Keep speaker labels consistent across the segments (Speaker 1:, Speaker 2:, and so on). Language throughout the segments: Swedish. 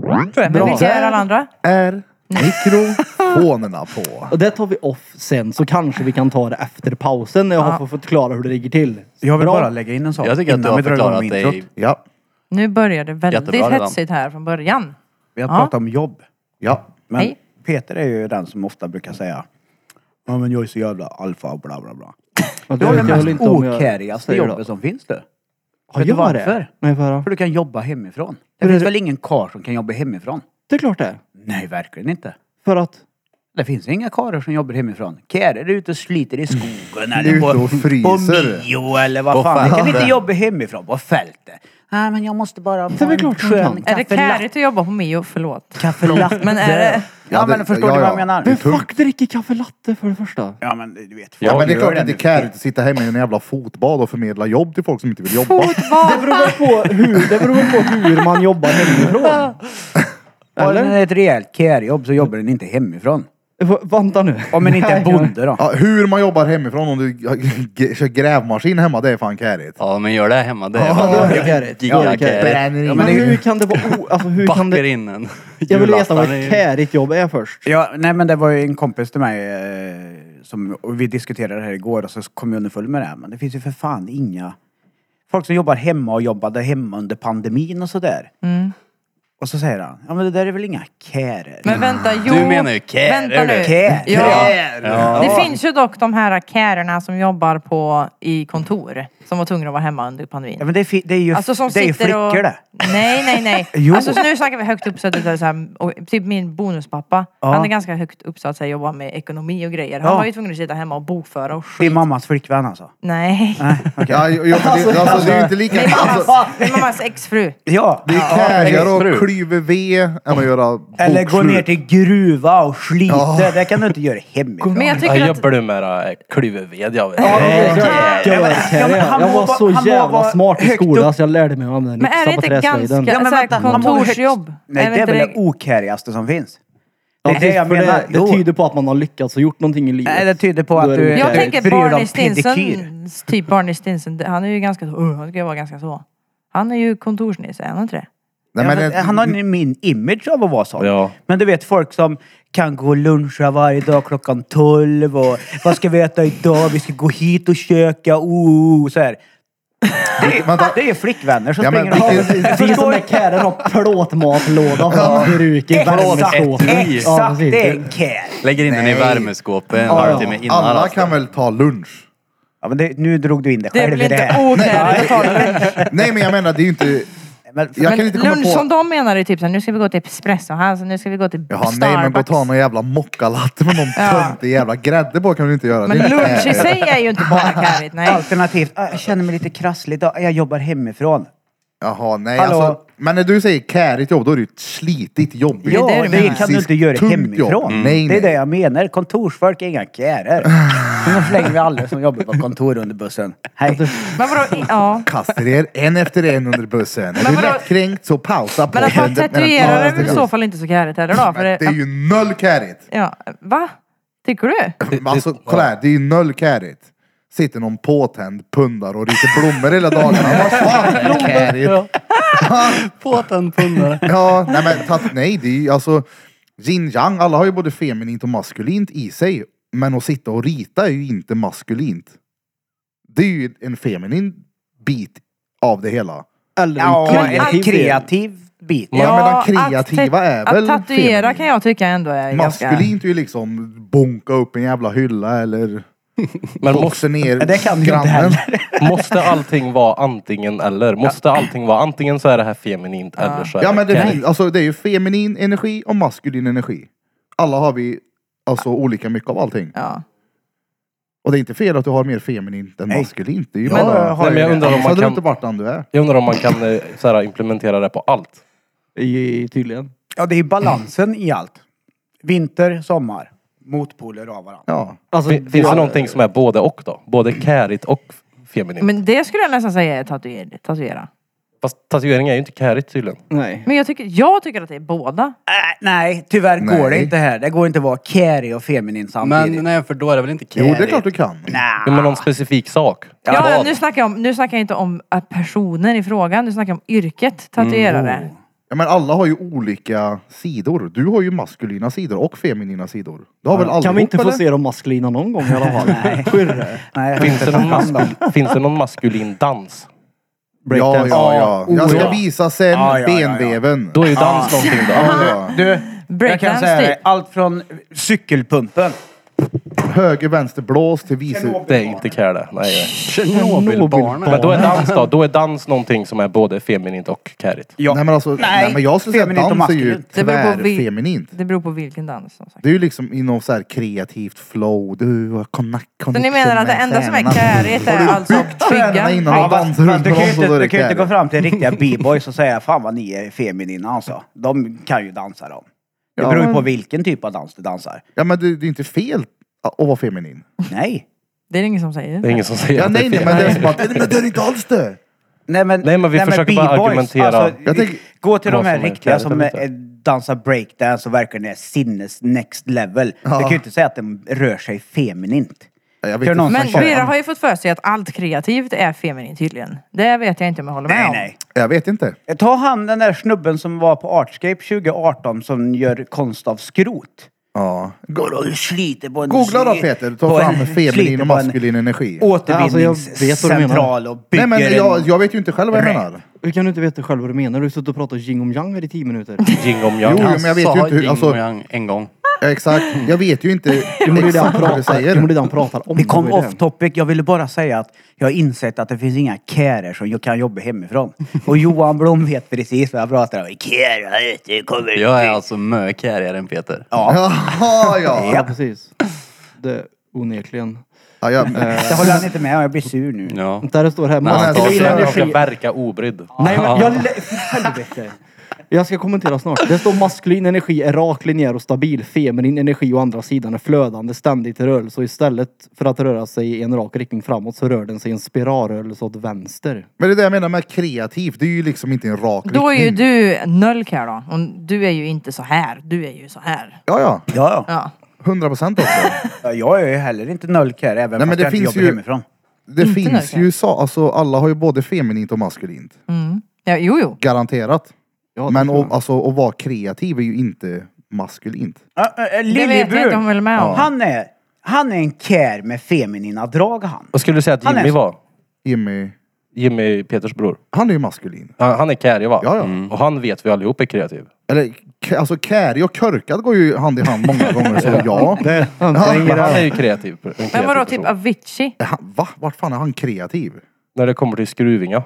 Speaker 1: tror jag. Men
Speaker 2: Bra.
Speaker 1: vilka är alla andra?
Speaker 3: Är mikrofonerna på?
Speaker 2: Och det tar vi off sen så kanske vi kan ta det efter pausen när jag har fått förklara hur det ligger till.
Speaker 4: Jag vill
Speaker 2: Bra.
Speaker 4: bara lägga in en sak
Speaker 5: Jag tycker att du
Speaker 4: innan
Speaker 5: har
Speaker 4: vi drar igång
Speaker 5: förklarat
Speaker 4: med introt.
Speaker 5: dig.
Speaker 3: Ja,
Speaker 1: Nu börjar det väldigt
Speaker 5: Jättebra redan.
Speaker 1: hetsigt här från början.
Speaker 4: Vi har
Speaker 1: Ja.
Speaker 4: pratat om jobb.
Speaker 3: ja.
Speaker 4: Men
Speaker 1: Hej.
Speaker 4: Peter är ju den som ofta brukar säga Ja men jag är så jävla alfa och bla bla bla.
Speaker 2: Men
Speaker 4: Du
Speaker 2: vet
Speaker 4: har det
Speaker 2: väl
Speaker 4: mest
Speaker 2: om jag
Speaker 4: okärigaste
Speaker 2: säger det.
Speaker 4: jobbet som finns du.
Speaker 2: Har
Speaker 4: Vet
Speaker 2: jag
Speaker 4: du varför?
Speaker 2: det? Nej, för
Speaker 4: För du kan jobba hemifrån. Det
Speaker 2: Hur är
Speaker 4: finns
Speaker 2: det-
Speaker 4: väl ingen karl som kan jobba hemifrån?
Speaker 2: Det är klart det. är.
Speaker 4: Nej, verkligen inte.
Speaker 2: För att
Speaker 4: Det finns inga karlar som jobbar hemifrån. Kärer är ute och sliter i skogen
Speaker 3: Du
Speaker 4: eller
Speaker 3: är
Speaker 4: på,
Speaker 3: ute och
Speaker 4: på
Speaker 3: fryser.
Speaker 4: Mio eller vad
Speaker 5: På
Speaker 4: fan. Jag kan
Speaker 5: fältet.
Speaker 4: inte jobba hemifrån på fältet. Nej men jag måste bara
Speaker 2: Det är
Speaker 4: få
Speaker 2: väl
Speaker 4: en
Speaker 2: klart som fan.
Speaker 4: skön
Speaker 1: Är det
Speaker 4: kaffelatte.
Speaker 1: kärigt att jobba på Mio? Förlåt.
Speaker 4: Kaffelatte.
Speaker 1: Men är det-
Speaker 4: Ja men
Speaker 3: det-
Speaker 4: förstår
Speaker 3: ja,
Speaker 4: du vad
Speaker 3: ja.
Speaker 4: jag menar?
Speaker 3: Det är
Speaker 2: vem
Speaker 3: tungt.
Speaker 2: fuck dricker kaffe latte för det första?
Speaker 4: Ja men du vet.
Speaker 3: Ja, men det är klart
Speaker 4: gör
Speaker 3: att det är
Speaker 4: nu.
Speaker 3: kärigt att sitta hemma i en jävla fotbad och förmedla jobb till folk som inte vill jobba.
Speaker 2: Det beror väl på hur, det beror väl på hur man jobbar hemifrån?
Speaker 4: Har den
Speaker 2: Eller?
Speaker 4: ett rejält kärjobb så jobbar den inte hemifrån.
Speaker 2: Va- Vänta nu.
Speaker 4: Om den inte är
Speaker 2: Nej, jag-
Speaker 4: bonde då.
Speaker 3: Ja, hur man jobbar hemifrån om du g- kör grävmaskin hemma, det är fan kärigt.
Speaker 5: Ja men gör det hemma. Det
Speaker 2: Ja, då är det
Speaker 5: är
Speaker 2: kärigt. Då är det
Speaker 5: giga
Speaker 2: kärigt.
Speaker 5: kärigt.
Speaker 3: Bränner
Speaker 4: Ja,
Speaker 3: in.
Speaker 2: Men
Speaker 4: men det-
Speaker 2: hur kan det vara o... Alltså hur kan
Speaker 5: Backar
Speaker 2: det...
Speaker 5: in en.
Speaker 2: Jag vill veta vad
Speaker 5: Julafton är
Speaker 2: ett
Speaker 5: ju-
Speaker 2: kärigt jobb är först.
Speaker 4: Ja, nej men det var ju en kompis till mig eh, som, och vi diskuterade det här igår och så kom jag underfund med det här. Men det finns ju för fan inga... Folk som jobbar hemma och jobbade hemma under pandemin och sådär. Och så säger han, ja men det där är väl inga kärer?
Speaker 1: Men vänta, jo.
Speaker 5: Du menar ju kär,
Speaker 1: Vänta
Speaker 5: är
Speaker 1: nu.
Speaker 5: det?
Speaker 4: Kär.
Speaker 1: Ja.
Speaker 5: Ja.
Speaker 1: Det finns ju dock de här kärerna som jobbar på i kontor. Som var tvungna att vara hemma under pandemin.
Speaker 4: Ja men det är, fi- det är ju,
Speaker 1: Alltså som
Speaker 4: det är ju
Speaker 1: sitter
Speaker 4: flickor
Speaker 1: och...
Speaker 4: det.
Speaker 1: Nej, nej, nej.
Speaker 4: Jo.
Speaker 1: Alltså så nu snackar vi högt uppsatt. utan Så här, och, typ min bonuspappa.
Speaker 4: Ja.
Speaker 1: Han är ganska högt uppsatt. Så här, jobbar med ekonomi och grejer. Han
Speaker 4: Ja.
Speaker 1: var ju tvungen att sitta hemma och bokföra och
Speaker 4: Det är
Speaker 1: skit.
Speaker 4: mammas flickvän alltså.
Speaker 1: Nej.
Speaker 3: Ja, jo, jo, men det, alltså, det är ju inte lika...
Speaker 1: Det är mammas,
Speaker 3: Alltså,
Speaker 1: det är mammas exfru.
Speaker 4: Ja!
Speaker 3: det är kärigare att klyva ved än att göra
Speaker 4: Eller gå ner
Speaker 3: bokslut.
Speaker 4: till gruva och slita.
Speaker 3: Ja.
Speaker 4: Det kan du inte göra hemifrån.
Speaker 1: Men jag
Speaker 5: Jag
Speaker 1: tycker att...
Speaker 5: jobbar du med klyverved jag vet.
Speaker 2: Jag var så jävla smart i skolan så jag lärde mig att använda
Speaker 1: Men är det
Speaker 2: yxan på
Speaker 1: inte
Speaker 2: träslöjden.
Speaker 1: ganska- så här,
Speaker 4: han var högst-
Speaker 1: kontorsjobb.
Speaker 4: Nej,
Speaker 1: Är
Speaker 4: det är
Speaker 1: inte
Speaker 4: väl
Speaker 1: det-
Speaker 4: det okärigaste som finns.
Speaker 2: Ja,
Speaker 4: det är det jag
Speaker 2: för
Speaker 4: menar.
Speaker 2: Det,
Speaker 4: Jo.
Speaker 2: det tyder på att man har lyckats och gjort någonting i livet.
Speaker 4: Nej, det tyder på
Speaker 2: Då
Speaker 4: att
Speaker 2: är
Speaker 4: du-
Speaker 2: det
Speaker 1: Jag
Speaker 2: okej.
Speaker 4: tänker-
Speaker 1: tänker
Speaker 4: bryr dig om
Speaker 1: Barney
Speaker 4: pedikyr.
Speaker 1: Stinson, typ Barney Stinson, det- han är ju ganska så, oh, han ska ju vara ganska så. Han är ju kontorsnisse, är han inte det?
Speaker 3: Nej,
Speaker 4: ja,
Speaker 3: men
Speaker 4: men,
Speaker 3: det-
Speaker 4: han har ju min image av att vara sån.
Speaker 5: Ja.
Speaker 4: Men du vet folk som kan gå och luncha varje dag klockan 12 och vad ska vi äta idag? Vi ska gå hit och köka. Oh, så här. Det,
Speaker 3: Vänta.
Speaker 4: är- det är flickvänner som
Speaker 3: Ja, men
Speaker 4: springer och
Speaker 3: vilken-
Speaker 4: Jag
Speaker 2: Vi som
Speaker 4: förstår
Speaker 2: är
Speaker 4: inte.
Speaker 2: kärer har plåtmatlåda från Bruk i
Speaker 4: Exakt,
Speaker 2: värmeskåpet.
Speaker 4: exakt.
Speaker 2: precis.
Speaker 4: Det är en care.
Speaker 5: Lägger in den i
Speaker 3: Nej.
Speaker 5: värmeskåpet en
Speaker 2: Ja,
Speaker 5: halvtimme innan alltså.
Speaker 3: Alla
Speaker 5: rasten.
Speaker 3: kan väl ta lunch?
Speaker 4: Ja, men det, nu drog du in det
Speaker 1: Det
Speaker 4: själv
Speaker 1: blir
Speaker 4: i det
Speaker 1: inte
Speaker 4: här.
Speaker 1: okärligt att tala lunch.
Speaker 3: Nej, men jag menar, det är ju inte...
Speaker 4: Men,
Speaker 3: Jag kan
Speaker 1: Men
Speaker 3: inte komma
Speaker 1: lunch som
Speaker 3: på...
Speaker 1: de menar är typ såhär, nu ska vi gå till Espresso här, så nu ska vi gå till
Speaker 3: Jaha,
Speaker 1: Starbucks.
Speaker 3: nej, men gå och ta någon jävla mockalatte med någon
Speaker 1: Ja.
Speaker 3: töntig jävla grädde på kan du inte göra.
Speaker 1: Men
Speaker 3: Det är inte
Speaker 1: lunch i
Speaker 3: kärigt.
Speaker 1: sig är ju inte bara kärligt, nej.
Speaker 4: Alternativt, ah, jag känner mig lite krasslig idag. Jag jobbar hemifrån.
Speaker 3: Jaha, nej
Speaker 4: Hallå?
Speaker 3: alltså. Men när du säger kärigt jobb, då är det ju ett slitigt jobb.
Speaker 4: Ja,
Speaker 1: det är
Speaker 4: det,
Speaker 1: det du menar.
Speaker 4: kan du inte göra
Speaker 3: Tungt jobb.
Speaker 4: hemifrån.
Speaker 3: Mm. Nej,
Speaker 4: det är
Speaker 3: nej.
Speaker 4: det jag menar. Kontorsfolk är inga kärer. Nu slänger vi alla som jobbar på kontor under bussen. Hej.
Speaker 1: Men vadå, i- ja.
Speaker 3: Kastar er en efter en under bussen. Är
Speaker 1: Men
Speaker 3: du
Speaker 1: vadå-
Speaker 3: lättkränkt så pausa på
Speaker 1: Men att vara tatuerare är väl i så fall inte så kärligt heller då? För
Speaker 3: Det
Speaker 1: det,
Speaker 3: är ju noll kärigt.
Speaker 1: ja, va? Tycker du?
Speaker 3: Men Alltså kolla här, det är ju noll kärigt. Sitter någon påtänd, pundar och ritar blommor hela dagarna. Vad fan är kärigt?
Speaker 5: Påtänd pundare.
Speaker 3: Ja, nej men tat- nej, det är ju alltså yin yang. Alla har ju både feminint och maskulint i sig. Men att sitta och rita är ju inte maskulint. Det är ju en feminin bit av det hela.
Speaker 2: Eller
Speaker 4: Ja,
Speaker 2: en
Speaker 4: en kreativ bit.
Speaker 3: Ja, men de
Speaker 1: att
Speaker 3: kreativa
Speaker 1: tat-
Speaker 3: är väl
Speaker 1: Att tatuera
Speaker 3: feminint.
Speaker 1: kan jag tycka ändå är ganska...
Speaker 3: Maskulint är ju liksom bonka upp en jävla hylla eller
Speaker 6: Men
Speaker 3: boxa
Speaker 6: måste,
Speaker 3: ner
Speaker 4: Det kan du inte
Speaker 3: grannen.
Speaker 4: heller.
Speaker 6: måste allting vara antingen eller? Måste allting vara antingen så är det här feminint eller så är
Speaker 3: Ja men det,
Speaker 6: kär.
Speaker 3: finns, alltså, det är ju feminin energi och maskulin energi. Alla har vi alltså olika mycket av allting.
Speaker 1: Ja.
Speaker 3: Och det är inte fel att du har mer feminint än
Speaker 4: Nej.
Speaker 3: maskulint. Det är ju
Speaker 4: Ja,
Speaker 3: bara...
Speaker 4: jag har
Speaker 6: Nej, men
Speaker 4: ju
Speaker 6: jag
Speaker 4: det.
Speaker 6: undrar om
Speaker 3: Så
Speaker 6: man
Speaker 3: hade du inte
Speaker 6: kan,
Speaker 3: varit den du är.
Speaker 6: jag undrar om man kan eh, så här, implementera det på allt.
Speaker 2: I, tydligen.
Speaker 4: Ja, det är balansen i allt. Vinter, sommar, motpoler av varandra.
Speaker 3: Ja.
Speaker 2: Alltså,
Speaker 6: Fin- Finns det någonting som är både och då? Både kärigt och feminint?
Speaker 1: Men det skulle jag nästan säga är tatuer- tatuera.
Speaker 6: Fast tatuering är ju inte kärigt tydligen.
Speaker 2: Nej.
Speaker 1: Men jag tycker, jag tycker att det är båda.
Speaker 4: Äh, nej, tyvärr går det
Speaker 3: Nej.
Speaker 4: inte här. Det går inte att vara carry och feminin samtidigt.
Speaker 5: Men nej för då är det väl inte
Speaker 3: Jo,
Speaker 5: kärigt?
Speaker 3: det är klart du kan.
Speaker 4: Nja.
Speaker 6: Ja. Men
Speaker 1: Ah.
Speaker 6: någon specifik sak?
Speaker 1: Ja,
Speaker 5: vad?
Speaker 1: äh,
Speaker 3: Mm.
Speaker 1: nu, snackar jag om, nu snackar jag inte om att personen i frågan, nu snackar jag om yrket tatuerare.
Speaker 3: Ja, Ja, men alla har ju olika sidor. Du har ju maskulina sidor och feminina sidor. Det har väl allihop,
Speaker 2: Kan vi inte få
Speaker 3: eller?
Speaker 2: se dem maskulina någon gång i alla fall? Nej. Skyrre.
Speaker 4: Nej, jag
Speaker 6: Finns det,
Speaker 4: tar
Speaker 6: någon
Speaker 4: fram dem.
Speaker 6: maskul, finns det någon maskulin dans?
Speaker 3: Ja,
Speaker 2: Breakdance.
Speaker 3: ja, ja. Jag
Speaker 4: Oh,
Speaker 3: ska
Speaker 4: ja.
Speaker 3: visa sen
Speaker 4: Ja, ja, ja, ja.
Speaker 3: benveven.
Speaker 6: Då är ju dans någonting då.
Speaker 3: Ja, ja.
Speaker 4: Du, jag kan
Speaker 1: Breakdance
Speaker 4: säga dig,
Speaker 1: typ.
Speaker 4: allt från cykelpumpen.
Speaker 3: Höger, vänster, blås till vice.
Speaker 6: Det är inte care det. Nej, nej.
Speaker 5: Tjernobylbarnen.
Speaker 6: Men då är dans då? Då är dans någonting som är både feminint och kärigt.
Speaker 4: Ja.
Speaker 3: Nej men alltså, nej. men jag skulle säga
Speaker 4: Feminint och
Speaker 3: att dans är ju
Speaker 4: maskulint.
Speaker 1: Det beror på vi-
Speaker 3: tvärfeminint.
Speaker 1: Det beror på vilken dans som sagt.
Speaker 3: Det är ju liksom inom så här kreativt flow. Du har connect,
Speaker 1: Så ni
Speaker 3: connection
Speaker 1: menar att det
Speaker 3: med
Speaker 1: enda som är
Speaker 3: stjärnan.
Speaker 1: kärigt är alltså att
Speaker 3: Stjärnorna
Speaker 1: trygga?
Speaker 3: innan och
Speaker 4: fast-
Speaker 3: dansar
Speaker 4: fast
Speaker 3: runt
Speaker 4: du kan ju
Speaker 3: dem så
Speaker 4: inte,
Speaker 3: då är
Speaker 4: du
Speaker 3: det
Speaker 4: kan ju inte gå
Speaker 3: kärigt.
Speaker 4: fram till riktiga b-boys och säga fan vad ni är feminina alltså. De kan ju dansa dem. Det
Speaker 3: Ja,
Speaker 4: beror ju på
Speaker 3: men-
Speaker 4: vilken typ av dans du dansar.
Speaker 3: Ja men det, det är inte fel att vara feminin.
Speaker 4: Nej.
Speaker 1: Det är det ingen som säger.
Speaker 6: Det är ingen som säger
Speaker 3: Ja
Speaker 6: att
Speaker 3: nej
Speaker 6: det är fel.
Speaker 3: nej men det är som att, nej, men det är inte alls det.
Speaker 4: Nej men,
Speaker 6: Nej, men vi försöker bara
Speaker 4: b-boys, alltså,
Speaker 6: argumentera.
Speaker 3: Jag tänker-
Speaker 4: gå till de
Speaker 6: vad
Speaker 4: här
Speaker 6: som är
Speaker 4: riktiga
Speaker 6: kläder
Speaker 4: som
Speaker 6: eller inte.
Speaker 4: är, dansar breakdance och verkligen är sinnes next level. Du kan ju inte säga att de rör sig feminint.
Speaker 3: Ja, Jag
Speaker 4: Gör
Speaker 3: vet
Speaker 4: någon
Speaker 3: inte.
Speaker 4: som
Speaker 1: Men
Speaker 4: kör.
Speaker 1: Birra har ju fått för sig att allt kreativt är feminint tydligen. Det vet jag inte om jag håller med
Speaker 4: Nej,
Speaker 1: om.
Speaker 4: nej.
Speaker 3: Jag vet inte.
Speaker 4: Ta han den där snubben som var på Artscape 2018 som gör konst av skrot.
Speaker 3: Ja. Go-
Speaker 4: Går och sliter på en...
Speaker 3: Googla då Peter,
Speaker 4: på
Speaker 3: ta
Speaker 4: en-
Speaker 3: fram feminin
Speaker 4: sliter
Speaker 3: och
Speaker 4: på en
Speaker 3: maskulin energi.
Speaker 2: Alltså, jag vet vad du
Speaker 4: Återvinningscentral
Speaker 2: menar.
Speaker 4: och bygger
Speaker 3: Nej men jag,
Speaker 4: en...
Speaker 3: jag vet ju inte själv vad jag menar.
Speaker 2: Hur kan du inte veta själv vad du menar? Du har suttit och pratat jing om yang här i tio minuter.
Speaker 6: Jing om
Speaker 3: Jo,
Speaker 6: yang.
Speaker 3: jo, men jag vet ju
Speaker 5: sa
Speaker 3: inte hur-
Speaker 5: yin
Speaker 3: alltså-
Speaker 5: och yang en gång.
Speaker 3: Ja, exakt. Jag vet ju inte
Speaker 2: Jo, men det är det han
Speaker 3: exakt vad du
Speaker 2: pratar, jo,
Speaker 3: säger.
Speaker 2: men det är det han pratar om.
Speaker 4: Vi kom
Speaker 2: Det var ju det.
Speaker 4: off topic. Jag ville bara säga att jag har insett att det finns inga kärer som jag kan jobba hemifrån. Och Johan Blom vet precis vad jag pratar om. Kärer, det kommer inte.
Speaker 5: Jag är alltså mycket kärigare än Peter.
Speaker 3: Jaha ja.
Speaker 2: Ja, precis. Det onekligen.
Speaker 3: ja, ja.
Speaker 4: Det håller han inte med om. Jag blir sur nu.
Speaker 5: Ja.
Speaker 2: Där det står här,
Speaker 5: han
Speaker 3: tar
Speaker 2: maskulin
Speaker 3: sig-
Speaker 6: Jag ska
Speaker 2: energi.
Speaker 6: verka obrydd.
Speaker 2: Nej men jag lä- för helvete. Jag ska kommentera snart. Det står maskulin energi är rak, linjär och stabil. Feminin energi å andra sidan är flödande, ständigt i rörelse och istället för att röra sig i en rak riktning framåt så rör den sig i en spiralrörelse åt vänster.
Speaker 3: Men det är det jag menar med kreativ. Det är ju liksom inte en rak
Speaker 1: Då är ju
Speaker 3: riktning.
Speaker 1: du nölk här då. Och du är ju inte så här. Du är ju så här.
Speaker 3: Ja ja.
Speaker 4: Ja,
Speaker 1: Ja.
Speaker 3: Hundra procent också.
Speaker 4: ja. Jag är ju heller inte nölkär även
Speaker 3: men
Speaker 4: fast
Speaker 3: det
Speaker 4: jag inte
Speaker 3: finns
Speaker 4: jobbar
Speaker 3: ju-
Speaker 4: hemifrån.
Speaker 3: Det
Speaker 1: Inte
Speaker 3: finns
Speaker 1: nöjd,
Speaker 3: ju så, alltså alla har ju både feminint och maskulint.
Speaker 1: Mm. ja jo, jo.
Speaker 3: Garanterat.
Speaker 2: Ja, det
Speaker 3: Men
Speaker 2: tror jag.
Speaker 3: och, alltså, att vara kreativ är ju inte maskulint.
Speaker 4: Äh, äh,
Speaker 1: Det vet jag inte om jag
Speaker 4: Lillebror.
Speaker 1: håller med om.
Speaker 4: Han är, han är en kär med feminina drag han.
Speaker 6: Vad skulle du säga
Speaker 4: Han
Speaker 6: att
Speaker 4: är
Speaker 6: Jimmy
Speaker 4: så-
Speaker 6: var?
Speaker 3: Jimmy,
Speaker 6: Jimmy, Peters bror.
Speaker 3: han är ju maskulin.
Speaker 6: Han, han är kärig va?
Speaker 3: Ja, ja.
Speaker 6: Och han vet vi allihop är kreativ.
Speaker 3: Eller k- alltså kärig och körkad går ju hand i hand många gånger så ja.
Speaker 2: Det,
Speaker 6: Men han är ju kreativ. en kreativ
Speaker 1: Men vadå,
Speaker 6: person.
Speaker 1: typ Avicii?
Speaker 3: Är Eh, han- Va? Vart fan är han kreativ?
Speaker 6: När det kommer till Skruvinga.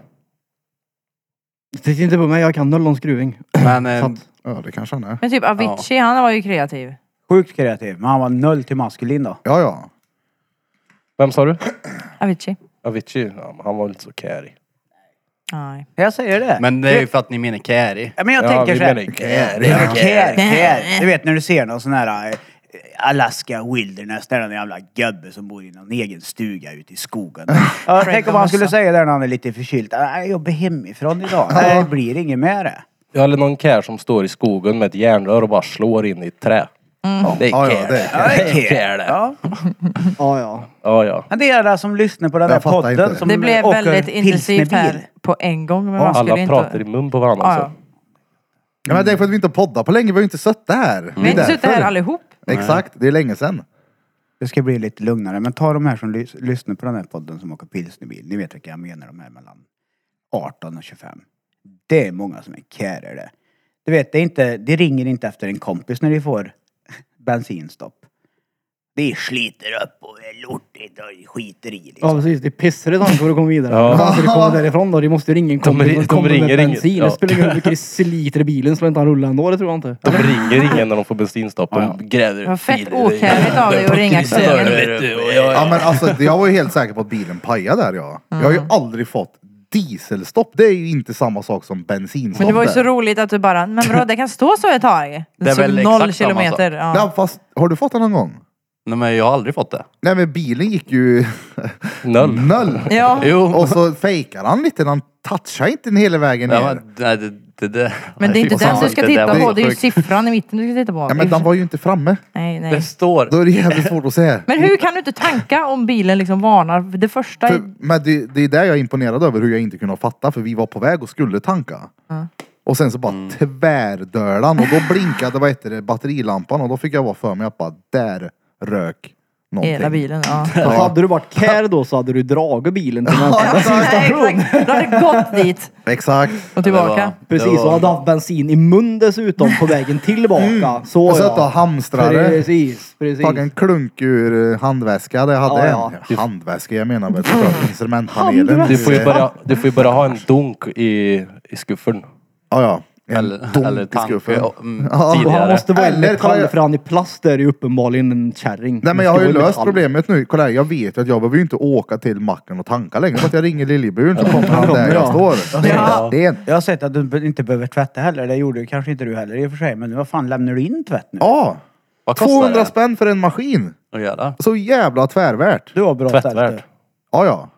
Speaker 2: Titta inte på mig, jag kan noll om skruving.
Speaker 5: Men eh,
Speaker 2: Sant.
Speaker 3: Ja det kanske han är.
Speaker 1: Men typ Avicii, han var ju kreativ.
Speaker 4: Sjukt kreativ. Men han var noll till maskulin då.
Speaker 3: Ja ja.
Speaker 6: Vem sa du?
Speaker 1: Avicii.
Speaker 6: Avicii? Ja, men han var väl inte så kärig.
Speaker 1: Nej.
Speaker 4: Jag säger det.
Speaker 5: men det är ju för att ni menar kärig.
Speaker 4: Ja, men jag
Speaker 6: Ja,
Speaker 4: tänker
Speaker 6: vi
Speaker 4: så här.
Speaker 6: menar ju
Speaker 4: Kär, ja, kär, kär. Du vet när du ser någon sån här eh, Alaska Wilderness, där den jävla gubbe som bor i någon egen stuga ute i skogen. Ja, tänk om han skulle säga där när han är lite förkyld. "Ah, Jag jobbar hemifrån idag. Nej, det blir inget med det.
Speaker 6: Ja, eller någon kär som står i skogen med ett järnrör och bara slår in i ett trä. Det är
Speaker 3: Ja, ja,
Speaker 6: care.
Speaker 3: det är
Speaker 4: Ja, det är
Speaker 6: Det
Speaker 4: kär.
Speaker 6: är det.
Speaker 4: Ja.
Speaker 2: Ja, ja.
Speaker 6: Ja, ja.
Speaker 4: Men det är alla som lyssnar på den
Speaker 3: Jag
Speaker 4: här
Speaker 3: fattar
Speaker 4: podden
Speaker 3: inte.
Speaker 4: som
Speaker 1: Det blev
Speaker 4: åker
Speaker 1: väldigt intensivt
Speaker 4: pilsnerbil.
Speaker 1: här på en gång. Men man skulle
Speaker 6: Alla
Speaker 1: inte...
Speaker 6: pratar i mun på varandra. alltså.
Speaker 1: Ja,
Speaker 6: så.
Speaker 1: ja.
Speaker 3: ja men det är för att vi inte har poddat på länge. Vi har ju inte suttit här. Det är
Speaker 1: Vi har inte suttit
Speaker 3: därför.
Speaker 1: här allihop.
Speaker 3: Exakt. Det är länge sedan.
Speaker 4: Det ska bli lite lugnare. Men ta de här som lys- lyssnar på den här podden som åker pilsnerbil. Ni vet vilka jag menar, de här mellan 18 och 25. Det är många som är kärer det. Du vet, det, är inte, det ringer inte efter en kompis när de får bensinstopp. Det sliter upp och är lortigt och skiter i
Speaker 2: Ja
Speaker 4: liksom.
Speaker 2: precis, det är pissrigt han för att komma vidare.
Speaker 6: Ja.
Speaker 2: Ja. Alltså det kommer därifrån då, det måste ju ringa en kompis.
Speaker 6: ri-
Speaker 2: som
Speaker 6: de
Speaker 2: kommer med
Speaker 6: ringer ingen.
Speaker 2: bensin.
Speaker 6: Ja.
Speaker 2: Det spelar ingen roll hur mycket sliter i bilen, så lär inte han rulla ändå, det tror jag inte.
Speaker 6: De ringer ingen när de får bensinstopp. De gräver
Speaker 1: Det var fett
Speaker 6: filer i-
Speaker 1: okärligt av dig att ringa kungen.
Speaker 3: Ja men alltså det- jag var ju helt säker på att bilen pajade där ja. Jag har ju aldrig fått dieselstopp. Det är ju inte samma sak som bensinstopp.
Speaker 1: Men det var ju
Speaker 3: där.
Speaker 1: så roligt att du bara, men bro, det kan stå så ett tag.
Speaker 5: Det är
Speaker 1: så
Speaker 5: väl
Speaker 1: noll
Speaker 5: exakt samma
Speaker 1: kilometer. Ja.
Speaker 3: Ja, fast har du fått den någon gång?
Speaker 5: Nej men jag har aldrig fått det.
Speaker 3: Nej men bilen gick ju
Speaker 6: Noll.
Speaker 3: noll.
Speaker 1: ja.
Speaker 5: Jo.
Speaker 3: Och så fejkar han lite, han touchar inte den hela vägen
Speaker 5: Ja,
Speaker 3: ner.
Speaker 5: men, nej, det, det, det.
Speaker 1: Men det är inte
Speaker 5: Fy
Speaker 1: den
Speaker 5: fan,
Speaker 1: du ska
Speaker 5: det där
Speaker 1: titta
Speaker 5: var
Speaker 1: på,
Speaker 5: så
Speaker 1: det är ju
Speaker 5: sjukt.
Speaker 1: siffran i mitten du ska titta på.
Speaker 3: ja men den var ju inte framme.
Speaker 1: Nej, nej.
Speaker 5: Det står.
Speaker 3: Då är det jävligt svårt att se.
Speaker 1: Men hur kan du inte tanka om bilen liksom varnar? Det första är...
Speaker 3: För, men det, det är där jag är imponerad över hur jag inte kunde fatta för vi var på väg och skulle tanka. Och sen så bara tvärdölan han och då blinkade vad heter det, batterilampan och då fick jag vara för mig att bara där rök någonting.
Speaker 1: Hela bilen, ja.
Speaker 2: Så hade du varit kär då så hade du dragit bilen till nästa.
Speaker 1: Nej, exakt. Då hade det gått dit
Speaker 3: Exakt.
Speaker 1: och
Speaker 5: Det var-
Speaker 1: tillbaka.
Speaker 5: det
Speaker 2: Precis, och
Speaker 5: var-
Speaker 2: hade haft bensin i mun dessutom på vägen tillbaka. Så
Speaker 3: Jag satt Mm. och
Speaker 2: ja.
Speaker 3: hamstrade.
Speaker 2: Precis, precis.
Speaker 3: Tagit en klunk ur eh, handväska där jag hade
Speaker 2: Ja,
Speaker 3: en. Handväska, jag menar väl för instrumentpanelen.
Speaker 2: Handväska.
Speaker 6: Du får ju börja, du får ju börja ha en dunk i, i skuffen.
Speaker 3: Ja, ja. En
Speaker 5: Eller,
Speaker 3: dunk
Speaker 5: eller
Speaker 3: i
Speaker 5: tanke
Speaker 3: skuffen.
Speaker 5: ja, mm,
Speaker 3: Ja,
Speaker 2: och han
Speaker 5: tidigare.
Speaker 2: måste vara en
Speaker 3: Eller kolla-
Speaker 2: metall för han i plast är ju uppenbarligen en kärring.
Speaker 3: Nej
Speaker 2: Det
Speaker 3: men jag har
Speaker 2: står
Speaker 3: ju löst
Speaker 2: metall.
Speaker 3: problemet nu. Kolla här, jag vet ju att jag behöver ju inte åka till macken och tanka längre. För att jag ringer Liljeburen så kommer han där jag står.
Speaker 4: Ja.
Speaker 3: Det är en...
Speaker 4: Jag har sett att du be- inte behöver tvätta heller. Det gjorde ju kanske inte du heller i och för sig. Men vad fan lämnar du in tvätt nu?
Speaker 3: Ja!
Speaker 5: Vad kostar
Speaker 3: 200
Speaker 5: 200 det
Speaker 3: spänn för en maskin.
Speaker 5: att göra?
Speaker 3: Så jävla tvärvärt.
Speaker 4: Du har bra ställt
Speaker 6: Tvättvärd.
Speaker 4: du.
Speaker 3: Ja ja.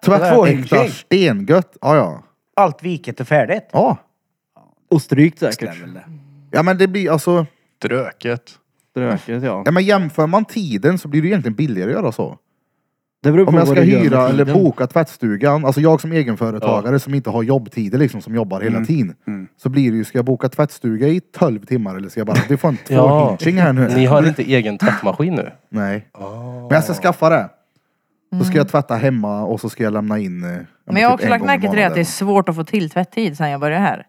Speaker 4: Tvärttvåhjulsdrift.
Speaker 3: Äkta stengött. Ja ja.
Speaker 4: Allt viket är färdigt.
Speaker 3: Ja.
Speaker 2: Och strykt
Speaker 4: Det
Speaker 2: säkert.
Speaker 4: är väl det.
Speaker 3: Ja men det blir alltså.
Speaker 5: Dröket.
Speaker 2: Ströket ja.
Speaker 3: Ja, men jämför man tiden så blir det egentligen billigare att göra så.
Speaker 2: Det beror på
Speaker 3: Om jag
Speaker 2: vad
Speaker 3: ska
Speaker 2: du gör med
Speaker 3: hyra eller
Speaker 2: tiden.
Speaker 3: boka tvättstugan, alltså jag som egenföretagare som inte har jobbtider liksom, som jobbar
Speaker 2: Mm.
Speaker 3: hela tiden. Så blir det ju, ska jag boka tvättstuga i 12 timmar eller ska jag bara, du får en
Speaker 6: Ja.
Speaker 3: tvåhinching här nu.
Speaker 6: Ni har inte egen tvättmaskin nu?
Speaker 3: Nej.
Speaker 2: Ah.
Speaker 3: Men jag ska skaffa det. Så
Speaker 2: Mm.
Speaker 3: ska jag tvätta hemma och så ska jag lämna in. eh, ja,
Speaker 1: Men jag har
Speaker 3: typ
Speaker 1: också
Speaker 3: en
Speaker 1: lagt
Speaker 3: gång i
Speaker 1: märke till det att det är
Speaker 3: månaden.
Speaker 1: svårt att få till tvätttid sen jag började här.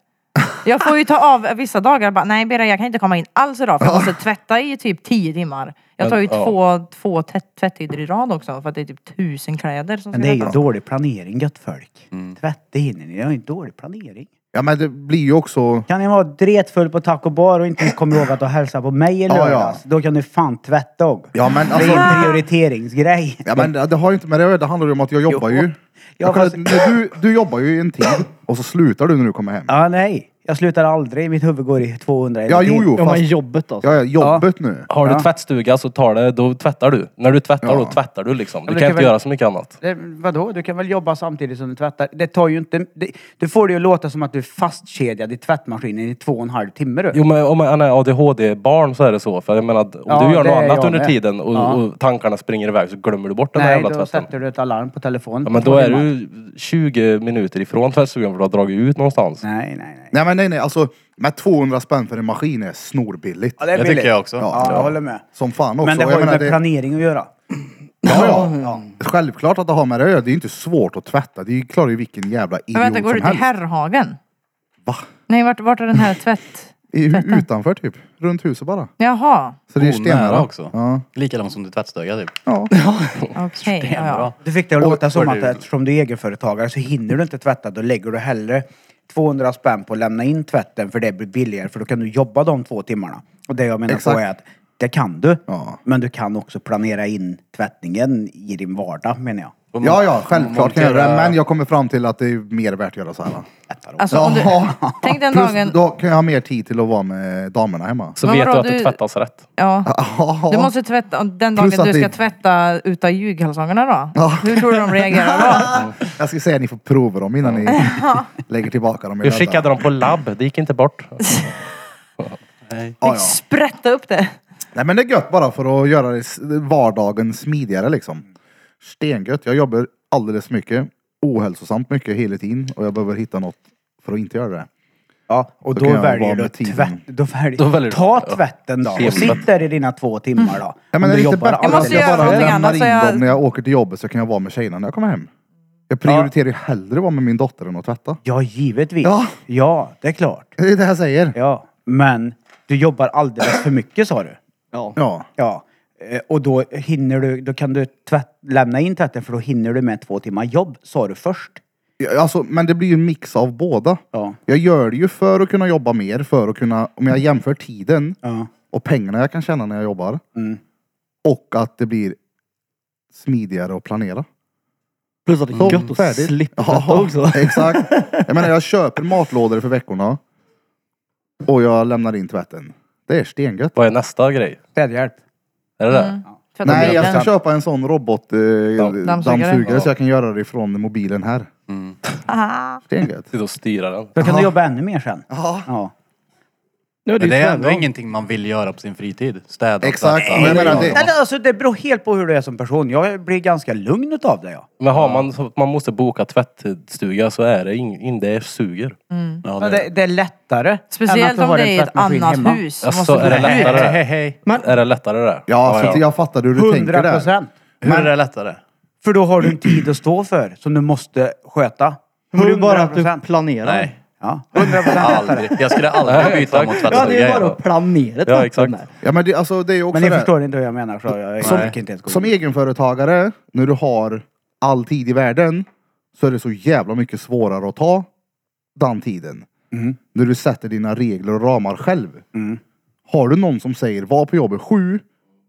Speaker 1: Jag får ju ta av vissa dagar bara, nej Bera jag kan inte komma in alls idag för jag måste tvätta i typ tio timmar. Jag tar ju
Speaker 6: Men, ja.
Speaker 1: två, två tät- tvättider i rad också för att det är typ tusen kläder som
Speaker 4: Men
Speaker 1: ska
Speaker 4: det är ju
Speaker 1: tvättas.
Speaker 4: dålig planering gött folk.
Speaker 2: Mm.
Speaker 4: Tvätta hinner ni. Det är ju dålig planering.
Speaker 3: Ja men det blir ju också.
Speaker 4: Kan ni vara dretfull på taco bar och inte ens komma ihåg att du hälsar på mig i
Speaker 3: Ja, ja.
Speaker 4: lördags? Då kan du fan tvätta och.
Speaker 3: Ja men alltså.
Speaker 4: Det är en prioriteringsgrej.
Speaker 3: Ja men det har ju inte med det att göra. det handlar ju om att jag jobbar ju. Jag kollar,
Speaker 4: fast-
Speaker 3: när du, du jobbar ju en tid och så slutar du när du kommer hem.
Speaker 4: Ja, nej. Jag slutar aldrig. Mitt huvud går i 200 hela
Speaker 3: Ja jo
Speaker 4: tiden.
Speaker 3: jo
Speaker 2: Ja men
Speaker 3: fast
Speaker 2: jobbet alltså.
Speaker 3: ja, ja, jobbet nu.
Speaker 6: Har du
Speaker 4: Ja.
Speaker 6: tvättstuga så tar det, då tvättar du. När du tvättar
Speaker 3: Ja.
Speaker 6: då tvättar du liksom. Du
Speaker 4: men det
Speaker 6: kan
Speaker 4: kan
Speaker 6: inte
Speaker 4: väl-
Speaker 6: göra så mycket annat.
Speaker 4: Det, vadå? Du kan väl jobba samtidigt som du tvättar? Det tar ju inte... Det, du får det ju låta som att du är fastkedjad i tvättmaskinen i två och en halv timme du.
Speaker 6: Jo men om man är ADHD-barn så är det så. För jag menar att om
Speaker 4: Ja,
Speaker 6: du gör
Speaker 4: det
Speaker 6: något
Speaker 4: är
Speaker 6: annat
Speaker 4: jag
Speaker 6: under
Speaker 4: med.
Speaker 6: tiden och,
Speaker 4: Ja.
Speaker 6: och tankarna springer iväg så glömmer du bort den där
Speaker 4: nej,
Speaker 6: jävla
Speaker 4: då
Speaker 6: tvätten.
Speaker 4: sätter du ett alarm på telefonen.
Speaker 6: Ja, men
Speaker 4: på
Speaker 6: då är
Speaker 4: timmarna.
Speaker 6: du 20 minuter ifrån tvättstugan för du har dragit ut någonstans.
Speaker 4: Nej, nej, nej.
Speaker 3: Nej men nej nej alltså med 200 spänn för en maskin är snorbilligt.
Speaker 4: Ja, det är
Speaker 5: Jag
Speaker 4: billigt.
Speaker 5: tycker jag också.
Speaker 3: Ja.
Speaker 4: Ja, jag håller med.
Speaker 3: Som fan också.
Speaker 4: Men det
Speaker 3: Och
Speaker 4: har
Speaker 3: jag
Speaker 4: ju
Speaker 3: menar,
Speaker 4: med
Speaker 3: det-
Speaker 4: planering att göra.
Speaker 3: Ja, ja. Självklart att det har med det att göra. Det är ju inte svårt att tvätta. Det är ju- klarar ju vilken jävla idiot
Speaker 1: Men vänta, går du
Speaker 3: som
Speaker 1: till
Speaker 3: helst.
Speaker 1: Herrhagen?
Speaker 3: Va?
Speaker 1: Nej, vart, vart är den här tvätt...
Speaker 3: I,
Speaker 1: Tvätta.
Speaker 3: utanför typ. Runt huset bara.
Speaker 1: Jaha,
Speaker 3: Så det är ju
Speaker 5: Oh,
Speaker 3: stenarna.
Speaker 5: nära också.
Speaker 3: Ja.
Speaker 5: Likadant som din tvättstuga typ.
Speaker 3: ja.
Speaker 1: okej. ja, ja.
Speaker 5: Bra.
Speaker 4: Du fick det att låta som
Speaker 5: var
Speaker 4: att
Speaker 5: det-
Speaker 4: eftersom du är egenföretagare så hinner du inte tvätta. Då lägger du hellre 200 spänn på att lämna in tvätten för det blir billigare för då kan du jobba de två timmarna. Och det jag menar
Speaker 3: Exakt.
Speaker 4: på är att det kan du.
Speaker 3: Ja.
Speaker 4: Men du kan också planera in tvättningen i din vardag menar jag.
Speaker 5: Och
Speaker 3: ja,
Speaker 5: man-
Speaker 3: ja, självklart kan jag göra det.
Speaker 5: montera-
Speaker 3: Men jag kommer fram till att det är mer värt att göra så här.
Speaker 1: Alltså, om du,
Speaker 3: Ja.
Speaker 1: tänk den
Speaker 3: Plus,
Speaker 1: dagen...
Speaker 3: då kan jag ha mer tid till att vara med damerna hemma.
Speaker 6: Så
Speaker 1: Men
Speaker 6: vet
Speaker 1: vadå,
Speaker 6: du att det
Speaker 1: du-
Speaker 6: tvättas rätt.
Speaker 1: Ja. Du
Speaker 3: Ja.
Speaker 1: måste tvätta, den dagen
Speaker 3: Plus att
Speaker 1: du
Speaker 3: det-
Speaker 1: ska tvätta utan ljugkalsongerna då?
Speaker 3: Ja.
Speaker 1: Hur tror du de reagerar då?
Speaker 3: Jag ska säga att ni får prova dem innan ni lägger tillbaka dem. i
Speaker 6: Vi
Speaker 3: lådan.
Speaker 6: skickade dem på labb, det gick inte bort.
Speaker 3: Ja, ja.
Speaker 1: Sprätta upp det!
Speaker 3: Nej men det är gött bara för att göra det s- vardagen smidigare liksom. Stengött. Jag jobbar alldeles för mycket. Ohälsosamt mycket hela tiden. Och jag behöver hitta något för att inte göra det.
Speaker 4: Ja, och
Speaker 3: kan
Speaker 4: då
Speaker 3: jag vara
Speaker 4: väljer du
Speaker 3: med tiden.
Speaker 4: tvätt. Då väljer,
Speaker 6: Då väljer du-
Speaker 4: ta
Speaker 6: ja.
Speaker 4: tvätten då och
Speaker 6: Tvätt.
Speaker 4: sitt där i dina två timmar då.
Speaker 3: Ja,
Speaker 4: Om
Speaker 3: men är
Speaker 4: du
Speaker 3: det inte
Speaker 4: jobbar
Speaker 3: bättre
Speaker 1: Jag måste
Speaker 3: att jag
Speaker 1: göra
Speaker 3: bara
Speaker 1: någonting
Speaker 3: lämnar
Speaker 1: annat,
Speaker 3: in
Speaker 1: så jag-
Speaker 3: dem när jag åker till jobbet så kan jag vara med tjejerna när jag kommer hem? Jag prioriterar ju hellre att vara med min dotter än att tvätta.
Speaker 4: Ja, givetvis.
Speaker 3: Ja.
Speaker 4: ja, det är klart.
Speaker 3: Det är det jag säger.
Speaker 4: Ja, men du jobbar alldeles för mycket sa du.
Speaker 2: Ja.
Speaker 3: Ja.
Speaker 4: Ja. eh, Och då hinner du, då kan du tvätt, lämna in tvätten för då hinner du med två timmar jobb, sa du först.
Speaker 3: Ja, Alltså, men det blir ju en mix av båda.
Speaker 4: Ja.
Speaker 3: Jag gör det ju för att kunna jobba mer, för att kunna, om jag jämför tiden
Speaker 4: Ja.
Speaker 3: och pengarna jag kan tjäna när jag jobbar.
Speaker 4: Mm.
Speaker 3: Och att det blir smidigare att planera.
Speaker 2: Plus att det är gött att slippa tvätta också.
Speaker 3: Exakt. Jag menar jag köper matlådor för veckorna. Och jag lämnar in tvätten. Det är stengött.
Speaker 6: Vad är nästa grej?
Speaker 4: Städhjälp.
Speaker 6: Är det det?
Speaker 1: Tvätta
Speaker 3: Nej jag
Speaker 1: bilen.
Speaker 3: ska köpa en sån robot eh, dammsugare så jag kan göra det från mobilen här.
Speaker 5: Mm.
Speaker 1: Aha.
Speaker 3: Stengött.
Speaker 6: Sitta och styra den.
Speaker 4: Då kan du jobba ännu mer sen.
Speaker 3: Ja.
Speaker 4: Ja.
Speaker 2: Ja, det är
Speaker 5: Men
Speaker 2: ju
Speaker 5: det är ändå
Speaker 2: tvärtom.
Speaker 5: ingenting man vill göra på sin fritid. Städa,
Speaker 3: Exakt,
Speaker 5: tvätta.
Speaker 3: men jag menar det-
Speaker 4: Nej, nej, alltså, det beror helt på hur du är som person. Jag blir ganska lugn utav det. Ja.
Speaker 6: Men har man så att man måste boka tvättstuga så är det ing- in, det suger.
Speaker 5: Ja,
Speaker 4: Men
Speaker 5: det-
Speaker 4: det, det är lättare. än att
Speaker 1: Speciellt
Speaker 4: du
Speaker 1: om
Speaker 4: har
Speaker 1: det
Speaker 4: en
Speaker 1: är ett
Speaker 4: tvättmaskin
Speaker 1: annat
Speaker 4: hemma.
Speaker 1: hus.
Speaker 6: Alltså, är det
Speaker 1: gå ut.
Speaker 6: lättare?
Speaker 5: Hej, hej, hej.
Speaker 2: Men-
Speaker 6: Är det lättare där?
Speaker 3: Ja, så jag fattade hur du tänker
Speaker 4: 100
Speaker 3: där.
Speaker 4: procent.
Speaker 5: Hur är det lättare?
Speaker 4: För då har du en tid att stå för som du måste sköta.
Speaker 2: Men det är bara att
Speaker 4: 100%.
Speaker 2: du planerar.
Speaker 5: Nej.
Speaker 4: Ja, 100 procent lättare.
Speaker 5: Aldrig. Jag skulle aldrig byta mot
Speaker 2: Ja, det
Speaker 5: tvättstuga.
Speaker 2: är bara
Speaker 5: jag.
Speaker 2: att planera
Speaker 6: Ja, exakt.
Speaker 2: tvätten
Speaker 3: Ja, men det, alltså, det är ju också
Speaker 4: Men ni
Speaker 3: det.
Speaker 4: förstår inte hur jag menar. Så jag,
Speaker 3: Som-
Speaker 4: jag gick inte ens gå
Speaker 3: Som
Speaker 4: in.
Speaker 3: egenföretagare, när du har all tid i världen, så är det så jävla mycket svårare att ta den tiden.
Speaker 4: Mm.
Speaker 3: När du sätter dina regler och ramar själv.
Speaker 4: Mm.
Speaker 3: Har du någon som säger var på jobbet sju,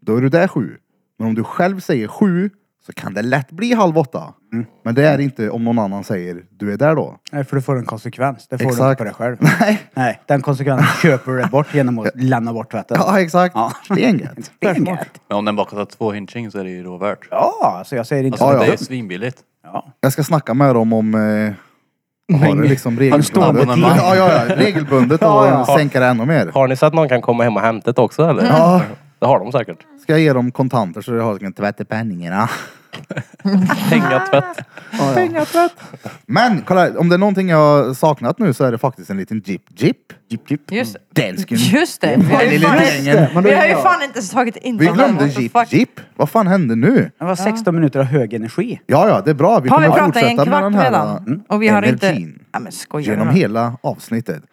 Speaker 3: då är du där sju. Men om du själv säger sju, så kan det lätt bli halv åtta.
Speaker 4: Mm.
Speaker 3: Men det är inte om någon annan säger du är där då.
Speaker 4: Nej, för du får en konsekvens. Det får du inte
Speaker 3: Exakt.
Speaker 4: på dig själv.
Speaker 3: Nej.
Speaker 4: Nej, den konsekvensen köper du bort genom att lämna bort tvätten.
Speaker 3: Ja, exakt.
Speaker 4: Ja.
Speaker 3: Det är inget.
Speaker 4: Det är inget.
Speaker 5: Men om den bara kostar två hinching så är det ju då värt.
Speaker 4: Ja, alltså jag säger inte
Speaker 5: Alltså
Speaker 3: Ja,
Speaker 5: det
Speaker 3: ja.
Speaker 5: är ju svinbilligt.
Speaker 4: Ja.
Speaker 3: Jag ska snacka med dem om eh, har det liksom regelbundet.
Speaker 5: abonnemang.
Speaker 3: Ja, ja, ja. Regelbundet och
Speaker 4: Ja,
Speaker 3: sänka det ännu mer.
Speaker 6: Har ni sett någon kan komma hem och hämta det också eller?
Speaker 3: Ja,
Speaker 6: Det har de säkert.
Speaker 3: ska jag ge dem kontanter så jag har liksom tvätt i penningarna.
Speaker 6: Pengatvätt.
Speaker 3: Men kolla, här, om det är någonting jag har saknat nu så är det faktiskt en liten Jeep Jeep. Mm.
Speaker 5: Jipp, jipp.
Speaker 1: Just,
Speaker 3: Den skulle...
Speaker 1: just det. Vi har ju
Speaker 3: Lilla
Speaker 1: fan-
Speaker 3: gängen.
Speaker 2: Men då
Speaker 1: Vi har
Speaker 2: är
Speaker 1: ju
Speaker 2: jag-
Speaker 1: fan inte tagit in
Speaker 3: Vi
Speaker 1: den här,
Speaker 3: glömde
Speaker 1: what the
Speaker 3: Jeep
Speaker 1: fuck?
Speaker 3: Jeep. Vad fan hände nu?
Speaker 4: Det var 16 minuter av hög energi.
Speaker 3: Ja, ja, det är bra. Vi
Speaker 1: Har vi
Speaker 3: kommer
Speaker 1: pratat i en
Speaker 3: fortsätta med
Speaker 1: kvart
Speaker 3: den här
Speaker 1: redan?
Speaker 3: mm,
Speaker 1: Och vi har
Speaker 3: energin
Speaker 1: inte... Ja, men skojar
Speaker 3: genom
Speaker 1: du?
Speaker 3: hela avsnittet.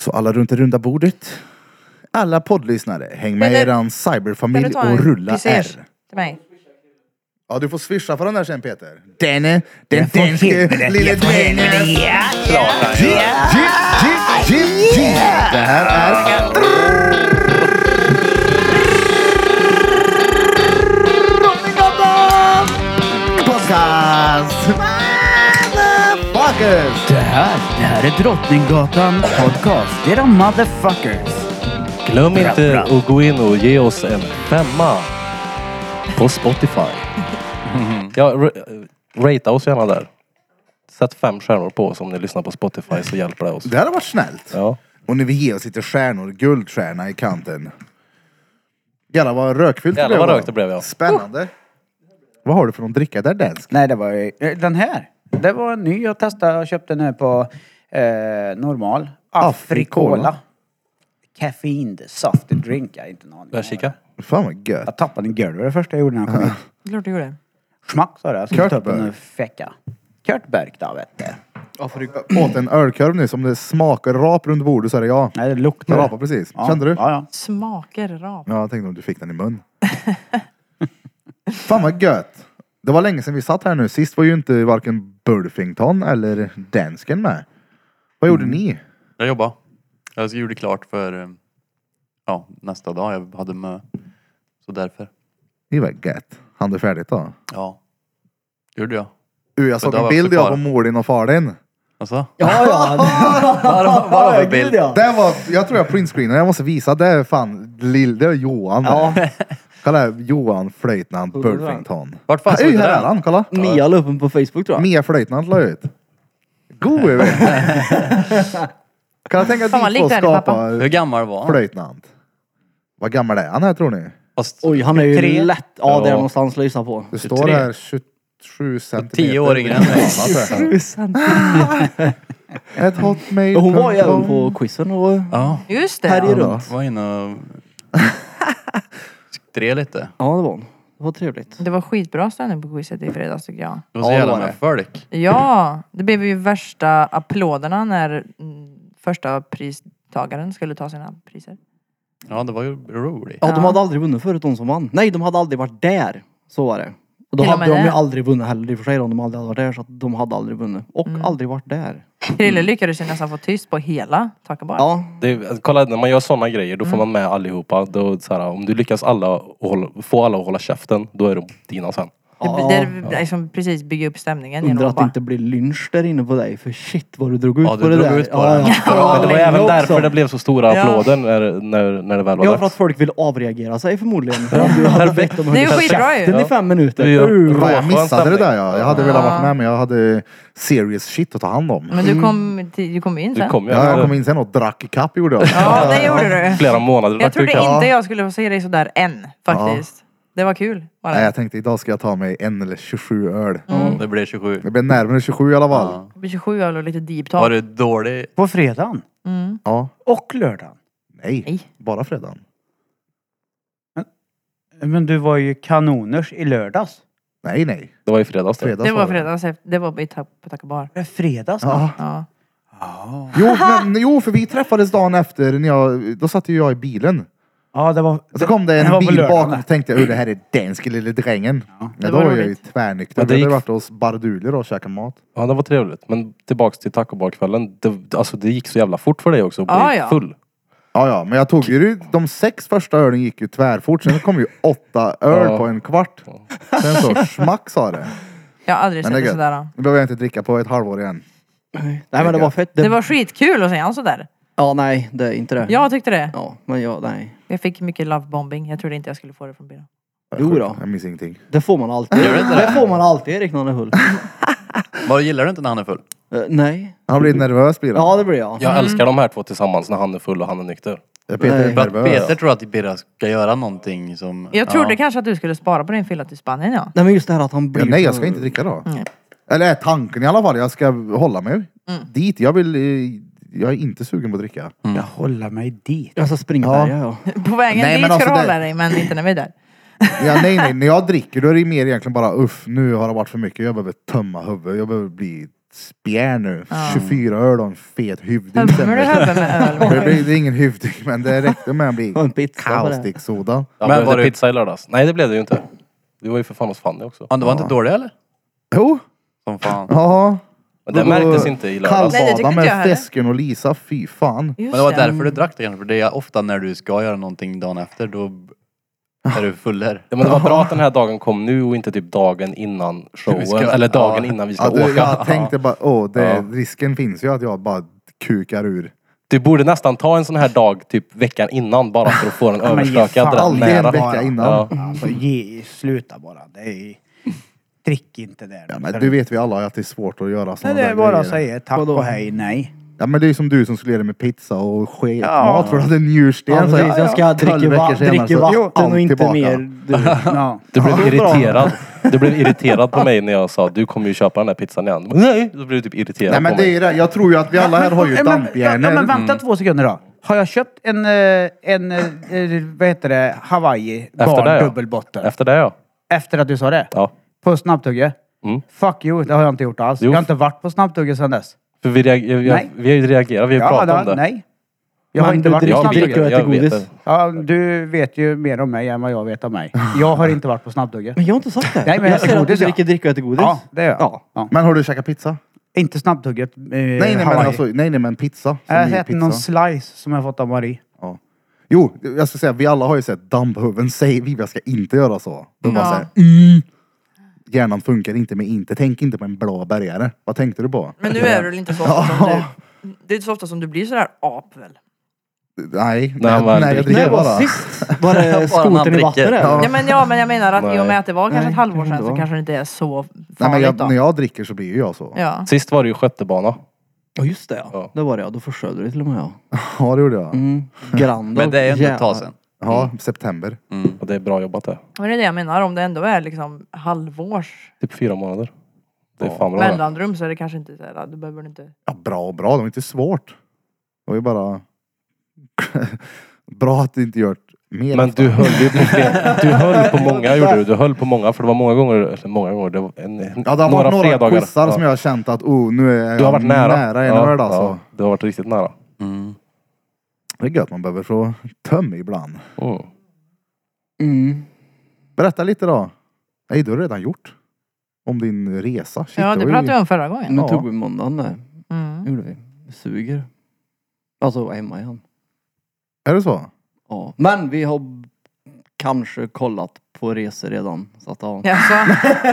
Speaker 3: Så alla runt det runda bordet. Alla poddlyssnare, häng med
Speaker 1: Peter,
Speaker 3: eran
Speaker 1: Kan
Speaker 3: cyberfamilj
Speaker 1: du ta en
Speaker 3: och rulla
Speaker 1: pisser
Speaker 3: R.
Speaker 1: till mig?
Speaker 3: Ja, du får swisha för den där sen Peter. Denne, den
Speaker 4: får
Speaker 3: danske
Speaker 4: helvete,
Speaker 3: lille
Speaker 4: jag får
Speaker 3: dvängen.
Speaker 4: helvete,
Speaker 3: Jeep, jeep, jeep, jeep, jeep. Det här är Drottninggatan Podcast! Motherfuckers!
Speaker 4: Det här, det här är Drottninggatan Podcast. Det är de motherfuckers.
Speaker 6: Glöm inte att gå in och ge oss en femma på Spotify. Ja, ra- ratea oss gärna där. Sätt fem stjärnor på oss om ni lyssnar på Spotify så hjälper det oss.
Speaker 3: Det hade varit snällt.
Speaker 6: Ja.
Speaker 3: Och när vi ger oss lite stjärnor, guldstjärna i kanten. Jävlar vad rökfyllt
Speaker 6: Jävlar vad
Speaker 3: då.
Speaker 6: rökt det blev, ja.
Speaker 3: Spännande. Vad har du för någon dricka där dansk?
Speaker 4: Nej, det var ju- eh, den här. Det var en ny jag testade. Jag köpte den här på eh, normal. Afrikola.
Speaker 3: Afrikola.
Speaker 4: Caffeine soft drink. Jag har inte en aning. om
Speaker 6: Börja kika.
Speaker 3: Fan vad gött.
Speaker 4: Jag tappade en gurra det första jag gjorde när jag kom in.
Speaker 1: Klart du gjorde.
Speaker 4: Smack sa det. Jag skulle ta upp
Speaker 3: Körtberg.
Speaker 4: en fäcka. Körtberg då vet du.
Speaker 3: Jag åt en ölkorv nu som det smakar rap runt bordet så är det jag.
Speaker 4: Nej, det
Speaker 3: Jag
Speaker 4: luktar.
Speaker 3: rapade precis.
Speaker 4: Ja,
Speaker 3: Kände du?
Speaker 4: Ja, ja.
Speaker 1: Smaker rap.
Speaker 3: Ja, jag tänkte om du fick den i mun. Fan vad gött. Det var länge sedan vi satt här nu. Sist var ju inte varken Bulfington eller dansken med. Vad gjorde ni?
Speaker 5: Jag jobbade. Jag gjorde klart för eh, ja, nästa dag. Jag hade med. Så därför.
Speaker 3: Ni var gött. Han du färdigt då?
Speaker 5: Ja. Det gjorde jag.
Speaker 3: Uh, jag såg
Speaker 5: det
Speaker 3: en
Speaker 5: var
Speaker 3: bild
Speaker 5: också
Speaker 3: jag på
Speaker 5: far.
Speaker 3: Molin och far din.
Speaker 5: Alltså?
Speaker 2: Ja, ja.
Speaker 5: Vad var det för bild?
Speaker 3: Det var, jag tror jag printscreenade, jag måste visa. Det är fan lill, det är Johan. Ja. Kolla här, Johan Flöjtnant Bulfington.
Speaker 5: Vart fan såg
Speaker 3: Oj,
Speaker 5: du
Speaker 3: här
Speaker 5: den?
Speaker 3: är han, kolla.
Speaker 2: Mia la upp den på Facebook tror jag.
Speaker 3: Mia Flöjtnant la ut. God är vi. Kan jag tänka
Speaker 1: Fan, vad
Speaker 3: att vi
Speaker 1: lik
Speaker 3: två
Speaker 1: du är din pappa.
Speaker 3: skapar
Speaker 5: Hur gammal var han?
Speaker 3: flöjtnant? Vad gammal är han här tror ni?
Speaker 5: Fast
Speaker 2: Oj, han är ju
Speaker 4: Tre.
Speaker 2: lätt. Ja, det är
Speaker 6: Ja.
Speaker 2: någonstans att lysa på.
Speaker 3: Det
Speaker 5: 23.
Speaker 3: står här 27 centimeter.
Speaker 5: tio år yngre än mig.
Speaker 3: Ett hotmail.
Speaker 2: Hon var ju även på quizen och
Speaker 5: Ja.
Speaker 1: Just det.
Speaker 2: härjade
Speaker 1: ja.
Speaker 2: runt.
Speaker 5: Var inne och... Tre lite.
Speaker 2: Ja, det var hon. Det var trevligt.
Speaker 1: Det var skitbra ställning på quizet i fredags tycker jag.
Speaker 5: Det var så
Speaker 2: Ja, det
Speaker 5: jävla
Speaker 2: var det.
Speaker 5: med folk.
Speaker 1: Ja, det blev ju värsta applåderna när mm, första pristagaren skulle ta sina priser.
Speaker 5: Ja, det var ju roligt.
Speaker 2: Ja, de hade aldrig vunnit förut, de som vann. Nej, de hade aldrig varit där. Så var det. Och då
Speaker 1: Till och
Speaker 2: hade
Speaker 1: med
Speaker 2: de ju
Speaker 1: det.
Speaker 2: aldrig vunnit heller i och för sig om de aldrig hade varit där. Så att de hade aldrig vunnit. Och
Speaker 1: Mm.
Speaker 2: aldrig varit där.
Speaker 1: Krille lyckades ju nästan få tyst på hela Takabara.
Speaker 2: Ja,
Speaker 6: Det, är- alltså, kolla, när man gör sådana grejer då får man med allihopa. Då, så här, om du lyckas alla och hålla, få alla att hålla käften, då är de dina sen.
Speaker 2: Ja,
Speaker 1: det, det liksom precis bygga upp stämningen
Speaker 2: Undrar
Speaker 1: genom
Speaker 2: att
Speaker 1: att
Speaker 2: det
Speaker 1: bara...
Speaker 2: inte blir lynch där inne på dig, för shit vad du drog ut
Speaker 5: Ja,
Speaker 2: på
Speaker 5: du
Speaker 2: det
Speaker 5: drog
Speaker 2: där.
Speaker 5: ut på det.
Speaker 2: bra
Speaker 6: Men det var
Speaker 2: länge
Speaker 6: även
Speaker 2: också.
Speaker 6: därför det blev så stora
Speaker 1: Ja.
Speaker 6: applåder när, när, när det väl var
Speaker 2: Ja, för att
Speaker 6: dags.
Speaker 2: folk vill avreagera sig förmodligen. Du hade bett dem att
Speaker 1: Det är ju
Speaker 2: hålla
Speaker 1: skitbra ju.
Speaker 2: käften i
Speaker 1: Ja.
Speaker 2: fem minuter.
Speaker 6: Det gör-
Speaker 2: Uh,
Speaker 3: Bra, jag missade det
Speaker 6: stämning.
Speaker 3: där ja. Jag hade velat
Speaker 1: Ja.
Speaker 3: vara med men jag hade serious shit att ta hand om.
Speaker 1: Men du kom, till, du kom in sen.
Speaker 6: Du kom ju
Speaker 3: Ja, jag
Speaker 6: efter
Speaker 3: Mm. kom in sen och drack ikapp gjorde jag.
Speaker 1: Ja, det gjorde du.
Speaker 6: flera månader.
Speaker 1: Jag trodde
Speaker 6: praktiken.
Speaker 1: inte jag skulle få se dig sådär än faktiskt. Det var kul. Var
Speaker 3: Nej,
Speaker 1: det.
Speaker 3: jag tänkte idag ska jag ta mig en eller 27 öl.
Speaker 5: Det blev 27.
Speaker 3: Det blir närmare 27 i alla fall.
Speaker 1: Det blir 27 öl och lite deep talk. Mm.
Speaker 5: Var det dålig?
Speaker 4: På fredagen.
Speaker 3: Ja.
Speaker 4: Och lördagen.
Speaker 3: Nej,
Speaker 1: Nej.
Speaker 3: bara fredagen.
Speaker 4: Men du var ju kanoners i lördags.
Speaker 3: Nej, nej.
Speaker 6: Det var i fredags det.
Speaker 3: Fredags
Speaker 1: Det var fredags efter- det var på Ta- på Taco Bar.
Speaker 4: Det är Fredags då?
Speaker 3: Ja.
Speaker 1: Ja.
Speaker 3: Jo, men, jo, för vi träffades dagen efter. När jag, då satt ju jag i bilen.
Speaker 4: Ja, det var...
Speaker 3: Och så kom det
Speaker 4: Det
Speaker 3: en
Speaker 4: var på
Speaker 3: bil
Speaker 4: lördagen.
Speaker 3: bakom och tänkte jag, "Oh, det här är danske lille drängen. Ja,
Speaker 1: det
Speaker 3: då
Speaker 1: var
Speaker 3: var jag ju
Speaker 1: roligt.
Speaker 3: tvärnykter.
Speaker 6: Ja, det
Speaker 3: Vi hade
Speaker 6: gick-
Speaker 3: varit hos Barduler och käkat mat.
Speaker 6: Ja, det var trevligt. Men tillbaks till tacobarkvällen. Det, alltså det gick så jävla fort för dig också att bli
Speaker 1: Ja, ja.
Speaker 6: full.
Speaker 3: Ja, ja, men jag tog ju de sex första ölen gick ju tvärfort. Sen kom ju åtta öl
Speaker 6: Ja.
Speaker 3: på en kvart. Sen så smack sa det.
Speaker 1: Jag har aldrig
Speaker 3: Men
Speaker 1: sett
Speaker 3: det är
Speaker 1: det sådär.
Speaker 3: gött.
Speaker 1: då.
Speaker 3: Nu behöver jag inte dricka på ett halvår igen.
Speaker 2: Nej men det var fett.
Speaker 1: Det var skitkul att se han sådär.
Speaker 3: Mm.
Speaker 2: Ja nej, det är inte det.
Speaker 1: Jag tyckte det.
Speaker 2: Ja, men ja, nej.
Speaker 1: Jag fick mycket lovebombing. Jag trodde inte jag skulle få det från Bira.
Speaker 2: Jo då.
Speaker 3: Jag minns ingenting.
Speaker 2: Det får man alltid.
Speaker 5: Gör det inte det?
Speaker 2: får man alltid Erik när han är full.
Speaker 5: Vad gillar du inte när han är full?
Speaker 2: Eh, nej.
Speaker 3: Han blir nervös blir han.
Speaker 2: Ja det blir jag.
Speaker 6: Jag älskar de här två tillsammans när han är full och han är nykter.
Speaker 3: Peter är
Speaker 2: Nej.
Speaker 5: För att
Speaker 3: nervös.
Speaker 5: Peter tror att Birra ska göra någonting som...
Speaker 1: Jag trodde kanske att du skulle spara på din fylla till Spanien ja.
Speaker 2: Nej men just det här att han blir...
Speaker 3: Ja, nej, jag
Speaker 2: så-
Speaker 3: ska inte dricka då. Eller är tanken i alla fall. Jag ska hålla mig
Speaker 1: Mm.
Speaker 3: dit. Jag vill... eh, Jag är inte sugen på att dricka.
Speaker 4: Jag håller mig dit.
Speaker 2: Jag ska springberga ja. ja.
Speaker 1: På vägen
Speaker 3: Nej,
Speaker 1: dit
Speaker 3: men
Speaker 1: ska du
Speaker 3: alltså,
Speaker 1: hålla
Speaker 3: det-
Speaker 1: dig men inte när vi är där.
Speaker 3: Ja, nej, nej. När jag dricker då är det mer egentligen bara uff, nu har det varit för mycket. Jag behöver tömma huvudet. Jag behöver bli spjär nu. 24 öl och en fet hyvding. sen.
Speaker 1: Tömmer du huvudet med öl?
Speaker 3: Det, blir- det är ingen hyvding, men det räckte med att bli
Speaker 2: Och en pizza på det.
Speaker 3: kaustiksoda.
Speaker 6: Jag
Speaker 5: Men
Speaker 6: men
Speaker 5: var
Speaker 6: var
Speaker 5: det-
Speaker 6: pizza i lördags. Nej, det blev det ju inte. Du var ju för fan hos Fanny också.
Speaker 5: Ja, det var inte dålig eller?
Speaker 3: Jo,
Speaker 5: Som fan.
Speaker 3: ja.
Speaker 6: Men det
Speaker 3: Då-
Speaker 6: märktes inte i lördags.
Speaker 1: Nej, det tyckte
Speaker 3: Kallbada
Speaker 1: inte jag
Speaker 3: med
Speaker 1: heller.
Speaker 3: Fesken och Lisa, fy fan.
Speaker 1: Just
Speaker 5: Men det var
Speaker 1: det.
Speaker 5: därför du drack det kanske, för det är ofta när du ska göra någonting dagen efter, då är du fuller.
Speaker 6: Ja, men det var bra att den här dagen kom nu och inte typ dagen innan showen.
Speaker 5: Vi ska-
Speaker 6: eller dagen
Speaker 5: ja.
Speaker 6: innan vi ska
Speaker 3: Ja, du,
Speaker 6: åka.
Speaker 3: jag tänkte bara, åh, det,
Speaker 6: Ja.
Speaker 3: risken finns ju att jag bara kukar ur.
Speaker 6: Du borde nästan ta en sån här dag typ veckan innan bara för att få den
Speaker 4: men ge
Speaker 6: överstökad
Speaker 4: fan.
Speaker 6: rätt
Speaker 3: Aldrig en
Speaker 6: nära.
Speaker 3: vecka innan.
Speaker 6: Ja.
Speaker 4: Alltså, ge, sluta bara. Det är, drick inte där.
Speaker 3: Ja, men du vet vi alla att det är svårt att göra
Speaker 4: Nej,
Speaker 3: sådana
Speaker 4: det är
Speaker 3: där
Speaker 4: bara att
Speaker 3: grejer.
Speaker 4: säga tack
Speaker 2: Vadå?
Speaker 4: och hej, nej.
Speaker 3: Ja men det är som du som skulle göra det med pizza och sketmat för att det är njursten.
Speaker 2: Ja,
Speaker 3: så
Speaker 2: precis. Alltså, Jag ska
Speaker 3: tolv
Speaker 2: dricka, va-
Speaker 3: veckor senare
Speaker 2: dricka
Speaker 3: så- Jo,
Speaker 2: vatten
Speaker 3: allt
Speaker 2: och inte
Speaker 3: tillbaka.
Speaker 2: mer. Du.
Speaker 4: Ja.
Speaker 6: Du blev irriterad. Du blev irriterad på mig när jag sa du kommer ju köpa den här pizzan igen. Du bara, Nej! Då blev du typ irriterad
Speaker 3: Nej
Speaker 6: på
Speaker 3: men det
Speaker 6: mig.
Speaker 3: är det. Jag tror ju att vi alla här har ju Mm.
Speaker 4: Men-
Speaker 3: damphjärnor.
Speaker 4: Ja, men vänta två sekunder då. Har jag köpt en, eh, en eh, eh, vad heter det, Hawaii
Speaker 6: Efter det,
Speaker 4: barn
Speaker 6: ja.
Speaker 4: dubbelbotten?
Speaker 6: Efter det ja.
Speaker 4: Efter att du sa det?
Speaker 6: ja.
Speaker 4: På snabbtugget?
Speaker 6: Mm.
Speaker 4: Fuck you, det har jag inte gjort alls.
Speaker 6: Jo.
Speaker 4: Jag har inte varit på snabbtugget sedan dess.
Speaker 6: För vi, reager, vi,
Speaker 4: Nej.
Speaker 6: vi har ju reagerat, vi har ju
Speaker 4: Ja,
Speaker 6: pratat
Speaker 4: det-
Speaker 6: om det.
Speaker 4: Nej. Jag har
Speaker 2: Men
Speaker 4: inte
Speaker 2: du
Speaker 4: varit på
Speaker 2: dricker-
Speaker 6: Jag vet
Speaker 4: snabbtugget.
Speaker 2: dricker-
Speaker 6: det,
Speaker 2: och
Speaker 6: jag
Speaker 2: äter
Speaker 6: vet
Speaker 2: godis.
Speaker 6: det.
Speaker 4: Ja, du vet ju mer om mig än vad jag vet om mig. Jag har inte varit på snabbtugget.
Speaker 2: Men jag har inte sagt det.
Speaker 4: Nej, men jag
Speaker 2: jag
Speaker 4: äter
Speaker 2: säger att du
Speaker 4: godis, ja.
Speaker 2: dricker dricka och äter godis.
Speaker 4: Ja, det gör jag.
Speaker 2: Ja.
Speaker 4: Ja.
Speaker 3: Men har du käkat pizza?
Speaker 4: Inte snabbtugget. Eh,
Speaker 3: Nej nej, men
Speaker 4: Hawaii.
Speaker 3: alltså, nej nej men pizza. Som
Speaker 4: jag
Speaker 3: i
Speaker 4: har ätit
Speaker 3: pizza.
Speaker 4: någon slice som jag fått av Marie.
Speaker 3: Ja. Jo, jag ska säga vi alla har ju sett dammhuven. Säg vi, jag ska inte göra så. Då bara
Speaker 1: Ja.
Speaker 3: så här, mm. Hjärnan funkar inte med inte. Tänk inte på en blå bärgare. Vad tänkte du på?
Speaker 1: Men nu är det väl inte så ofta som du... Det är inte så ofta som du blir sådär ap väl?
Speaker 3: Nej,
Speaker 6: När han var-
Speaker 3: nej, jag
Speaker 2: När
Speaker 3: dricker
Speaker 2: var
Speaker 3: bara.
Speaker 2: sist? Var det
Speaker 5: Bara när han
Speaker 2: skoten i
Speaker 5: dricker.
Speaker 2: vattnet? eller?
Speaker 1: Ja men, ja, men jag menar att i och med att det var kanske
Speaker 2: Nej,
Speaker 1: ett halvår
Speaker 2: det
Speaker 1: sedan
Speaker 2: kan
Speaker 1: så
Speaker 2: vara.
Speaker 1: kanske det inte är så
Speaker 3: Nej, men
Speaker 1: farligt
Speaker 3: jag,
Speaker 1: då.
Speaker 3: när jag dricker så blir ju jag så.
Speaker 1: Ja.
Speaker 6: Sist var det ju sköttebana.
Speaker 2: Ja just det ja. Det var det ja. Då försörjde du dig till och med ja.
Speaker 3: Ja, det gjorde jag.
Speaker 2: Mm. Grand
Speaker 5: Men det är ju inte ett
Speaker 2: jävlar.
Speaker 5: tag sedan.
Speaker 3: Ja, september.
Speaker 6: Och det är bra jobbat det.
Speaker 1: Men det är det jag menar, om det ändå är liksom halvårs
Speaker 6: Typ fyra månader. Det är fan bra det.
Speaker 1: mellanrum så är det kanske inte så här, då behöver du inte...
Speaker 3: Ja, bra och bra. Det var inte svårt. Det var ju bara... bra att du inte gjort mer.
Speaker 6: Men du höll ju på fler, Du höll på många gjorde du. Du höll på många för det var många gånger, eller många gånger, det var en,
Speaker 3: ja, det
Speaker 6: några
Speaker 3: har varit några
Speaker 6: fredagar.
Speaker 3: quizar som
Speaker 6: ja.
Speaker 3: jag har känt att oh, nu är jag
Speaker 6: Du har varit nära.
Speaker 3: nära en öl alltså.
Speaker 6: ja. Du har varit riktigt nära.
Speaker 5: Mm.
Speaker 3: Det är gött, man behöver få töm ibland.
Speaker 6: Mm.
Speaker 2: Mm.
Speaker 3: Berätta lite då. Nej, du har redan gjort. Om din resa. Shit,
Speaker 1: Ja, det
Speaker 3: var ju-
Speaker 1: pratade jag om förra gången.
Speaker 2: Nu
Speaker 3: Ja.
Speaker 2: tog vi måndagen där.
Speaker 1: Mm.
Speaker 2: gjorde vi. Det suger. Alltså hemma igen.
Speaker 3: Är det så?
Speaker 2: Ja. Men vi har kanske kollat på resor redan. Så att, ja.
Speaker 1: Jaså?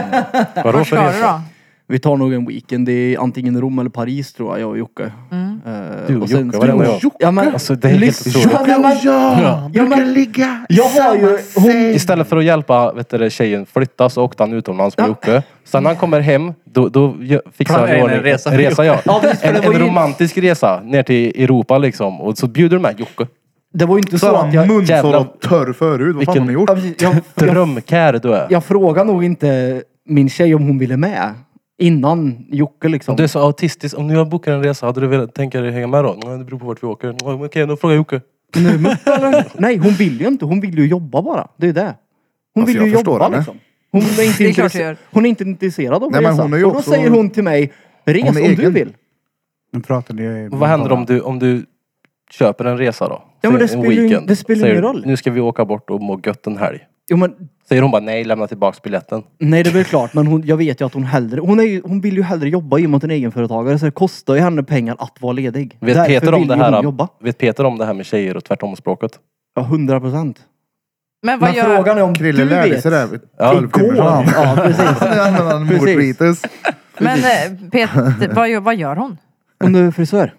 Speaker 6: Vadå
Speaker 1: Vart
Speaker 6: för
Speaker 1: ska du
Speaker 6: resa?
Speaker 1: då?
Speaker 2: Vi tar nog en weekend. Det är antingen Rom eller Paris tror jag, jag och Jocke.
Speaker 1: Mm.
Speaker 2: Eh,
Speaker 6: Du och
Speaker 2: sen
Speaker 6: Jocke,
Speaker 2: ska
Speaker 6: varenda
Speaker 2: vi-
Speaker 6: jag.
Speaker 2: Ja, men,
Speaker 6: Alltså det är helt
Speaker 2: Lyssna.
Speaker 6: otroligt.
Speaker 2: Ja, men-
Speaker 3: ja,
Speaker 2: Ja,
Speaker 3: brukar
Speaker 2: men-
Speaker 3: ligga i
Speaker 2: Jag har ju-
Speaker 3: samma
Speaker 2: hon-
Speaker 3: säng.
Speaker 6: Istället för att hjälpa vet du, det, tjejen flytta så åkte han utomlands med
Speaker 2: Ja.
Speaker 6: Jocke. Sen när han kommer hem, då, då gö- fixar han
Speaker 5: Planerar
Speaker 6: i
Speaker 5: en
Speaker 6: ordning
Speaker 5: resa för
Speaker 6: resa ja.
Speaker 2: Ja, visst, för
Speaker 6: en,
Speaker 2: det var
Speaker 6: en
Speaker 2: ju-
Speaker 6: romantisk resa ner till Europa liksom. Och så bjuder du med Jocke.
Speaker 2: det var ju inte så,
Speaker 3: Så
Speaker 2: att
Speaker 3: han
Speaker 2: jag...
Speaker 3: munsår
Speaker 6: jävla-
Speaker 3: och törr förut. Vad fan
Speaker 6: Vilken-
Speaker 3: har ni gjort?
Speaker 2: Ja, precis. jag, jag,
Speaker 6: Drömkär du är.
Speaker 2: jag frågade nog inte min tjej om hon ville med. Innan Jocke liksom.
Speaker 6: Du är så autistisk. Om jag bokar en resa, hade du velat tänka dig hänga med då? Nej, det beror på vart vi åker. Okej, då frågar jag Jocke.
Speaker 2: Nu, men, nej, hon vill ju inte. Hon vill ju jobba bara. Det är det. Hon
Speaker 3: Alltså,
Speaker 2: vill ju
Speaker 3: jag förstår
Speaker 2: jobba
Speaker 3: henne.
Speaker 2: liksom. Hon
Speaker 1: Det
Speaker 2: är, inte
Speaker 1: är klart du
Speaker 2: intresserad,
Speaker 1: gör.
Speaker 2: hon är inte intresserad av
Speaker 3: Nej,
Speaker 2: att
Speaker 3: men
Speaker 2: resa.
Speaker 3: hon är ju
Speaker 2: och då
Speaker 3: också-
Speaker 2: säger hon till mig, res
Speaker 3: Hon
Speaker 2: om
Speaker 3: är
Speaker 2: du
Speaker 3: egen.
Speaker 2: vill.
Speaker 4: Nu pratade jag
Speaker 6: Vad händer om du, om du köper en resa då?
Speaker 2: Mm. Ja, men det
Speaker 6: En
Speaker 2: spelar ju-
Speaker 6: weekend.
Speaker 2: det spelar
Speaker 6: Säger
Speaker 2: ingen
Speaker 6: du,
Speaker 2: roll.
Speaker 6: Nu ska vi åka bort och må gött en helg.
Speaker 2: Jo, men,
Speaker 6: Säger hon bara nej, lämna tillbaks biljetten.
Speaker 2: nej, det är väl klart. Men hon, jag vet ju att hon hellre... Hon, är ju, hon vill ju hellre jobba i och med att hon är egenföretagare. Så det kostar ju henne pengar att vara ledig.
Speaker 6: Vet
Speaker 2: Därför
Speaker 6: Peter, om
Speaker 2: vill
Speaker 6: det
Speaker 2: ju hon
Speaker 6: här,
Speaker 2: jobba.
Speaker 6: vet Peter om det här med tjejer och tvärtom-språket?
Speaker 2: Ja, hundra procent.
Speaker 1: Men vad
Speaker 2: Men
Speaker 1: gör...
Speaker 2: frågan är om
Speaker 3: Krille
Speaker 2: du
Speaker 3: lärde
Speaker 2: vet.
Speaker 3: sig det här vid
Speaker 6: Ja.
Speaker 3: 12 timmar
Speaker 2: Ja,
Speaker 3: sedan.
Speaker 2: ja, precis.
Speaker 3: Nu använder han
Speaker 2: Precis.
Speaker 3: mordritus.
Speaker 1: Men eh, Peter, vad gör, vad gör hon?
Speaker 2: Hon är frisör.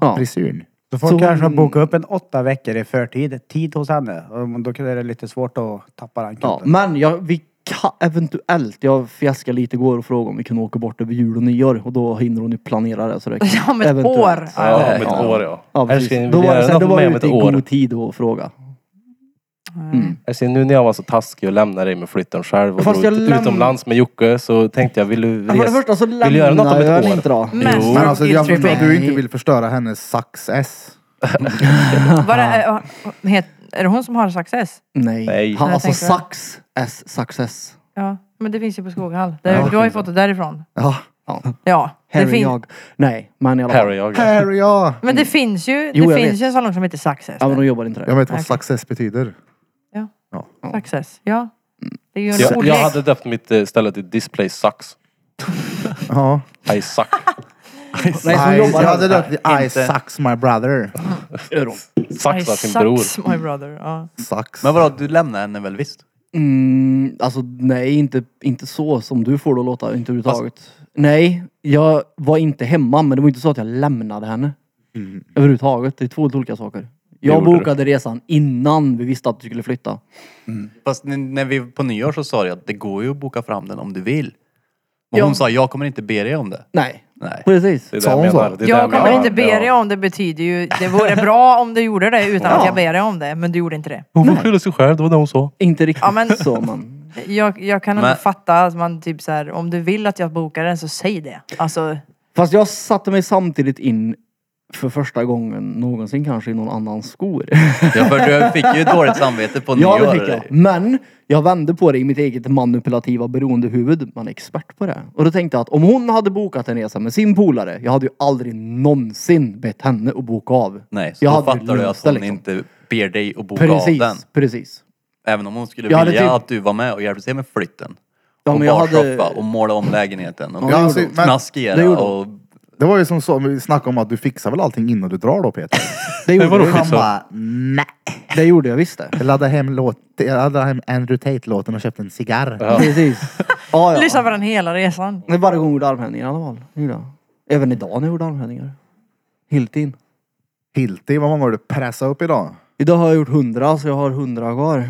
Speaker 2: Ja.
Speaker 3: Frisyren.
Speaker 4: Så folk
Speaker 2: Så
Speaker 4: kanske har
Speaker 2: hon-
Speaker 4: bokat upp en åtta veckor i förtid, tid hos henne. Och Då är det lite svårt att tappa den
Speaker 2: Ja,
Speaker 4: kunden.
Speaker 2: men jag, vi kan, eventuellt, jag fjäskade lite igår och frågade om vi kunde åka bort över jul och nyår och då hinner hon ju planera det. Så det kan-
Speaker 1: Ja, om ett
Speaker 2: eventuellt.
Speaker 1: år.
Speaker 6: Ja,
Speaker 1: Ja,
Speaker 6: om ett
Speaker 2: ja.
Speaker 6: år ja.
Speaker 2: Ja,
Speaker 6: Här ser ni-
Speaker 2: precis. Då var det,
Speaker 6: vi
Speaker 2: så
Speaker 6: är
Speaker 2: här, då var
Speaker 6: med
Speaker 2: jag
Speaker 6: om ett
Speaker 2: ute i
Speaker 6: år.
Speaker 2: god tid och fråga.
Speaker 3: Mm.
Speaker 1: Mm.
Speaker 6: Jag ser nu när jag var så taskig och lämnade dig med flytten själv och
Speaker 2: Fast
Speaker 6: drog
Speaker 2: jag läm-
Speaker 6: utomlands med Jocke så tänkte jag, vill du
Speaker 2: För det
Speaker 6: resa?
Speaker 2: första så
Speaker 6: Vill du göra något om
Speaker 2: lämnar
Speaker 6: ett
Speaker 2: jag
Speaker 6: år?
Speaker 2: henne inte då.
Speaker 1: Men,
Speaker 3: Men
Speaker 2: Mm.
Speaker 3: alltså jag förstår att
Speaker 1: guilt-tripping.
Speaker 3: du inte vill förstöra hennes sax-S.
Speaker 1: Var det, eh, het- är det hon som har success?
Speaker 2: Nej.
Speaker 6: Nej.
Speaker 2: Han,
Speaker 1: Jag
Speaker 2: alltså
Speaker 1: tänkte-
Speaker 2: sax, S, success.
Speaker 1: Ja, men det finns ju på Skoghall. Där, du har ju fått det därifrån.
Speaker 3: Ja,
Speaker 2: Ja.
Speaker 1: Ja, det
Speaker 2: Harry
Speaker 1: fin-
Speaker 2: jag. Nej, men i alla
Speaker 6: Harry
Speaker 2: fall.
Speaker 6: jag.
Speaker 3: här är jag.
Speaker 1: Men det finns ju,
Speaker 2: Jo,
Speaker 1: det
Speaker 2: jag
Speaker 1: finns
Speaker 2: vet.
Speaker 1: ju en salong som heter Success.
Speaker 2: Ja, men de jobbar inte
Speaker 3: Jag
Speaker 2: där.
Speaker 3: vet vad success betyder.
Speaker 1: Success, ja. Det är ju en
Speaker 6: Jag, jag
Speaker 1: ordlek.
Speaker 6: hade döpt mitt eh, ställe till Display Sucks.
Speaker 3: Ja.
Speaker 6: I suck.
Speaker 2: Nej, som
Speaker 3: I, jag
Speaker 2: jobbar
Speaker 3: hade
Speaker 2: där.
Speaker 3: döpt det I sucks my brother.
Speaker 2: gör de.
Speaker 1: I
Speaker 6: Sucks av sin bror.
Speaker 1: sucks, my brother. Ja.
Speaker 3: Sucks.
Speaker 5: Men vadå, du lämnar henne väl visst?
Speaker 2: Mm, alltså nej, inte, inte så som du får det att låta. Inte överhuvudtaget. Nej, jag var inte hemma men det var inte så att jag lämnade henne. Överhuvudtaget. Det är två helt olika saker. Jag
Speaker 6: gjorde du.
Speaker 2: bokade resan innan vi visste att du skulle flytta.
Speaker 5: Fast n- när vi på nyår så sa jag att det går ju att boka fram den om du vill. Och
Speaker 2: Ja.
Speaker 5: hon sa, jag kommer inte be dig om det.
Speaker 2: Nej,
Speaker 5: Nej.
Speaker 2: precis.
Speaker 6: Det är det
Speaker 3: Sa
Speaker 6: jag
Speaker 3: hon
Speaker 6: menar.
Speaker 3: så?
Speaker 6: Det är det
Speaker 1: Jag kommer
Speaker 6: menar.
Speaker 1: inte be dig
Speaker 6: Ja.
Speaker 1: om det betyder ju, det vore bra om du gjorde det utan
Speaker 2: Ja.
Speaker 1: att jag ber dig om det. Men du gjorde inte det.
Speaker 6: Hon får skylla sig själv, det var det hon sa.
Speaker 2: Inte riktigt
Speaker 1: Ja, men-
Speaker 2: så man.
Speaker 1: Jag, jag kan
Speaker 5: Men-
Speaker 1: inte fatta att man typ så här, om du vill att jag bokar den så säg det. Alltså,
Speaker 2: Fast jag satte mig samtidigt in för första gången någonsin kanske i någon annans skor.
Speaker 5: Ja, för du fick ju dåligt samvete på
Speaker 2: Ja,
Speaker 5: nyår.
Speaker 2: det fick jag. Men jag vände på det i mitt eget manipulativa beroendehuvud. Man är expert på det. Och då tänkte jag att om hon hade bokat en resa med sin polare, jag hade ju aldrig någonsin bett henne att boka av.
Speaker 5: Nej, så
Speaker 2: Jag
Speaker 5: då
Speaker 2: hade
Speaker 5: fattar du att
Speaker 2: löst
Speaker 5: hon
Speaker 2: det, liksom.
Speaker 5: inte ber dig att boka
Speaker 2: Precis,
Speaker 5: av den.
Speaker 2: precis.
Speaker 5: Även om hon skulle
Speaker 2: Jag hade
Speaker 5: vilja
Speaker 2: typ-
Speaker 5: att du var med och hjälpte till med flytten.
Speaker 2: Ja,
Speaker 5: och
Speaker 2: men jag hade...
Speaker 5: barsoffa och måla om lägenheten. Och
Speaker 3: Ja, alltså, men-
Speaker 2: det
Speaker 5: knaskera
Speaker 2: gjorde
Speaker 5: och...
Speaker 3: Det var ju som så, vi snackade om att du fixar väl allting innan du drar då Peter?
Speaker 2: Det gjorde,
Speaker 6: vadå?
Speaker 2: jag,
Speaker 3: Han bara, nej.
Speaker 2: det gjorde jag visst det.
Speaker 3: Jag laddade hem, låt, jag laddade hem Andrew Tate-låten och köpte en cigarr.
Speaker 2: Precis. Ja, ja.
Speaker 1: lyssna på den hela resan.
Speaker 2: Det är varje gång jag gjorde armhävningar i alla fall. Det gjorde jag. Även idag när jag gjorde armhävningar. Helt in.
Speaker 3: Hilti, vad många har du pressat upp idag?
Speaker 2: Idag har jag gjort 100 så jag har 100 kvar.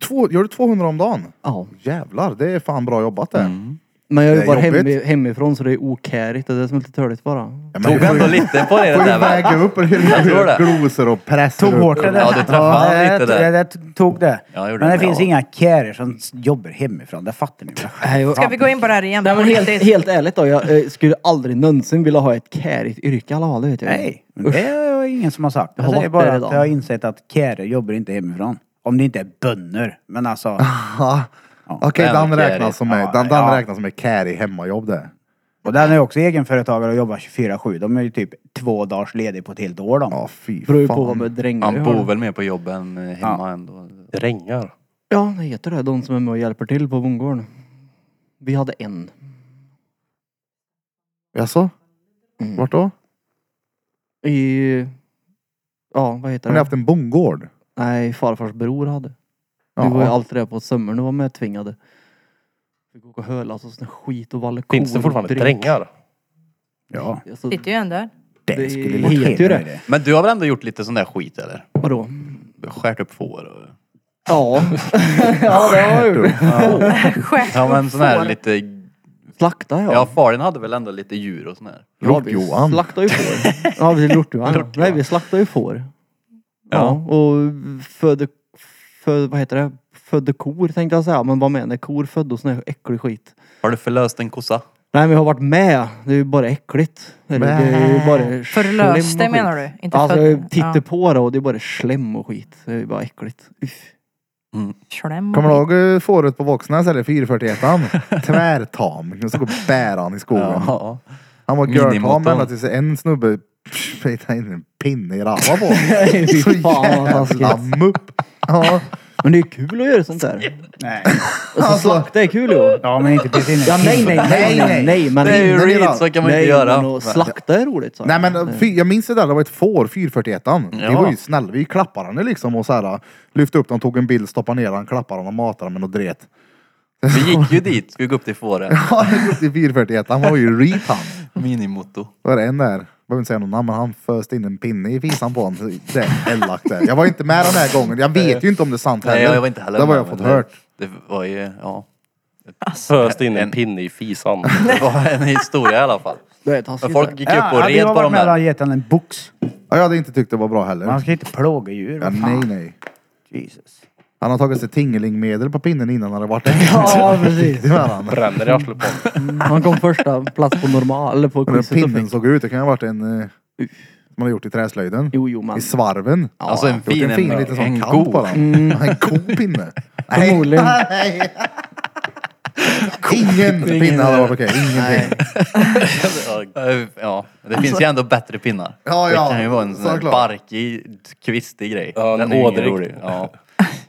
Speaker 3: Två, gör du 200 om dagen?
Speaker 2: Ja.
Speaker 3: Jävlar, det är fan bra jobbat det.
Speaker 5: Mm.
Speaker 2: Men jag
Speaker 3: Det är
Speaker 2: jobbar
Speaker 3: jobbigt.
Speaker 2: hemi, hemifrån så det är okärigt. Det är det som är lite törligt bara.
Speaker 3: Ja, men
Speaker 5: Tog
Speaker 3: du får
Speaker 5: ändå
Speaker 3: ju-
Speaker 5: lite på det
Speaker 3: får ju
Speaker 5: där va?
Speaker 3: väga upp
Speaker 5: tror det.
Speaker 3: glosor och pressar
Speaker 4: Tog
Speaker 3: upp.
Speaker 4: hårt det där.
Speaker 5: Ja, du träffade lite där.
Speaker 4: Jag, jag tog det.
Speaker 5: Ja, gjorde
Speaker 4: men det
Speaker 5: det.
Speaker 4: finns
Speaker 5: Ja.
Speaker 4: inga carer som jobbar hemifrån. Det fattar ni väl?
Speaker 1: Ska vi gå in på det här igen?
Speaker 2: Nej men helt,
Speaker 1: Riktigt.
Speaker 2: helt ärligt då, jag eh, skulle aldrig någonsin vilja ha ett kärigt yrke i alla fall, det vet jag.
Speaker 4: Nej, men
Speaker 2: Usch.
Speaker 4: det är ingen som har sagt.
Speaker 2: Jag
Speaker 4: Jag
Speaker 2: har
Speaker 4: säger
Speaker 2: varit där
Speaker 4: bara
Speaker 2: idag.
Speaker 4: att jag har insett att carer jobbar inte hemifrån. Om det inte är bönder. Men alltså,
Speaker 3: Ja. Okej,
Speaker 5: Den
Speaker 3: den,
Speaker 5: var
Speaker 3: räknas
Speaker 5: carry.
Speaker 3: som, är,
Speaker 4: Ja,
Speaker 3: den, den
Speaker 4: ja.
Speaker 3: räknas som är carry hemmajobb det.
Speaker 4: och den är ju också egenföretagare och jobbar 24-7. De är ju typ två dagars ledig på ett helt år de.
Speaker 3: Ja, fy
Speaker 2: Beror ju på vad
Speaker 3: fan.
Speaker 2: med drängar
Speaker 5: Han
Speaker 2: jag
Speaker 5: bor
Speaker 2: har.
Speaker 5: väl mer på jobben eh, hemma ändå.
Speaker 6: Det regnar.
Speaker 2: Ja, det heter det. De som är med och hjälper till på bondgården. Vi hade en.
Speaker 3: Jaså?
Speaker 2: Mm.
Speaker 3: Vart då?
Speaker 2: I... Ja, vad heter
Speaker 3: Har ni
Speaker 2: det?
Speaker 3: haft en bondgård?
Speaker 2: Nej, farfars bror hade. Vi var ju
Speaker 3: Ja.
Speaker 2: alltid där på sommaren och var medtvingade. Fick åka och höla alltså, sån här skit och valle kor
Speaker 6: Finns det
Speaker 2: och
Speaker 6: fortfarande
Speaker 2: drink.
Speaker 6: drängar?
Speaker 4: Ja,
Speaker 2: Alltså,
Speaker 1: Sitter ju ändå.
Speaker 2: Det
Speaker 4: det skulle
Speaker 2: heter ju
Speaker 4: irritera
Speaker 2: det.
Speaker 4: mig det.
Speaker 5: Men du har väl ändå gjort lite sån där skit eller?
Speaker 2: vadå?
Speaker 5: Skärt upp får och...
Speaker 2: Ja. ja, det har jag gjort.
Speaker 1: Skärt
Speaker 5: Ja men
Speaker 1: och
Speaker 5: sån här
Speaker 1: får.
Speaker 5: lite...
Speaker 2: Slakta ja.
Speaker 5: Ja Falun hade väl ändå lite djur och sån här.
Speaker 2: Ja, vi
Speaker 3: Lort-Johan.
Speaker 2: Slaktade ju får. Ja, vi lort-Johan. ja. Nej, vi slaktade ju får. Ja. och födde, födde, vad heter det? Födde kor tänkte jag säga, men vad menar jag? Kor födde och sån här äcklig skit.
Speaker 5: Har du förlöst en kossa?
Speaker 2: Nej men jag har varit med. Det är ju bara äckligt. Eller, det är ju bara
Speaker 1: Förlöst
Speaker 2: slem och
Speaker 1: dig,
Speaker 2: skit.
Speaker 1: menar du? Inte
Speaker 2: alltså
Speaker 1: född-
Speaker 2: jag tittar
Speaker 1: ja.
Speaker 2: på det och det är bara slem och skit. Det är ju bara äckligt. Uff.
Speaker 1: Slem.
Speaker 3: Kommer du ihåg eh, fåret på Våxnäs eller 441an? Tvärtam. Och så går bäran i skogen.
Speaker 5: Ja.
Speaker 3: Han var görtam
Speaker 5: Minimotorn.
Speaker 3: ända tills en snubbe petade in en pinne i rava på
Speaker 2: Fy
Speaker 3: Så
Speaker 2: fan vad
Speaker 3: jävla
Speaker 2: taskigt.
Speaker 3: mupp. Ja.
Speaker 2: Men det är ju kul att göra sånt där.
Speaker 4: Nej.
Speaker 2: Alltså slakta är kul ju.
Speaker 4: Ja, men inte precis.
Speaker 2: Ja, nej, nej, nej, nej, nej, men
Speaker 5: Det är
Speaker 3: Innan
Speaker 5: ju
Speaker 3: i
Speaker 5: real
Speaker 3: land.
Speaker 5: så kan man
Speaker 2: nej,
Speaker 5: inte göra.
Speaker 2: Men att slakta är roligt. Så.
Speaker 3: Nej men fy, jag minns det där, det var ett får, 441an.
Speaker 5: Ja.
Speaker 3: Vi var ju snälla, vi klappade henne liksom och så här, lyfte upp den, tog en bild, stoppade ner den, klappade den och matade den med något dret.
Speaker 5: Vi gick ju dit, vi gick upp till fåren.
Speaker 3: Ja, den gick upp till 441 han var ju reap han.
Speaker 5: Minimoto.
Speaker 3: Var det en där? Jag behöver inte säga någon namn, men han föste in en pinne i fisan på honom. Det är elakt det. Jag var inte med den här gången, jag vet ju inte om det är sant
Speaker 5: Nej jag var inte heller
Speaker 3: Det var
Speaker 5: med,
Speaker 3: jag
Speaker 5: men
Speaker 3: fått
Speaker 5: det-
Speaker 3: hört.
Speaker 5: Det var ju, ja.
Speaker 1: Alltså,
Speaker 6: Föst in en
Speaker 5: En-
Speaker 6: pinne i fisan.
Speaker 5: Det var en historia i alla fall.
Speaker 2: Alltså, Det är taskigt.
Speaker 5: Men Alltså, folk gick upp och
Speaker 4: hade
Speaker 5: red
Speaker 4: jag
Speaker 5: på
Speaker 4: varit
Speaker 5: dem
Speaker 4: med och
Speaker 5: där.
Speaker 4: gett honom en box.
Speaker 3: Ja, jag hade inte tyckt det var bra heller.
Speaker 4: Man ska inte plåga djur.
Speaker 3: Ja,
Speaker 4: vad fan.
Speaker 3: nej, nej.
Speaker 4: Jesus.
Speaker 3: Han har tagit sig tingelingmedel på pinnen innan han hade varit där.
Speaker 2: Ja, precis.
Speaker 3: Det var han.
Speaker 6: Bränner i arslet på honom.
Speaker 2: Han kom första plats på normal, eller på
Speaker 3: Men hur
Speaker 2: quizet. och
Speaker 3: pinnen
Speaker 2: fick-
Speaker 3: såg ut, det kan ju ha varit en... eh, Som man har gjort i träslöjden.
Speaker 2: Jo, jo, men.
Speaker 3: I svarven.
Speaker 5: Alltså en
Speaker 3: Gjort
Speaker 5: fin,
Speaker 3: en fin liten sån
Speaker 5: en
Speaker 3: kant
Speaker 5: god.
Speaker 3: på den.
Speaker 2: Mm.
Speaker 3: En god pinne.
Speaker 2: Förmodligen.
Speaker 3: Nej. Ingen pinne hade varit okej. Ingenting.
Speaker 5: Eh, Ja, det finns ju ändå bättre pinnar.
Speaker 3: Ja, ja,
Speaker 5: Det kan ju vara en sån här
Speaker 3: såklart.
Speaker 5: barkig, kvistig grej.
Speaker 6: Ja, en
Speaker 5: Den är ju ingen
Speaker 6: ådrig.
Speaker 5: rolig. Ja.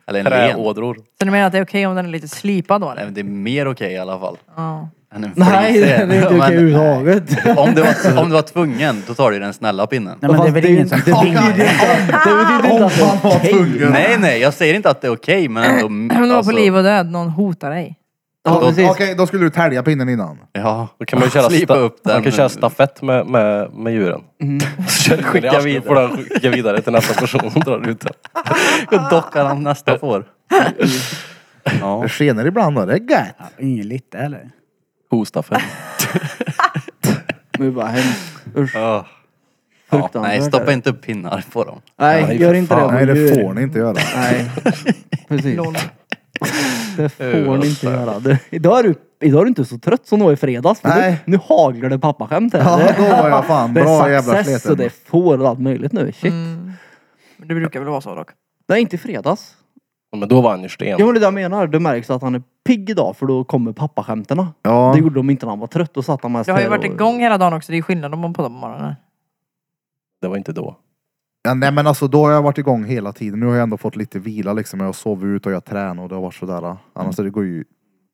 Speaker 5: Eller en len.
Speaker 6: Träådror.
Speaker 1: Så du menar att det är okej om den är lite slipad då?
Speaker 5: Nej,
Speaker 1: eller?
Speaker 5: men det är mer okej i alla fall.
Speaker 1: Ja.
Speaker 5: Än en
Speaker 2: Nej, det
Speaker 5: frisig.
Speaker 2: är inte okej
Speaker 5: Men
Speaker 2: överhuvudtaget.
Speaker 5: Om du, var, om du var tvungen, då tar du ju den snälla pinnen.
Speaker 4: Nej, men det är
Speaker 2: Fast
Speaker 4: väl
Speaker 2: det är
Speaker 4: ingen
Speaker 2: inte-
Speaker 4: som
Speaker 2: det är
Speaker 4: tvingar dig.
Speaker 2: Det betyder inte att det är okej.
Speaker 5: Nej, nej, jag säger inte att det är okej, men ändå...
Speaker 1: Om du var på
Speaker 5: alltså,
Speaker 1: liv och död, någon hotar dig.
Speaker 2: Ja,
Speaker 3: Okej,
Speaker 2: precis.
Speaker 3: då skulle du tälja pinnen innan.
Speaker 5: Ja,
Speaker 6: Då kan man ju köra,
Speaker 5: Slipa
Speaker 6: sta-
Speaker 5: upp den. Mm.
Speaker 6: man kan köra stafett med, med, med djuren.
Speaker 5: Skicka
Speaker 6: Då får
Speaker 5: vidare.
Speaker 6: den skicka vidare till nästa person som drar ut den.
Speaker 5: Och dockar han nästa får.
Speaker 3: Det skenar ibland och det är gött.
Speaker 4: Ingen lite eller?
Speaker 6: Hostafett.
Speaker 2: Men det är bara hemskt. Usch.
Speaker 5: Ja.
Speaker 2: Fruktansvärt
Speaker 5: nej,
Speaker 2: är
Speaker 5: stoppa
Speaker 2: det.
Speaker 5: inte upp pinnar på dem.
Speaker 2: Nej,
Speaker 6: Nej,
Speaker 2: gör
Speaker 6: för
Speaker 2: inte det.
Speaker 6: fan.
Speaker 3: Nej, det
Speaker 2: Gör-
Speaker 3: får ni inte göra.
Speaker 2: Nej. Precis.
Speaker 1: Lol.
Speaker 2: Det får ni inte
Speaker 5: Usch.
Speaker 2: göra. Du, idag, är du, idag är du inte så trött som du var i fredags. för
Speaker 3: Nej.
Speaker 2: Nu, nu haglar det pappaskämt här.
Speaker 3: Ja,
Speaker 2: Det-
Speaker 3: då var jag fan
Speaker 2: det är
Speaker 3: bra jävla
Speaker 2: success och det är
Speaker 3: sleten.
Speaker 2: får och allt möjligt nu. Shit.
Speaker 1: Men det brukar väl vara så dock.
Speaker 2: Nej, inte i fredags.
Speaker 6: Ja, Men då var han ju sten.
Speaker 2: Ja men det där jag menar, det märks att han är pigg idag för då kommer pappaskämtena.
Speaker 3: Ja.
Speaker 2: Det gjorde de inte när han var trött, och satt han mest
Speaker 1: Jag har ju
Speaker 2: här
Speaker 1: varit
Speaker 2: och...
Speaker 1: igång hela dagen också, det är skillnad om man poddar på morgonen.
Speaker 6: Det var inte då.
Speaker 3: Ja, nej men alltså då har jag varit igång hela tiden. Nu har jag ändå fått lite vila liksom. Jag har sovit ut och jag tränar och det har varit sådär. ah. Annars det går ju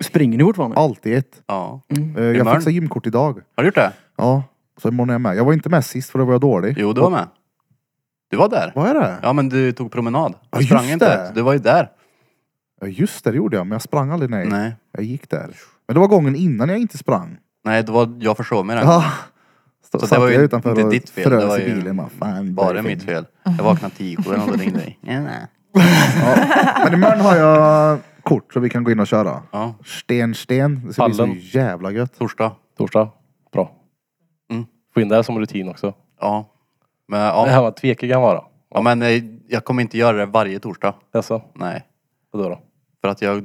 Speaker 2: Springer ni fortfarande?
Speaker 3: alltid ett.
Speaker 5: Ja.
Speaker 3: Eh, Jag
Speaker 5: Imorgon?
Speaker 3: fixar gymkort idag.
Speaker 5: Har du gjort det?
Speaker 3: Ja. Så imorgon är jag med. Jag var inte med sist för då var jag dålig.
Speaker 5: Jo, du var med. Du var där.
Speaker 3: Vad är det? Ja.
Speaker 5: Ja, men du tog promenad.
Speaker 3: Ja,
Speaker 5: Du
Speaker 3: just
Speaker 5: sprang
Speaker 3: det.
Speaker 5: inte. Så du var ju där.
Speaker 3: just det, det gjorde jag. Men jag sprang aldrig nej.
Speaker 5: Nej.
Speaker 3: Jag gick där. Men det var gången innan jag inte sprang.
Speaker 5: Nej, det var, jag försov mig den.
Speaker 3: Ja. Så,
Speaker 5: det
Speaker 3: satt
Speaker 5: var ju
Speaker 3: jag utanför
Speaker 5: inte
Speaker 3: och
Speaker 5: ditt fel,
Speaker 3: frös
Speaker 5: det var
Speaker 3: i
Speaker 5: ju
Speaker 3: bilen. Bara, Fan,
Speaker 5: Bara
Speaker 3: det
Speaker 5: mitt fel. Jag vaknade tio sju och ringde dig. Ja, nej.
Speaker 3: Men imorgon har jag kort så vi kan gå in och köra.
Speaker 5: Ja,
Speaker 3: Sten, sten. Det ska
Speaker 6: Pallen.
Speaker 3: bli så jävla gött.
Speaker 5: torsdag.
Speaker 6: Torsdag. Bra.
Speaker 5: Mm.
Speaker 6: Få in det här som rutin också.
Speaker 5: Ja. Men,
Speaker 6: Det
Speaker 5: ja.
Speaker 6: här var tvekig han var då.
Speaker 5: ja, men eh, jag kommer inte göra det varje torsdag.
Speaker 6: Jaså?
Speaker 5: Nej.
Speaker 6: Alltså, Vadå då?
Speaker 5: För att jag...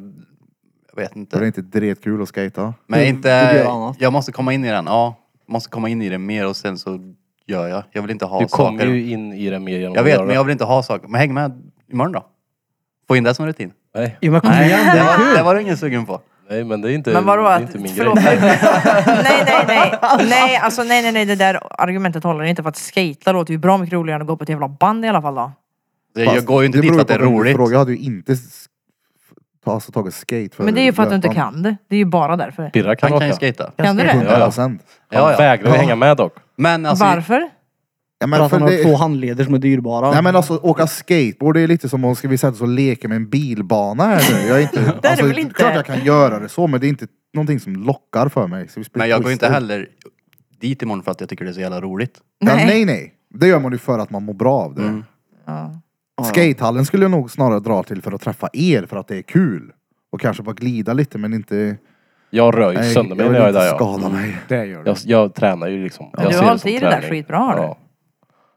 Speaker 5: Jag vet
Speaker 3: Det är
Speaker 5: inte.
Speaker 3: inte dretkul att skejta.
Speaker 5: Men
Speaker 2: Du- du
Speaker 5: inte...
Speaker 2: gör annat.
Speaker 5: Jag måste komma in i den. Ja. Måste komma in i det mer och sen så gör jag. Jag vill inte ha
Speaker 6: Du kommer
Speaker 5: saker.
Speaker 6: ju in i det mer genom
Speaker 5: Jag
Speaker 6: att
Speaker 5: vet,
Speaker 6: göra
Speaker 5: men jag vill inte ha saker. Men häng med imorgon då. Få in det som rutin.
Speaker 6: det. Nej.
Speaker 2: Jo men kom igen, det
Speaker 5: Det
Speaker 2: är
Speaker 5: var, det
Speaker 2: kul!
Speaker 5: var du ingen sugen på.
Speaker 6: Nej men det är inte,
Speaker 1: Men vadå
Speaker 6: det är
Speaker 1: att...
Speaker 6: inte min
Speaker 1: Förlåt.
Speaker 6: grej.
Speaker 1: nej, nej, nej. Nej, alltså nej, nej, nej. Det där argumentet håller inte för att skejta låter ju bra mycket roligare än att gå på ett jävla band i alla fall då.
Speaker 5: Det,
Speaker 3: Fast
Speaker 5: jag går ju inte dit
Speaker 3: beror
Speaker 5: för att det är
Speaker 3: på vem du
Speaker 5: roligt.
Speaker 3: frågar. Jag hade ju inte s- ta- alltså, tagit skate för
Speaker 1: Men det är ju för att du inte
Speaker 3: löpan.
Speaker 1: kan det. Det är ju bara därför.
Speaker 6: Birra kan
Speaker 5: Han kan ju
Speaker 6: åka.
Speaker 3: Alltså,
Speaker 5: skata.
Speaker 1: Kan du det?
Speaker 6: Ja, ja.
Speaker 3: 100%.
Speaker 5: Ja,
Speaker 6: Han
Speaker 5: ja.
Speaker 6: vägrar ju hänga med dock.
Speaker 5: Men alltså,
Speaker 1: Varför?
Speaker 3: Nej,
Speaker 2: För
Speaker 3: men
Speaker 2: att
Speaker 3: för
Speaker 2: han har
Speaker 3: det,
Speaker 2: två handleder som är dyrbara.
Speaker 3: nej men alltså åka skateboard det är lite som om ska vi sätta oss och leka med en bilbana här nu. Jag är inte,
Speaker 1: det
Speaker 3: alltså,
Speaker 1: väl inte.
Speaker 3: Klart jag kan göra det så men det är inte någonting som lockar för mig. Så vi spelar
Speaker 5: Men jag går inte
Speaker 3: Twister.
Speaker 5: heller dit imorgon för att jag tycker det är så jävla roligt.
Speaker 3: Ja,
Speaker 1: Nej.
Speaker 3: nej nej. Det gör man ju för att man mår bra av det.
Speaker 5: Mm.
Speaker 1: Ja.
Speaker 3: Skatehallen skulle jag nog snarare dra till för att träffa er för att det är kul. Och kanske bara glida lite men inte...
Speaker 6: Jag rör ju
Speaker 3: Nej,
Speaker 6: sönder mig
Speaker 3: jag
Speaker 6: när
Speaker 3: vill
Speaker 6: jag är
Speaker 3: inte
Speaker 6: där. ja.
Speaker 3: skada mig.
Speaker 4: Det gör
Speaker 6: Jag, jag tränar ju liksom.
Speaker 1: Men
Speaker 6: jag
Speaker 1: du
Speaker 6: ser
Speaker 1: har
Speaker 6: det
Speaker 1: hållit
Speaker 6: som
Speaker 1: i det där
Speaker 6: träning.
Speaker 1: skitbra, har du?
Speaker 6: Ja.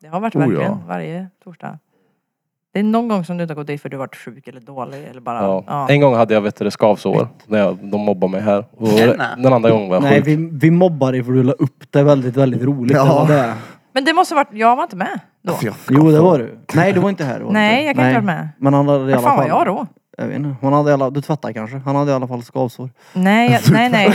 Speaker 1: Det har varit
Speaker 3: Oh, ja.
Speaker 1: verkligen varje torsdag. Det är någon gång som du inte har gått dit för du har varit sjuk eller dålig eller bara...
Speaker 6: Ja.
Speaker 1: Ja.
Speaker 6: En gång hade jag vet du, det, skavsår. När jag, de mobbade mig här. Och
Speaker 5: Tjena.
Speaker 6: den andra gången var jag
Speaker 2: Nej,
Speaker 6: sjuk.
Speaker 2: vi, vi mobbar dig för du la upp det väldigt, väldigt roligt.
Speaker 3: Ja.
Speaker 2: Det var det.
Speaker 1: Men det måste ha varit... Jag var inte med då.
Speaker 3: Alltså, jag-
Speaker 2: Jo, det var du. Nej, du var inte här. Var du
Speaker 1: Nej, jag kan inte vara med.
Speaker 2: Men han hade i
Speaker 1: Vad
Speaker 2: alla
Speaker 1: fan
Speaker 2: fall...
Speaker 1: var jag då?
Speaker 2: Jag vet inte. Han hade i alla... Du tvättade kanske? Han hade i alla fall skavsår.
Speaker 1: Nej, jag, nej, nej.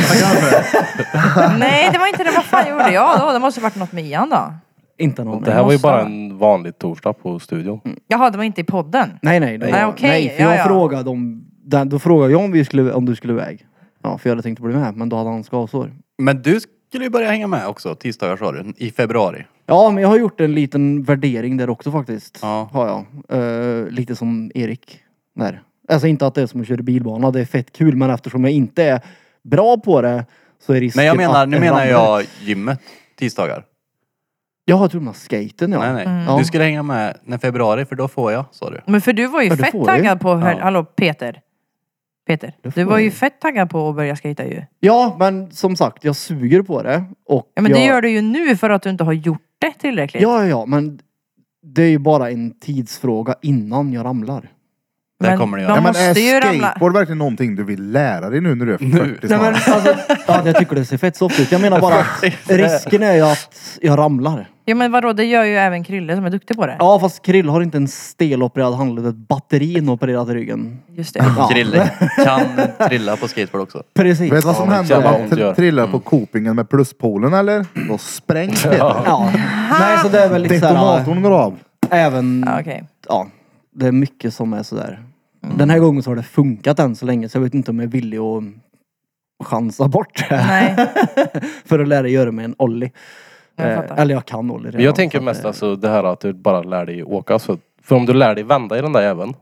Speaker 1: nej, det var inte det. Vad fan gjorde jag då? Det måste ha varit något med Ian då.
Speaker 2: Inte någon.
Speaker 6: Det här var ju
Speaker 1: måste
Speaker 6: bara
Speaker 1: vara.
Speaker 6: en vanlig torsdag på studion.
Speaker 1: Jaha, det var inte i podden.
Speaker 2: Nej, nej. det
Speaker 1: Nej,
Speaker 2: var-
Speaker 1: okej,
Speaker 2: nej för
Speaker 1: ja,
Speaker 2: jag
Speaker 1: ja.
Speaker 2: frågade om... Den, då frågade jag om, vi skulle, om du skulle iväg. Ja, för jag hade tänkt bli med. Men då hade han skavsår.
Speaker 5: Men du skulle ju börja hänga med också, tisdagar sa du, i februari.
Speaker 2: Ja, men jag har gjort en liten värdering där också faktiskt.
Speaker 5: Ja.
Speaker 2: Har jag. Eh, lite som Erik. Där. Alltså inte att det är som att köra bilbana, det är fett kul. Men eftersom jag inte är bra på det så är risken
Speaker 5: Men jag menar,
Speaker 2: att
Speaker 5: nu
Speaker 2: det
Speaker 5: menar
Speaker 2: ramlar.
Speaker 5: jag gymmet, tisdagar.
Speaker 2: Jaha, jag tror du menar skaten ja.
Speaker 5: Nej, nej.
Speaker 2: Ja.
Speaker 5: Du skulle hänga med när februari, för då får jag, sa du.
Speaker 1: Men för du var ju
Speaker 2: Ja, det
Speaker 1: fett
Speaker 2: får jag ju.
Speaker 1: taggad på... Hör,
Speaker 5: Ja.
Speaker 1: Hallå, Peter. Peter,
Speaker 2: Det får
Speaker 1: du var
Speaker 2: jag
Speaker 1: ju
Speaker 2: ju.
Speaker 1: fett taggad på att börja skejta ju.
Speaker 2: Ja, men som sagt, jag suger på det. Och
Speaker 1: Ja, men
Speaker 2: jag...
Speaker 1: det gör du ju nu för att du inte har gjort det tillräckligt.
Speaker 2: Ja, ja, ja, men det är ju bara en tidsfråga innan jag ramlar.
Speaker 5: Där
Speaker 1: Men
Speaker 5: kommer det
Speaker 1: de
Speaker 5: göra.
Speaker 3: Ja, men eh,
Speaker 1: måste ju
Speaker 3: är
Speaker 1: ramla.
Speaker 3: skateboard verkligen någonting du vill lära dig nu när du är 40
Speaker 2: Nej, men,
Speaker 3: snart?
Speaker 2: alltså, ja, jag tycker det ser fett soft ut. Jag menar bara att risken är ju att jag ramlar.
Speaker 1: Ja men vadå, det gör ju även Krille som är duktig på det.
Speaker 2: Ja fast Krill har inte en stelopererad handled, ett batteri inopererat i ryggen.
Speaker 1: Just det.
Speaker 2: Ja.
Speaker 5: Krille kan trilla på skateboard också.
Speaker 2: Precis.
Speaker 3: Vet du vad som
Speaker 6: men
Speaker 3: hände om
Speaker 6: jävlar,
Speaker 3: man
Speaker 6: det gör.
Speaker 3: tr- trillar
Speaker 5: Mm.
Speaker 3: på kopingen med pluspolen eller? Då sprängs det.
Speaker 2: Ja. Nej så det är väl lite
Speaker 1: Liksom,
Speaker 2: såhär,
Speaker 3: Detonatorn går av.
Speaker 2: även,
Speaker 1: Ja, okej.
Speaker 2: ja. Det är mycket som är sådär. Den här gången så har det funkat än så länge så jag vet inte om jag är villig att chansa bort det.
Speaker 1: Nej,
Speaker 2: För att lära göra mig en ollie.
Speaker 1: jag
Speaker 2: Eh,
Speaker 1: fattar.
Speaker 2: eller jag kan ollie redan.
Speaker 6: Jag tänker
Speaker 2: så att
Speaker 6: mest
Speaker 2: det-
Speaker 6: alltså det här att du bara lär dig åka. Så, för om du lär dig vända i den där jäveln.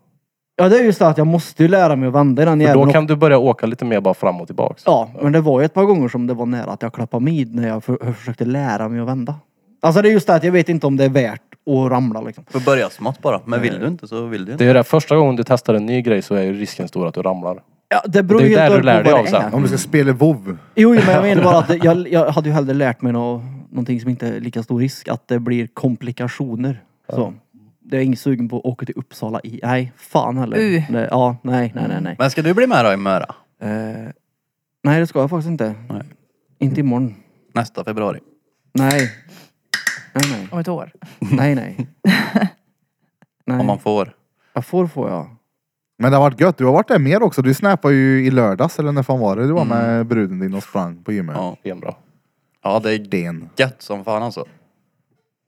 Speaker 2: Ja det är just det att jag måste ju lära mig att vända i den
Speaker 6: För
Speaker 2: jäveln
Speaker 6: då
Speaker 2: och-
Speaker 6: kan du börja åka lite mer bara fram och tillbaks.
Speaker 2: Ja, men det var ju ett par gånger som det var nära att jag klappade mid när jag, för, jag försökte lära mig att vända. Alltså det är just det att jag vet inte om det är värt att ramla liksom.
Speaker 5: Får börja smått bara. Men vill du inte så vill du
Speaker 6: Det
Speaker 5: inte.
Speaker 6: är ju det första gången du testar en ny grej så är ju risken stor att du ramlar.
Speaker 2: Ja, det beror
Speaker 6: Det är
Speaker 2: ju
Speaker 6: där
Speaker 2: helt
Speaker 6: du
Speaker 2: och hållet
Speaker 6: lär
Speaker 2: på
Speaker 6: dig
Speaker 2: vad det
Speaker 6: av
Speaker 2: är.
Speaker 6: sen.
Speaker 3: Om du ska spela WoW.
Speaker 2: Jo, jo, men jag menar bara att det- jag, jag hade ju hellre lärt mig nå någonting som inte är lika stor risk. Att det blir komplikationer. Så. Det är jag inget sugen på att åka till Uppsala i. Nej, fan heller.
Speaker 1: Uh.
Speaker 2: Nej, ja, nej, nej, nej. Nej.
Speaker 5: Men ska du bli med då i Möra?
Speaker 2: Eh, nej, det ska jag faktiskt inte.
Speaker 5: Nej.
Speaker 2: Inte imorgon.
Speaker 5: Nästa februari.
Speaker 2: Nej. Nej, nej.
Speaker 1: Om ett år.
Speaker 2: Nej, nej. nej.
Speaker 5: Om man får.
Speaker 2: Jag får får jag.
Speaker 3: Men det har varit gött. Du har varit där mer också. Du snappade ju i lördags eller när fan var det? Du var
Speaker 1: Mm.
Speaker 3: med bruden din och sprang på gymmet.
Speaker 5: Ja,
Speaker 6: Det är bra.
Speaker 5: ja det är
Speaker 3: Den.
Speaker 5: gött som fan alltså.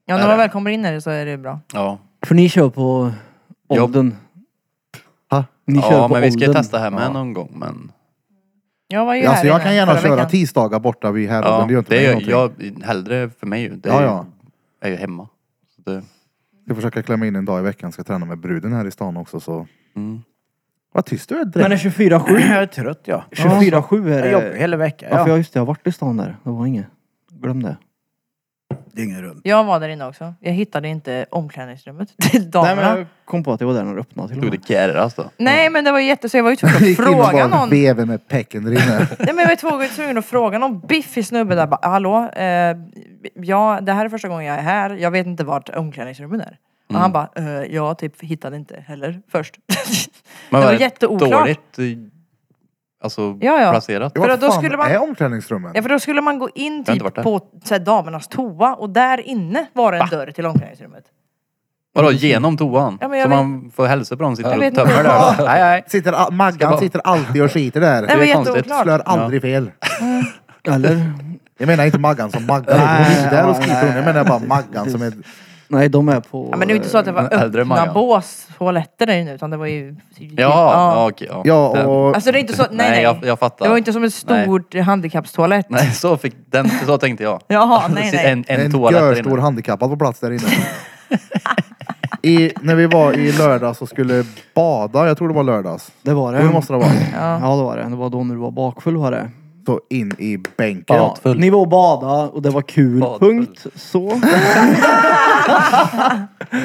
Speaker 1: Ja,
Speaker 5: Är
Speaker 1: när man
Speaker 5: det?
Speaker 1: väl kommer in i det så är det ju bra.
Speaker 5: Ja.
Speaker 2: För ni kör på
Speaker 5: Jag-
Speaker 2: åldern.
Speaker 3: Ha?
Speaker 2: Ni kör
Speaker 5: Ja
Speaker 2: på
Speaker 5: men vi ska ju
Speaker 2: åldern.
Speaker 5: testa här med
Speaker 2: Ja.
Speaker 5: någon gång men.
Speaker 1: Jag var ju
Speaker 3: Alltså
Speaker 1: här
Speaker 3: jag
Speaker 1: inne
Speaker 3: kan gärna
Speaker 1: förra
Speaker 3: köra
Speaker 1: veckan.
Speaker 3: tisdagar borta vid Härad.
Speaker 5: Ja,
Speaker 3: men det gör inte
Speaker 5: det
Speaker 3: mig
Speaker 5: är
Speaker 3: någonting.
Speaker 5: jag, hellre för mig ju. Det är,
Speaker 3: Ja,
Speaker 5: ju-
Speaker 3: ja.
Speaker 5: är ju hemma. Så det,
Speaker 3: Ska försöka klämma in en dag i veckan. Ska träna med bruden här i stan också så.
Speaker 5: mm.
Speaker 3: Vad tyst du är direkt.
Speaker 2: Men är 24-7?
Speaker 4: Jag är trött ja.
Speaker 2: 24-7 är
Speaker 4: Jag
Speaker 3: Eh,
Speaker 4: jobbar
Speaker 2: det.
Speaker 4: hela veckan.
Speaker 2: Ja, för
Speaker 4: Ja.
Speaker 2: jag, just det, jag har varit i stan där. Det var inget. Glöm det.
Speaker 4: Dygnet runt.
Speaker 1: Jag var där inne också. Jag hittade inte omklädningsrummet till damerna.
Speaker 2: Nej, men jag kom på att jag var där när det öppnade till och
Speaker 5: Tog
Speaker 2: med.
Speaker 5: det alltså. Kerras då?
Speaker 1: det var jätte... Så jag var ju tvungen att
Speaker 3: Gick in och
Speaker 1: fråga
Speaker 3: bara
Speaker 1: någon.
Speaker 3: vevade med pecken där inne.
Speaker 1: Nej, men jag var ju tvungen- tvungen att fråga någon biffig snubbe där. Bara, Hallå? Eh, ja, det här är första gången jag är här. Jag vet inte vart omklädningsrummet är. Och
Speaker 5: Mm.
Speaker 1: han bara, eh, jag typ hittade inte heller först.
Speaker 5: Men
Speaker 1: det var
Speaker 5: det
Speaker 1: jätteoklart.
Speaker 5: Dåligt eh, alltså,
Speaker 1: Ja, ja.
Speaker 5: placerat.
Speaker 1: För
Speaker 3: Vad
Speaker 1: då
Speaker 3: fan
Speaker 1: skulle man-
Speaker 3: är omklädningsrummen?
Speaker 1: Ja för då skulle man gå in
Speaker 5: inte
Speaker 1: typ
Speaker 5: varit där.
Speaker 1: på så här, damernas toa och där inne var en dörr till omklädningsrummet.
Speaker 5: Vadå genom toan?
Speaker 1: Ja, men jag
Speaker 5: så
Speaker 1: vet-
Speaker 5: man får hälsa på dem som
Speaker 1: Jag
Speaker 5: sitter
Speaker 1: vet
Speaker 5: och tömmer
Speaker 1: inte.
Speaker 5: där. då. Nej, nej.
Speaker 3: Sitter, a- Maggan
Speaker 5: bara-
Speaker 3: sitter alltid och skiter där.
Speaker 1: Det var
Speaker 5: är konstigt.
Speaker 1: jätteoklart.
Speaker 3: Slör aldrig fel.
Speaker 2: Eller?
Speaker 3: Jag menar inte Maggan som Maggan. Hon sitter där och skiter. Jag menar bara Maggan som är
Speaker 2: Nej, de är på...
Speaker 1: Ja, men det är ju inte så att det var
Speaker 5: Den äldre
Speaker 1: öppna
Speaker 5: Marianne.
Speaker 1: bås toaletter där inne utan det var ju...
Speaker 5: Ja, ja. okej. ja.
Speaker 3: Ja,
Speaker 5: Den.
Speaker 3: och
Speaker 1: Alltså det är inte så, nej nej.
Speaker 5: Jag, jag fattar.
Speaker 1: det var inte som en stor handikappstoalett.
Speaker 5: Nej, så, fick, den, så tänkte jag.
Speaker 1: Jaha, nej nej.
Speaker 5: En, en,
Speaker 3: en
Speaker 5: toalett där
Speaker 3: görstor
Speaker 5: inne.
Speaker 3: handikappad på plats där inne. I, när vi var i lördags och skulle bada, jag tror det var lördags.
Speaker 2: Det var det.
Speaker 5: Mm.
Speaker 3: Jo, det måste det vara.
Speaker 2: Ja, det var det. Det var då när du var bakfull var det.
Speaker 3: Så in i bänken.
Speaker 2: Ja,
Speaker 6: Bakfull.
Speaker 2: ni var och bada och det var kul.
Speaker 5: Badfull.
Speaker 2: Punkt. Så.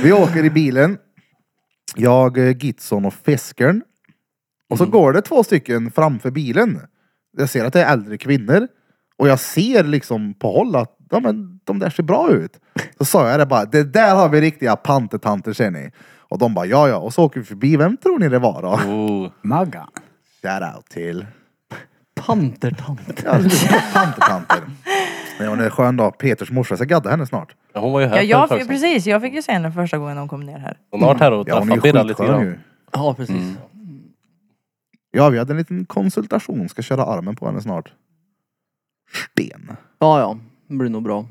Speaker 3: Vi åker i bilen. Jag, eh, Gitson och Fiskern. Och så
Speaker 6: Mm.
Speaker 3: går det två stycken framför bilen. Jag ser att det är äldre kvinnor. Och jag ser liksom på håll att ja, men, de där ser bra ut. Så sa jag det bara, det där har vi riktiga pantetanter ser ni. Och de bara, ja ja. Och så åker vi förbi, vem tror ni det var då?
Speaker 5: Oh.
Speaker 4: Maggan.
Speaker 3: Shoutout till
Speaker 2: Pantertant.
Speaker 3: ja, pantetanter. Men hon är skön då. Peters morsa, jag ska gadda henne snart.
Speaker 6: Ja, hon var ju här
Speaker 1: Ja, jag,
Speaker 6: för ett tag sedan.
Speaker 1: precis, jag fick ju se henne första gången hon kom ner här.
Speaker 6: Hon har varit här och
Speaker 3: Ja, hon är
Speaker 6: träffat
Speaker 3: ju
Speaker 6: Birra lite
Speaker 3: skitskön ju.
Speaker 6: grann.
Speaker 2: Ja, precis.
Speaker 3: Ja, vi hade en liten konsultation. Ska köra armen på henne snart. Sten.
Speaker 2: Ja, ja. Det blir nog bra.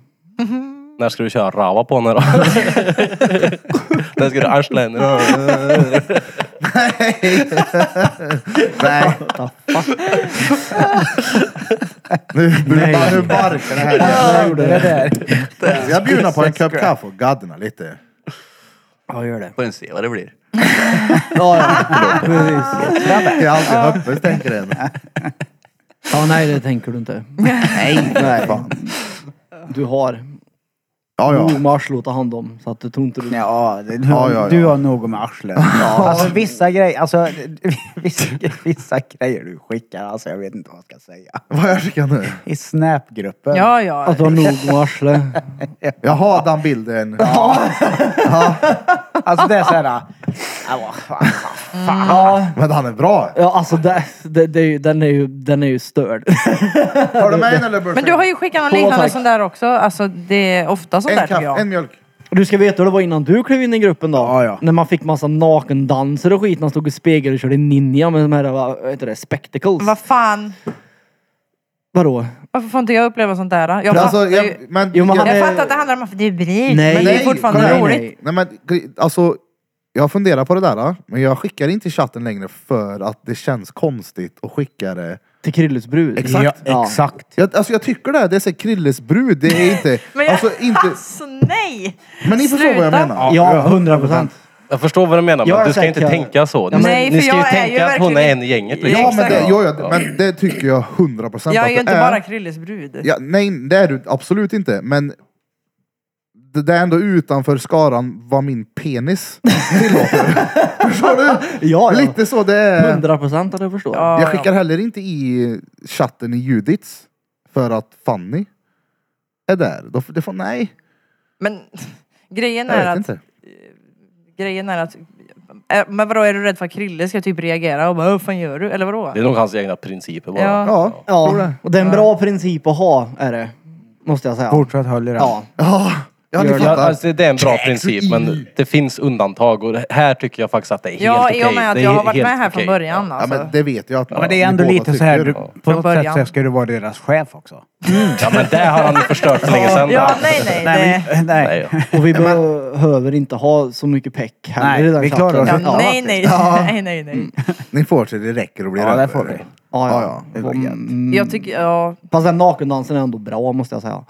Speaker 6: När ska du köra rava på henne då? När ska du arsla henne? då?
Speaker 3: Nej. nu, nu,
Speaker 2: Nej.
Speaker 3: nu barkar det här igen.
Speaker 4: Jag gjorde det där.
Speaker 3: Jag bjuder på en kopp kaffe och gaddna lite.
Speaker 2: Ja, gör det.
Speaker 5: Får en se vad det blir.
Speaker 2: Ja, ja. Precis.
Speaker 3: Det är alltid öppet, tänker en.
Speaker 2: Ja, nej, det tänker du inte.
Speaker 3: Nej, nej. Fan.
Speaker 2: Du har
Speaker 3: Ja,
Speaker 2: nog
Speaker 3: ja.
Speaker 2: med arslet att ta hand om. Så att du tror inte du...
Speaker 4: Ja, det,
Speaker 3: Ja, ja,
Speaker 4: du
Speaker 3: ja.
Speaker 4: har nog med arslet. Alltså vissa grejer, alltså vissa, vissa grejer du skickar, alltså jag vet inte vad jag ska säga.
Speaker 3: Vad jag skickar nu?
Speaker 4: I snapgruppen.
Speaker 1: Ja, ja.
Speaker 3: Alltså,
Speaker 2: Att du har nog med arslet.
Speaker 3: Jaha, den bilden.
Speaker 4: Alltså det är såhär, ja, äh, vad fan, fan.
Speaker 1: Mm.
Speaker 2: Ja,
Speaker 3: Men han är bra.
Speaker 2: ja alltså det, det, det är ju, den, är ju, den är ju störd.
Speaker 3: Tar du med en eller
Speaker 1: Men du har ju skickat någon
Speaker 2: Åh,
Speaker 1: liknande
Speaker 2: tack.
Speaker 1: sån där också. Alltså det är ofta sånt där
Speaker 3: en,
Speaker 1: tycker
Speaker 3: kaffe, en
Speaker 1: jag.
Speaker 3: mjölk.
Speaker 2: Du ska veta hur det var innan du klev in i gruppen då.
Speaker 4: Ja, ja.
Speaker 2: När man fick massa nakendanser och skit. Man stod i spegel och körde ninja med de här, vad heter det, spectacles.
Speaker 1: Vad fan,
Speaker 2: Vadå?
Speaker 1: varför får inte jag uppleva sånt där? då? Jag
Speaker 3: Men alltså,
Speaker 1: fattar ju.
Speaker 3: jag, men,
Speaker 2: Jo, men han
Speaker 1: Jag
Speaker 2: är-
Speaker 1: fattar att det handlar om att det är bryr,
Speaker 2: Nej,
Speaker 1: men det är fortfarande
Speaker 3: kolla här.
Speaker 1: roligt.
Speaker 3: Nej men gre- alltså, jag funderar på det där. Men jag skickar inte i chatten längre för att det känns konstigt att skicka det.
Speaker 2: Till Krilles brud?
Speaker 3: Exakt.
Speaker 2: Ja.
Speaker 4: Exakt.
Speaker 3: Jag, alltså jag tycker det, här, det är så här Krilles brud. Det är inte...
Speaker 1: Men jag,
Speaker 3: alltså, inte
Speaker 1: alltså nej!
Speaker 3: men ni förstår vad jag
Speaker 1: sluta.
Speaker 3: menar.
Speaker 2: Ja, hundra procent.
Speaker 6: Jag förstår vad du menar,
Speaker 2: Jag
Speaker 6: men
Speaker 2: är
Speaker 6: du ska
Speaker 2: säker.
Speaker 6: inte tänka så.
Speaker 2: Ja,
Speaker 6: Ni,
Speaker 2: men-
Speaker 1: Nej,
Speaker 6: ni
Speaker 1: för
Speaker 6: ska ju
Speaker 1: jag är ju
Speaker 6: tänka att hon är
Speaker 1: verkligen-
Speaker 6: en i gänget.
Speaker 1: Ja,
Speaker 3: Ja,
Speaker 6: liksom.
Speaker 3: men, det,
Speaker 1: exakt.
Speaker 3: jo, jo, men det tycker jag 100% procent
Speaker 1: Jag är ju inte
Speaker 3: är.
Speaker 1: bara Krilles brud.
Speaker 3: Ja, nej, det är du absolut inte. Men det, det är ändå utanför skaran vad min penis tillåter. förstår du?
Speaker 2: Ja, ja.
Speaker 3: Lite så det är.
Speaker 2: Hundra procent att jag förstår.
Speaker 1: Ja,
Speaker 3: Jag skickar heller inte i chatten i Judits för att Fanny är där. Då får, det får, nej,
Speaker 1: Men grejen
Speaker 3: jag
Speaker 1: är
Speaker 3: vet
Speaker 1: att
Speaker 3: inte.
Speaker 1: grejen är att... Äh, Men vadå, är du rädd för att Krille ska typ reagera och bara vad fan gör du? Eller vadå?
Speaker 6: Det är nog hans egna principer bara.
Speaker 1: Ja.
Speaker 3: Ja,
Speaker 2: Ja,
Speaker 3: tror det.
Speaker 2: och det är en bra princip att ha, är det. Måste jag säga.
Speaker 4: Fortsätt håll i den.
Speaker 2: Ja.
Speaker 3: Ja, ja ni
Speaker 2: Gör det.
Speaker 6: Ja,
Speaker 3: fattar.
Speaker 6: alltså, det är en bra princip men det finns undantag och här tycker jag faktiskt att det är helt
Speaker 1: Ja,
Speaker 6: okej.
Speaker 1: i och med att
Speaker 6: Det är
Speaker 1: jag har varit
Speaker 6: helt
Speaker 1: med här från
Speaker 6: okej.
Speaker 1: början
Speaker 3: Ja,
Speaker 1: alltså.
Speaker 3: men det vet jag att
Speaker 4: Men det är ändå
Speaker 3: ni båda
Speaker 4: lite så här, du,
Speaker 3: tycker.
Speaker 4: på något sätt
Speaker 1: början.
Speaker 4: så ska du vara deras chef också.
Speaker 6: Ja men det har han ju förstört för länge sedan.
Speaker 1: Ja, nej, nej.
Speaker 4: Nej,
Speaker 1: Det...
Speaker 4: men, nej.
Speaker 6: Nej, ja.
Speaker 2: Och vi behöver inte ha så mycket peck heller
Speaker 4: Nej,
Speaker 2: i den
Speaker 4: vi klarar
Speaker 2: chatten.
Speaker 4: oss.
Speaker 1: Ja, nej,
Speaker 4: Ja,
Speaker 1: nej, nej, nej, nej.
Speaker 3: Ni får så det räcker och blir
Speaker 4: Ja,
Speaker 3: över.
Speaker 4: det får vi.
Speaker 2: Ja, ja.
Speaker 3: Ja, ja,
Speaker 4: det var gött.
Speaker 2: Mm.
Speaker 1: Jag tycker, ja.
Speaker 2: Fast den nakendansen är ändå bra, måste jag säga.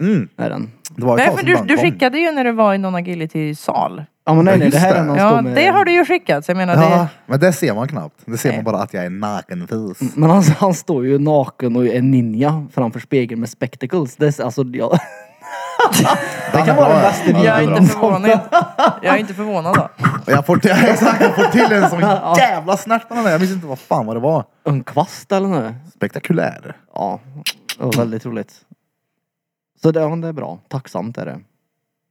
Speaker 3: Mm.
Speaker 2: Är den.
Speaker 3: Det var ett
Speaker 1: Nej,
Speaker 3: tag
Speaker 1: för
Speaker 3: sedan
Speaker 1: du,
Speaker 3: den
Speaker 1: du
Speaker 3: kom.
Speaker 1: skickade ju när du var i någon agility-sal.
Speaker 2: Ja, men nej, nej,
Speaker 3: Ja,
Speaker 2: det
Speaker 3: just
Speaker 2: här
Speaker 3: det.
Speaker 2: är när han
Speaker 1: Ja,
Speaker 2: står med...
Speaker 1: det har du ju skickat. så Jag menar,
Speaker 3: Ja,
Speaker 1: det...
Speaker 3: men det ser man knappt. Det ser
Speaker 1: Nej. Mm.
Speaker 3: man bara att jag är nakenfis.
Speaker 2: Men han, han står ju naken och är ninja framför spegeln med spectacles. Det, är, alltså, jag...
Speaker 3: Det kan vara bäst
Speaker 1: Jag är inte förvånad. Jag är inte förvånad då.
Speaker 3: Jag får till, exakt, jag får till en sån jävla snärt med den där. Jag minns inte vad fan vad det var.
Speaker 2: En kvast eller något.
Speaker 3: Spektakulär.
Speaker 2: Ja, det var väldigt roligt. Så det, ja, det är bra. Tacksamt är det.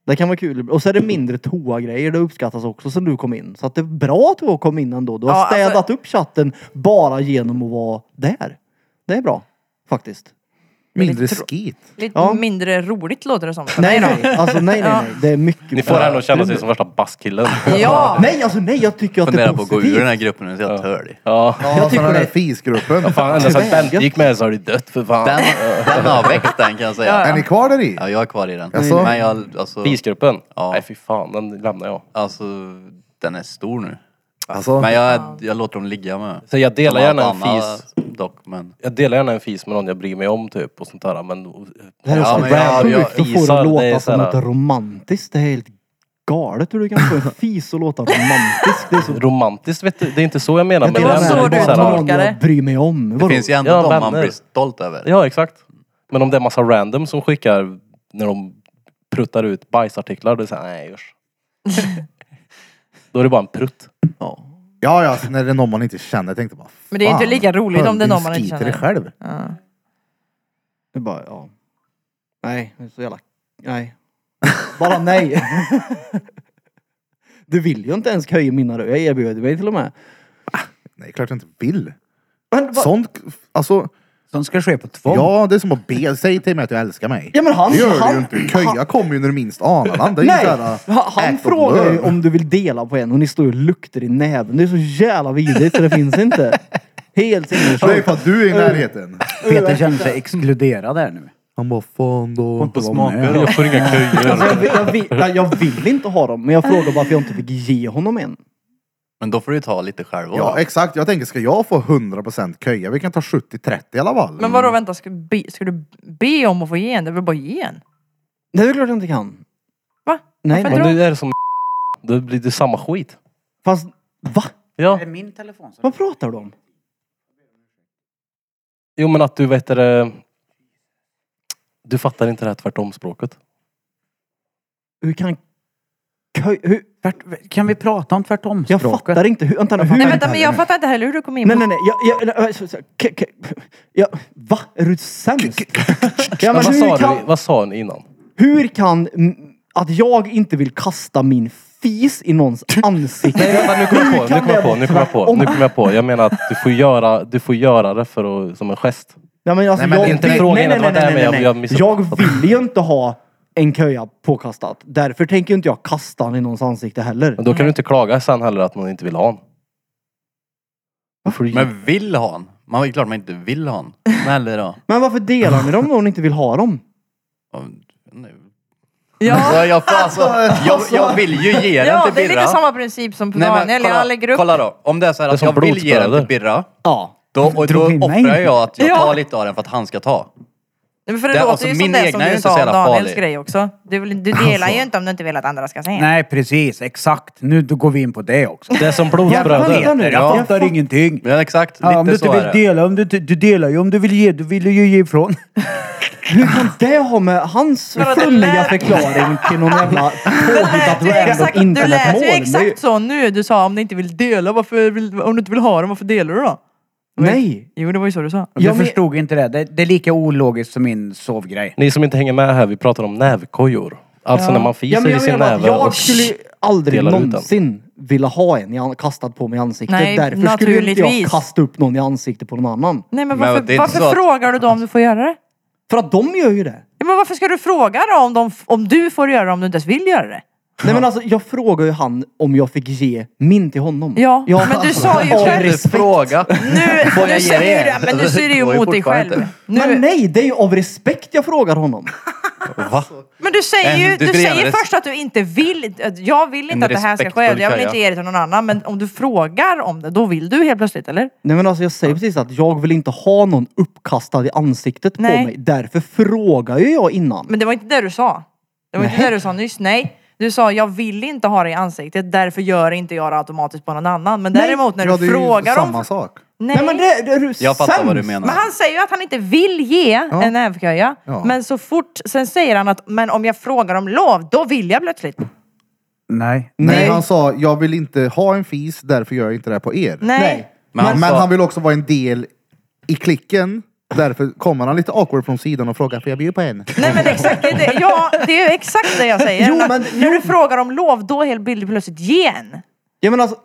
Speaker 2: Det kan vara kul. Och så är det mindre toa-grejer. Det uppskattas också sen du kom in. Så att det är bra att du kom in ändå. Du har
Speaker 1: Ja,
Speaker 2: städat
Speaker 1: alltså-
Speaker 2: upp chatten bara genom att vara där. Det är bra. Faktiskt.
Speaker 3: Mindre
Speaker 1: tro-
Speaker 3: skit.
Speaker 1: Lite
Speaker 2: Ja.
Speaker 1: mindre roligt låter det som. för
Speaker 2: Nej,
Speaker 1: mig då.
Speaker 2: nej. Alltså nej, nej, nej. Det är mycket
Speaker 6: Ni får henne att känna sig
Speaker 2: bättre.
Speaker 6: som värsta basskillen.
Speaker 1: Ja!
Speaker 2: Nej, alltså nej, jag tycker att det
Speaker 5: Funderar
Speaker 2: är
Speaker 5: på att gå ur
Speaker 2: positivt.
Speaker 5: den här gruppen, nu är jag tölig.
Speaker 6: Ja.
Speaker 3: Ja, jag
Speaker 2: tycker
Speaker 3: den här
Speaker 2: det-
Speaker 3: fisgruppen.
Speaker 6: Fan, ända sedan
Speaker 2: Tyvärr.
Speaker 6: Bente gick med så har det dött för fan.
Speaker 5: Den, den har växt den kan jag säga.
Speaker 3: Är ni kvar där i?
Speaker 5: Ja, jag är kvar i den.
Speaker 3: Jaså?
Speaker 5: Men jag, alltså,
Speaker 6: Visgruppen?
Speaker 5: Ja.
Speaker 6: Nej fy fan, den lämnar jag.
Speaker 5: alltså, den är stor nu.
Speaker 3: Alltså,
Speaker 5: Men jag, jag låter dem ligga med.
Speaker 6: Så jag delar
Speaker 5: Som allt
Speaker 6: gärna en fis.
Speaker 5: annat Dock, men...
Speaker 6: Jag delar gärna en fis med någon jag bryr mig om typ och sånt där men...
Speaker 2: Det här är
Speaker 5: Ja,
Speaker 2: så
Speaker 5: men
Speaker 2: random.
Speaker 5: jag- jag-
Speaker 2: Sjukt att få det
Speaker 6: fisar,
Speaker 2: att
Speaker 6: det är så
Speaker 2: låta som
Speaker 6: här-
Speaker 2: något romantiskt. Det är helt galet hur du kan få en fis att låta romantisk. Det är så...
Speaker 6: Romantiskt vet du, det är inte så jag menar.
Speaker 2: Jag
Speaker 6: men
Speaker 2: tycker
Speaker 1: var
Speaker 6: jag
Speaker 1: så
Speaker 6: menar
Speaker 1: du
Speaker 6: bara
Speaker 2: bara
Speaker 6: så här-
Speaker 1: tolkade.
Speaker 2: någon jag bryr mig om.
Speaker 5: Det
Speaker 2: Vadå?
Speaker 5: finns ju ändå
Speaker 6: Ja,
Speaker 5: de man
Speaker 6: vänner.
Speaker 5: blir stolt över.
Speaker 6: Ja exakt. Men om det är massa random som skickar när de pruttar ut bajsartiklar, då är det såhär, nej usch. Då är det bara en prutt.
Speaker 2: Ja.
Speaker 3: ja, ja, så när det är någon man inte känner. Jag tänkte bara,
Speaker 1: Men det är ju inte
Speaker 3: fan,
Speaker 1: lika roligt om det är någon man
Speaker 3: skit
Speaker 1: inte
Speaker 3: i det
Speaker 1: känner.
Speaker 3: själv.
Speaker 1: Ja.
Speaker 2: Det är bara, ja. Nej, det är så jävla... Nej. Bara nej. Du vill ju inte ens höja mina rö. Jag erbjöd mig till och med.
Speaker 3: Nej, klart jag inte vill.
Speaker 2: Men, vad-
Speaker 3: Sånt, alltså,
Speaker 4: Som ska ske på tvång.
Speaker 3: ja det är som att be. Säg till mig att du älskar mig.
Speaker 2: Ja men han...
Speaker 3: det gör
Speaker 2: han,
Speaker 3: du ju inte. Köja kommer ju när du minst anar den. Det är ju äh,
Speaker 2: Nej!
Speaker 3: såhär,
Speaker 2: Han, han
Speaker 3: act of
Speaker 2: frågar ju
Speaker 3: love.
Speaker 2: om du vill dela på en och ni står och luktar i näven. Det är så jävla vidrigt så det finns inte. Helt
Speaker 3: Det är ju
Speaker 2: sinnessjukt.
Speaker 3: för att du är i närheten.
Speaker 4: Peter känner sig exkluderad här nu.
Speaker 3: Han bara, fan då.
Speaker 4: På smaker.
Speaker 6: Jag får inga
Speaker 2: Alltså, jag,
Speaker 6: köjor.
Speaker 2: vill- jag, vill, nej, jag vill inte ha dem, men jag frågar varför jag inte fick ge honom en.
Speaker 5: Men då får du ju ta lite själv också.
Speaker 3: Ja exakt, jag tänker ska jag få 100% köja? Vi kan ta 70-30 i alla fall.
Speaker 1: Men vadå vänta, ska, be, ska du be om att få ge en? Det är väl bara ge en?
Speaker 2: Det är väl klart jag inte kan.
Speaker 1: Va?
Speaker 2: Nej,
Speaker 1: Varför inte?
Speaker 2: nej.
Speaker 6: Men nu är det som Då blir det samma skit.
Speaker 2: Fast, va?
Speaker 6: Ja.
Speaker 4: det min telefon som...
Speaker 2: Vad pratar du om?
Speaker 6: Jo men att du vet det... Du fattar inte det här tvärtomspråket.
Speaker 2: Hur kan... Köj, hur,
Speaker 4: Tvärt, kan vi prata om tvärtom
Speaker 2: jag fattar inte hur... Vänta nu, hur...
Speaker 1: Nej vänta, men jag fattar inte heller hur du kom in
Speaker 2: Nej
Speaker 1: på...
Speaker 2: nej nej, jag, jag, nej, så- så- k- k- jag, va? Är du sämst?
Speaker 6: Men
Speaker 2: Ja, men
Speaker 6: vad,
Speaker 2: hur,
Speaker 6: sa
Speaker 2: kan,
Speaker 6: du, vad sa ni innan?
Speaker 2: hur kan mm, att jag inte vill kasta min fis i någons ansikte?
Speaker 6: Nej, vänta, nu kommer jag på, nu
Speaker 2: kan
Speaker 6: kommer jag
Speaker 2: det
Speaker 6: på, nu kommer jag på,
Speaker 2: tvärtom?
Speaker 6: nu kommer jag på. Jag menar att du får göra, du får göra det för att, som en gest.
Speaker 2: Nej men alltså
Speaker 3: Nej, men
Speaker 2: jag...
Speaker 3: det är inte
Speaker 6: frågan, det var där med jag- jag missuppfattade.
Speaker 2: Jag vill ju inte ha en köja påkastat. Därför tänker ju inte jag kasta den i någons ansikte heller.
Speaker 6: Men då kan du inte klaga sen heller att man inte vill ha en. Då får du-
Speaker 5: Men vill ha en? Man det är klart man inte vill ha en. Snälla då.
Speaker 2: Men varför delar ni dem om ni inte vill ha dem?
Speaker 5: Ja, nu.
Speaker 1: Ja,
Speaker 5: Så jag, får, alltså, jag, jag vill ju ge den
Speaker 1: ja
Speaker 5: till
Speaker 1: det är lite
Speaker 5: Birra.
Speaker 1: samma princip som på Daniel, jag lägger upp.
Speaker 5: kolla då. Om det är så här
Speaker 6: Det är
Speaker 5: att
Speaker 6: som
Speaker 5: jag vill ge den
Speaker 6: blodsbröder.
Speaker 5: till Birra.
Speaker 2: Ja.
Speaker 5: Då, och då
Speaker 4: Drog in mig.
Speaker 5: offrar jag att jag
Speaker 1: Ja.
Speaker 5: tar lite av den för att han ska ta.
Speaker 1: Nej, men för det,
Speaker 5: Det-
Speaker 1: låter
Speaker 5: alltså,
Speaker 1: ju som
Speaker 5: min
Speaker 1: det som
Speaker 5: egna är
Speaker 1: du
Speaker 5: inte så
Speaker 1: sa om
Speaker 5: jävla
Speaker 1: Daniels
Speaker 5: farlig. Alltså-
Speaker 1: grej också. Du, vill- du delar ju inte om du inte vill att andra ska säga.
Speaker 4: Nej precis, exakt. Nu då går vi in på det också.
Speaker 6: Det är som
Speaker 2: Vänta
Speaker 6: blodsbröder.
Speaker 2: nu,
Speaker 4: Jag
Speaker 2: jag
Speaker 4: fattar
Speaker 2: fatt-
Speaker 4: ingenting.
Speaker 5: Ja exakt,
Speaker 4: Ja, om du
Speaker 5: lite
Speaker 4: inte
Speaker 5: så är
Speaker 4: vill
Speaker 5: det.
Speaker 4: dela, om du, inte- du delar ju om du vill ge, du vill ju ge ifrån.
Speaker 2: Hur kan det ha med hans
Speaker 1: Bara det
Speaker 2: flummiga
Speaker 1: lät-
Speaker 2: förklaring till någon jävla påhittat
Speaker 1: Du, är exakt,
Speaker 2: random
Speaker 1: du lät
Speaker 2: internetmål?
Speaker 1: ju
Speaker 2: Det är ju-
Speaker 1: exakt så nu. Du sa om du inte vill dela, varför vill, om du inte vill ha dem, varför delar du då?
Speaker 2: Nej.
Speaker 1: Jo, det var ju så du sa.
Speaker 4: Du
Speaker 2: Ja, men-
Speaker 4: förstod inte det. det. Det är lika ologiskt som min sovgrej.
Speaker 6: Ni som inte hänger med här, vi pratar om nävkojor. Alltså när man
Speaker 2: Ja,
Speaker 6: fiser
Speaker 2: men
Speaker 6: i
Speaker 2: jag
Speaker 6: sin
Speaker 2: menar att
Speaker 6: näve.
Speaker 2: jag
Speaker 6: och-
Speaker 2: skulle ju aldrig
Speaker 6: delar ut den.
Speaker 2: någonsin vilja ha en jag kastad på mig i ansiktet.
Speaker 1: Nej,
Speaker 2: Därför skulle ju inte jag
Speaker 1: naturligtvis.
Speaker 2: kasta upp någon i ansiktet på någon annan.
Speaker 1: Nej, men
Speaker 5: Men
Speaker 1: varför,
Speaker 5: det är inte så
Speaker 1: varför
Speaker 5: att-
Speaker 1: frågar du då om du får göra det?
Speaker 2: För att de gör ju det.
Speaker 1: Ja, men varför ska du fråga då om, de, f- om du får göra det om du inte ens vill göra det?
Speaker 2: Nej men alltså jag frågade ju han om jag fick ge min till honom. alltså,
Speaker 1: Ja, men du sa ju
Speaker 2: av
Speaker 1: själv-
Speaker 5: Du
Speaker 2: respekt.
Speaker 5: fråga.
Speaker 1: Nu,
Speaker 5: Får jag
Speaker 1: nu
Speaker 5: ge
Speaker 1: säger
Speaker 5: dig
Speaker 1: du
Speaker 5: en?
Speaker 1: det, men nu ser du
Speaker 5: Det går
Speaker 1: ju
Speaker 5: ju
Speaker 1: emot dig själv.
Speaker 5: fortfarande
Speaker 1: Nu,
Speaker 2: Men nej, det är ju av respekt jag frågar honom.
Speaker 5: Va?
Speaker 1: Men du säger ju
Speaker 5: En- du
Speaker 1: du
Speaker 5: driver
Speaker 1: säger
Speaker 5: res-
Speaker 1: först att du inte vill, att jag vill
Speaker 5: En
Speaker 1: inte att det här ska ske,
Speaker 5: respektfull
Speaker 1: jag vill
Speaker 5: köja.
Speaker 1: inte ge det till någon annan. Men om du frågar om det, då vill du helt plötsligt, eller?
Speaker 2: Nej men alltså jag säger precis att jag vill inte ha någon uppkastad i ansiktet på
Speaker 1: Nej.
Speaker 2: mig. Därför frågar ju jag innan.
Speaker 1: Men det var inte det du sa. Det var inte
Speaker 2: Nej.
Speaker 1: det du sa nyss, nej. Du sa jag vill inte ha det i ansiktet, därför gör inte jag det automatiskt på någon annan. Men däremot när
Speaker 3: ja,
Speaker 1: du
Speaker 3: det är ju
Speaker 1: frågar
Speaker 3: samma
Speaker 1: om...
Speaker 3: sak.
Speaker 1: Nej.
Speaker 2: Nej men det, det är du
Speaker 5: Jag fattar vad du
Speaker 2: sämst.
Speaker 5: menar.
Speaker 1: Men han säger ju att han inte vill ge en nävköja.
Speaker 3: Ja.
Speaker 1: Men så fort, sen säger han att men om jag frågar om lov, då vill jag plötsligt.
Speaker 4: Nej.
Speaker 3: Nej.
Speaker 2: Nej.
Speaker 3: han sa, jag vill inte ha en fis, därför gör jag inte det här på er.
Speaker 1: Nej.
Speaker 5: Men alltså- han
Speaker 3: Men
Speaker 5: sa-
Speaker 3: han vill också vara en del i klicken. Därför kommer han lite awkward från sidan och frågar, för jag bjuder på en?
Speaker 1: Nej men exakt, det, är det, ja, det är ju exakt det jag säger.
Speaker 2: Jo,
Speaker 1: Att
Speaker 2: men-
Speaker 1: när du frågar om lov, då helt bilden plötsligt ge en.
Speaker 2: Ja men alltså,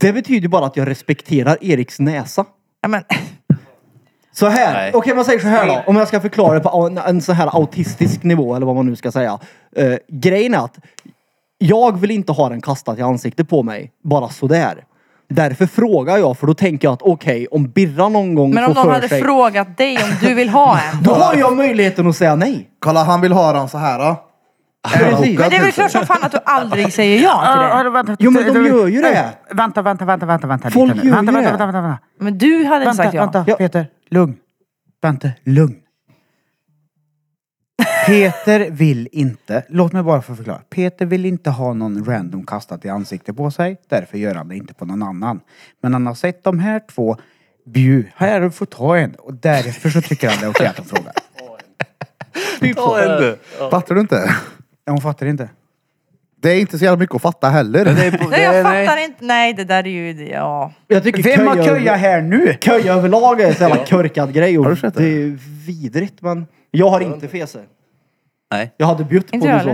Speaker 2: det betyder ju bara att jag respekterar Eriks näsa.
Speaker 1: Ja, men,
Speaker 2: Så här,
Speaker 5: Nej.
Speaker 2: okej man säger så här då. Om jag ska förklara det på en, en så här autistisk nivå eller vad man nu ska säga. Eh, grejen är att jag vill inte ha den kastad i ansiktet på mig. Bara sådär. Därför frågar jag för då tänker jag att okej om Birra någon gång
Speaker 1: Men om
Speaker 2: får
Speaker 1: någon
Speaker 2: för
Speaker 1: hade
Speaker 2: sig.
Speaker 1: frågat dig om du vill ha en.
Speaker 2: Då har jag möjligheten att säga nej.
Speaker 3: Kolla, han vill ha den så här. Då.
Speaker 2: Precis.
Speaker 1: Men det är väl klart som fan att du aldrig säger ja till det.
Speaker 2: Jo, men de gör ju det.
Speaker 4: Äh, Vänta, vänta, vänta, vänta, vänta.
Speaker 2: Folk
Speaker 4: lite nu.
Speaker 2: gör
Speaker 4: vänta,
Speaker 2: ju
Speaker 4: vänta,
Speaker 2: det.
Speaker 4: vänta, vänta, vänta.
Speaker 1: Men du hade inte
Speaker 4: Vänta,
Speaker 1: sagt ja.
Speaker 4: vänta, Peter. Lugn. Vänta, lugn. Peter vill inte, låt mig bara få förklara. Peter vill inte ha någon random kastat i ansiktet på sig. Därför gör han det inte på någon annan. Men han har sett de här två. Bju, här du får ta en. Och därför så tycker han det är okej att de frågar.
Speaker 5: Ta en du!
Speaker 3: Fattar du inte?
Speaker 4: Ja, Hon fattar inte.
Speaker 3: Det är inte så jävla mycket att fatta heller.
Speaker 1: Nej, jag fattar inte. Nej, det där är ju... Ja.
Speaker 2: Jag tycker
Speaker 4: Vem har
Speaker 2: köja-
Speaker 4: köja här nu?
Speaker 2: Köja överlag är en så jävla körkad grej. Och
Speaker 3: Har du sett det?
Speaker 2: det? är vidrigt men jag har inte feser.
Speaker 5: Nej.
Speaker 2: Jag hade bjudit på
Speaker 1: Inte
Speaker 2: det
Speaker 1: jag
Speaker 2: i så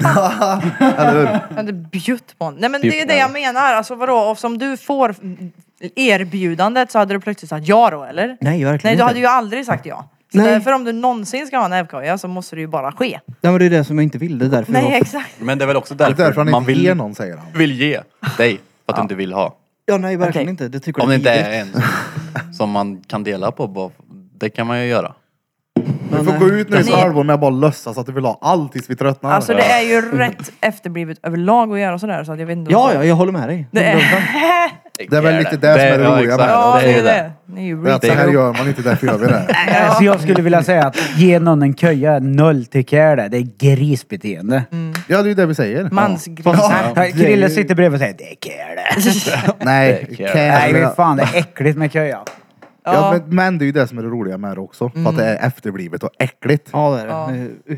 Speaker 1: heller.
Speaker 2: fall.
Speaker 1: Jag hade bjudit på honom. Nej men det är ju
Speaker 6: Typ,
Speaker 1: det jag
Speaker 6: ja.
Speaker 1: menar. Alltså vadå? Och som du får erbjudandet så hade du plötsligt sagt ja då eller?
Speaker 2: Nej, verkligen
Speaker 1: Nej du
Speaker 2: inte.
Speaker 1: hade ju aldrig sagt ja. Så
Speaker 2: Nej.
Speaker 1: därför om du någonsin ska ha en nävkoja så måste det ju bara ske.
Speaker 2: Nej men det är det som jag inte ville. Därför jag
Speaker 1: Nej
Speaker 2: var-
Speaker 1: exakt.
Speaker 5: Men det är väl också
Speaker 3: Det är
Speaker 5: därför,
Speaker 3: Alltså, därför han
Speaker 5: man
Speaker 3: inte
Speaker 5: vill,
Speaker 3: ger någon, säger han.
Speaker 5: vill ge dig. För att du inte vill ha.
Speaker 2: Ja, nej verkligen
Speaker 1: Okej.
Speaker 2: inte. Det tycker
Speaker 5: Om
Speaker 2: jag
Speaker 5: det
Speaker 2: är
Speaker 5: inte
Speaker 2: vidrigt.
Speaker 5: är en som man kan dela på. bara- Det kan man ju göra.
Speaker 3: Du får gå ut nu i ett
Speaker 1: Nej.
Speaker 3: halvår med att bara låtsas att du vill ha allt tills vi tröttnar.
Speaker 1: Alltså det är ju rätt efterblivet överlag att göra sådär så att jag vet inte.
Speaker 2: Ja, ja, jag håller med dig.
Speaker 1: Det är,
Speaker 3: Det är väl lite det som är det
Speaker 5: ja,
Speaker 3: roliga med det.
Speaker 5: exakt.
Speaker 1: ja, det är ju
Speaker 5: ju
Speaker 1: det. Det är ju
Speaker 3: Det är att så
Speaker 1: retail.
Speaker 3: här gör man inte, därför gör vi det.
Speaker 4: Så jag skulle vilja säga att ge någon en köja, noll till kärle. Det är grisbeteende.
Speaker 3: Ja, det är ju det vi säger.
Speaker 1: Mansgrisar.
Speaker 4: Här,
Speaker 2: det är
Speaker 4: Krille
Speaker 2: ju-
Speaker 4: sitter bredvid och säger det är kärle.
Speaker 3: Nej,
Speaker 5: Det är
Speaker 4: Nej,
Speaker 3: Kalle.
Speaker 4: men fan det är äckligt med köja.
Speaker 3: Ja, men, men det är ju det som är det roliga med det också. För att det är efterblivet och äckligt.
Speaker 2: Ja, det är det.
Speaker 1: Ja.
Speaker 2: Eh,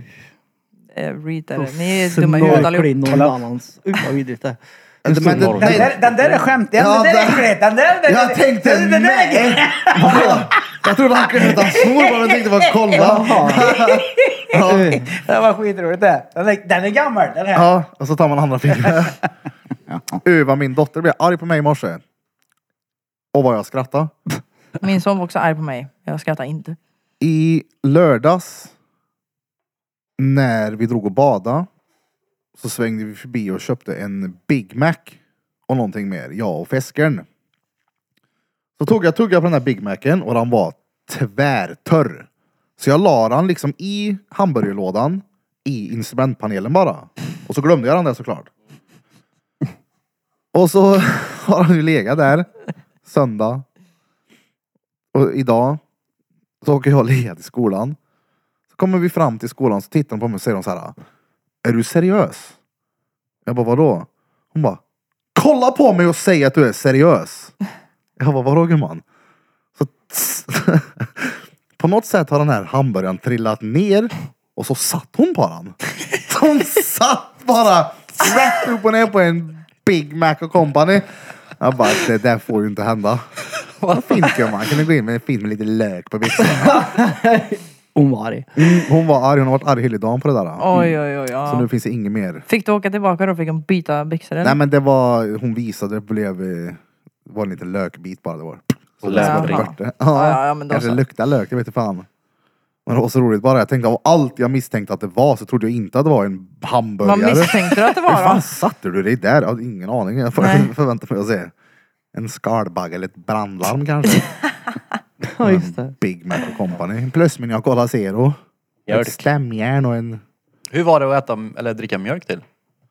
Speaker 1: Eh, Reader.
Speaker 2: usch,
Speaker 1: Ni är dumma i huvudet
Speaker 2: snorklig
Speaker 1: allihop.
Speaker 2: någon annans. Usch vad vidrigt det är.
Speaker 3: Men det-
Speaker 2: stor
Speaker 4: Den där,
Speaker 3: nej,
Speaker 4: den där är skämt. Den,
Speaker 3: Ja,
Speaker 4: den där är
Speaker 3: den-
Speaker 4: äckligt. Den där, den,
Speaker 3: Jag tänkte
Speaker 4: den, den, där är äckligt.
Speaker 3: nej. Jag trodde han kunde utan snor bara. Jag tänkte bara kolla.
Speaker 2: Eh,
Speaker 4: Det var skitroligt det. Den är, den är gammal den här.
Speaker 3: Ja, och så tar man andra fingret. Ö, vad min dotter blev arg på mig i morse. Och vad jag skrattade.
Speaker 1: Min son var också arg på mig. Jag skrattar inte.
Speaker 3: Mm. I lördags när vi drog och bada så svängde vi förbi och köpte en Big Mac och någonting mer, jag och fiskaren. Så tog jag tugga på den här Big Macen och den var tvärtörr. Så jag la den liksom i hamburgerlådan i instrumentpanelen bara. Och så glömde jag den där såklart. Och så har den ju legat där söndag. Och idag så åker jag och Lea till skolan. Så kommer vi fram till skolan så tittar hon på mig och säger hon så här. Är du seriös? Jag bara vadå? Hon bara. Kolla på mig och säg att du är seriös. Jag bara vadå gumman? Så på något sätt har den här hamburgaren trillat ner och så satt hon på den. Så Hon satt bara rätt upp och ner på en Big Mac och company. Jag bara det där får ju inte hända. Vad fint gumman, kan du gå in med fint med lite lök på byxorna?
Speaker 2: Hon var arg.
Speaker 3: Hon var arg, hon har varit arg hela dagen på det där.
Speaker 1: Oj, oj, oj.
Speaker 3: Så nu
Speaker 1: Ja.
Speaker 3: finns det inget mer.
Speaker 1: Fick du åka tillbaka då? Fick hon byta byxor eller?
Speaker 3: Nej men det var, hon visade, det blev, eh, det var en liten lökbit bara det var.
Speaker 5: Och
Speaker 1: Ja.
Speaker 5: lära
Speaker 1: det
Speaker 5: dig.
Speaker 1: var
Speaker 3: Bort det.
Speaker 1: ja, ja, men då
Speaker 3: Kanske
Speaker 1: så.
Speaker 3: luktar lök, det vet jag fan. Men det var så roligt bara, jag tänkte av allt jag misstänkte att det var så trodde jag inte att det var en
Speaker 1: Vad
Speaker 3: hamburgare.
Speaker 1: misstänkte du att det
Speaker 3: Hur
Speaker 1: var då?
Speaker 3: fan satte du dig där? Jag hade ingen aning. Jag
Speaker 1: Nej.
Speaker 3: förväntade mig att se en skalbagge eller ett brandlarm kanske.
Speaker 2: Ja, just det.
Speaker 3: Big Mac och company. Plus min Cola Zero. Ett
Speaker 6: Mjölk.
Speaker 3: stämjärn och en...
Speaker 5: Hur var det att äta, eller dricka mjölk till?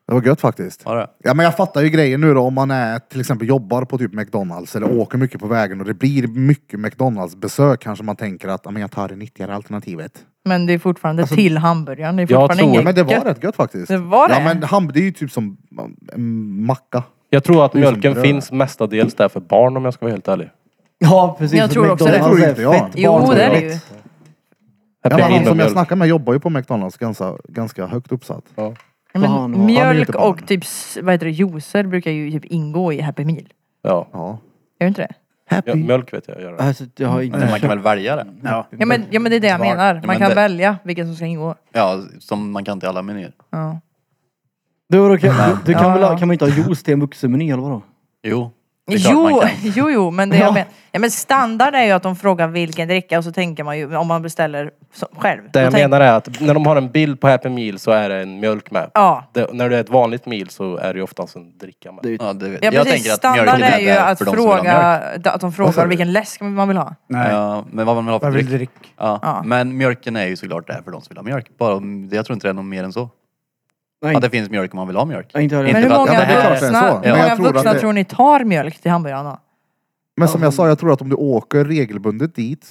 Speaker 3: Det var gött faktiskt.
Speaker 5: Var det?
Speaker 3: Ja men jag fattar ju grejen nu då om man är till exempel jobbar på typ McDonalds eller åker mycket på vägen och det blir mycket McDonalds besök kanske man tänker att ja, men jag tar det nyttigare alternativet.
Speaker 1: Men det är fortfarande till hamburgaren. Det är
Speaker 6: jag
Speaker 1: fortfarande
Speaker 6: tror-
Speaker 3: Ja,
Speaker 1: inget
Speaker 3: Alltså- men det var
Speaker 1: gött.
Speaker 3: rätt gött faktiskt.
Speaker 1: Det var
Speaker 3: Ja
Speaker 1: det?
Speaker 3: men ham, det är ju typ som en macka.
Speaker 6: Jag tror att
Speaker 3: Det är som
Speaker 6: mjölken
Speaker 3: bröd.
Speaker 6: finns mestadels där för barn om jag ska vara helt ärlig.
Speaker 2: Ja, precis.
Speaker 1: Jag tror också det.
Speaker 2: McDonald's är
Speaker 3: Det tror inte
Speaker 2: fett
Speaker 1: Jo det är det
Speaker 2: barnvänligt.
Speaker 1: ju.
Speaker 3: Ja,
Speaker 6: Jag
Speaker 3: men han
Speaker 6: in och
Speaker 3: som jag
Speaker 6: mjölk.
Speaker 3: snackade med jobbar ju på McDonalds ganska, ganska högt uppsatt.
Speaker 1: Ja,
Speaker 2: Vad han
Speaker 1: Men
Speaker 2: har.
Speaker 3: Han är ju inte
Speaker 1: mjölk
Speaker 3: barn.
Speaker 1: och typ, s- vad heter det, juicer brukar ju typ ingå i Happy Meal.
Speaker 6: Ja.
Speaker 3: Ja.
Speaker 1: Gör inte det?
Speaker 6: Ja,
Speaker 3: Happy.
Speaker 6: mjölk vet jag gör.
Speaker 2: Alltså, jag har inte...
Speaker 5: Man kan väl välja det?
Speaker 4: Ja.
Speaker 1: Ja men, ja, men det är det jag
Speaker 5: Svar.
Speaker 1: menar.
Speaker 5: Ja,
Speaker 1: Man
Speaker 5: men
Speaker 1: kan
Speaker 5: det-
Speaker 1: välja vilken som ska ingå.
Speaker 5: Ja, som man kan till alla menyer.
Speaker 1: Ja.
Speaker 2: Du, du, kan, du kan,
Speaker 1: Ja,
Speaker 2: väl,
Speaker 1: ja.
Speaker 2: kan man inte ha juice till en vuxenmeny eller vadå?
Speaker 5: Jo, är klart
Speaker 1: Jo,
Speaker 5: man kan.
Speaker 1: jo, jo, men det jag men, ja, men standard är ju att de frågar vilken dricka och så tänker man ju om man beställer så, själv.
Speaker 6: Det jag
Speaker 1: tänk-
Speaker 6: menar är att när de har en bild på Happy Meal så är det en mjölk med.
Speaker 1: Ja.
Speaker 6: Det, när det är ett vanligt meal så är det ju oftast en dricka med.
Speaker 2: Det är ju-
Speaker 5: Ja, det vet.
Speaker 1: Ja,
Speaker 5: jag
Speaker 1: precis.
Speaker 5: tänker att
Speaker 1: Standard
Speaker 5: mjölken
Speaker 1: är ju
Speaker 5: inte
Speaker 1: att
Speaker 5: för de som vill ha mjölk.
Speaker 1: fråga, att de frågar vilken läsk man vill ha.
Speaker 4: Nej.
Speaker 5: Ja, men vad man vill ha för
Speaker 4: Vad vill du
Speaker 5: dryck.
Speaker 4: dricka?
Speaker 5: Ja.
Speaker 1: Ja.
Speaker 5: Men mjölken är ju såklart där för de som vill ha mjölk. Bara, om- jag tror inte det är något mer än så.
Speaker 2: Nej.
Speaker 5: Att det finns mjölk om man vill ha mjölk.
Speaker 2: Ja, inte jag
Speaker 5: Inte
Speaker 1: Men hur
Speaker 5: för att-
Speaker 1: många
Speaker 5: ja, det här-
Speaker 3: är så.
Speaker 1: vuxna, hur
Speaker 5: Men
Speaker 1: många
Speaker 3: jag tror att
Speaker 1: vuxna
Speaker 3: det-
Speaker 1: tror ni tar mjölk till hamburgarna?
Speaker 3: Men som jag sa, jag tror att om du åker regelbundet dit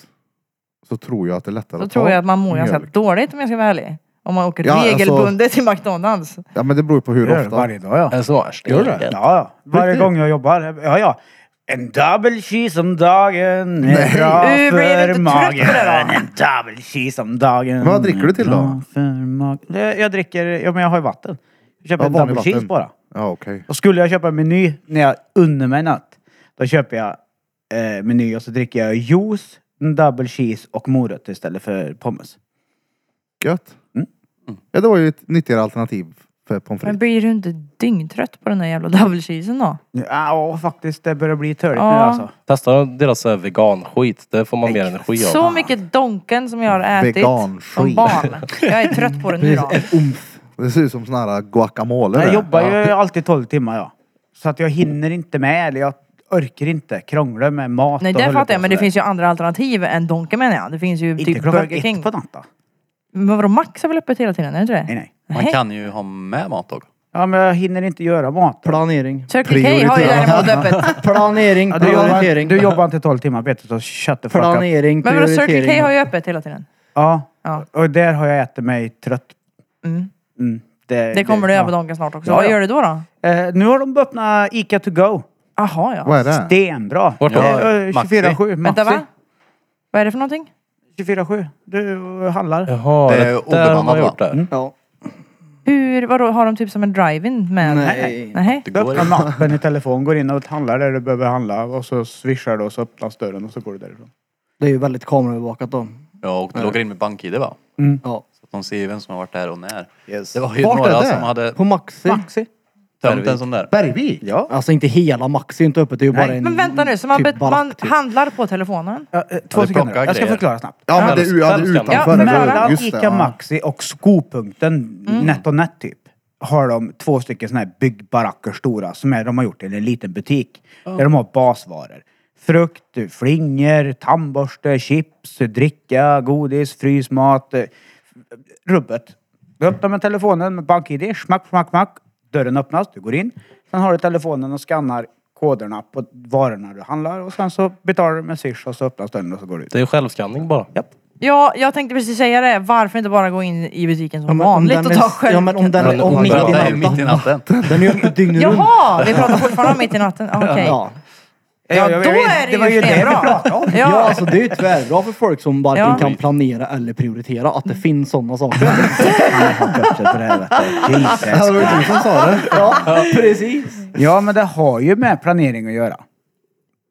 Speaker 3: så tror jag att det är lättare
Speaker 1: Då
Speaker 3: att
Speaker 1: tror
Speaker 3: ta
Speaker 1: jag att man mår ganska
Speaker 3: mjölk.
Speaker 1: dåligt om jag ska vara ärlig. Om man åker
Speaker 3: Ja, alltså-
Speaker 1: regelbundet till McDonalds.
Speaker 3: Ja men det beror ju på hur
Speaker 4: Gör det
Speaker 3: ofta.
Speaker 4: Varje dag ja.
Speaker 6: En sån här
Speaker 4: Gör det? Ja, ja. Varje gång jag jobbar. Ja, ja. En double cheese om dagen är bra
Speaker 1: Uh, blir du inte
Speaker 4: för
Speaker 1: trött
Speaker 4: magen.
Speaker 1: på det då?
Speaker 4: En double cheese om dagen
Speaker 3: Men vad dricker du till då?
Speaker 4: är bra För magen. Det- Jag dricker, ja men jag har ju vatten. Jag köper
Speaker 3: Ja,
Speaker 4: en
Speaker 3: vanlig
Speaker 4: double
Speaker 3: vatten.
Speaker 4: cheese bara.
Speaker 3: Ja okej.
Speaker 4: Och skulle jag köpa en meny när jag unnar mig något, då köper jag eh, meny och så dricker jag juice, en double cheese och morötter istället för pommes.
Speaker 3: Gött.
Speaker 4: Mm.
Speaker 3: Ja det var ju ett nyttigare alternativ för pommes
Speaker 1: Men
Speaker 3: frites.
Speaker 1: blir du inte dyngtrött på den där jävla double cheesen då?
Speaker 4: Ja, ah, åh, faktiskt, det börjar bli törligt nu
Speaker 1: Ja.
Speaker 4: alltså.
Speaker 6: Testa deras så här veganskit. Det får man mer energi av.
Speaker 1: Så mycket donken som jag har ätit
Speaker 3: Veganskit.
Speaker 1: som barn. Jag är trött på det nu då.
Speaker 3: Det ser ut som sån här guacamole.
Speaker 4: Jag
Speaker 3: där.
Speaker 4: jobbar ju alltid 12 timmar ja. Så att jag hinner inte med, eller jag orkar inte krångla med mat
Speaker 1: Nej
Speaker 4: och
Speaker 1: det
Speaker 4: hålla
Speaker 1: fattar
Speaker 4: på
Speaker 1: jag, men det
Speaker 4: sådär.
Speaker 1: finns ju andra alternativ än donken menar jag. Det finns ju
Speaker 4: Inte
Speaker 1: typ
Speaker 4: klockan
Speaker 1: Burger
Speaker 4: ett
Speaker 1: King.
Speaker 4: på natten.
Speaker 1: Men vadå, Max är väl öppet hela tiden? Är det inte det?
Speaker 4: Nej, nej.
Speaker 5: Man kan ju ha med mat också.
Speaker 4: Ja, men jag hinner inte göra mat.
Speaker 2: Planering.
Speaker 1: Circle K har ju
Speaker 3: Prioritera.
Speaker 1: däremot öppet.
Speaker 2: Planering,
Speaker 4: Ja, du, jobbar,
Speaker 2: prioritering.
Speaker 4: du jobbar inte 12 timmar Peter, så shut the fuck up.
Speaker 2: Planering,
Speaker 1: Men vadå, Circle K har
Speaker 2: prioritering.
Speaker 1: ju öppet hela tiden.
Speaker 4: Ja.
Speaker 1: Ja.
Speaker 4: och där har jag ätit mig trött.
Speaker 1: Mm.
Speaker 4: Mm. Det,
Speaker 1: Det kommer du
Speaker 4: ja.
Speaker 1: över donken snart också.
Speaker 4: Ja,
Speaker 1: Vad
Speaker 4: ja.
Speaker 1: gör du då då?
Speaker 4: Eh, nu har de börjat öppna Ica to go.
Speaker 1: Jaha ja.
Speaker 3: Vad är det?
Speaker 4: Stenbra.
Speaker 6: Vart då?
Speaker 4: Eh, eh, 24-7.
Speaker 1: Vänta va?
Speaker 4: Maxi.
Speaker 1: Vad är det för någonting?
Speaker 4: 24-7. Du handlar.
Speaker 6: Jaha,
Speaker 5: Det
Speaker 6: det
Speaker 5: är
Speaker 6: är där
Speaker 5: obemannat,
Speaker 6: man har gjort
Speaker 5: va?
Speaker 6: det.
Speaker 4: Mm.
Speaker 2: Ja.
Speaker 1: Hur, vadå, har de typ som en drive-in med?
Speaker 2: Nej.
Speaker 1: Nej.
Speaker 4: Du
Speaker 5: Det går
Speaker 4: öppnar
Speaker 5: inte.
Speaker 4: mappen i telefon, går in och handlar där du behöver handla och så swishar du och så öppnas dörren och så går du därifrån.
Speaker 2: Det är ju väldigt kameraövervakat då.
Speaker 4: Mm.
Speaker 5: Ja, och du loggar in med BankID va?
Speaker 2: Ja.
Speaker 5: Så att de ser ju vem som har varit där och när.
Speaker 4: Yes.
Speaker 5: Det var ju
Speaker 3: Vart är
Speaker 5: några
Speaker 3: det?
Speaker 5: som hade
Speaker 2: På Maxi.
Speaker 5: tömt en sån där.
Speaker 3: Bergvik?
Speaker 4: Ja.
Speaker 2: Alltså inte hela Maxi är inte öppet, det är ju bara en...
Speaker 1: Men vänta nu, så man,
Speaker 2: typ
Speaker 1: bet- man
Speaker 2: barack, typ.
Speaker 1: handlar på telefonen?
Speaker 4: Ja, eh, Två
Speaker 5: Ja, det
Speaker 4: sekunder.
Speaker 5: plockar
Speaker 4: Jag ska
Speaker 5: grejer.
Speaker 4: förklara snabbt.
Speaker 3: Ja men det är ju ja, det är
Speaker 6: Självständigt.
Speaker 4: Ja,
Speaker 3: utanför.
Speaker 4: mellan
Speaker 3: Just det,
Speaker 4: Ica
Speaker 3: ja.
Speaker 4: Maxi och Skopunkten,
Speaker 1: Mm.
Speaker 4: Net och Net typ, har de två stycken såna här byggbaracker stora som är, de har gjort till en liten butik. Där de har basvaror. Frukt, flingor, tandborste, chips, dricka, godis, frysmat. eh, Rubbet. Du öppnar med telefonen med BankID, smack, smack, smack. Dörren öppnas, du går in. Sen har du telefonen och skannar koderna på varorna du handlar och sen så betalar du med Swish och så öppnas dörren och så går du ut.
Speaker 6: Det är ju självskanning bara.
Speaker 1: Ja, jag tänkte precis säga det. Varför inte bara gå in i butiken som
Speaker 2: Ja, men om
Speaker 1: vanligt
Speaker 2: den
Speaker 1: och
Speaker 2: är-
Speaker 1: ta själv?
Speaker 2: Ja men om den är... Om
Speaker 6: Men
Speaker 2: mitt
Speaker 5: Det är
Speaker 2: i
Speaker 5: ju mitt i
Speaker 2: natten.
Speaker 5: natten.
Speaker 2: Den är ju öppen dygnet runt.
Speaker 1: Jaha! Vi pratar fortfarande om mitt i natten? Ah, Okej.
Speaker 2: Ja.
Speaker 1: Ja,
Speaker 4: jag
Speaker 1: då
Speaker 4: vet,
Speaker 1: är det
Speaker 4: var
Speaker 1: ju
Speaker 4: ju det vi
Speaker 1: stenbra.
Speaker 4: pratade om.
Speaker 2: Ja,
Speaker 1: Ja,
Speaker 2: alltså det är ju tvärbra för folk som varken
Speaker 1: Ja. Mm.
Speaker 2: kan planera eller prioritera att det finns sådana saker.
Speaker 3: Ja, det var ju du som sa det.
Speaker 2: Ja, precis.
Speaker 4: Ja, men det har ju med planering att göra.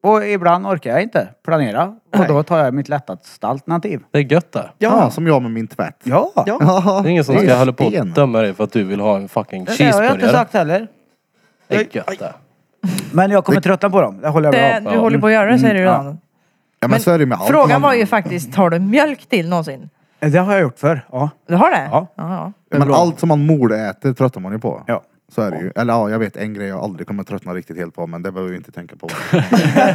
Speaker 4: Och ibland orkar jag inte planera. Och då tar jag mitt lättaste alternativ.
Speaker 6: Det är gött det.
Speaker 3: Ja, som jag med min tvätt.
Speaker 4: Ja!
Speaker 2: Ja.
Speaker 6: Det är ingen som
Speaker 3: Det är
Speaker 6: ska hålla på och
Speaker 3: sten.
Speaker 6: döma dig för att du vill ha en fucking
Speaker 4: Det har jag inte
Speaker 6: cheeseburgare.
Speaker 4: sagt heller.
Speaker 6: Det är gött det.
Speaker 4: Men jag kommer tröttna på dem. Det håller jag
Speaker 1: det,
Speaker 4: med om.
Speaker 1: du håller på att
Speaker 2: Mm.
Speaker 1: göra det säger du redan.
Speaker 3: Ja, men,
Speaker 1: Men
Speaker 3: så är det ju med allt.
Speaker 1: Frågan
Speaker 3: man,
Speaker 1: var ju faktiskt, tar du mjölk till någonsin?
Speaker 4: Det har jag gjort förr. Ja.
Speaker 1: Du har det?
Speaker 4: Ja.
Speaker 1: ja.
Speaker 3: Men allt som man mordäter tröttnar man ju på.
Speaker 4: ja.
Speaker 3: Så är det ju. Eller ja, jag vet en grej jag aldrig kommer tröttna riktigt helt på, men det behöver vi inte tänka på.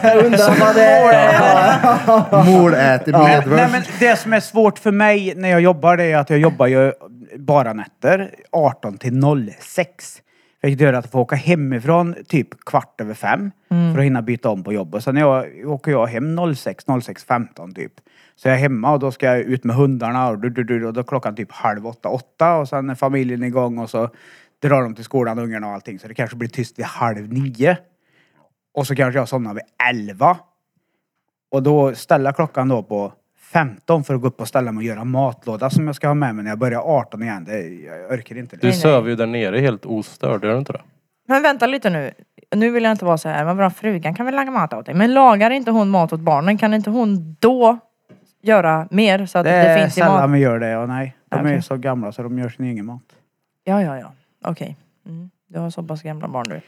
Speaker 2: Jag undrar vad det är.
Speaker 3: Mordäter
Speaker 4: Nej,
Speaker 3: medvörs.
Speaker 4: men det som är svårt för mig när jag jobbar det är att jag jobbar ju bara nätter 18 till 06. Vilket gör att jag får åka hemifrån typ kvart över fem för att hinna byta om på jobbet. Sen när jag, åker jag hem 06, 06.15 typ. Så jag är hemma och då ska jag ut med hundarna och, du, du, du, och då är klockan typ halv åtta, åtta och sen är familjen igång och så drar de till skolan, ungarna och allting. Så det kanske blir tyst vid halv nio. Och så kanske jag somnar vid elva. Och då ställa klockan då på 15 för att gå upp och ställa mig och göra matlåda som jag ska ha med mig när jag börjar 18 igen. Det, jag orkar inte
Speaker 6: Du
Speaker 4: det.
Speaker 1: nej.
Speaker 6: söver ju där nere helt ostörd, gör du inte det?
Speaker 1: Men vänta lite nu. Nu vill jag inte vara så här, men bra frugan kan väl laga mat åt dig. Men lagar inte hon mat åt barnen, kan inte hon då göra mer så att
Speaker 4: Det
Speaker 1: det,
Speaker 4: är
Speaker 1: finns i mat?
Speaker 4: sällan vi gör det och nej. De är
Speaker 1: Okej.
Speaker 4: ju så gamla så de gör sin egen mat.
Speaker 1: Ja, ja, ja. Okej. Mm. Du har så pass gamla barn du.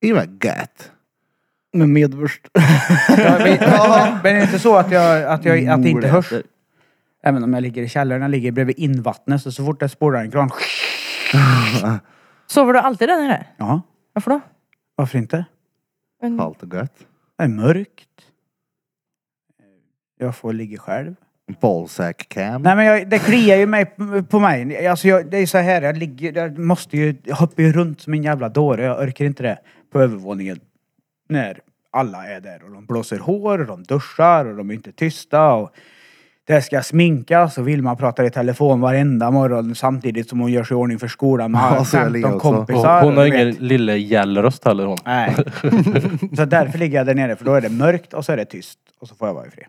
Speaker 3: Det var gött.
Speaker 2: med medvurst.
Speaker 4: Ja, men, men är det inte så att, jag, att, jag, att det inte hörs?
Speaker 2: Moräter.
Speaker 4: Även om jag ligger i källaren, jag ligger bredvid invattnet, så, så fort jag spårar en kran...
Speaker 1: Sover du alltid där nere?
Speaker 4: Ja,
Speaker 1: Varför då?
Speaker 4: varför inte?
Speaker 1: Men,
Speaker 3: Allt och gött.
Speaker 4: Det är mörkt. Jag får ligga själv.
Speaker 3: Ballsack cam.
Speaker 4: Nej men jag, det kliar ju mig på mig. Alltså jag, det är så här, jag ligger, jag måste ju, jag hoppar ju runt som en jävla dåre. Jag orkar inte det. På övervåningen. När alla är där och de blåser hår och de duschar och de är inte tysta och det ska sminkas och Vilma pratar i telefon varenda morgon samtidigt som hon gör sig i ordning för skolan med
Speaker 3: Ja, så är det
Speaker 4: 15
Speaker 3: också.
Speaker 6: Hon,
Speaker 4: kompisar.
Speaker 6: hon
Speaker 4: och
Speaker 6: har
Speaker 4: du
Speaker 6: ingen
Speaker 4: vet.
Speaker 6: lille gällröst heller hon.
Speaker 4: Nej. så därför ligger jag där nere för då är det mörkt och så är det tyst. Och så får jag vara i fred.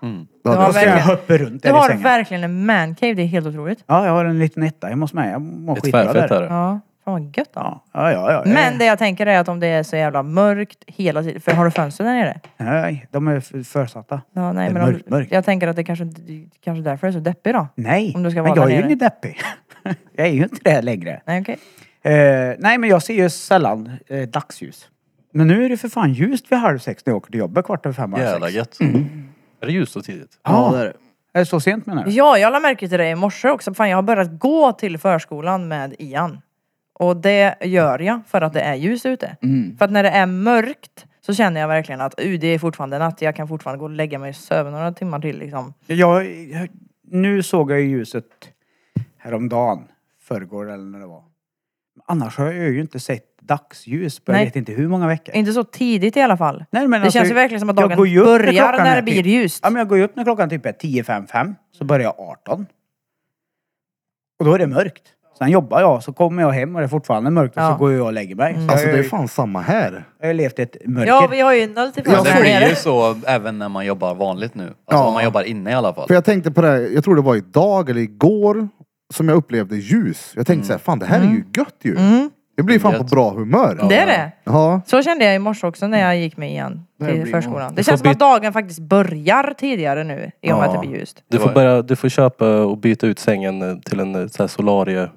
Speaker 1: du
Speaker 3: Ja,
Speaker 1: har
Speaker 4: Och så jag
Speaker 1: verkligen,
Speaker 4: hoppar runt
Speaker 1: du
Speaker 4: där i
Speaker 1: har
Speaker 4: sängen.
Speaker 1: verkligen en mancave, det är helt otroligt.
Speaker 4: Ja, jag har en liten etta hemma hos mig. Jag mår
Speaker 6: Ett
Speaker 4: skitbra där.
Speaker 6: tvärfett är det.
Speaker 1: Ja, fan vad gött då.
Speaker 4: Ja, ja, ja. ja.
Speaker 1: Men det jag tänker är att om det är så jävla mörkt hela tiden, för har du fönster där nere?
Speaker 4: Nej, de är f- försatta.
Speaker 1: Ja, nej,
Speaker 4: Det är
Speaker 1: men om,
Speaker 4: mörkt, mörkt.
Speaker 1: Jag tänker att det kanske, det kanske därför det är så deppig då.
Speaker 4: Nej,
Speaker 1: Om du ska
Speaker 4: men
Speaker 1: vara
Speaker 4: jag
Speaker 1: där
Speaker 4: är ju
Speaker 1: nere.
Speaker 4: ingen deppig. jag är ju inte det längre.
Speaker 1: Nej okej.
Speaker 4: Eh, nej, men jag ser ju sällan eh, dagsljus. Men nu är det för fan ljust vid halv sex när jag åker till jobbet kvart över fem, halv
Speaker 6: Jävla
Speaker 4: sex.
Speaker 6: gött.
Speaker 1: Mm.
Speaker 6: Är det ljust så tidigt?
Speaker 2: Ja, det är det.
Speaker 4: Är det så sent menar du?
Speaker 1: Ja, jag la märke till det i morse också. Fan, jag har börjat gå till förskolan med Ian. Och det gör jag för att det är ljus ute.
Speaker 4: Mm.
Speaker 1: För att när det är mörkt så känner jag verkligen att uh, det är fortfarande natt. Jag kan fortfarande gå och lägga mig och sova några timmar till liksom.
Speaker 4: Jag, jag, nu såg jag ju ljuset häromdagen, förrgår eller när det var. Annars har jag ju inte sett dagsljus på jag
Speaker 1: Nej.
Speaker 4: vet inte hur många veckor.
Speaker 1: Inte så tidigt i alla fall.
Speaker 4: Nej, men
Speaker 1: det känns ju verkligen som att
Speaker 4: Alltså, jag
Speaker 1: dagen
Speaker 4: går ju upp när
Speaker 1: börjar
Speaker 4: klockan
Speaker 1: när
Speaker 4: är
Speaker 1: det blir
Speaker 4: typ-
Speaker 1: ljust.
Speaker 4: Ja, men jag går ju upp när klockan typ är 10, fem, fem, Så börjar jag 18. Och då är det mörkt. Sen jobbar jag, så kommer jag hem och det är fortfarande mörkt och
Speaker 1: Ja.
Speaker 4: så går jag och lägger mig. Så
Speaker 3: Alltså
Speaker 4: jag,
Speaker 3: det är fan samma här.
Speaker 4: jag har ju levt ett mörker.
Speaker 1: Ja, vi har ju noll till
Speaker 5: Men det
Speaker 1: förskolan.
Speaker 5: blir ju så även när man jobbar vanligt nu. Alltså
Speaker 3: Ja.
Speaker 5: om man jobbar inne i alla fall.
Speaker 3: För jag tänkte på det, här, jag tror det var idag eller igår som jag upplevde ljus. Jag tänkte så här, fan det här är ju gött ju. Jag blir fan på
Speaker 5: Gött.
Speaker 3: bra humör.
Speaker 1: Det är det.
Speaker 3: Ja.
Speaker 1: Så kände jag i morse också när jag gick med Ian till
Speaker 2: blir
Speaker 1: förskolan. Det
Speaker 6: Så
Speaker 1: känns som
Speaker 6: byt-
Speaker 1: att dagen faktiskt börjar tidigare nu i och med att det blir ljust.
Speaker 6: Du
Speaker 5: Det
Speaker 6: får,
Speaker 5: var-
Speaker 6: börja, du får köpa och byta ut sängen eh, till en eh, så här solarie...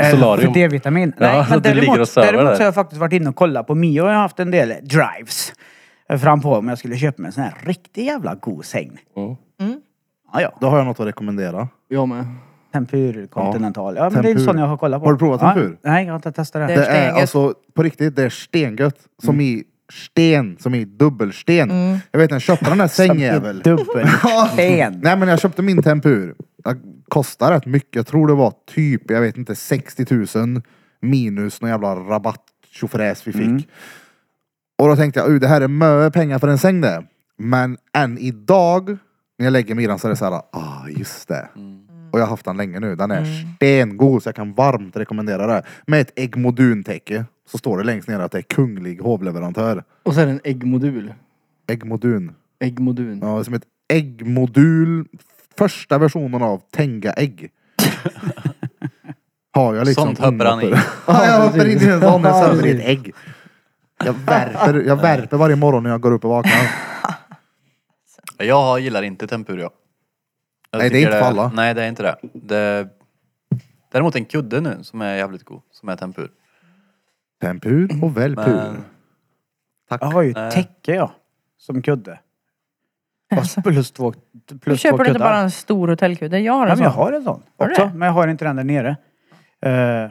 Speaker 4: Eh,
Speaker 6: solarium.
Speaker 4: För D-vitamin.
Speaker 6: Ja,
Speaker 4: Nej, men
Speaker 6: du ligger
Speaker 4: däremot,
Speaker 6: och söver
Speaker 4: däremot
Speaker 6: där.
Speaker 4: så har jag faktiskt varit inne och kollat på Mio och jag har haft en del drives. Fram på om jag skulle köpa mig en sån här riktig jävla god säng.
Speaker 6: Mm.
Speaker 4: Ja, ja.
Speaker 3: Då har jag något att rekommendera.
Speaker 2: Jag med.
Speaker 4: Tempur Continental. Ja, men det är ju
Speaker 3: Tempur.
Speaker 4: sån jag har kollat på.
Speaker 3: Har du provat
Speaker 4: ja.
Speaker 3: Tempur?
Speaker 4: Nej, jag har inte testat
Speaker 1: Det-
Speaker 4: det.
Speaker 3: Det är
Speaker 1: Stengött.
Speaker 3: alltså på riktigt, det är stengött. Som i sten, som i dubbelsten. Jag vet när jag köpte den där sängjäveln.
Speaker 4: Dubbelsten.
Speaker 3: Nej men jag köpte min Tempur. Den kostar rätt mycket. Jag tror det var typ, jag vet inte, 60 000 minus någon jävla rabatt tjofräs vi fick. Och då tänkte jag, "Oj, det här är mycket pengar för en säng det. Men än idag, när jag lägger mig i den så är det så här, ah just det. Och jag har haft den länge nu. Den är stengod så jag kan varmt rekommendera det. Med ett äggmoduntäcke så står det längst ner att det är kunglig hovleverantör.
Speaker 2: Och så är det en äggmodul.
Speaker 3: Äggmodun.
Speaker 2: Äggmodun.
Speaker 3: Ja, som ett äggmodul. Första versionen av Tenga ägg. Har jag liksom.
Speaker 5: Sånt hoppar han i.
Speaker 3: Ja, jag hoppar in i en sån. Jag
Speaker 2: Ja,
Speaker 3: sätter i ett
Speaker 2: precis.
Speaker 3: ägg. Jag värper, jag värper varje morgon när jag går upp och vaknar.
Speaker 5: Jag har- gillar inte tempur jag. jag
Speaker 3: Nej, det är
Speaker 5: tycker
Speaker 3: inte för alla.
Speaker 5: Nej, det är inte det. det. Däremot en kudde nu som är jävligt god, som är tempur.
Speaker 3: Tempur och välpur.
Speaker 5: Men-
Speaker 3: Tack.
Speaker 4: Jag har ju
Speaker 5: Nej.
Speaker 4: täcke ja. Som kudde. Och plus två,
Speaker 1: Du
Speaker 4: plus två
Speaker 1: Alltså, köper du
Speaker 4: kuddar.
Speaker 1: inte bara en stor hotellkudde? Jag har
Speaker 4: ja,
Speaker 1: en
Speaker 4: men jag
Speaker 1: sån.
Speaker 4: har en sån
Speaker 1: Har du
Speaker 4: också.
Speaker 1: det?
Speaker 4: Men jag har inte den där nere. Eh,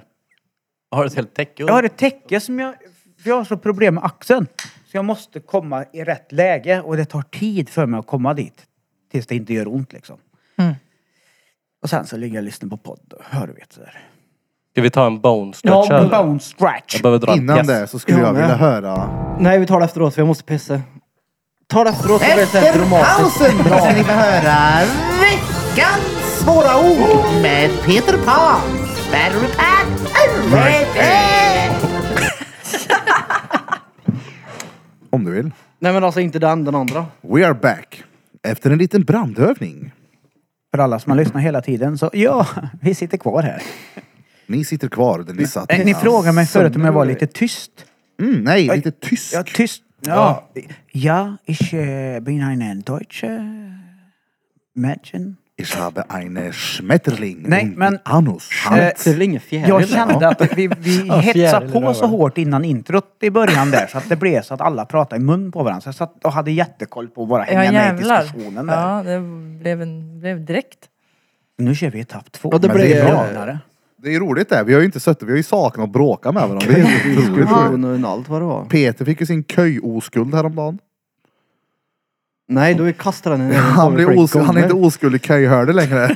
Speaker 5: Har du ett helt täcke?
Speaker 4: jag har ett täcke som jag... För jag har så problem med axeln. Så jag måste komma i rätt läge och det tar tid för mig att komma dit. Tills det inte gör ont liksom.
Speaker 1: Mm.
Speaker 4: Och sen så ligger jag och lyssnar på podd och hör du vet sådär.
Speaker 6: Ska vi ta en bone stretch
Speaker 4: Ja,
Speaker 6: eller?
Speaker 4: bone stretch!
Speaker 6: Jag behöver dra en
Speaker 3: Innan
Speaker 6: pjäs.
Speaker 3: det så skulle
Speaker 2: Jag
Speaker 3: jag
Speaker 2: med.
Speaker 3: vilja höra...
Speaker 2: Nej, vi tar det efteråt för jag måste pissa. Ta det efteråt så blir det så här dramatiskt.
Speaker 3: bra. ska ni få höra veckans svåra ord med Peter Pan. Peter Pan. Om du vill.
Speaker 2: Nej men alltså inte den, den andra.
Speaker 3: We are back. Efter en liten brandövning.
Speaker 4: För alla som har lyssnat hela tiden så ja, vi sitter kvar här.
Speaker 3: Ni sitter kvar där ni satt
Speaker 4: Nej, Ni
Speaker 3: innan.
Speaker 4: frågade mig förut om jag var lite tyst.
Speaker 3: Mm, nej, lite tysk.
Speaker 4: Ja, tyst. eh, Ja. Ja, ich äh, bin ein deutsche Mädchen.
Speaker 3: Ich habe eine Schmetterling
Speaker 4: Nej,
Speaker 3: und
Speaker 4: men- Eh,
Speaker 3: Anus. Hans.
Speaker 2: Det är väl ingen fjäril?
Speaker 4: Jag
Speaker 2: eller?
Speaker 4: kände att vi, vi
Speaker 6: Ja,
Speaker 4: hetsade
Speaker 6: fjärilar
Speaker 4: på så
Speaker 6: var det.
Speaker 4: hårt innan introt i början där så att det blev så att alla pratade i mun på varandra. Så jag satt och hade jättekoll på att bara
Speaker 1: Ja
Speaker 4: hänga med i
Speaker 1: jävlar.
Speaker 4: diskussionen där.
Speaker 1: Ja, det blev, en, blev direkt.
Speaker 4: Nu kör vi etapp två.
Speaker 2: Ja, det
Speaker 4: Men
Speaker 2: blev-
Speaker 4: är gladare.
Speaker 3: Det är ju roligt det. Vi har ju inte suttit, vi har ju saknat att bråka med varandra. Det är ju otroligt roligt.
Speaker 2: Diskussion och allt vad det var.
Speaker 3: Peter fick ju sin köj-oskuld häromdagen.
Speaker 2: Nej, då kastade han den.
Speaker 3: Han, blir oskuld, han är inte oskuld i köjhörde längre.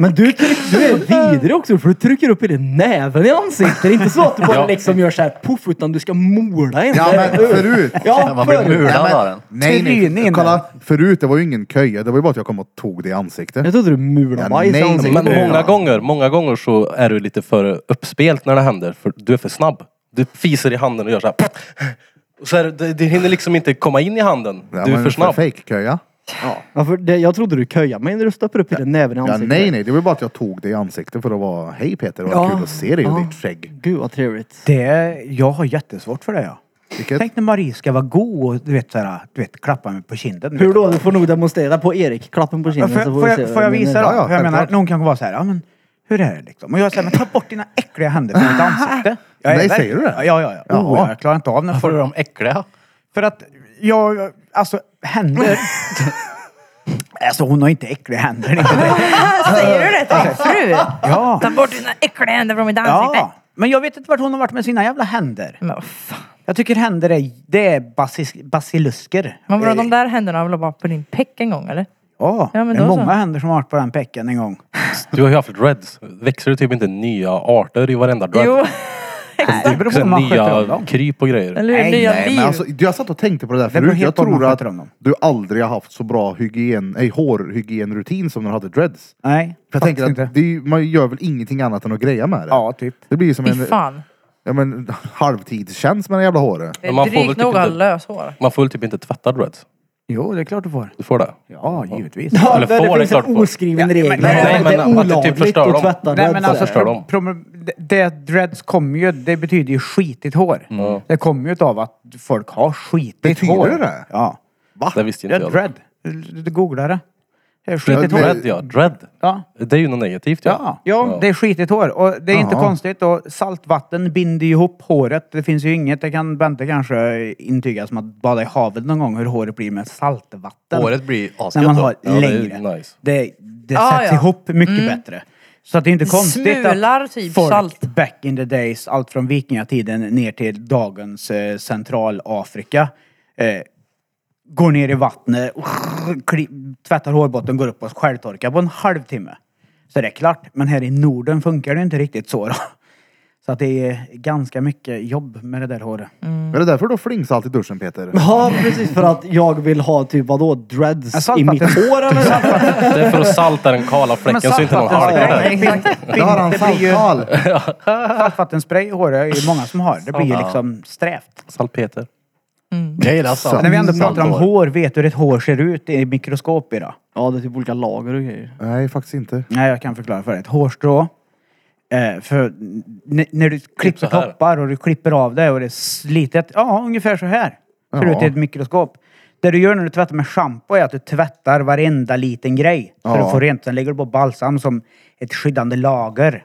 Speaker 2: Men du, tryck, du är vidrig också för du trycker upp hela näven i ansiktet. Det är inte så att du bara
Speaker 6: Ja.
Speaker 2: liksom gör så här puff utan du ska mola en.
Speaker 3: Ja men förut.
Speaker 2: ja
Speaker 6: Man blir
Speaker 2: förut.
Speaker 6: mulad av den.
Speaker 3: Nej, nej.
Speaker 4: Trynin.
Speaker 3: Kolla, förut det var ju ingen köja. Det var ju bara att jag kom och tog det i
Speaker 2: Jag
Speaker 3: ansiktet.
Speaker 2: trodde du mulade
Speaker 3: Ja,
Speaker 2: majs i
Speaker 3: nej,
Speaker 2: ansiktet.
Speaker 6: Men
Speaker 3: Ja.
Speaker 6: många gånger, många gånger så är du lite för uppspelt när det händer. För du är för snabb. Du fiser i handen och gör så här. Och så här det, det hinner liksom inte komma in i handen.
Speaker 3: Ja,
Speaker 6: du är
Speaker 3: men
Speaker 6: för snabb.
Speaker 3: Fake-köja.
Speaker 2: Ja, för det, jag trodde du köjade mig när du stoppade upp hela näven i
Speaker 3: Ja,
Speaker 2: ansiktet.
Speaker 3: nej, nej. Det var bara att jag tog det i ansiktet för att vara, hej Peter, vad
Speaker 2: Ja.
Speaker 3: kul att se dig och
Speaker 2: Ja.
Speaker 3: ditt skägg.
Speaker 2: Gud vad trevligt.
Speaker 4: Det, jag har jättesvårt för det ja.
Speaker 3: Vilket,
Speaker 4: Tänk när Marie ska vara god och du vet, så här, du vet klappa mig på kinden. du
Speaker 2: Hur
Speaker 4: vet.
Speaker 2: då? Du får nog demonstrera på Erik. Klappen på kinden
Speaker 4: Ja,
Speaker 2: så
Speaker 4: Får,
Speaker 2: får
Speaker 4: får,
Speaker 2: vi se.
Speaker 4: jag, får jag
Speaker 2: Men,
Speaker 4: visa då?
Speaker 3: Ja, ja,
Speaker 4: jag menar,
Speaker 3: självklart.
Speaker 4: någon kan vara så här, ja men hur är det liksom? Och jag säger, men ta bort dina äckliga händer från mitt ansikte. Jag är
Speaker 3: Nej,
Speaker 4: verkligen-
Speaker 3: säger du det?
Speaker 4: Ja, ja, ja. Oh,
Speaker 3: Jaha.
Speaker 4: jag klarar inte av när
Speaker 5: Varför är
Speaker 4: folk...
Speaker 5: de äckliga?
Speaker 4: För att jag, alltså händer... alltså hon har inte äckliga händer, det är inte det.
Speaker 1: Säger du det till din fru?
Speaker 4: Ja.
Speaker 1: Ta bort dina äckliga händer från mitt ansikte.
Speaker 4: ja. Men jag vet inte vart hon har varit med sina jävla händer.
Speaker 1: Men vad fan.
Speaker 4: Jag tycker händer är, det är basis, basilusker.
Speaker 1: Men vadå, de där händerna har väl bara på din peck en gång eller?
Speaker 4: Ja,
Speaker 1: Ja, men
Speaker 4: det är
Speaker 1: då
Speaker 4: många
Speaker 1: så.
Speaker 4: händer som har varit på den pecken en gång.
Speaker 6: Du har ju haft dreads. Växer det typ inte nya arter i varenda dread?
Speaker 1: Jo,
Speaker 4: Det beror på hur
Speaker 6: Sen
Speaker 4: man sköter om
Speaker 6: nya
Speaker 4: dem.
Speaker 6: kryp och grejer.
Speaker 1: eller hur?
Speaker 4: Nej,
Speaker 1: Nya
Speaker 3: nej,
Speaker 1: liv.
Speaker 3: men alltså, jag satt och tänkte på det där
Speaker 4: beror
Speaker 3: förut.
Speaker 4: helt
Speaker 3: Jag
Speaker 4: på hur man
Speaker 3: tror att
Speaker 4: sköter om dem.
Speaker 3: du aldrig har haft så bra hygien, ej, hårhygienrutin som när du hade dreads.
Speaker 4: Nej,
Speaker 3: För jag
Speaker 4: faktiskt
Speaker 3: tänker att
Speaker 4: inte.
Speaker 3: det är, ju- man gör väl ingenting annat än att greja med det.
Speaker 4: Ja, typ.
Speaker 3: Det blir ju som
Speaker 1: Fy
Speaker 3: en
Speaker 1: fan.
Speaker 3: ja, men, halvtidstjänst med det jävla håret.
Speaker 1: Det
Speaker 6: Men man
Speaker 1: är
Speaker 6: får väl
Speaker 1: drygt
Speaker 6: typ
Speaker 1: nog att ha
Speaker 6: inte-
Speaker 1: löshår.
Speaker 6: Man får väl typ inte tvätta dreads?
Speaker 4: Jo, det är klart du får.
Speaker 6: Du får det?
Speaker 4: Ja, givetvis.
Speaker 2: Ja,
Speaker 6: Eller
Speaker 2: det
Speaker 6: får, det
Speaker 2: finns
Speaker 6: är klart
Speaker 2: en
Speaker 6: får.
Speaker 4: Ja,
Speaker 2: oskriven
Speaker 4: men-
Speaker 2: regel.
Speaker 4: Nej,
Speaker 2: Nej,
Speaker 4: men
Speaker 2: det
Speaker 6: att
Speaker 2: är
Speaker 6: det typ
Speaker 2: olagligt
Speaker 6: förstör
Speaker 2: att
Speaker 6: dem.
Speaker 2: tvätta
Speaker 4: Nej men alltså,
Speaker 6: förstör dem.
Speaker 4: problem- det- det att dreads kommer ju, det betyder ju skitigt hår.
Speaker 6: Mm.
Speaker 4: Det kommer ju av att folk har skitigt
Speaker 3: Betyder
Speaker 4: hår.
Speaker 3: det?
Speaker 4: Ja.
Speaker 3: Va?
Speaker 6: Det visste
Speaker 4: Det
Speaker 6: inte
Speaker 4: är
Speaker 6: jag.
Speaker 4: dread. Du- Du googlar det. Det är
Speaker 6: Dread,
Speaker 4: skitigt hår.
Speaker 6: dread, ja. Dread.
Speaker 4: Ja.
Speaker 6: Det är ju något negativt
Speaker 4: Ja.
Speaker 6: ja.
Speaker 4: ja, det är skitigt hår. Och det är inte
Speaker 3: Jaha.
Speaker 4: konstigt. Och saltvatten binder ju ihop håret. Det finns ju inget, det kan Bente kanske intyga, som att bada i havet någon gång, hur håret blir med saltvatten.
Speaker 5: Håret blir
Speaker 4: när
Speaker 5: asgött
Speaker 4: man
Speaker 5: då.
Speaker 4: har
Speaker 6: Ja, det är ju
Speaker 4: längre.
Speaker 6: nice.
Speaker 4: Det, det
Speaker 1: Ja,
Speaker 4: sätts
Speaker 1: ja.
Speaker 4: ihop mycket bättre. Så att det är inte konstigt
Speaker 1: smular
Speaker 4: att
Speaker 1: typ
Speaker 4: folk
Speaker 1: salt.
Speaker 4: back in the days, allt från vikingatiden ner till dagens eh, centralafrika, eh, går ner i vattnet, kli- tvättar hårbotten, går upp och självtorkar på en halvtimme. Så det är klart. Men här i Norden funkar det inte riktigt så då. Så att det är ganska mycket jobb med det där håret.
Speaker 1: Mm.
Speaker 3: Är det därför du har flingsalt i duschen Peter?
Speaker 2: Ja, precis. För att jag vill ha typ vadå,
Speaker 4: Ja,
Speaker 2: dreads i
Speaker 4: saltvatten.
Speaker 2: mitt hår eller?
Speaker 6: Det är för att salta den kala fläcken så inte någon halkar där.
Speaker 4: saltvattenspray-
Speaker 1: där. Exakt.
Speaker 4: Det
Speaker 3: Det har han
Speaker 4: blir ju-
Speaker 3: saltkal.
Speaker 4: Saltvattenspray i håret är ju många som har. Det blir ju liksom strävt.
Speaker 6: Salpeter.
Speaker 5: Jag gillar salt.
Speaker 4: När vi ändå pratar om
Speaker 5: Salthår.
Speaker 4: hår, vet du hur ett hår ser ut i mikroskop idag?
Speaker 2: Ja, det är typ olika lager och grejer.
Speaker 3: Nej, faktiskt inte.
Speaker 4: Nej, jag kan förklara för dig. Ett hårstrå. Eh, för n- när du klipper
Speaker 6: så här.
Speaker 4: toppar och du klipper av det och det är slitet. Ja, ungefär så här. Ser
Speaker 3: Ja.
Speaker 4: ut i ett mikroskop. Det du gör när du tvättar med schampo är att du tvättar varenda liten grej. Så
Speaker 3: Ja.
Speaker 4: du får rent. Sen lägger du på balsam som ett skyddande lager.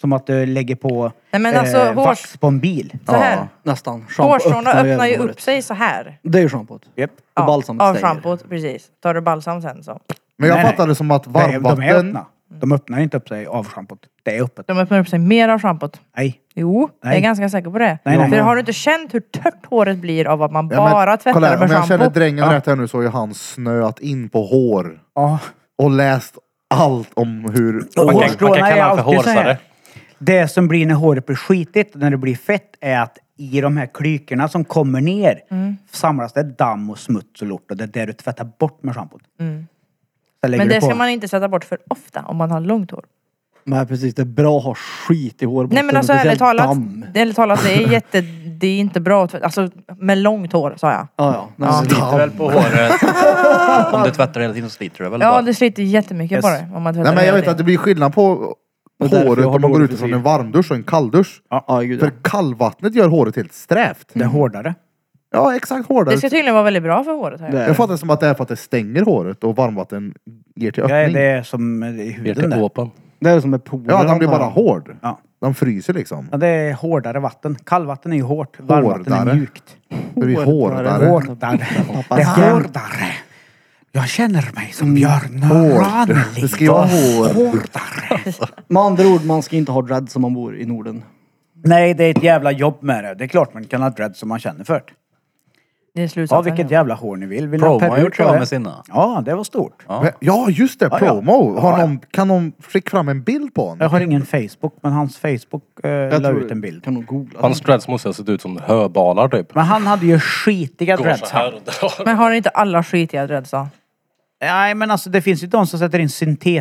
Speaker 4: Som att du lägger på
Speaker 1: Nej, men alltså,
Speaker 4: eh,
Speaker 1: hårs-
Speaker 4: vax på en bil.
Speaker 1: Så här.
Speaker 2: Nästan. Shampoo
Speaker 1: Hårstråna
Speaker 2: ju
Speaker 1: öppnar ju
Speaker 2: hela
Speaker 1: upp
Speaker 2: håret.
Speaker 1: sig så här.
Speaker 2: Det är ju schampot.
Speaker 4: Yep.
Speaker 2: Och
Speaker 1: Ja,
Speaker 2: balsam
Speaker 1: Av
Speaker 2: stänger.
Speaker 1: schampot, precis. Tar du balsam sen så.
Speaker 3: Men jag
Speaker 4: Nej, nej.
Speaker 3: fattade som att
Speaker 4: Nej, de är
Speaker 3: varmvatten...
Speaker 4: öppna. De öppnar ju inte upp sig av schampot. Det är öppet.
Speaker 1: De öppnar upp sig mer av schampot.
Speaker 4: Nej.
Speaker 1: Jo, jag
Speaker 4: Nej.
Speaker 1: är ganska säker på det.
Speaker 4: Nej, nej,
Speaker 1: För
Speaker 4: nej.
Speaker 1: har du inte känt hur tört håret blir av att man
Speaker 3: Ja, men
Speaker 1: bara tvättar
Speaker 3: kolla här,
Speaker 1: med
Speaker 3: Om jag
Speaker 1: schampo?
Speaker 3: känner drängen rätt här nu så har ju han snöat in på hår.
Speaker 4: Ja.
Speaker 3: Och läst allt om hur...
Speaker 4: Och
Speaker 6: Man kan-
Speaker 4: hårstråna
Speaker 6: man kan
Speaker 4: är
Speaker 6: kalla dem för
Speaker 4: alltid så här.
Speaker 6: hårsare.
Speaker 4: Det som blir när håret blir skitigt, när det blir fett, är att i de här klykorna som kommer ner
Speaker 1: Mm.
Speaker 4: samlas det damm och smuts och lort och det är det du tvättar bort med schampot. Sen lägger
Speaker 1: Mm. Men
Speaker 4: du
Speaker 1: det
Speaker 4: på.
Speaker 1: ska man inte sätta bort för ofta om man har långt hår.
Speaker 2: Nej, precis. Det är bra att ha skit i hårbotten.
Speaker 1: Nej men alltså
Speaker 2: speciellt
Speaker 1: ärligt talat,
Speaker 2: Damm.
Speaker 1: ärligt talat, det är jätte, det är inte bra att tvätta. Alltså med långt hår sa jag.
Speaker 2: Ja, ja. Nej, men-
Speaker 5: Sliter väl på håret. Om du tvättar hela tiden så sliter det väl
Speaker 1: Ja
Speaker 5: bara.
Speaker 1: det sliter jättemycket
Speaker 4: Yes.
Speaker 1: på det om man tvättar
Speaker 3: Nej men jag
Speaker 1: hela
Speaker 3: vet att
Speaker 1: tiden.
Speaker 3: det blir skillnad på
Speaker 2: därför jag
Speaker 3: håret
Speaker 2: har
Speaker 3: om man går
Speaker 2: dålig
Speaker 3: ut från
Speaker 2: frisyr.
Speaker 3: en varmdusch och en kalldusch.
Speaker 2: Ja, gud. ja.
Speaker 3: För kallvattnet gör håret helt strävt.
Speaker 4: Det är hårdare.
Speaker 3: Ja, exakt hårdare.
Speaker 1: Det ska tydligen vara väldigt bra för håret här.
Speaker 3: Jag fattar det som att det är för att det stänger håret och varmvatten ger till öppning.
Speaker 4: Ja,
Speaker 3: Ja,
Speaker 4: det
Speaker 1: Mm.
Speaker 4: är som i
Speaker 6: Ner
Speaker 4: huden
Speaker 6: till
Speaker 4: där.
Speaker 6: åpan.
Speaker 2: Det är som med polen.
Speaker 3: att han blir bara hård.
Speaker 4: Ja.
Speaker 3: Den fryser liksom.
Speaker 4: Ja, det är hårdare vatten. Kallvatten är ju hårt. Varmvatten är
Speaker 3: Hårdare.
Speaker 4: mjukt.
Speaker 3: Det blir hårdare.
Speaker 4: Hårdare.
Speaker 2: Pappa
Speaker 4: Det är
Speaker 2: Stan.
Speaker 4: hårdare. Jag känner mig som Björn Ranelid.
Speaker 3: Det ska ju vara hår.
Speaker 4: Hårdare.
Speaker 2: Med andra ord, man ska inte ha dread som man bor i Norden.
Speaker 4: Nej, det är ett jävla jobb med det. Det är klart man kan ha dread som man känner för det.
Speaker 1: Det är
Speaker 4: Ja,
Speaker 1: slutsatsen.
Speaker 4: vilket jävla hår ni vill. Vill ni ha
Speaker 5: Promo har
Speaker 4: peruk på
Speaker 5: gjort sig av med
Speaker 4: det?
Speaker 5: sina.
Speaker 4: Ja, det var stort.
Speaker 5: Ja.
Speaker 3: Men- Ja, just det.
Speaker 4: Ja, ja.
Speaker 3: Promo. Har
Speaker 4: Ja, ja.
Speaker 3: någon, kan någon skicka fram en bild på
Speaker 4: Jag
Speaker 3: honom?
Speaker 4: har ingen Facebook, men hans Facebook eh, la ut en bild.
Speaker 2: Kan nog googla.
Speaker 6: Hans dreads måste ha sett ut som höbalar typ.
Speaker 4: Men han hade ju skitiga
Speaker 6: Går
Speaker 4: dreads.
Speaker 6: så här och drar.
Speaker 1: Men har inte alla skitiga dreadsar?
Speaker 4: Nej, men alltså det finns ju de som sätter in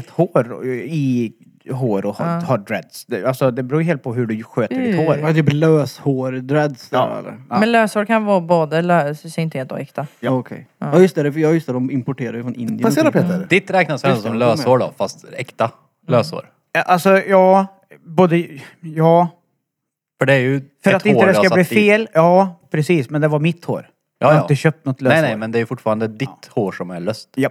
Speaker 4: syntethår i hår och har, har dreads. Det- Alltså det beror ju helt på hur du sköter ditt hår.
Speaker 2: Ja, typ löshår, dreads där eller?
Speaker 4: Ja.
Speaker 1: Men löshår kan vara både lös, syntet och äkta.
Speaker 2: Ja okej. Ja just det, det, för- ja, just det, de importerar ju från Indien.
Speaker 3: Får jag se det
Speaker 2: och typ-
Speaker 3: Peter?
Speaker 5: Ditt räknas väl som löshår då, fast äkta
Speaker 4: Mm.
Speaker 5: löshår?
Speaker 4: Ja, Alltså ja, både... Ja.
Speaker 5: För det är ju
Speaker 4: För
Speaker 5: ett
Speaker 4: att inte
Speaker 5: hår
Speaker 4: det
Speaker 5: jag
Speaker 4: ska
Speaker 5: satt
Speaker 4: bli
Speaker 5: i.
Speaker 4: fel. Ja, precis. Men det var mitt hår.
Speaker 5: Ja,
Speaker 4: jag har
Speaker 5: ja.
Speaker 4: inte köpt något löshår.
Speaker 5: Nej, nej, men det är ju fortfarande ditt hår som är löst.
Speaker 4: Ja.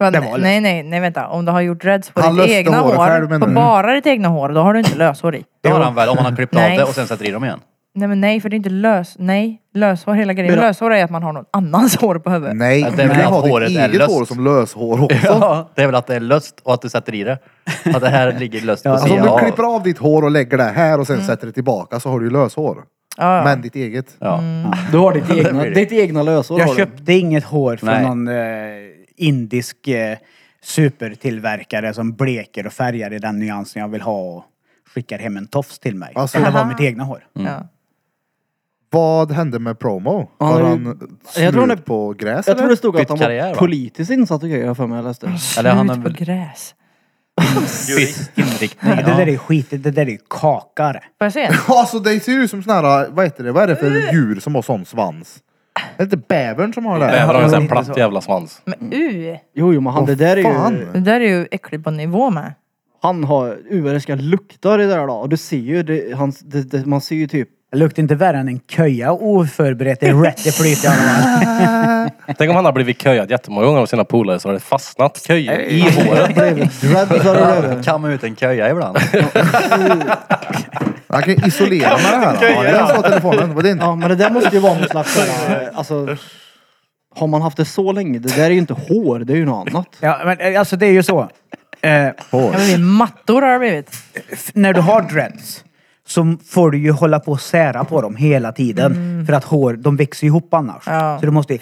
Speaker 1: Men,
Speaker 4: Det var löst.
Speaker 1: nej, nej, nej vänta. Om du har gjort dreads på
Speaker 3: Han
Speaker 1: ditt
Speaker 3: löste
Speaker 1: egna
Speaker 3: håret
Speaker 1: hår,
Speaker 3: själv, menar
Speaker 1: på
Speaker 3: du?
Speaker 1: bara ditt egna hår, då har du inte löshår i.
Speaker 5: Det har han väl, om han har klippt av
Speaker 1: Nej.
Speaker 5: det och sen sätter i dem igen.
Speaker 1: Nej men nej, för det är inte lös... Nej, löshår hela grejen.
Speaker 2: Men då-
Speaker 1: Löshår är att man har någon annans hår på huvudet.
Speaker 3: Nej,
Speaker 5: Ja, det är
Speaker 3: du
Speaker 5: väl
Speaker 3: kan
Speaker 5: att
Speaker 3: ha
Speaker 5: håret
Speaker 3: ditt
Speaker 5: är
Speaker 3: eget
Speaker 5: löst.
Speaker 3: hår som löshår också.
Speaker 5: Ja, det är väl att det är löst och att du sätter i det. Att det här ligger löst på
Speaker 3: Alltså om
Speaker 5: sidan.
Speaker 3: du klipper av ditt hår och lägger det här och sen sätter det tillbaka så har du ju löshår.
Speaker 1: Ja, ja.
Speaker 3: Men ditt eget.
Speaker 5: Ja.
Speaker 4: Mm.
Speaker 2: Du har ditt egna,
Speaker 5: blir det.
Speaker 2: ditt egna löshår har
Speaker 4: Jag
Speaker 2: du.
Speaker 4: köpte inget hår från
Speaker 5: Nej.
Speaker 4: någon eh, indisk eh, supertillverkare som bleker och färgar i den nyansen jag vill ha och skickar hem en tofs till mig.
Speaker 3: Alltså-
Speaker 4: det var mitt egna hår.
Speaker 1: Ja.
Speaker 3: Vad hände med promo?
Speaker 2: Ja,
Speaker 3: Har
Speaker 2: det-
Speaker 3: han
Speaker 2: jag tror
Speaker 3: slut
Speaker 2: det-
Speaker 3: på gräs
Speaker 2: Jag tror det stod att
Speaker 5: Bytt
Speaker 2: han var
Speaker 5: karriär, va?
Speaker 2: politiskt insatt och grejer för mig jag läste.
Speaker 5: Eller han har
Speaker 1: Slut på
Speaker 5: väl
Speaker 1: gräs.
Speaker 5: viss inriktning.
Speaker 4: Det där
Speaker 5: Ja.
Speaker 4: är skitigt, det där är kakare.
Speaker 1: Får jag se?
Speaker 3: Ja, så det ser ju ut som sån här, vad heter det, vad är det för djur som har sån svans? Är det inte bävern som har det?
Speaker 6: Bävern har ju en sån här
Speaker 4: lite
Speaker 6: platt
Speaker 4: så.
Speaker 6: jävla svans.
Speaker 1: Men u!
Speaker 2: Jo, jo men han, det där är ju...
Speaker 3: Fan.
Speaker 1: Det där är ju äckligt på nivå med. då
Speaker 2: Han har uberska luktar i det där då. Och du ser ju, det, han, det, det, man ser ju typ...
Speaker 4: Det luktar inte värre än en köja oförberett. Det är rätt i flyt i alla fall.
Speaker 6: Tänk om han har blivit köjad jättemånga gånger av sina polare så har det fastnat köjor i håret.
Speaker 2: Blivit dreads har det
Speaker 5: Ja,
Speaker 2: där.
Speaker 5: Kamma ut en köja ibland.
Speaker 3: Han kan ju isolera med det här. Ja, jag sa telefonen. Var det inte?
Speaker 2: Ja men det där måste ju vara någon slags sådär, alltså... Har man haft det så länge? Det där är ju inte hår, det är ju något annat.
Speaker 4: Ja, men eh, alltså det är ju så. Eh,
Speaker 1: Jag har blivit mattor har det blivit.
Speaker 4: f- när du har dreads så får du ju hålla på och sära på dem hela tiden. För att hår, de växer ihop annars.
Speaker 1: Ja.
Speaker 4: Så du måste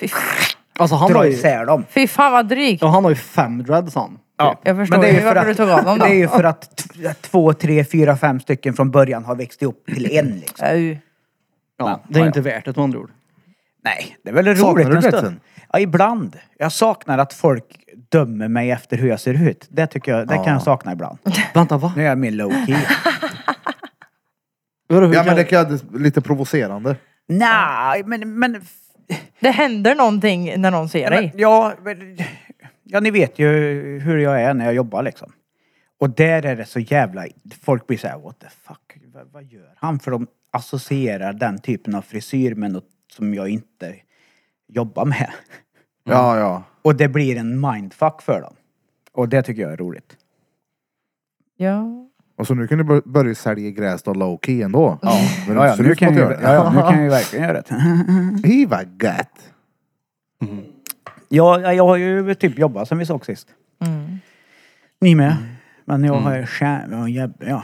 Speaker 2: Alltså han har
Speaker 4: dra
Speaker 2: ju...
Speaker 4: isär dem.
Speaker 1: Fy fan vad drygt.
Speaker 2: Ja, han har ju fem dreads han.
Speaker 4: Ja.
Speaker 1: Jag förstår ju varför du tog av dem då.
Speaker 4: Det är ju för att t- två, tre, fyra, fem stycken från början har växt ihop till en liksom.
Speaker 1: Au.
Speaker 2: Ja, det är inte värt det med andra ord.
Speaker 4: Nej, det är väl
Speaker 3: Saknar
Speaker 4: roligt
Speaker 3: du
Speaker 4: en stund.
Speaker 3: dreadsen?
Speaker 4: Ja, ibland. Jag saknar att folk dömer mig efter hur jag ser ut. Det tycker jag, det kan jag sakna ibland.
Speaker 2: Vänta va?
Speaker 4: Nu är jag mer low key.
Speaker 2: Vadå, hur
Speaker 3: Ja,
Speaker 2: kan-
Speaker 3: men det kan jag, lite provocerande.
Speaker 6: Mm.
Speaker 4: Nej, men... men
Speaker 1: Det händer någonting när någon ser
Speaker 4: Men,
Speaker 1: dig.
Speaker 4: ja, men, ja, ni vet ju hur jag är när jag jobbar liksom. Och där är det så jävla... Folk blir så här, what the fuck, vad, vad gör han? För de associerar den typen av frisyr med något som jag inte jobbar med.
Speaker 3: Ja, ja.
Speaker 4: Och det blir en mindfuck för dem. Och det tycker jag är roligt.
Speaker 1: Ja.
Speaker 3: Och så nu kan du bör- börja sälja gräs då low key ändå. Ja, men
Speaker 4: Ja, ja, nu, kan jag, ju-
Speaker 3: göra
Speaker 4: ja, ja, nu kan jag ju verkligen göra det.
Speaker 3: det. Hi, vad gött.
Speaker 4: Ja, ja, jag har ju typ jobbat som vi såg sist. Mm. Ni med. Men jag har ju skär... Jag har jävla... Ja.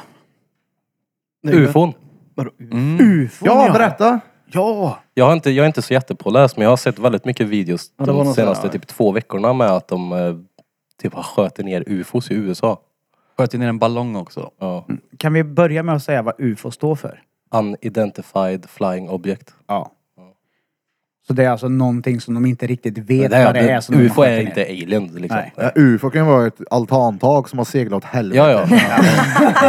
Speaker 2: Nej, men-
Speaker 6: Ufon.
Speaker 2: vadå, ufo?
Speaker 4: Ufon
Speaker 3: Ja, berätta.
Speaker 4: Ja!
Speaker 6: Jag, har inte, jag är inte så jättepåläst men jag har sett väldigt mycket videos
Speaker 2: Ja, det var
Speaker 6: de
Speaker 2: någon sån
Speaker 6: senaste
Speaker 2: här, ja.
Speaker 6: typ två veckorna med att de eh, typ har sköter ner ufos i USA.
Speaker 5: Sköt ju ner en ballong också.
Speaker 6: Ja.
Speaker 4: Kan vi börja med att säga vad UFO står för?
Speaker 6: Unidentified flying object.
Speaker 4: Ja. Så det är alltså någonting som de inte riktigt vet
Speaker 6: Det är-
Speaker 4: vad det är som de har
Speaker 6: UFO är
Speaker 4: skjutit
Speaker 6: inte
Speaker 4: ner.
Speaker 6: alien liksom.
Speaker 4: Nej.
Speaker 3: Ja, UFO kan ju vara ett altantak som har seglat åt helvete.
Speaker 6: Ja, ja.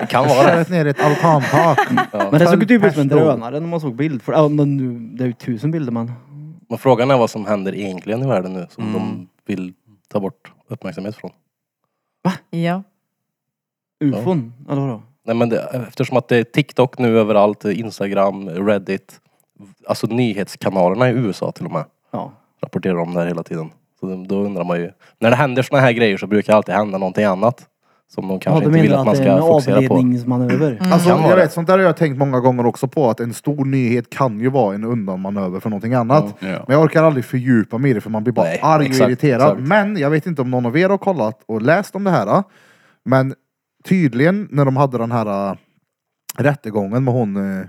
Speaker 6: det kan vara det.
Speaker 3: Skäret ner i ett altantak.
Speaker 2: Men det såg ju typ ut som en
Speaker 3: Pers då.
Speaker 2: drönare när man såg bild. För, ja, men nu, det är ju tusen bilder men.
Speaker 6: Men frågan är vad som händer egentligen i världen nu som
Speaker 4: Mm.
Speaker 6: de vill ta bort uppmärksamhet från.
Speaker 1: Ja.
Speaker 2: Ufon, eller vadå?
Speaker 6: Nej men det, eftersom att det är TikTok nu överallt, Instagram, Reddit, alltså nyhetskanalerna i USA till och med
Speaker 2: Ja.
Speaker 6: rapporterar om det här hela tiden. Så då- då undrar man ju. När det händer såna här grejer så brukar det alltid hända någonting annat. Som de
Speaker 2: Ja,
Speaker 6: kanske
Speaker 2: du
Speaker 6: inte vill
Speaker 2: menar
Speaker 6: att
Speaker 2: att,
Speaker 6: man
Speaker 2: det är
Speaker 6: ska
Speaker 2: en
Speaker 6: fokusera på.
Speaker 2: avledningsmanöver?
Speaker 3: Alltså,
Speaker 6: Kan
Speaker 3: jag
Speaker 6: vara.
Speaker 3: vet, sånt där har jag tänkt många gånger också på, att en stor nyhet kan ju vara en undanmanöver för någonting annat.
Speaker 5: Ja. Ja.
Speaker 3: Men jag orkar aldrig fördjupa mig i det för man blir bara
Speaker 6: Nej,
Speaker 3: arg och
Speaker 6: exakt,
Speaker 3: irriterad.
Speaker 6: exakt.
Speaker 3: Men jag vet inte om någon av er har kollat och läst om det här. eh, Men tydligen när de hade den här eh, rättegången med hon eh,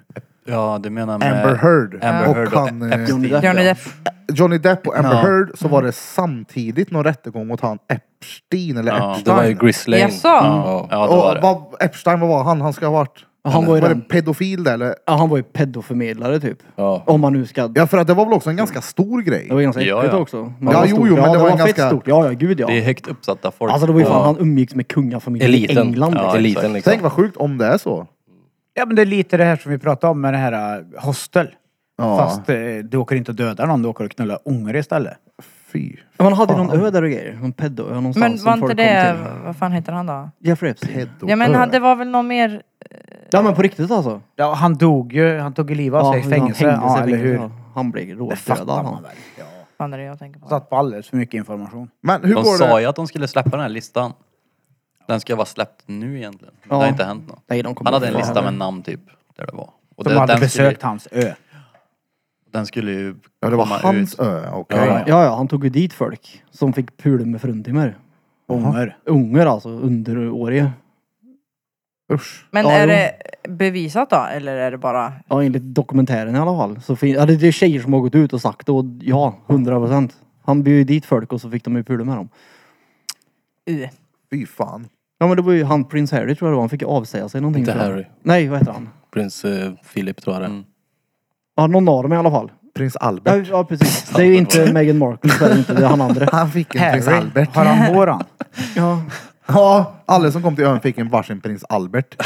Speaker 5: Ja, du menar med...
Speaker 3: Amber Heard
Speaker 5: Amber Heard
Speaker 3: och
Speaker 5: och
Speaker 3: han, eh,
Speaker 2: Johnny Depp,
Speaker 1: Johnny
Speaker 2: ja.
Speaker 1: Depp.
Speaker 3: Johnny Depp och Amber
Speaker 5: Ja.
Speaker 3: Heard så var det samtidigt någon rättegång mot han Epstein eller
Speaker 5: Ja,
Speaker 6: Det var ju
Speaker 3: Epstein.
Speaker 6: Chris Lane.
Speaker 1: Jaså?
Speaker 6: Ja,
Speaker 5: Ja, det
Speaker 3: och
Speaker 5: var det.
Speaker 3: vad, Epstein, vad var han? Han ska ha varit...
Speaker 2: Ja, han var ju
Speaker 3: det
Speaker 2: den-
Speaker 3: pedofil där eller?
Speaker 2: Ja, han var ju pedoförmedlare typ.
Speaker 6: ja.
Speaker 2: Om man nu ska...
Speaker 3: Ja för att det var väl också en ganska stor grej.
Speaker 2: Det var ganska
Speaker 5: Ja,
Speaker 2: äckligt
Speaker 5: ja.
Speaker 2: också.
Speaker 3: Ja,
Speaker 2: det var
Speaker 3: jo,
Speaker 2: stort.
Speaker 3: jo, men
Speaker 2: ja,
Speaker 3: det var en
Speaker 2: fett
Speaker 3: ganska-
Speaker 2: stort. Ja, ja, gud ja.
Speaker 5: Det är högt uppsatta folk.
Speaker 2: Alltså det var ju
Speaker 5: Ja.
Speaker 2: fan, han umgicks med kungafamiljen i
Speaker 6: Eliten.
Speaker 2: England.
Speaker 5: Ja,
Speaker 6: Ja,
Speaker 5: exakt.
Speaker 6: eliten liksom.
Speaker 3: Tänk vad sjukt om det är så.
Speaker 4: Ja men det är lite det här som vi pratade om med det här eh, hostel.
Speaker 3: Ja.
Speaker 4: Fast eh, du åker inte och dödar någon, du åker och knullar ångor istället.
Speaker 3: Fy.
Speaker 2: Man hade ju någon ö där och grejer. Någon pedo ö någonstans.
Speaker 1: Men
Speaker 2: som
Speaker 1: var inte
Speaker 2: folk
Speaker 1: det,
Speaker 2: kom till.
Speaker 1: vad fan heter han då?
Speaker 2: Jeffrey Epstein.
Speaker 3: Pedo.
Speaker 1: Ja men han- det var väl någon mer,
Speaker 2: Ja men på riktigt alltså.
Speaker 4: Ja, han dog ju, han tog ju livet av sig i
Speaker 2: han
Speaker 4: fängelse.
Speaker 2: hängde sig
Speaker 4: Ja,
Speaker 2: i
Speaker 4: eller
Speaker 2: fängelse,
Speaker 4: hur?
Speaker 2: ja. Han blev
Speaker 4: Det fattar
Speaker 2: rådödad
Speaker 4: man
Speaker 2: han.
Speaker 4: väl. Ja.
Speaker 1: fan är det jag tänker på?
Speaker 4: Satt på alldeles för mycket information.
Speaker 3: Men hur
Speaker 5: De
Speaker 3: går
Speaker 5: sa
Speaker 3: det?
Speaker 5: ju att de skulle släppa den här listan. Den ska vara släppt nu egentligen. Men
Speaker 2: Ja.
Speaker 5: Det har inte hänt något.
Speaker 2: Nej, de kommer
Speaker 5: Han hade en
Speaker 2: inte
Speaker 5: lista
Speaker 2: vara
Speaker 5: med
Speaker 2: här.
Speaker 5: namn typ. Där det var. Och
Speaker 4: De
Speaker 5: det,
Speaker 4: hade
Speaker 5: den,
Speaker 4: besökt
Speaker 5: skulle,
Speaker 4: hans ö.
Speaker 5: den skulle ju
Speaker 3: Ja det var
Speaker 5: komma
Speaker 3: hans
Speaker 5: ut.
Speaker 3: ö, okej.
Speaker 5: Ja,
Speaker 2: Ja ja, han tog ju dit folk. Som fick pula med fruntimmer.
Speaker 4: Ångor.
Speaker 2: Ungar alltså, underåriga.
Speaker 3: Usch.
Speaker 1: Men
Speaker 2: Ja,
Speaker 1: är
Speaker 2: jo.
Speaker 1: det bevisat då? Eller är det bara...
Speaker 2: Ja enligt dokumentären i alla fall. Så fin- ja, det det är tjejer som har gått ut och sagt det och ja, hundra procent. Han bjöd ju dit folk och så fick de ju pula med dem.
Speaker 1: Uh.
Speaker 3: Fy fan.
Speaker 2: Ja men det var ju han Prins Harry tror jag det var. Han fick ju avsäga sig någonting.
Speaker 6: Inte
Speaker 2: tror jag.
Speaker 6: Harry.
Speaker 2: Nej vad heter han?
Speaker 6: Prins eh, Philip tror jag
Speaker 5: Mm.
Speaker 6: det är.
Speaker 2: Ja någon av dem i alla fall.
Speaker 3: Prins
Speaker 2: Ja,
Speaker 3: Albert.
Speaker 2: ja precis. Det är ju inte Meghan Markle, så är det inte. Det är han andra.
Speaker 3: Han fick en prins
Speaker 4: Harry,
Speaker 3: Albert.
Speaker 4: har han hår han?
Speaker 2: Ja.
Speaker 3: Ja, alla som kom till ön fick en varsin prins Albert.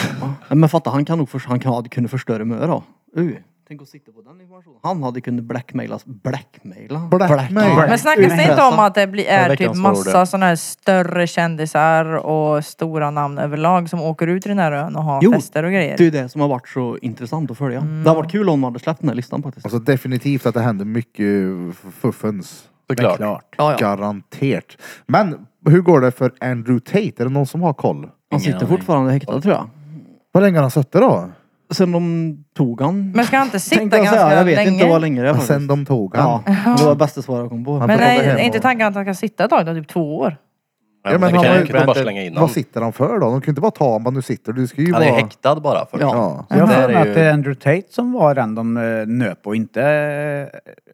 Speaker 2: Ja, Men fatta, han kan nog för, han kan, hade kunnat förstöra Mö då. Uh. Tänk att sitta på den informationen. Han hade kunnat blackmailas. Blackmaila?
Speaker 3: Blackmail.
Speaker 2: Black-
Speaker 1: Men snackas det inte
Speaker 2: Utpressad.
Speaker 1: om att det blir, är typ
Speaker 5: veckans ord, ja.
Speaker 1: massa sådana här större kändisar och stora namn överlag som åker ut till den här ön och har
Speaker 2: Jo,
Speaker 1: fester och grejer?
Speaker 2: Det är ju det som har varit så intressant att följa.
Speaker 3: Mm.
Speaker 2: Det har varit kul om de hade släppt den här listan faktiskt.
Speaker 3: Alltså definitivt att det händer mycket fuffens.
Speaker 5: Såklart.
Speaker 4: Klart.
Speaker 2: ja, ja.
Speaker 3: Garanterat. Men hur går det för Andrew Tate? Är det någon som har koll?
Speaker 2: Han
Speaker 5: Ingen
Speaker 2: sitter
Speaker 5: aning.
Speaker 2: fortfarande häktad tror jag.
Speaker 3: Vad länge har han suttit då?
Speaker 2: Sen de tog han.
Speaker 1: Men ska han inte sitta
Speaker 2: Tänkte jag
Speaker 1: ganska
Speaker 2: säga, jag vet
Speaker 1: länge?
Speaker 2: inte vad längre det är faktiskt.
Speaker 3: Sen de tog han.
Speaker 2: Ja, det var det bästa svar jag kom på.
Speaker 3: Han
Speaker 1: Men
Speaker 3: får komma hem
Speaker 1: är, är inte
Speaker 3: och-
Speaker 1: tanken att han ska sitta ett tag då? Typ två år?
Speaker 5: Ja, men
Speaker 6: det
Speaker 3: han
Speaker 6: kan
Speaker 3: var
Speaker 6: ju
Speaker 3: ju-
Speaker 6: inte bara slänga in
Speaker 3: Vad
Speaker 6: honom.
Speaker 3: sitter han för då? De kan ju inte bara ta honom bara, nu sitter du. Du ska ju
Speaker 5: Han är
Speaker 3: vara...
Speaker 5: ju häktad bara först.
Speaker 2: Ja.
Speaker 3: Ja.
Speaker 4: Jag har
Speaker 5: Det
Speaker 4: för
Speaker 5: här
Speaker 4: mig
Speaker 5: är
Speaker 4: att
Speaker 5: ju-
Speaker 4: det är Andrew Tate som var den de eh, nöp och inte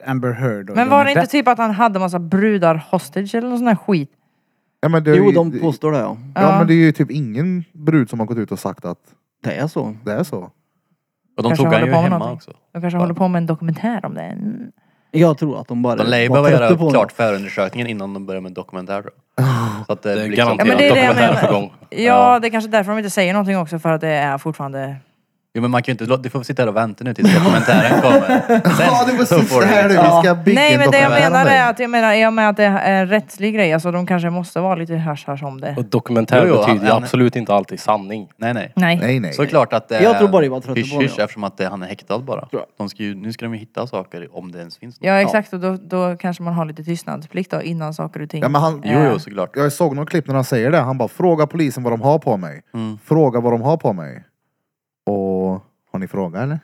Speaker 4: eh, Amber Heard. och
Speaker 1: Men var det
Speaker 4: Johnny
Speaker 1: inte
Speaker 4: Depp.
Speaker 1: typ att han hade massa brudar hostage eller någon sån här skit?
Speaker 3: Ja, men det är
Speaker 2: Jo,
Speaker 3: ju-
Speaker 2: de påstår det ja.
Speaker 3: Ja, men det är ju typ ingen brud som har gått ut och sagt att
Speaker 2: Det är så.
Speaker 3: det är så.
Speaker 5: Och de
Speaker 1: Kanske
Speaker 5: tog han
Speaker 1: håller
Speaker 5: ju
Speaker 1: på med
Speaker 5: hemma
Speaker 1: någonting.
Speaker 5: också.
Speaker 1: De kanske håller på med en dokumentär om det. Mm.
Speaker 2: Jag tror att de bara
Speaker 5: De lär ju
Speaker 2: var
Speaker 5: behöva
Speaker 2: trötta på
Speaker 5: göra klart
Speaker 2: honom.
Speaker 5: förundersökningen innan de börjar med dokumentär då. Så att det,
Speaker 6: Det är
Speaker 5: blir liksom...
Speaker 1: Ja, men
Speaker 6: garanterat
Speaker 1: det är det jag
Speaker 6: dokumentär
Speaker 1: menar.
Speaker 6: på gång.
Speaker 1: Ja, det är kanske därför de inte säger någonting också för att det är fortfarande...
Speaker 5: Jo men man kan ju inte... låta- Du får sitta här och vänta nu tills dokumentären kommer.
Speaker 3: Ja, det var
Speaker 5: så
Speaker 3: precis
Speaker 5: får
Speaker 3: det
Speaker 5: du- liksom-
Speaker 3: här nu. Vi ska bygga
Speaker 1: Nej
Speaker 3: en
Speaker 1: men det jag
Speaker 3: dokumentär om
Speaker 1: menar
Speaker 3: dig.
Speaker 1: är att jag menar, jag menar att det är en rättslig grej. Alltså de kanske måste vara lite hasch-hasch om det.
Speaker 6: Och dokumentär
Speaker 5: Jo, jo, han-
Speaker 6: betyder ju
Speaker 5: han-
Speaker 6: absolut inte alltid sanning.
Speaker 5: Nej nej.
Speaker 1: Nej.
Speaker 3: Nej, nej.
Speaker 5: Såklart att det
Speaker 2: Jag tror bara det var trötta på
Speaker 5: hysch,
Speaker 2: honom,
Speaker 5: hysch,
Speaker 2: ja.
Speaker 5: eftersom att det, han är häktad bara.
Speaker 2: Tror jag.
Speaker 5: De ska ju, nu ska de ju hitta saker om det ens finns något.
Speaker 1: Ja exakt och då, då kanske man har lite tystnadsplikt då innan saker och ting.
Speaker 3: Ja, men han,
Speaker 5: Jo jo såklart.
Speaker 3: Jag såg någon klipp när han säger det. Han bara fråga polisen vad de har på mig.
Speaker 5: Mm.
Speaker 3: Fråga vad de har på mig. Och har ni frågat eller?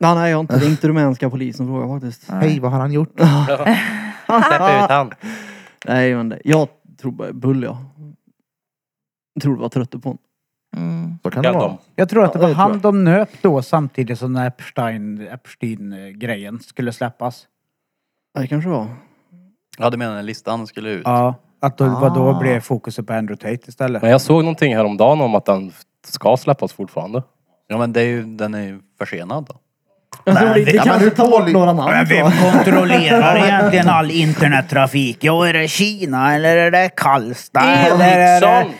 Speaker 2: Nej, nej, jag har inte ringt rumänska polisen och frågat faktiskt.
Speaker 3: Hej, vad har han gjort?
Speaker 6: Släpp ut han.
Speaker 2: Nej, men det, jag tror bara bull jag. Jag tror du var trött på honom.
Speaker 1: Mm.
Speaker 3: Så kan det
Speaker 6: Ja,
Speaker 3: vara.
Speaker 6: de.
Speaker 4: Jag tror att det
Speaker 2: Ja,
Speaker 4: var
Speaker 2: det tror
Speaker 4: han
Speaker 2: jag.
Speaker 4: de nöp då samtidigt som den här Epstein, Epstein-grejen skulle släppas.
Speaker 2: Det kanske var.
Speaker 5: Ja du menar när listan skulle ut?
Speaker 4: Ja. Att då, vad
Speaker 3: Ah.
Speaker 4: då blev fokuset på Andrew Tate istället.
Speaker 6: Men jag såg någonting häromdagen om att den ska släppas fortfarande.
Speaker 5: Ja men det är ju, den är ju försenad då.
Speaker 2: Jag tror det, det
Speaker 3: ja, men
Speaker 2: kanske
Speaker 3: hur
Speaker 2: tar bort
Speaker 3: dålig-
Speaker 2: några namn. så.
Speaker 4: kontrollerar egentligen all internettrafik? Jo, är det Kina eller är det Karlstad? liksom.
Speaker 6: Eriksson!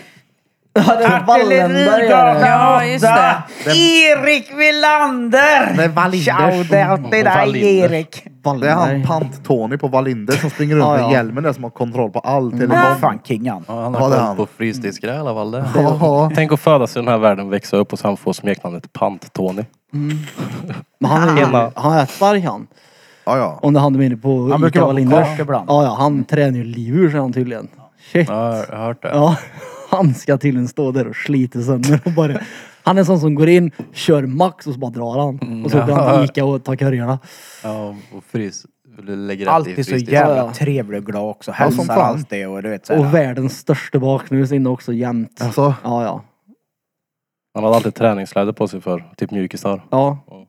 Speaker 2: Ja, det är Wallenberg. är det.
Speaker 1: Ja, just det.
Speaker 4: Erik Wilander!
Speaker 3: Det är Wallinder
Speaker 4: Shout out till dig
Speaker 6: Wallinder.
Speaker 4: Erik!
Speaker 3: Det är han
Speaker 2: Wallenberg.
Speaker 3: Pant-Tony på Valinder som springer runt
Speaker 2: Ja, ja.
Speaker 3: med hjälmen där som har kontroll på allt. Eller
Speaker 4: Han var
Speaker 3: bara,
Speaker 4: fan king han.
Speaker 6: Ja, han
Speaker 3: Ja,
Speaker 6: har
Speaker 3: det är
Speaker 6: koll
Speaker 3: han.
Speaker 6: på frysdiskar i alla fall. Det.
Speaker 3: Ja.
Speaker 6: Tänk att födas i den här världen, växa upp och sen få smeknamnet Pant-Tony.
Speaker 2: Men han är,
Speaker 6: Hemma.
Speaker 2: han är stark han.
Speaker 3: ja, ja.
Speaker 2: Om det är han du menar på
Speaker 4: Han brukar
Speaker 2: Ica
Speaker 4: vara på
Speaker 2: Wallinder.
Speaker 4: kors ibland.
Speaker 2: Ja, ja, han tränar ju liv ur sig han tydligen. Shit.
Speaker 5: Ja,
Speaker 2: Ja.
Speaker 5: jag har hört det.
Speaker 2: han ska tydligen stå där och slita sönder och bara... Han är sån som går in, kör max och så bara drar han. Och så går han till Ica och tar curryrna.
Speaker 5: Ja, och frys... Eller lägger allt i
Speaker 4: Alltid så
Speaker 5: frysdisken.
Speaker 2: Ja, ja.
Speaker 4: jävla trevlig och glad också.
Speaker 3: som
Speaker 4: Hälsar
Speaker 3: fan.
Speaker 4: allt det och du vet
Speaker 2: Och
Speaker 4: såhär.
Speaker 2: världens största baknus inne också jämt.
Speaker 3: Alltså,
Speaker 2: Ja, ja.
Speaker 6: Han hade alltid träningskläder på sig för typ mjukisar.
Speaker 2: Ja. Men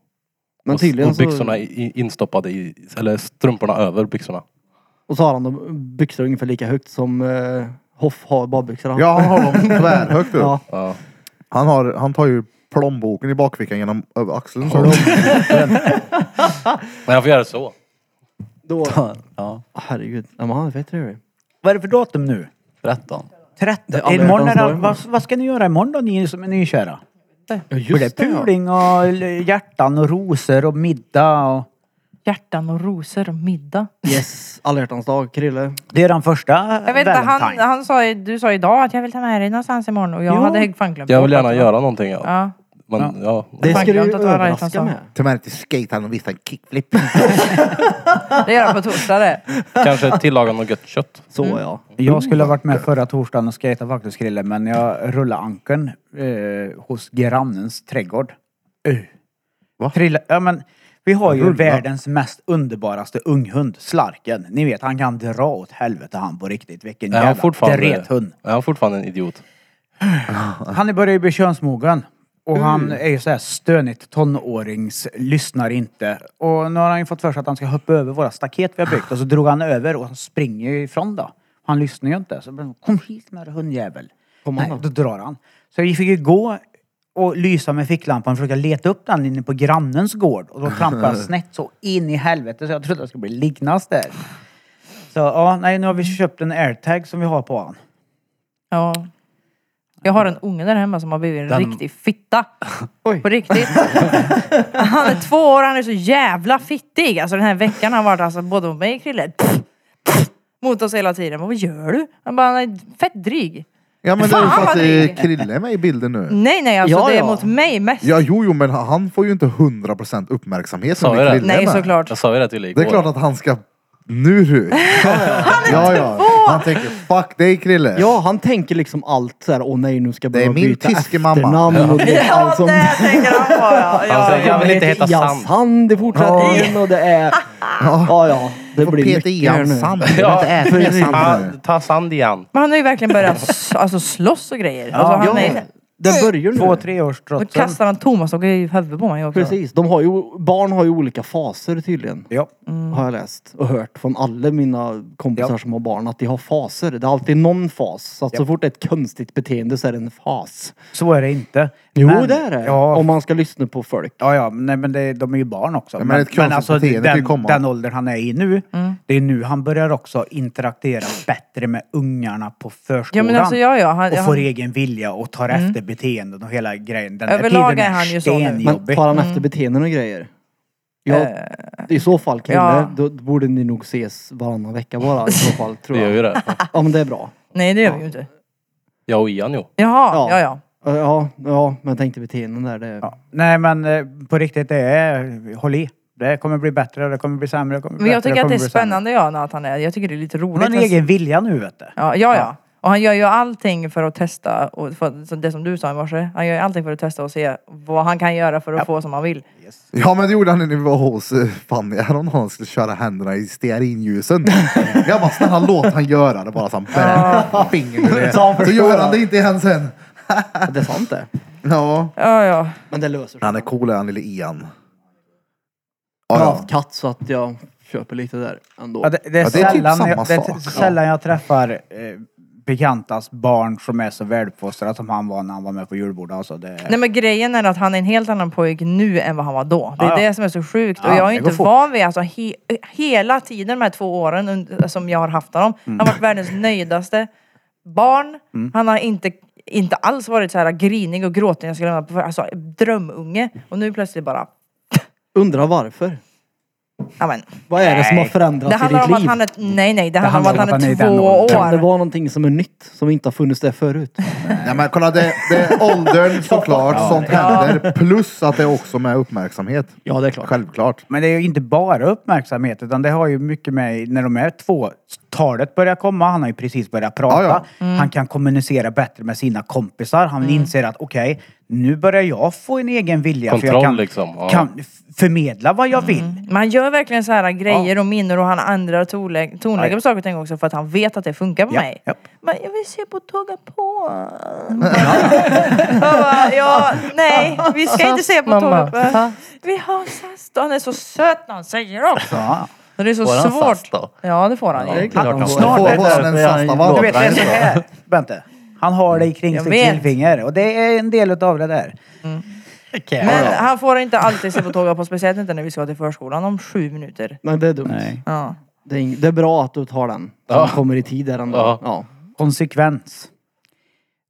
Speaker 6: Och, och
Speaker 2: tydligen så...
Speaker 6: byxorna i- i- instoppade i, eller strumporna över byxorna.
Speaker 2: Och så har han då byxor ungefär lika högt som eh, Hoff har badbyxor. han.
Speaker 3: ja, han har dem tvärhögt upp.
Speaker 2: Ja.
Speaker 6: Ja.
Speaker 3: Han, har, han tar ju plånboken i bakfickan genom över axeln. Så.
Speaker 6: Men jag får göra så.
Speaker 2: Då...
Speaker 5: Ja,
Speaker 2: Ah, Herregud. Ja, men han är fett trevlig.
Speaker 4: Vad är det för datum nu?
Speaker 5: 13.
Speaker 4: 13.
Speaker 2: aldrig
Speaker 4: Imorgon
Speaker 2: hört
Speaker 4: är
Speaker 2: hans
Speaker 4: det,
Speaker 2: dag.
Speaker 4: vad, vad ska ni göra imorgon då, ni som är nykära?
Speaker 2: Ja,
Speaker 4: Blir det puling och l- hjärtan och rosor och middag och...
Speaker 1: Hjärtan och rosor och middag.
Speaker 2: Yes. Alla hjärtans dag, Krille.
Speaker 4: Det är den första
Speaker 1: Jag vet inte, han,
Speaker 4: Valentine.
Speaker 1: han sa, ju- du sa idag att jag vill ta med dig någonstans imorgon och jag
Speaker 4: Jo.
Speaker 1: hade fan glömt
Speaker 6: Jag
Speaker 1: bort
Speaker 6: vill gärna
Speaker 1: att-
Speaker 6: göra någonting. Ja.
Speaker 1: Ja.
Speaker 6: Men, ja.
Speaker 2: Det
Speaker 1: Fan,
Speaker 2: ska du
Speaker 1: glömt
Speaker 2: ju
Speaker 1: att det var alla hjärtans
Speaker 2: överraska
Speaker 1: dag.
Speaker 2: med.
Speaker 3: Ta med dig till skatehallen och visa en kickflip.
Speaker 1: Det gör han på torsdag det.
Speaker 6: Kanske tillaga något gött kött.
Speaker 2: Så
Speaker 3: Mm.
Speaker 2: ja.
Speaker 4: Jag skulle ha varit med förra torsdagen och skejtat faktiskt Krille, men jag rullade ankeln eh, hos grannens trädgård. Uh.
Speaker 3: Va?
Speaker 4: Trilla, ja, men, vi har ju
Speaker 3: Rulla?
Speaker 4: världens mest underbaraste unghund, Slarken. Ni vet, han kan dra åt helvete han på riktigt. Vilken
Speaker 6: Är han
Speaker 4: jävla
Speaker 6: fortfarande,
Speaker 4: drethund.
Speaker 6: är han fortfarande en idiot?
Speaker 4: Han är börjar ju bli könsmogen. Och han
Speaker 2: Mm.
Speaker 4: är ju såhär stönigt tonårings, lyssnar inte. Och nu har han ju fått för sig att han ska hoppa över våra staket vi har byggt. Och så drog han över och han springer ju ifrån då. Han lyssnar ju inte. Så bara, kom hit med dig hundjävel.
Speaker 2: Kom han
Speaker 4: Nej, då drar han. Så vi fick ju gå och lysa med ficklampan och försöka leta upp den inne på grannens gård. Och då trampade jag snett så in i helvete så jag trodde jag skulle bli liggnast där. Så ja, nej nu har vi köpt en airtag som vi har på honom.
Speaker 1: Ja. Jag har en unge där hemma som har blivit en
Speaker 5: Den-
Speaker 1: riktig fitta. På riktigt. Han är två år, han är så jävla fittig. Alltså den här veckan har han varit alltså både mot mig och Krille. Pff, pff, Mot oss hela tiden. Vad gör du? Han bara, han är fett dryg.
Speaker 3: Ja men det är ju för
Speaker 1: Fan,
Speaker 3: att
Speaker 1: vad
Speaker 3: det är
Speaker 1: dryg.
Speaker 3: Krille är med i bilden
Speaker 2: Mm.
Speaker 3: nu.
Speaker 1: Nej nej alltså
Speaker 2: Ja,
Speaker 1: det är
Speaker 2: ja.
Speaker 1: mot mig mest.
Speaker 3: Ja jo jo men han får ju inte 100% uppmärksamhet
Speaker 6: Sa
Speaker 3: när
Speaker 6: jag det?
Speaker 3: Krille är
Speaker 1: nej
Speaker 3: med.
Speaker 1: såklart.
Speaker 6: Jag sa ju det till dig
Speaker 3: Det
Speaker 6: igår.
Speaker 3: är klart att han ska... Nu du! Ja, ja. Han tänker fuck dig Krille.
Speaker 2: Ja, han tänker liksom allt så här, åh nej nu ska jag
Speaker 3: Det är
Speaker 2: behöva
Speaker 3: min
Speaker 2: byta
Speaker 3: tyske mamma.
Speaker 2: efternamn och det är
Speaker 1: Ja
Speaker 2: allt som...
Speaker 1: det tänker han på ja.
Speaker 6: Han
Speaker 1: ja,
Speaker 6: säger, jag
Speaker 1: ja.
Speaker 6: vill inte heta Sand.
Speaker 2: Sand i fortsättningen och det är... Ja, ja. Det
Speaker 3: Får
Speaker 2: blir
Speaker 3: peta i
Speaker 2: mycket här
Speaker 3: han
Speaker 2: nu.
Speaker 3: sand. Jag vill inte äta mer sand nu.
Speaker 6: Ta, ta Sand igen.
Speaker 1: Men han har ju verkligen börjat s- alltså, slåss och grejer. Alltså, han är,
Speaker 2: Det börjar nu.
Speaker 4: Två, tre års
Speaker 1: då
Speaker 4: trotsen.
Speaker 1: kastar han Thomas och i huvudet på mig också.
Speaker 2: Precis. De har ju, barn har ju olika faser tydligen.
Speaker 4: Ja.
Speaker 2: Har jag läst och hört från alla mina kompisar
Speaker 4: Ja.
Speaker 2: som har barn. Att de har faser. Det är alltid någon fas. Så att så
Speaker 4: Ja.
Speaker 2: fort det är ett konstigt beteende så är det en fas.
Speaker 4: Så är det inte.
Speaker 2: Jo
Speaker 4: Men-
Speaker 2: det är det.
Speaker 4: Ja,
Speaker 2: Om man ska lyssna på folk.
Speaker 4: ja, ja nej, men det, de är ju barn också. alltså,
Speaker 3: Ja, men ett konstigt beteende kan ju
Speaker 4: den,
Speaker 3: komma.
Speaker 4: den åldern han är i nu,
Speaker 1: Mm.
Speaker 4: det är nu han börjar också interagera bättre med ungarna på förskolan.
Speaker 1: alltså, ja, ja, han-
Speaker 4: och
Speaker 1: han-
Speaker 4: får e- egen vilja och tar efter beteenden och hela grejen. Den där
Speaker 1: Överlag
Speaker 4: tiden
Speaker 1: är han ju så nu.
Speaker 2: Men
Speaker 4: stenjobbig.
Speaker 2: tar han efter beteenden och grejer? Ja, i så fall Krille,
Speaker 1: ja.
Speaker 2: då borde ni nog ses varannan vecka bara i så fall.
Speaker 6: Vi
Speaker 2: Tror
Speaker 6: gör ju
Speaker 2: jag.
Speaker 6: det.
Speaker 2: Ja men det är bra.
Speaker 1: Nej det gör vi ju inte.
Speaker 6: Jag och Ian jo.
Speaker 1: Jaha,
Speaker 2: Ja.
Speaker 1: ja ja. ja.
Speaker 2: Eh, Ja, ja men jag tänkte beteenden där. Det...
Speaker 4: Ja. Nej men eh, på riktigt, det är, håll i. Det kommer bli bättre, det kommer bli sämre, det kommer bli
Speaker 1: Men jag
Speaker 4: bättre,
Speaker 1: tycker att det
Speaker 4: kommer
Speaker 1: är
Speaker 4: bli sämre.
Speaker 1: spännande Liksom- ja, när att han är. Jag tycker det är lite
Speaker 4: Han
Speaker 1: roligt.
Speaker 4: har en
Speaker 1: men-
Speaker 4: egen vilja nu vet du.
Speaker 1: Ja, ja, ja. Och han gör ju allting för att testa, och för, så det som du sa i morse. Han gör ju allting för att testa och se vad han kan göra för att få som han vill.
Speaker 3: Ja men det gjorde han när vi var hos eh, Fanny häromdagen. Han skulle köra händerna i stearinljusen. Jag bara snälla låt han göra det bara så han bränner fingret i det.
Speaker 2: Så han
Speaker 3: Så
Speaker 2: förstår.
Speaker 3: gör han det inte igen sen.
Speaker 2: Det är sant det.
Speaker 3: Ja.
Speaker 1: Ja, ja.
Speaker 2: Men det löser sig.
Speaker 3: Han är cool är han lille Ian.
Speaker 2: Jag
Speaker 3: Ja,
Speaker 2: har
Speaker 3: ja.
Speaker 2: haft katt så att jag köper lite där ändå.
Speaker 4: Ja, det, det, är
Speaker 3: Ja, det är typ
Speaker 4: sällan
Speaker 3: samma
Speaker 4: jag, det är
Speaker 3: sak.
Speaker 4: t- sällan jag träffar eh, bekantas barn som är så väluppfostrade som han var när han var med på julbordet. Alltså, det,
Speaker 1: Nej men grejen är att han är en helt annan pojk nu än vad han var då. Det är
Speaker 4: Ja, ja.
Speaker 1: det som är så sjukt.
Speaker 4: Ja,
Speaker 1: och jag är
Speaker 4: det
Speaker 1: ju
Speaker 4: går
Speaker 1: inte
Speaker 4: fort.
Speaker 1: van vid, alltså he, hela tiden de här två åren und- som jag har haft honom.
Speaker 4: Mm.
Speaker 1: Han har varit världens nöjdaste barn. Han har inte, inte alls varit så här grinig och gråtig när jag ska lämna på för- Alltså drömunge. Och nu plötsligt bara
Speaker 2: Undrar varför.
Speaker 1: Ja, men.
Speaker 2: Vad är det som har
Speaker 4: Nej.
Speaker 2: förändrats
Speaker 1: Det
Speaker 2: i
Speaker 1: handlar om
Speaker 2: ditt
Speaker 1: att
Speaker 2: liv?
Speaker 1: han är... Nej, nej. Det, handlar
Speaker 4: handlar
Speaker 1: om att han är,
Speaker 4: i den
Speaker 1: två
Speaker 4: åldern.
Speaker 2: Kan det
Speaker 1: år.
Speaker 2: vara någonting som är nytt, som inte har funnits där förut?
Speaker 3: Nej men kolla det, det är åldern såklart, sånt händer. Plus att det är också med uppmärksamhet.
Speaker 2: Ja, det är klart.
Speaker 3: Självklart.
Speaker 4: Men det är ju inte bara uppmärksamhet utan det har ju mycket med när de är två. Talet börjar komma, han har ju precis börjat prata.
Speaker 3: Ja,
Speaker 1: Mm.
Speaker 4: Han kan kommunicera bättre med sina kompisar. Han inser att okej, nu börjar jag få en egen vilja. för
Speaker 6: Kontroll,
Speaker 4: jag kan,
Speaker 6: liksom. Ja.
Speaker 4: kan f- förmedla vad jag vill.
Speaker 1: Men han gör verkligen så här grejer och minner och han ändrar tonlä- tonläge på saker och ting också för att han vet att det funkar på
Speaker 4: Ja,
Speaker 1: mig.
Speaker 4: ja.
Speaker 1: Men jag vill se på Tåga på. Jag bara, ja, nej, vi ska inte se på Tåga på. Vi har SAS då. Han är så söt när han säger också.
Speaker 4: Ja.
Speaker 1: Men Det är så
Speaker 5: Får han
Speaker 1: svårt.
Speaker 5: SAS då?
Speaker 1: Ja, det får han ju.
Speaker 5: klart han
Speaker 4: Snart
Speaker 5: får.
Speaker 4: är det
Speaker 3: Får han en sastava?
Speaker 4: Du vet, det är så här. Vänta. Han har det kring
Speaker 1: Jag
Speaker 4: sitt
Speaker 1: vet. Mm.
Speaker 4: lillfinger och det är en del utav det där.
Speaker 1: Men han får inte alltid se på Tåga på, speciellt inte när vi ska till förskolan om sju minuter.
Speaker 2: Nej, det är dumt.
Speaker 4: Nej.
Speaker 1: Ja.
Speaker 2: Det, är, ing- det är bra att du tar den. Som kommer i tid där ändå.
Speaker 6: Ja.
Speaker 2: Ja.
Speaker 4: Konsekvens.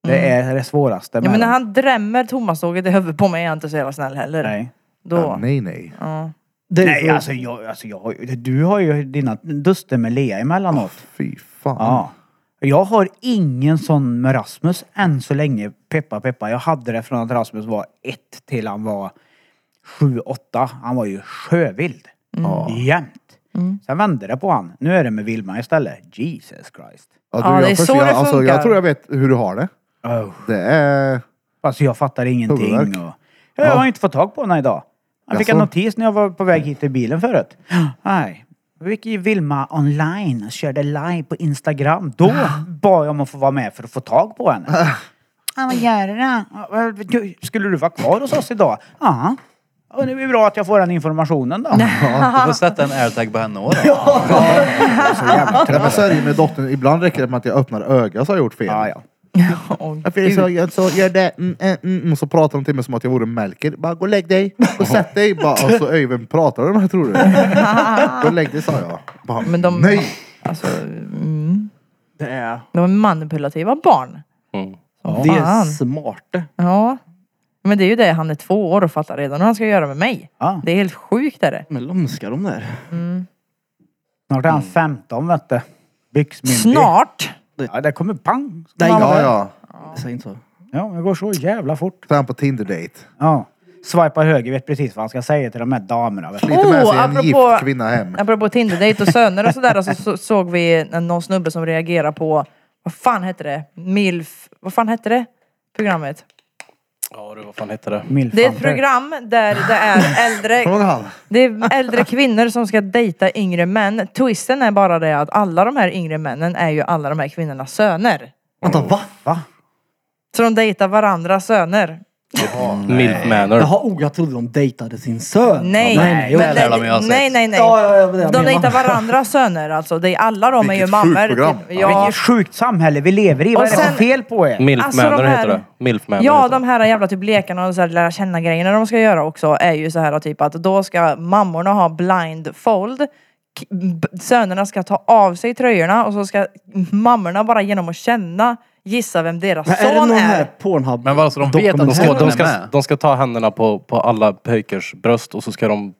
Speaker 4: Det är det svåraste
Speaker 1: Mm. ja, men
Speaker 4: med
Speaker 1: när
Speaker 4: dem.
Speaker 1: han drämmer Thomas-tåget i huvudet på mig är jag inte så jävla snäll heller.
Speaker 4: Nej.
Speaker 1: Då.
Speaker 3: Nej nej.
Speaker 1: Ja.
Speaker 2: Det är
Speaker 4: Nej,
Speaker 2: för-
Speaker 4: alltså, jag, alltså jag, har ju- du har ju dina duster med Lea emellanåt.
Speaker 3: Fy fan.
Speaker 4: Ja. Jag har ingen sån med Rasmus än så länge. Peppa, peppa. Jag hade det från att Rasmus var ett till han var sju, åtta. Han var ju sjövild. Jämt. Sen vände det på han. Nu är det med Vilma istället. Jesus Christ.
Speaker 3: Ja,
Speaker 1: Ja, det är
Speaker 3: jag
Speaker 1: så det
Speaker 3: jag, alltså,
Speaker 1: funkar.
Speaker 3: jag tror jag vet hur du har det. Det är...
Speaker 4: Alltså jag fattar
Speaker 3: Huvudvärk.
Speaker 4: ingenting. Och, jag har inte fått tag på henne idag. Jag fick en
Speaker 3: Jaså?
Speaker 4: notis när jag var på väg hit i bilen förut. Nej. Då gick ju Vilma online och körde live på Instagram. Då bad jag om att få vara med för att få tag på henne.
Speaker 3: Ah.
Speaker 4: Ja, vad gör du då? "Ja, du? Skulle du vara kvar hos oss idag? Ja. Och det är bra att jag får den informationen då.
Speaker 5: Du får sätta en airtag på henne också.
Speaker 3: Nej, men så är det ju med dottern. Ibland räcker det med att jag öppnar ögat så har jag gjort fel.
Speaker 4: Ja, ja.
Speaker 3: Jag fick- så, jag, så gör det. Mm, mm, mm. Och så pratar de till mig som att jag vore Melker. Bara gå och lägg dig. Gå och sätt dig. Bara, och så öj, vem pratar du med tror du? Gå och lägg dig sa jag. Bara,
Speaker 1: Men de-
Speaker 3: Nej!
Speaker 1: Alltså, mm. De är manipulativa barn.
Speaker 6: Mm.
Speaker 1: Som
Speaker 2: Det är
Speaker 1: fan.
Speaker 2: smarte.
Speaker 1: Ja. Men det är ju det han är två år och fattar redan hur han ska göra med mig.
Speaker 4: Ja.
Speaker 1: Det är helt sjukt är det.
Speaker 2: Men lömska de där.
Speaker 4: Snart är han
Speaker 3: Mm.
Speaker 4: 15 vet du. Byxmyndig.
Speaker 1: Snart!
Speaker 4: Ja, det kommer pang.
Speaker 2: Nej,
Speaker 3: Ja, ja.
Speaker 2: Säg inte så.
Speaker 4: Ja, det går så jävla fort.
Speaker 3: Sen på Tinder-date.
Speaker 4: Ja. Swipar höger, vet precis vad han ska säga till de här damerna. vet du.
Speaker 3: Lite med
Speaker 1: Oh,
Speaker 3: sig en
Speaker 1: apropå-
Speaker 3: gift kvinna hem.
Speaker 1: Apropå Tinder-dejt och söner och sådär så, så såg vi någon snubbe som reagerade på, vad fan hette det? Milf, vad fan hette det? Programmet.
Speaker 6: Ja du, vad fan heter det?
Speaker 1: Det är
Speaker 4: Milfan,
Speaker 1: ett program där det är äldre,
Speaker 3: Från han.
Speaker 1: det är äldre kvinnor som ska dejta yngre män. Twisten är bara det att alla de här yngre männen är ju alla de här kvinnornas söner.
Speaker 2: Vänta, va?
Speaker 4: Va?
Speaker 1: Så de dejtar varandras söner.
Speaker 6: Milf Manor.
Speaker 2: Jaha, oh, jag trodde de dejtade sin son.
Speaker 1: Nej,
Speaker 2: Ja, nej,
Speaker 1: men
Speaker 2: nej.
Speaker 5: det lär de ju ha
Speaker 1: nej,
Speaker 5: sett.
Speaker 1: nej, nej, nej.
Speaker 2: Ja, ja, ja, det är det jag
Speaker 1: De
Speaker 2: menar.
Speaker 1: dejtar varandras söner alltså. Det är, alla de är ju
Speaker 3: Vilket
Speaker 1: mammor.
Speaker 3: sjukt program.
Speaker 1: Typ.
Speaker 4: Vilket
Speaker 1: Ja.
Speaker 4: sjukt samhälle vi lever i. Vad
Speaker 1: Och
Speaker 4: är det
Speaker 1: sen-
Speaker 4: för fel på er?
Speaker 6: Milf
Speaker 1: Alltså,
Speaker 6: Manor
Speaker 1: de här-
Speaker 6: heter det. Milf Manor
Speaker 1: ja,
Speaker 6: heter
Speaker 1: de här jävla typ lekarna och så här lära känna grejerna de ska göra också är ju så här typ att då ska mammorna ha blindfold. K- b- Sönerna ska ta av sig tröjorna och så ska mammorna bara genom att känna gissa vem deras
Speaker 2: Men är det
Speaker 1: son
Speaker 2: någon
Speaker 1: är.
Speaker 2: här Pornhub?
Speaker 5: Men vad, alltså, de vet att
Speaker 6: de, ska, de,
Speaker 5: är
Speaker 6: ska,
Speaker 5: med.
Speaker 6: de ska ta händerna på, på alla pojkars bröst och så ska de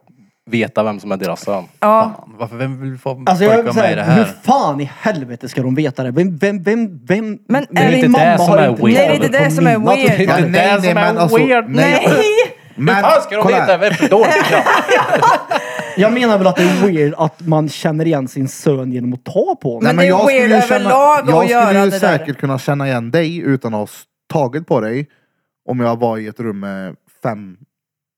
Speaker 6: veta vem som är deras son.
Speaker 1: Ja.
Speaker 5: Fan, varför, vem vill få
Speaker 2: Alltså
Speaker 5: folk
Speaker 2: jag vill
Speaker 5: vara med i det
Speaker 2: säga, hur
Speaker 5: här?
Speaker 2: fan i helvete ska de veta det? Vem, vem, vem, vem?
Speaker 1: Men
Speaker 2: min
Speaker 1: är det inte
Speaker 2: mamma
Speaker 6: det som
Speaker 2: har
Speaker 6: är
Speaker 2: inte
Speaker 6: weird?
Speaker 1: Nej, det är inte
Speaker 2: koll
Speaker 1: det
Speaker 2: på
Speaker 1: som är
Speaker 2: mina
Speaker 1: weird.
Speaker 6: Det
Speaker 3: Ja,
Speaker 6: är
Speaker 3: nej,
Speaker 6: inte det
Speaker 3: nej,
Speaker 6: som
Speaker 3: men
Speaker 6: är
Speaker 3: alltså,
Speaker 6: weird.
Speaker 3: nej. Men,
Speaker 6: Hur fan ska de
Speaker 3: kolla
Speaker 6: veta
Speaker 3: här.
Speaker 6: vem för dålig
Speaker 2: Jag menar väl att det är weird att man känner igen sin son genom att ta på honom.
Speaker 1: Men det är
Speaker 3: jag skulle
Speaker 1: weird
Speaker 3: ju känna-
Speaker 1: överlag att
Speaker 3: Jag
Speaker 1: göra
Speaker 3: skulle
Speaker 1: det
Speaker 3: ju
Speaker 1: där.
Speaker 3: säkert kunna känna igen dig utan att ha s- tagit på dig om jag var i ett rum med fem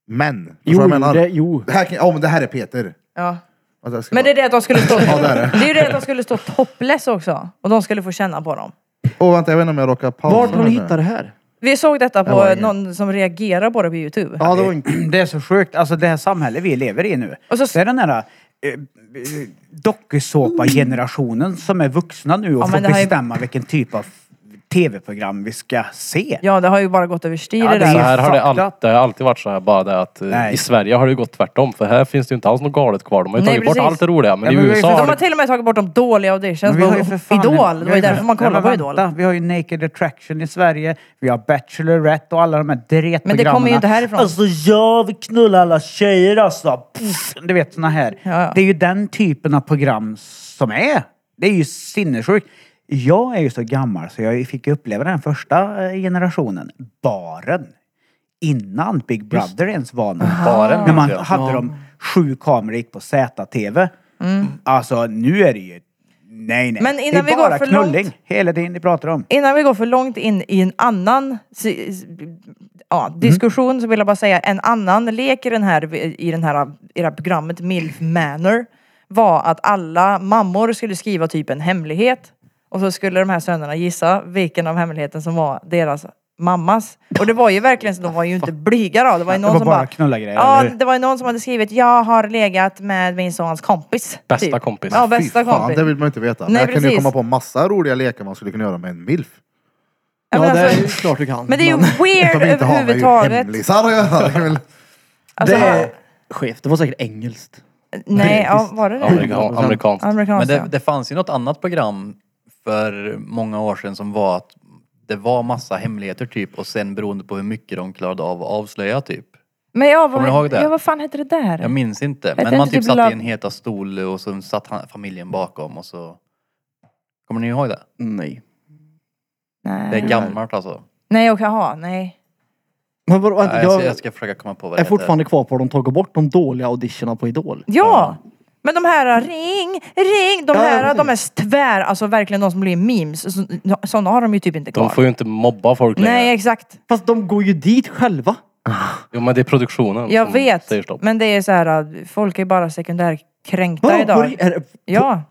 Speaker 3: män. Förstår du
Speaker 2: Jo,
Speaker 3: vad jag menar?
Speaker 2: det, jo.
Speaker 3: Det här, kan, ja, men det här är Peter.
Speaker 1: Ja.
Speaker 3: Alltså, jag ska
Speaker 1: Men det är det att de skulle stå...
Speaker 3: det är det.
Speaker 1: det är ju det att de skulle stå topless också. Och de skulle få känna på dem.
Speaker 3: bara- Åh, vänta, jag vet inte om jag råkar pausa.
Speaker 2: Vart har
Speaker 3: den
Speaker 2: ni
Speaker 3: nu.
Speaker 2: hittat det här?
Speaker 1: Vi såg detta på
Speaker 3: var ingen.
Speaker 1: någon som reagerar på det på Youtube.
Speaker 2: Ja, det var inte...
Speaker 4: Det är så sjukt. Alltså det här samhälle vi lever i nu.
Speaker 1: Och så-
Speaker 4: Det är den här eh, dokusåpa-generationen som är vuxna nu och
Speaker 1: Ja,
Speaker 4: får
Speaker 1: men det här är-
Speaker 4: bestämma vilken typ av tv-program vi ska se.
Speaker 1: Ja, det har ju bara gått överstyr
Speaker 4: Ja,
Speaker 1: det
Speaker 4: det
Speaker 6: Så
Speaker 1: där.
Speaker 4: är-
Speaker 6: här har det, all,
Speaker 4: fucked up.
Speaker 6: det har alltid varit så här bara det att eh,
Speaker 4: Nej.
Speaker 6: i Sverige har det ju gått tvärtom för här finns det ju inte alls något galet kvar. De har ju
Speaker 1: Nej,
Speaker 6: tagit bort
Speaker 1: precis.
Speaker 6: allt det roliga men
Speaker 4: Ja,
Speaker 6: i
Speaker 4: men vi har ju
Speaker 6: USA
Speaker 4: för-
Speaker 6: har
Speaker 1: De har
Speaker 6: det...
Speaker 1: till och med tagit bort de dåliga auditions.
Speaker 4: Men vi har ju för fan-
Speaker 1: Idol, det
Speaker 4: vi
Speaker 1: var
Speaker 4: har
Speaker 1: ju
Speaker 4: ju för-
Speaker 1: därför man kollade
Speaker 4: Nej,
Speaker 1: på
Speaker 4: men
Speaker 1: Idol.
Speaker 4: vänta, Vi har ju Naked Attraction i Sverige, vi har Bachelorette och alla de här dretprogrammen.
Speaker 1: Men det kommer ju inte härifrån.
Speaker 4: Alltså jag vill knulla alla tjejer alltså. Pff, du vet såna här.
Speaker 1: Ja, ja.
Speaker 4: Det är ju den typen av program som är. Det är ju sinnessjukt. Jag är ju så gammal så jag fick ju uppleva den första eh, generationen. Baren. Innan Big Brother ens var någon.
Speaker 6: Baren
Speaker 4: När man
Speaker 6: vet jag.
Speaker 4: hade de sju kameror gick på ZTV. Alltså nu är det ju... Nej nej.
Speaker 1: Mm. Men innan
Speaker 4: det
Speaker 1: vi
Speaker 4: är
Speaker 1: går
Speaker 4: bara
Speaker 1: för
Speaker 4: knulling
Speaker 1: långt-
Speaker 4: hela tiden ni pratar om.
Speaker 1: Innan vi går för långt in i en annan si- s- ja,
Speaker 4: Mm.
Speaker 1: diskussion så vill jag bara säga en annan lek i, den här, i, den här, i det här programmet Milf Manor var att alla mammor skulle skriva typ en hemlighet och så skulle de här sönerna gissa vilken av hemligheten som var deras mammas. Och det var ju verkligen så, de var ju inte blyga då. Det var ju
Speaker 4: Det
Speaker 1: någon
Speaker 4: var
Speaker 1: som
Speaker 4: bara
Speaker 1: bara...
Speaker 4: knulla-grejer,
Speaker 1: Ja,
Speaker 4: eller hur?
Speaker 1: det var ju någon som hade skrivit jag har legat med min sons kompis. Typ.
Speaker 6: Bästa kompis.
Speaker 1: Ja,
Speaker 3: Fy
Speaker 1: bästa
Speaker 3: fan,
Speaker 1: kompis.
Speaker 3: det vill man ju inte veta. Men
Speaker 1: Nej,
Speaker 3: jag kunde ju
Speaker 1: precis.
Speaker 3: komma på massa roliga lekar man skulle kunna göra med en milf.
Speaker 1: Ja,
Speaker 2: Ja,
Speaker 1: men,
Speaker 2: det är
Speaker 1: alltså,
Speaker 2: ju klart du kan.
Speaker 1: men det är ju
Speaker 3: Som
Speaker 1: weird
Speaker 3: inte har med ju
Speaker 1: överhuvudtaget.
Speaker 3: hemlisar att göra. Det är väl-
Speaker 1: Alltså,
Speaker 2: Det
Speaker 1: han-
Speaker 2: är... Chef, det var säkert engelskt.
Speaker 1: Nej, ja, var det det?
Speaker 6: Amerikan, amerikanskt.
Speaker 5: Men
Speaker 1: Amerikanskt
Speaker 5: det,
Speaker 1: ja.
Speaker 5: det fanns ju något annat program för många år sedan som var att det var massa hemligheter typ och sen beroende på hur mycket de klarade av att avslöja typ.
Speaker 1: Men ja, vad,
Speaker 5: Kommer ni ihåg det?
Speaker 1: ja, vad fan hette det där?
Speaker 5: Jag minns inte.
Speaker 1: det
Speaker 5: Men man
Speaker 1: inte
Speaker 5: typ
Speaker 1: typ
Speaker 5: satt
Speaker 1: Love-
Speaker 5: i en heta stol och så satt han, familjen bakom och så... Kommer ni ihåg det?
Speaker 2: Nej.
Speaker 5: Det är
Speaker 1: nej.
Speaker 5: gammalt alltså.
Speaker 1: nej, och jaha, nej.
Speaker 2: Men vadå?
Speaker 5: Nej, Jag,
Speaker 2: jag
Speaker 5: ska, jag ska försöka komma på vad det
Speaker 2: är
Speaker 5: heter.
Speaker 2: fortfarande kvar på att de tagit bort de dåliga auditionerna på Idol.
Speaker 1: Ja! Men de här, ring, ring! De
Speaker 2: Ja,
Speaker 1: här,
Speaker 2: precis.
Speaker 1: de är tvär, alltså verkligen de som blir memes. Så- Sådana har de ju typ inte kvar.
Speaker 6: De får ju inte mobba folk längre.
Speaker 1: Nej, exakt.
Speaker 2: Fast de går ju dit själva.
Speaker 6: Jo men det är produktionen
Speaker 1: Jag
Speaker 6: som
Speaker 1: vet.
Speaker 6: säger stopp.
Speaker 1: Men det är så här, att folk är bara sekundärkränkta
Speaker 2: Vadå?
Speaker 1: idag.
Speaker 2: Går- är det-
Speaker 1: Ja.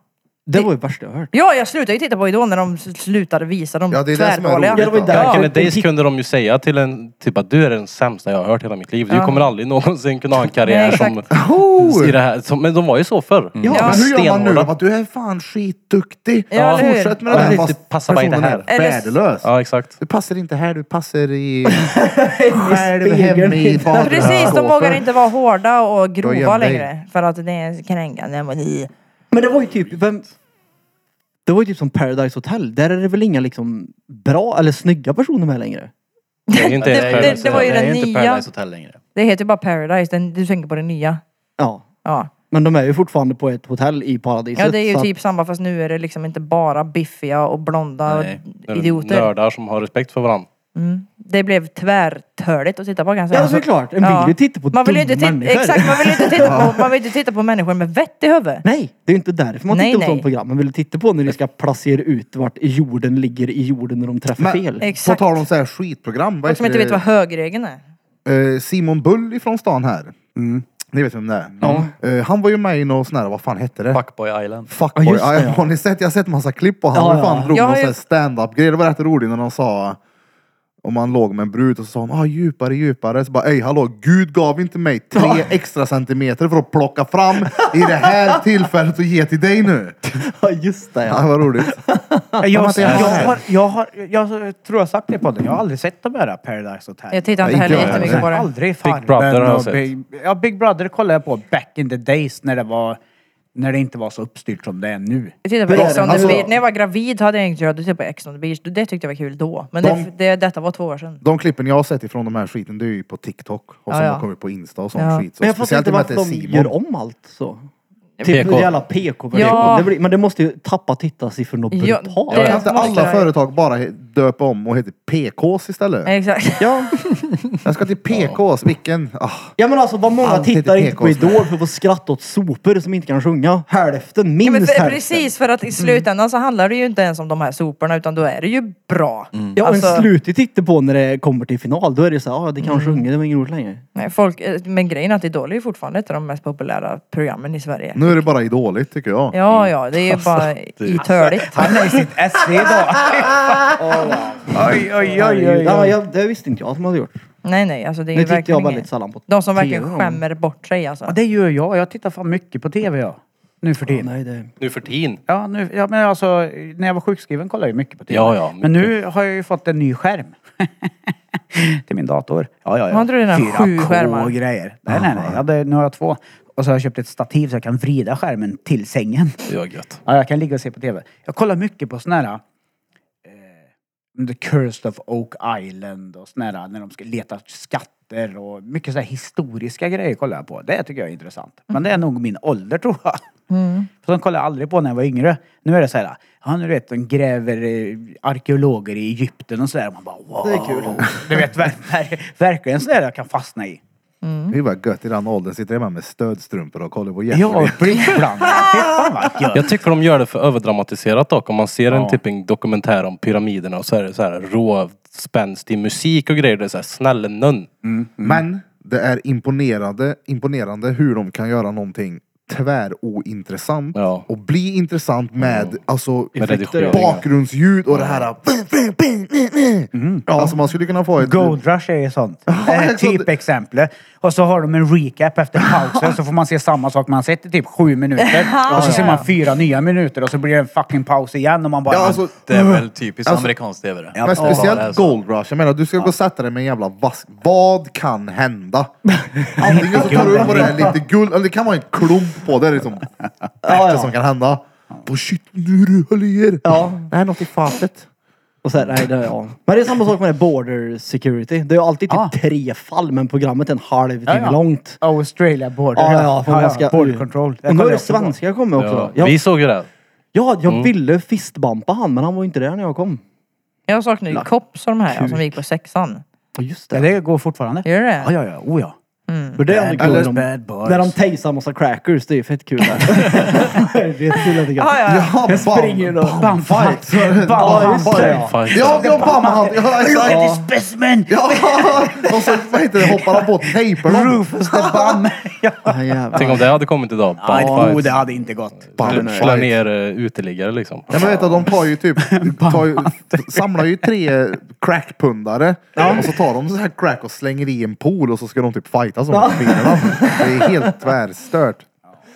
Speaker 2: Det var ju värst jag hört.
Speaker 1: ja, jag slutade ju titta på Idol när de s- slutade visa de
Speaker 3: Ja, det är det som är
Speaker 1: tvärdåliga.
Speaker 3: roligt. Ja, det var ju
Speaker 2: där.
Speaker 6: Back in
Speaker 2: Ja.
Speaker 6: the days kunde de ju säga till en, typ att du är den sämsta jag har hört hela mitt liv. Du
Speaker 1: Ja.
Speaker 6: kommer aldrig någonsin kunna ha en karriär
Speaker 1: Nej,
Speaker 6: som,
Speaker 3: Oh!
Speaker 6: i det här. Som, men de var ju så förr.
Speaker 4: Mm.
Speaker 2: Ja,
Speaker 3: Men hur gör man nu?
Speaker 6: Stenhårda.
Speaker 3: Bara, Du är fan skitduktig.
Speaker 1: Ja, eller hur?
Speaker 3: Fortsätt med
Speaker 6: Ja,
Speaker 3: det här.
Speaker 6: det
Speaker 3: fast
Speaker 6: passar bara inte
Speaker 3: personen
Speaker 6: här.
Speaker 3: är
Speaker 1: Eller-
Speaker 3: Värdelös.
Speaker 6: Ja exakt.
Speaker 3: Du passar inte här, du passar i...
Speaker 2: Själv
Speaker 3: hem i badrummet.
Speaker 1: Precis, de vågar inte vara hårda och grova
Speaker 3: jävlar.
Speaker 1: längre. För att det är kränkande. mot-
Speaker 2: Men det var ju typ, vem... Det var ju typ som Paradise Hotel. Där är det väl inga liksom bra eller snygga personer med längre?
Speaker 6: Det är ju inte
Speaker 1: Det-
Speaker 6: ens
Speaker 1: det-
Speaker 6: Paradise
Speaker 1: det var ju
Speaker 6: Hotel.
Speaker 5: det är
Speaker 1: den
Speaker 5: ju inte
Speaker 1: nya.
Speaker 5: Paradise Hotel längre.
Speaker 1: Det heter ju bara Paradise, den, du tänker på det nya.
Speaker 2: Ja.
Speaker 1: Ja.
Speaker 2: Men de är ju fortfarande på ett hotell i paradiset.
Speaker 1: ja, det är ju
Speaker 2: så att-
Speaker 1: typ samma fast nu är det liksom inte bara biffiga och blonda
Speaker 5: Nej,
Speaker 6: Det är
Speaker 1: idioter.
Speaker 6: Nördar som har respekt för varandra.
Speaker 1: Det blev tvärtöligt att titta på kan jag säga.
Speaker 2: Ja, såklart. En vill ju titta på
Speaker 1: man vill ju
Speaker 2: dumma
Speaker 1: inte titta,
Speaker 2: människor.
Speaker 1: Exakt, man vill ju inte titta på, man vill inte titta på människor med vett i huvudet.
Speaker 2: Nej, det är ju inte därför man
Speaker 1: Nej,
Speaker 2: tittar på
Speaker 1: nej.
Speaker 2: sådana program. Man vill titta på när de ska placera ut vart jorden ligger i jorden när de träffar
Speaker 3: Men-
Speaker 2: fel.
Speaker 3: På
Speaker 1: Exakt.
Speaker 3: tal om så här skitprogram.
Speaker 1: Folk som inte vet vad högregeln är.
Speaker 3: Eh, Simon Bull ifrån stan här. Ni vet vem det är? Eh, han var ju med i någon sån här, vad fan hette det?
Speaker 5: Fuckboy Island.
Speaker 3: Fuckboy.
Speaker 2: Ja, just det,
Speaker 3: Ja,
Speaker 2: ja.
Speaker 3: Har ni sett? Jag har sett massa klipp på han.
Speaker 2: Ja,
Speaker 3: Ja,
Speaker 2: ja.
Speaker 3: fan drog
Speaker 1: Jag har
Speaker 3: någon
Speaker 1: ju-
Speaker 3: sån här stand-up grej. Det var rätt roligt när de sa om man låg med en brud och så sa hon ah, djupare, djupare. Så bara, ej hallå, Gud gav inte mig tre extra centimeter för att plocka fram i det här tillfället och ge till dig nu.
Speaker 2: Ja, just det
Speaker 3: Ja,
Speaker 2: ja.
Speaker 3: det var roligt.
Speaker 4: Jag, jag,
Speaker 3: inte jag har-
Speaker 4: har, jag, har, jag tror jag har sagt det på den. Jag har aldrig sett de här Paradise Hotel.
Speaker 1: Jag tittar inte
Speaker 3: Nej,
Speaker 1: heller
Speaker 3: inte jag
Speaker 1: jättemycket på
Speaker 3: heller.
Speaker 1: det.
Speaker 4: Aldrig Farmen
Speaker 6: Brother har jag
Speaker 4: och
Speaker 6: sett.
Speaker 4: Big, ja, Big Brother kollade jag på back in the days när det var när det inte var så uppstyrt som det är nu.
Speaker 1: Jag tittade på
Speaker 2: Bra.
Speaker 1: Ex on the
Speaker 2: Alltså-
Speaker 1: beach. När jag var gravid hade jag inte jag tittat på Ex on the beach. Det tyckte jag var kul då. Men det,
Speaker 3: De-
Speaker 1: det, detta var två år sedan.
Speaker 3: De klippen jag har sett ifrån de här skiten, det är ju på TikTok.
Speaker 1: Ja,
Speaker 3: Och som
Speaker 1: ja.
Speaker 3: har kommit på Insta och sån
Speaker 1: Ja.
Speaker 3: skit. Så
Speaker 2: Men jag fattar
Speaker 3: speciellt
Speaker 2: inte
Speaker 3: i och med att
Speaker 2: varför
Speaker 3: det är
Speaker 2: de
Speaker 3: Simon.
Speaker 2: gör om allt så. Typ
Speaker 6: PK.
Speaker 2: PK. jävla PK-version.
Speaker 1: Ja.
Speaker 2: Det blir- Men det måste ju tappa tittarsiffrorna
Speaker 1: Ja,
Speaker 2: brutalt.
Speaker 1: det-
Speaker 3: Kan inte
Speaker 1: måste
Speaker 3: alla
Speaker 1: jag-
Speaker 3: företag bara he- döpa om och heta PKs istället?
Speaker 1: Exakt.
Speaker 2: Ja.
Speaker 3: Jag ska till PKs, vilken? Ah,
Speaker 2: ja men alltså vad många
Speaker 3: Alltid
Speaker 2: tittar inte på
Speaker 3: PKs med.
Speaker 2: Idol för att få skratta åt sopor som inte kan sjunga. Hälften, minst
Speaker 1: Ja, men för,
Speaker 2: hälften.
Speaker 1: precis, för
Speaker 2: Mm.
Speaker 1: att i slutändan så handlar det ju inte ens om de här soporna utan då är det ju bra.
Speaker 2: Ja, och
Speaker 1: Alltså- Mm.
Speaker 2: en slutig titta på när det kommer till final, då är det så här, ah, det kan sjunga, det var inget roligt längre.
Speaker 1: Nej, folk, eh, men grejen är att Idol är ju fortfarande ett av de mest populära programmen i Sverige.
Speaker 3: nu är det bara dåligt tycker jag.
Speaker 1: Ja, ja, det är ju
Speaker 2: Alltså,
Speaker 1: bara itöligt.
Speaker 4: Han är i sitt SV idag. oj, oj, oj, oj.
Speaker 2: Ja,
Speaker 4: oj.
Speaker 2: jag, det visste inte jag att de hade gjort.
Speaker 1: Nej, nej, alltså det är
Speaker 2: Nu
Speaker 1: ju
Speaker 2: tittar jag
Speaker 1: verkligen
Speaker 2: väldigt
Speaker 1: inget.
Speaker 2: sällan på
Speaker 1: De som verkligen
Speaker 2: TV.
Speaker 1: skämmer bort sig
Speaker 4: Ja,
Speaker 1: alltså.
Speaker 4: det gör jag. Jag tittar fan mycket på TV jag. nu för tiden.
Speaker 2: Nej, det...
Speaker 6: Nu för tiden.
Speaker 4: Ja, nu, ja, men alltså när jag var sjukskriven kollade jag ju mycket på TV.
Speaker 6: Ja, ja,
Speaker 4: Men nu har jag ju fått en ny skärm. Till min dator. Ja, ja, ja.
Speaker 1: Har inte du dina sju
Speaker 4: 4K
Speaker 1: skärmar?
Speaker 4: grejer. Nej, nej, nej. Jag hade, nu har jag två. Och så har jag köpt ett stativ så jag kan vrida skärmen till sängen.
Speaker 6: Det var gött.
Speaker 4: Ja, jag kan ligga och se på TV. Jag kollar mycket på såna här... Eh, The Cursed of Oak Island och såna här när de ska leta skatter och mycket så här historiska grejer kollar jag på. Det tycker jag är intressant. Men det är nog min ålder tror jag. För de kollade jag aldrig på när jag var yngre. Nu är det så här, ja nu vet de gräver eh, arkeologer i Egypten och sådär. Man bara wow. Det är kul. Du vet ver ver verkligen sådär jag kan fastna i.
Speaker 3: Det är bara gött i den åldern. Sitter hemma med stödstrumpor och kollar på
Speaker 4: Ja, Mm.
Speaker 3: Jeopardy.
Speaker 4: blickblandning. Fy fan vad gött.
Speaker 6: Jag tycker de gör det för överdramatiserat dock. Om man ser en tipping dokumentär om pyramiderna och så är det så här rå spänstig musik och grejer. Det är så här snälla nån.
Speaker 3: Men det är imponerande, imponerande hur de kan göra någonting tvärointressant
Speaker 6: Ja.
Speaker 3: och bli intressant med alltså
Speaker 6: Med redigering.
Speaker 3: bakgrundsljud och det här Alltså man skulle kunna få ett...
Speaker 4: Gold Rush är ju sånt. Det är
Speaker 3: exakt.
Speaker 4: typexemplet. Och så har de en recap efter pausen så får man se samma sak man sett i typ sju minuter. Och så ser man fyra nya minuter och så blir det en fucking paus igen och man bara...
Speaker 3: Ja, alltså,
Speaker 5: Det är väl typiskt
Speaker 3: Alltså-
Speaker 5: amerikanskt tv det.
Speaker 3: men
Speaker 5: Ja, det är
Speaker 3: speciellt
Speaker 5: så.
Speaker 3: Gold Rush. Jag menar, du ska gå och sätta dig med en jävla vask. Vad kan hända? Antingen så tar du upp på det här lite guld, eller det kan vara en klump på. Det är liksom det som kan hända. Vad shit, nu är du höll i er.
Speaker 2: Ja, nej, något i fatet. Och så här, nej, det, ja. Men det är samma sak med det border security. Det är ju alltid typ
Speaker 4: Ah.
Speaker 2: tre fall, men programmet är en halv timme
Speaker 4: ja.
Speaker 2: långt.
Speaker 4: Australia border.
Speaker 2: Ja, ja, för man ska-
Speaker 4: Border control. Det
Speaker 2: Och nu
Speaker 4: kollar
Speaker 2: har
Speaker 4: jag
Speaker 2: ju
Speaker 4: också på.
Speaker 2: svenskar kommit också.
Speaker 6: Ja.
Speaker 2: då. Jag,
Speaker 6: Vi såg ju det.
Speaker 2: ja, jag ville fistbampa han, men han var ju inte där när jag kom.
Speaker 1: Jag saknar ju Kops och de här ja, som vi gick på sexan.
Speaker 2: Ja, just
Speaker 4: Ja,
Speaker 2: det.
Speaker 4: det går fortfarande.
Speaker 1: Gör det?
Speaker 4: Ja, ja, ja. Oh ja.
Speaker 2: För det är ändå kul när de,
Speaker 4: bad boys.
Speaker 2: när de tejsar massa crackers. Det är ju fett kul. där. det är kul att det
Speaker 1: Ja,
Speaker 2: kan.
Speaker 1: ja. ja.
Speaker 3: Ja,
Speaker 2: Jag springer ju då.
Speaker 4: Bam, fight! Bam,
Speaker 2: Ja,
Speaker 4: bam,
Speaker 2: just
Speaker 4: bam.
Speaker 2: det. Ja.
Speaker 6: Fan,
Speaker 3: Ja, ja, bamhand. Ja, exakt.
Speaker 4: Look at this best man!
Speaker 3: Ja, och så vad heter det, hoppar han på och tejpar dem.
Speaker 4: Rufus the bum! Ja.
Speaker 2: Ja, jävlar.
Speaker 6: Tänk om det hade kommit idag.
Speaker 4: Nej,
Speaker 6: Bara
Speaker 4: oh, det hade inte gått.
Speaker 3: Bam,
Speaker 6: Slå
Speaker 3: fight.
Speaker 6: ner eh, uteliggare liksom.
Speaker 3: Ja, men vet du, de tar ju typ, tar ju, samlar ju tre crackpundare och så tar de så här crack och slänger i en pool och så ska de typ fightas om bilarna. Det är helt tvärstört.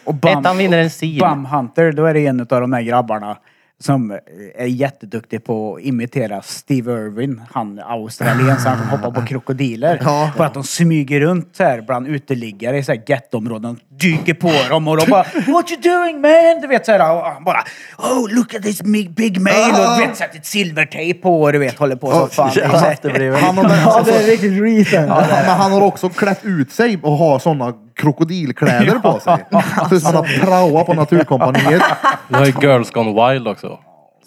Speaker 4: Och bam,
Speaker 6: en sil.
Speaker 4: Bum Hunter, då är det en av de där grabbarna som eh, är jätteduktig på att imitera Steve Irwin, han australiensaren som hoppar på krokodiler.
Speaker 3: Ja.
Speaker 4: För att de smyger runt här bland uteliggare i så här gettoområden, dyker på dem och de bara What you doing man? Du vet så här, och han bara Oh look at this big, big man! Och du vet sätter ett silvertejp på och du vet håller på som fan. Det är så här-
Speaker 3: Han har,
Speaker 2: Ja,
Speaker 3: alltså,
Speaker 2: det är riktigt reason.
Speaker 3: men han har också klätt ut sig och har sådana krokodilkläder på sig. Alltså, han har praoat på Naturkompaniet.
Speaker 6: Vi har ju Girls Gone Wild också.
Speaker 3: Ja,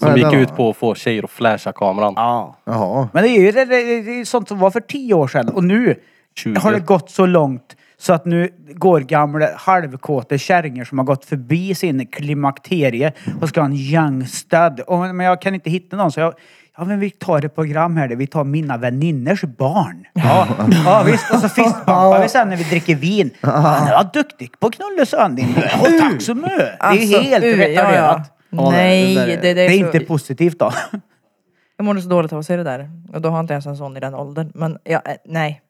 Speaker 6: Som
Speaker 3: det
Speaker 6: gick
Speaker 3: var-
Speaker 6: ut på att få tjejer att flasha kameran.
Speaker 4: Ja.
Speaker 3: Jaha.
Speaker 4: Men det är ju det, det, det är sånt som var för tio år sedan och nu
Speaker 6: 20.
Speaker 4: har det gått så långt så att nu går gamla halvkåta kärringar som har gått förbi sin klimakterie och ska ha en youngstad. Och, men jag kan inte hitta någon så jag... Ja men vi tar ett program här där vi tar mina väninners barn. Ja, ja visst. Och så fistbumpar vi sen när vi dricker vin. Han var duktig på knullesön din Och tack så mycket. Det är ju
Speaker 1: Alltså,
Speaker 4: helt
Speaker 1: u, ja, ja.
Speaker 4: retarderat.
Speaker 2: det-
Speaker 1: Nej,
Speaker 2: det
Speaker 1: det,
Speaker 2: där
Speaker 1: det,
Speaker 2: är-
Speaker 4: Det är
Speaker 1: så-
Speaker 4: inte positivt då.
Speaker 1: Jag mår så dåligt av att se det där. Och då har inte ens en sån i den åldern. Men ja, eh, nej.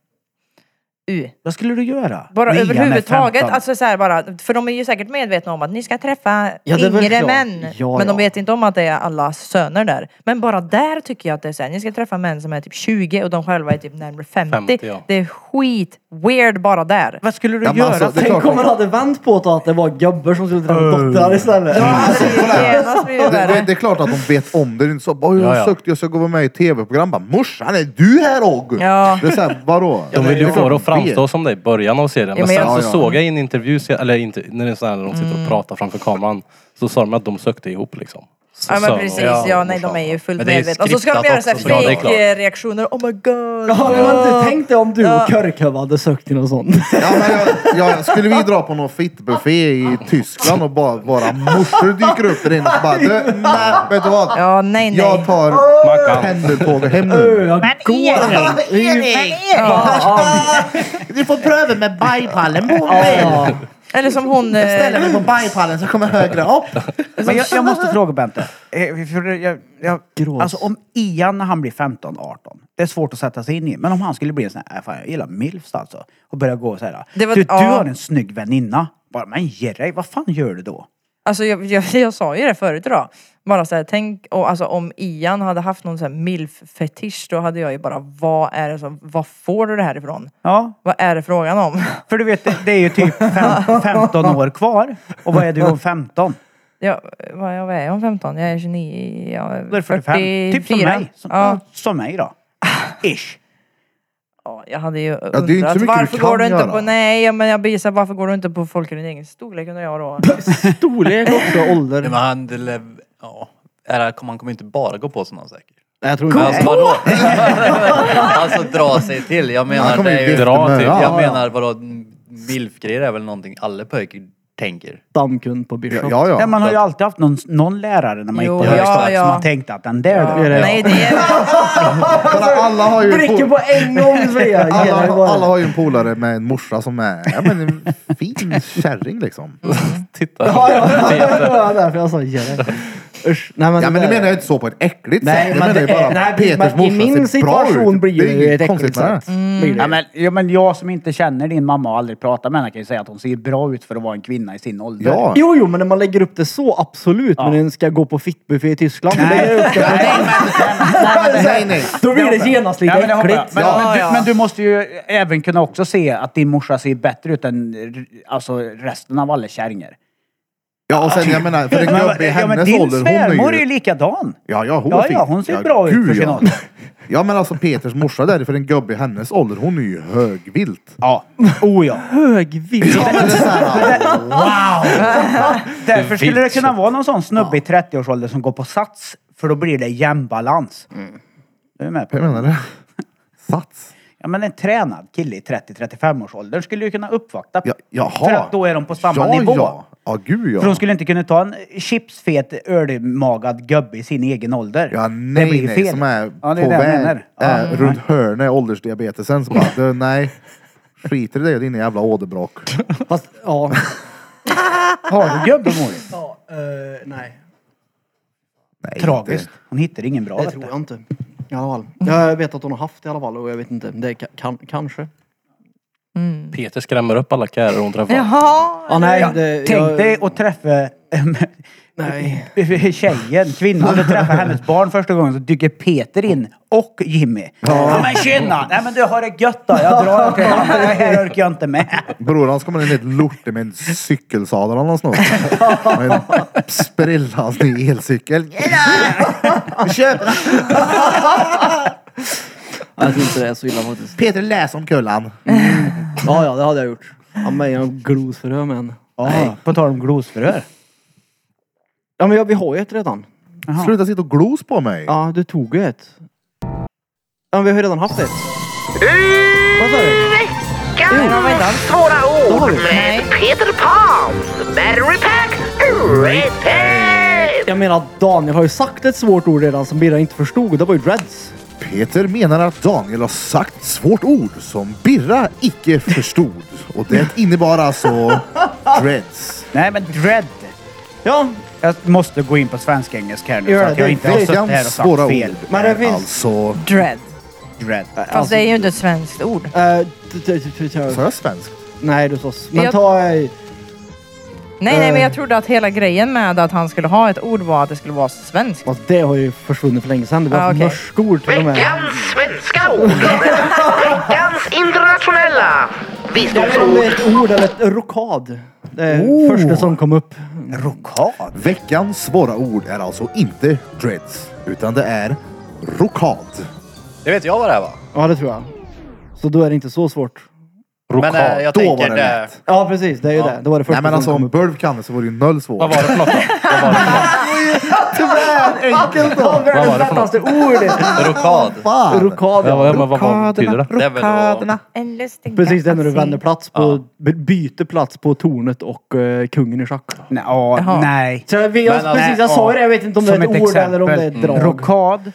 Speaker 1: U.
Speaker 4: Vad skulle du göra?
Speaker 1: Bara
Speaker 4: Nian är
Speaker 1: överhuvudtaget,
Speaker 4: 15.
Speaker 1: alltså så här bara, för de är ju säkert medvetna om att ni ska träffa
Speaker 2: Ja, det är väl
Speaker 1: yngre
Speaker 2: klart.
Speaker 1: män.
Speaker 2: Ja,
Speaker 1: men de
Speaker 2: ja.
Speaker 1: vet inte om att det är allas söner där. Men bara där tycker jag att det är så här, ni ska träffa män som är typ 20 och de själva är typ närmare 50.
Speaker 6: 50, ja.
Speaker 1: Det är skit weird bara där.
Speaker 4: Vad skulle du
Speaker 3: Ja, men
Speaker 4: göra?
Speaker 3: alltså, det är
Speaker 2: Tänk
Speaker 3: klart-
Speaker 2: om man hade vänt på det att det var gubbar som skulle träffa dottrar istället.
Speaker 1: Alltså, det är genast blivit
Speaker 3: Det, det,
Speaker 1: värre.
Speaker 3: det är klart att de vet om det. Det är inte så bara, "Oj, jag
Speaker 6: Ja, ja.
Speaker 3: har sökt, jag ska gå med i tv-program. Bara, morsan, är du här och?
Speaker 1: Ja.
Speaker 3: Det är såhär, vadå?
Speaker 6: De vill ju
Speaker 3: Det är klart
Speaker 6: få det att
Speaker 3: de vet.
Speaker 6: framstå som det i början av serien.
Speaker 1: Ja,
Speaker 6: Men
Speaker 1: men
Speaker 6: sen
Speaker 1: jag-
Speaker 6: så
Speaker 3: Ja, ja.
Speaker 6: såg jag i en intervju, se- eller inte, när det är så här, när de sitter och pratar framför kameran. Så sa de att de sökte ihop liksom. Så
Speaker 1: Ja
Speaker 6: sa
Speaker 1: men
Speaker 6: de,
Speaker 1: precis, ja nej de är ju fullt
Speaker 5: Men det är ju
Speaker 1: medvetna. Och så ska de göra
Speaker 5: skriptat
Speaker 1: såhär
Speaker 5: också, bra, det är klart.
Speaker 1: fake-reaktioner, oh my god.
Speaker 2: Ja, men jag inte tänkt dig om du och Körkhöv hade sökt till något sånt.
Speaker 3: Ja, men jag, jag, skulle vi dra på någon fittbuffé i Tyskland och bara våra morsor dyker upp där inne och bara du, nej, vet du vad?
Speaker 1: Ja, nej, nej.
Speaker 3: Jag tar
Speaker 6: Mackan.
Speaker 3: pendeltåget hem nu.
Speaker 2: Jag går hem.
Speaker 3: Du får pröva med bajpallen på
Speaker 2: Ja.
Speaker 1: Eller som hon... eh,
Speaker 3: mig på bajpallen så kommer högre upp.
Speaker 4: Men
Speaker 3: Alltså,
Speaker 4: jag, jag måste fråga Bente. Eh, för Jag, jag,
Speaker 2: Grås.
Speaker 4: alltså om Ian när han blir 15, 18. Det är svårt att sätta sig in i. Men om han skulle bli en sån här, "Äh, fan jag gillar milfs alltså. Och börja gå så här.
Speaker 1: Det var-
Speaker 4: du, du
Speaker 1: ja.
Speaker 4: har en snygg väninna. Bara, men ge dig, vad fan gör du då?
Speaker 1: Alltså jag, jag, jag sa ju det förut idag. Bara såhär, tänk och, alltså, om Ian hade haft någon sån här milf-fetisch då hade jag ju bara, vad är det som, vad får du det här ifrån?
Speaker 4: Ja,
Speaker 1: Vad är det frågan om?
Speaker 4: för du vet, det, det är ju typ fem, 15 år kvar. Och vad är du om 15?
Speaker 1: Jag, vad, jag, vad är jag om 15? Jag är 29, jag
Speaker 4: Då är
Speaker 1: är
Speaker 4: det 45.
Speaker 1: 44.
Speaker 4: Typ som mig. Som,
Speaker 1: ja.
Speaker 4: som mig då. Ish.
Speaker 1: Ja, jag hade ju undrat
Speaker 3: är inte så mycket du
Speaker 1: varför
Speaker 3: kan
Speaker 1: går du inte
Speaker 3: göra.
Speaker 1: på, nej ja, men jag blir så här, varför går du inte på folk i din egen storlek undrar jag då.
Speaker 2: Storlek också, ålder.
Speaker 5: Nej, men han, det lev- ja. Är det- Han kommer inte bara gå på sådana säkert.
Speaker 2: Nej, jag tror inte
Speaker 5: Alltså vadå? alltså dra sig till. Jag menar,
Speaker 3: Han kommer
Speaker 5: det
Speaker 3: ju
Speaker 5: är ju,
Speaker 3: vifta
Speaker 6: dra
Speaker 2: typ.
Speaker 3: med-
Speaker 6: till.
Speaker 3: ja,
Speaker 5: jag
Speaker 3: ja.
Speaker 5: menar vadå, milfgrejer är väl någonting alla pojkar tänker.
Speaker 2: stamkund på Bishop.
Speaker 3: Ja, ja.
Speaker 4: Nej, man har ju alltid haft någon, någon lärare när man
Speaker 1: Jo,
Speaker 4: gick på
Speaker 1: ja,
Speaker 4: högstadiet
Speaker 1: ja.
Speaker 4: som man tänkte att den där
Speaker 1: Ja,
Speaker 4: du.
Speaker 1: nej det är,
Speaker 3: Men alla har ju en
Speaker 2: Dricker
Speaker 3: pol-
Speaker 2: på en gång säger jag! Ge mig
Speaker 3: alla,
Speaker 2: bara.
Speaker 3: alla har ju en polare med en morsa som är ja, men en fin kärring liksom.
Speaker 2: Mm.
Speaker 5: Titta.
Speaker 2: Ja, ja, ja, ja, det var därför jag sa ge dig. Usch. Nej, men
Speaker 3: Ja
Speaker 2: det
Speaker 3: men nu menar
Speaker 2: där-
Speaker 3: jag inte så på ett äckligt
Speaker 2: Nej,
Speaker 3: sätt.
Speaker 2: men
Speaker 3: Jag menar ju
Speaker 2: det är-
Speaker 3: bara
Speaker 2: nej,
Speaker 3: Peters
Speaker 2: men i
Speaker 3: morsa
Speaker 2: min
Speaker 3: ser bra
Speaker 2: situation
Speaker 3: ut.
Speaker 2: blir det ju
Speaker 3: inget
Speaker 2: ett äckligt
Speaker 3: konstigt med det.
Speaker 2: sätt. Mm. Blir det.
Speaker 4: Ja, men, ja, men jag som inte känner din mamma och aldrig pratat med henne kan ju säga att hon ser bra ut för att vara en kvinna i sin ålder.
Speaker 3: Ja.
Speaker 2: Jo, jo, men när man lägger upp det så, absolut. Men den ska gå på fittbuffé i Tyskland. då lägger jag upp det.
Speaker 3: Nej nej.
Speaker 2: Då blir det genast lite
Speaker 4: Ja, men, det hoppas jag.
Speaker 2: äckligt.
Speaker 4: men,
Speaker 1: Ja,
Speaker 4: men,
Speaker 1: ja.
Speaker 4: Du, men du måste ju även kunna också se att din morsa ser bättre ut än r- alltså, resten av alla kärringar.
Speaker 3: Ja och sen jag menar, för det
Speaker 4: Men,
Speaker 3: gubbiga i
Speaker 4: ja, men
Speaker 3: hennes
Speaker 4: din
Speaker 3: ålder, hon
Speaker 4: svärmor
Speaker 3: är
Speaker 4: är ju
Speaker 3: ju...
Speaker 4: likadan.
Speaker 3: Ja ja hon
Speaker 4: Ja,
Speaker 3: är fin.
Speaker 4: ja, hon ser bra ut
Speaker 3: gud,
Speaker 4: för sin
Speaker 3: ja.
Speaker 4: ålder.
Speaker 3: Ja men alltså Peters morsa där, för en gubbe i hennes ålder, hon är ju högvilt.
Speaker 4: Ja. Oh ja.
Speaker 2: Högvilt.
Speaker 3: Ja, men det är så här,
Speaker 4: Därför skulle det kunna vara någon sån snubbe i 30-årsåldern som går på sats. För då blir det jämnbalans.
Speaker 3: Mm.
Speaker 4: Du är med på
Speaker 3: Hur
Speaker 4: det?
Speaker 3: menar du? Sats?
Speaker 4: Ja men en tränad kille i 30-35-årsåldern skulle ju kunna uppvakta.
Speaker 3: Ja, jaha.
Speaker 4: För att då är de på samma
Speaker 3: ja,
Speaker 4: nivå.
Speaker 3: Ja ja, gud
Speaker 4: För
Speaker 3: ja.
Speaker 4: hon skulle inte kunna ta en chipsfet, ölmagad gubbe i sin egen ålder.
Speaker 3: Ja nej nej, som är
Speaker 4: Ja, det är
Speaker 3: på
Speaker 4: det jag
Speaker 3: väg,
Speaker 4: menar. Ja.
Speaker 3: äh, runt hörnet, åldersdiabetesen. Så bara, du, nej. Skiter i det och din jävla åderbråck.
Speaker 2: Fast, ja.
Speaker 4: Har du gubbe Moritz?
Speaker 2: ja eh, nej,
Speaker 3: Nej,
Speaker 4: Tragiskt.
Speaker 3: inte.
Speaker 4: Hon hittar ingen bra.
Speaker 2: det
Speaker 4: vet
Speaker 2: tror
Speaker 4: du.
Speaker 2: jag inte. I alla fall. Jag vet att hon har haft det i alla fall och jag vet inte. Det ka- kan, kanske.
Speaker 6: Peter skrämmer upp alla kärer hon träffar.
Speaker 1: jaha.
Speaker 2: Ja, nej,
Speaker 4: Ja,
Speaker 2: det,
Speaker 4: Tänk
Speaker 2: jag-
Speaker 4: dig att träffa eh,
Speaker 2: Nej.
Speaker 4: tjejen, kvinnan, du träffar hennes barn första gången så dyker Peter in och Jimmy. Ja men tjena! Nej men du har det gött då, jag drar till Ja, men Det här orkar jag inte med.
Speaker 3: Brorans kommer in i ett lorte med en cykelsadel han har snott. Med en sprillans ny elcykel. Köp!
Speaker 2: Jag tror inte det är så illa faktiskt.
Speaker 3: Peter läs om kullan.
Speaker 2: Ja, ja, det hade jag gjort. Han mejar om glosfrö med en.
Speaker 4: Ja, på tal om glosfrör.
Speaker 2: Ja, men ja, vi har ju ett redan.
Speaker 3: Sluta sitta och glos på mig.
Speaker 2: Ja, du tog ju ett. Ja, men vi har ju redan haft ett. Vad sa du?
Speaker 7: Svåra ord med Peter Pan. Battery Pack Repeat!
Speaker 2: Jag menar, Daniel har ju sagt ett svårt ord redan som Birra inte förstod. Det var ju dreads.
Speaker 3: Peter menar att Daniel har sagt svårt ord som Birra icke förstod. Och det innebar alltså dreads.
Speaker 4: Nej men dread.
Speaker 2: Ja,
Speaker 4: Jag måste gå in på svensk-engelska här nu
Speaker 2: Gör
Speaker 4: så att
Speaker 2: det.
Speaker 4: jag inte har suttit här och
Speaker 3: Veckans
Speaker 4: sagt
Speaker 3: svåra
Speaker 4: fel.
Speaker 3: ord
Speaker 2: Men det
Speaker 3: är
Speaker 2: finns-
Speaker 3: alltså...
Speaker 1: Dread.
Speaker 4: Dread.
Speaker 1: Fast det är ju inte ett svenskt ord.
Speaker 2: eh, t- t- t- t-
Speaker 3: Sa jag svenskt?
Speaker 2: Nej, du sa... s- Men
Speaker 1: Jag-
Speaker 2: ta... eh,
Speaker 1: Nej nej men jag trodde att hela grejen med att han skulle ha ett ord var att det skulle vara svenskt.
Speaker 2: Fast Alltså, det har ju försvunnit för länge sedan. Det var
Speaker 1: Ja,
Speaker 2: ah,
Speaker 1: okej.
Speaker 2: mörskor till och med.
Speaker 7: Veckans svenska ord. Veckans internationella
Speaker 2: Jag vet inte om
Speaker 7: visdomsord.
Speaker 2: det är ett ord eller ett rokad. Det är första som kom upp.
Speaker 4: Rokad.
Speaker 3: Veckans svåra ord är alltså inte dreads, utan det är rokad.
Speaker 5: Det vet jag vad det är va?
Speaker 2: Ja, det tror jag. Så då är det inte så svårt.
Speaker 5: Men eh, jag
Speaker 3: Då
Speaker 5: tänker
Speaker 3: var det
Speaker 5: det.
Speaker 3: lätt.
Speaker 2: Ja, precis. Det är ju det. Det var det första
Speaker 3: Nej men alltså
Speaker 2: som kom
Speaker 3: om
Speaker 2: upp.
Speaker 3: Burv kan det så vore det ju noll svårt.
Speaker 6: Vad var det för något då? Vad var det för något?
Speaker 2: Enkelt då! Det
Speaker 6: Vad var det för
Speaker 2: lättaste ordet.
Speaker 5: Rokad.
Speaker 3: Fan!
Speaker 2: Rokad.
Speaker 6: Ja, men vad, vad betyder det?
Speaker 5: Det är väl att...
Speaker 1: En lustig
Speaker 2: Precis, det är när du
Speaker 1: afasi.
Speaker 2: vänder plats på, by- byter plats på tornet och eh, kungen i schack.
Speaker 4: Nej, ja,
Speaker 1: Jaha.
Speaker 4: nej.
Speaker 2: Så jag, jag,
Speaker 5: Men,
Speaker 2: precis, jag
Speaker 4: ja,
Speaker 2: sa ju det, jag vet inte om det är
Speaker 4: Som Mm.
Speaker 2: ett, ord eller om det är ett drag.
Speaker 4: Rokad.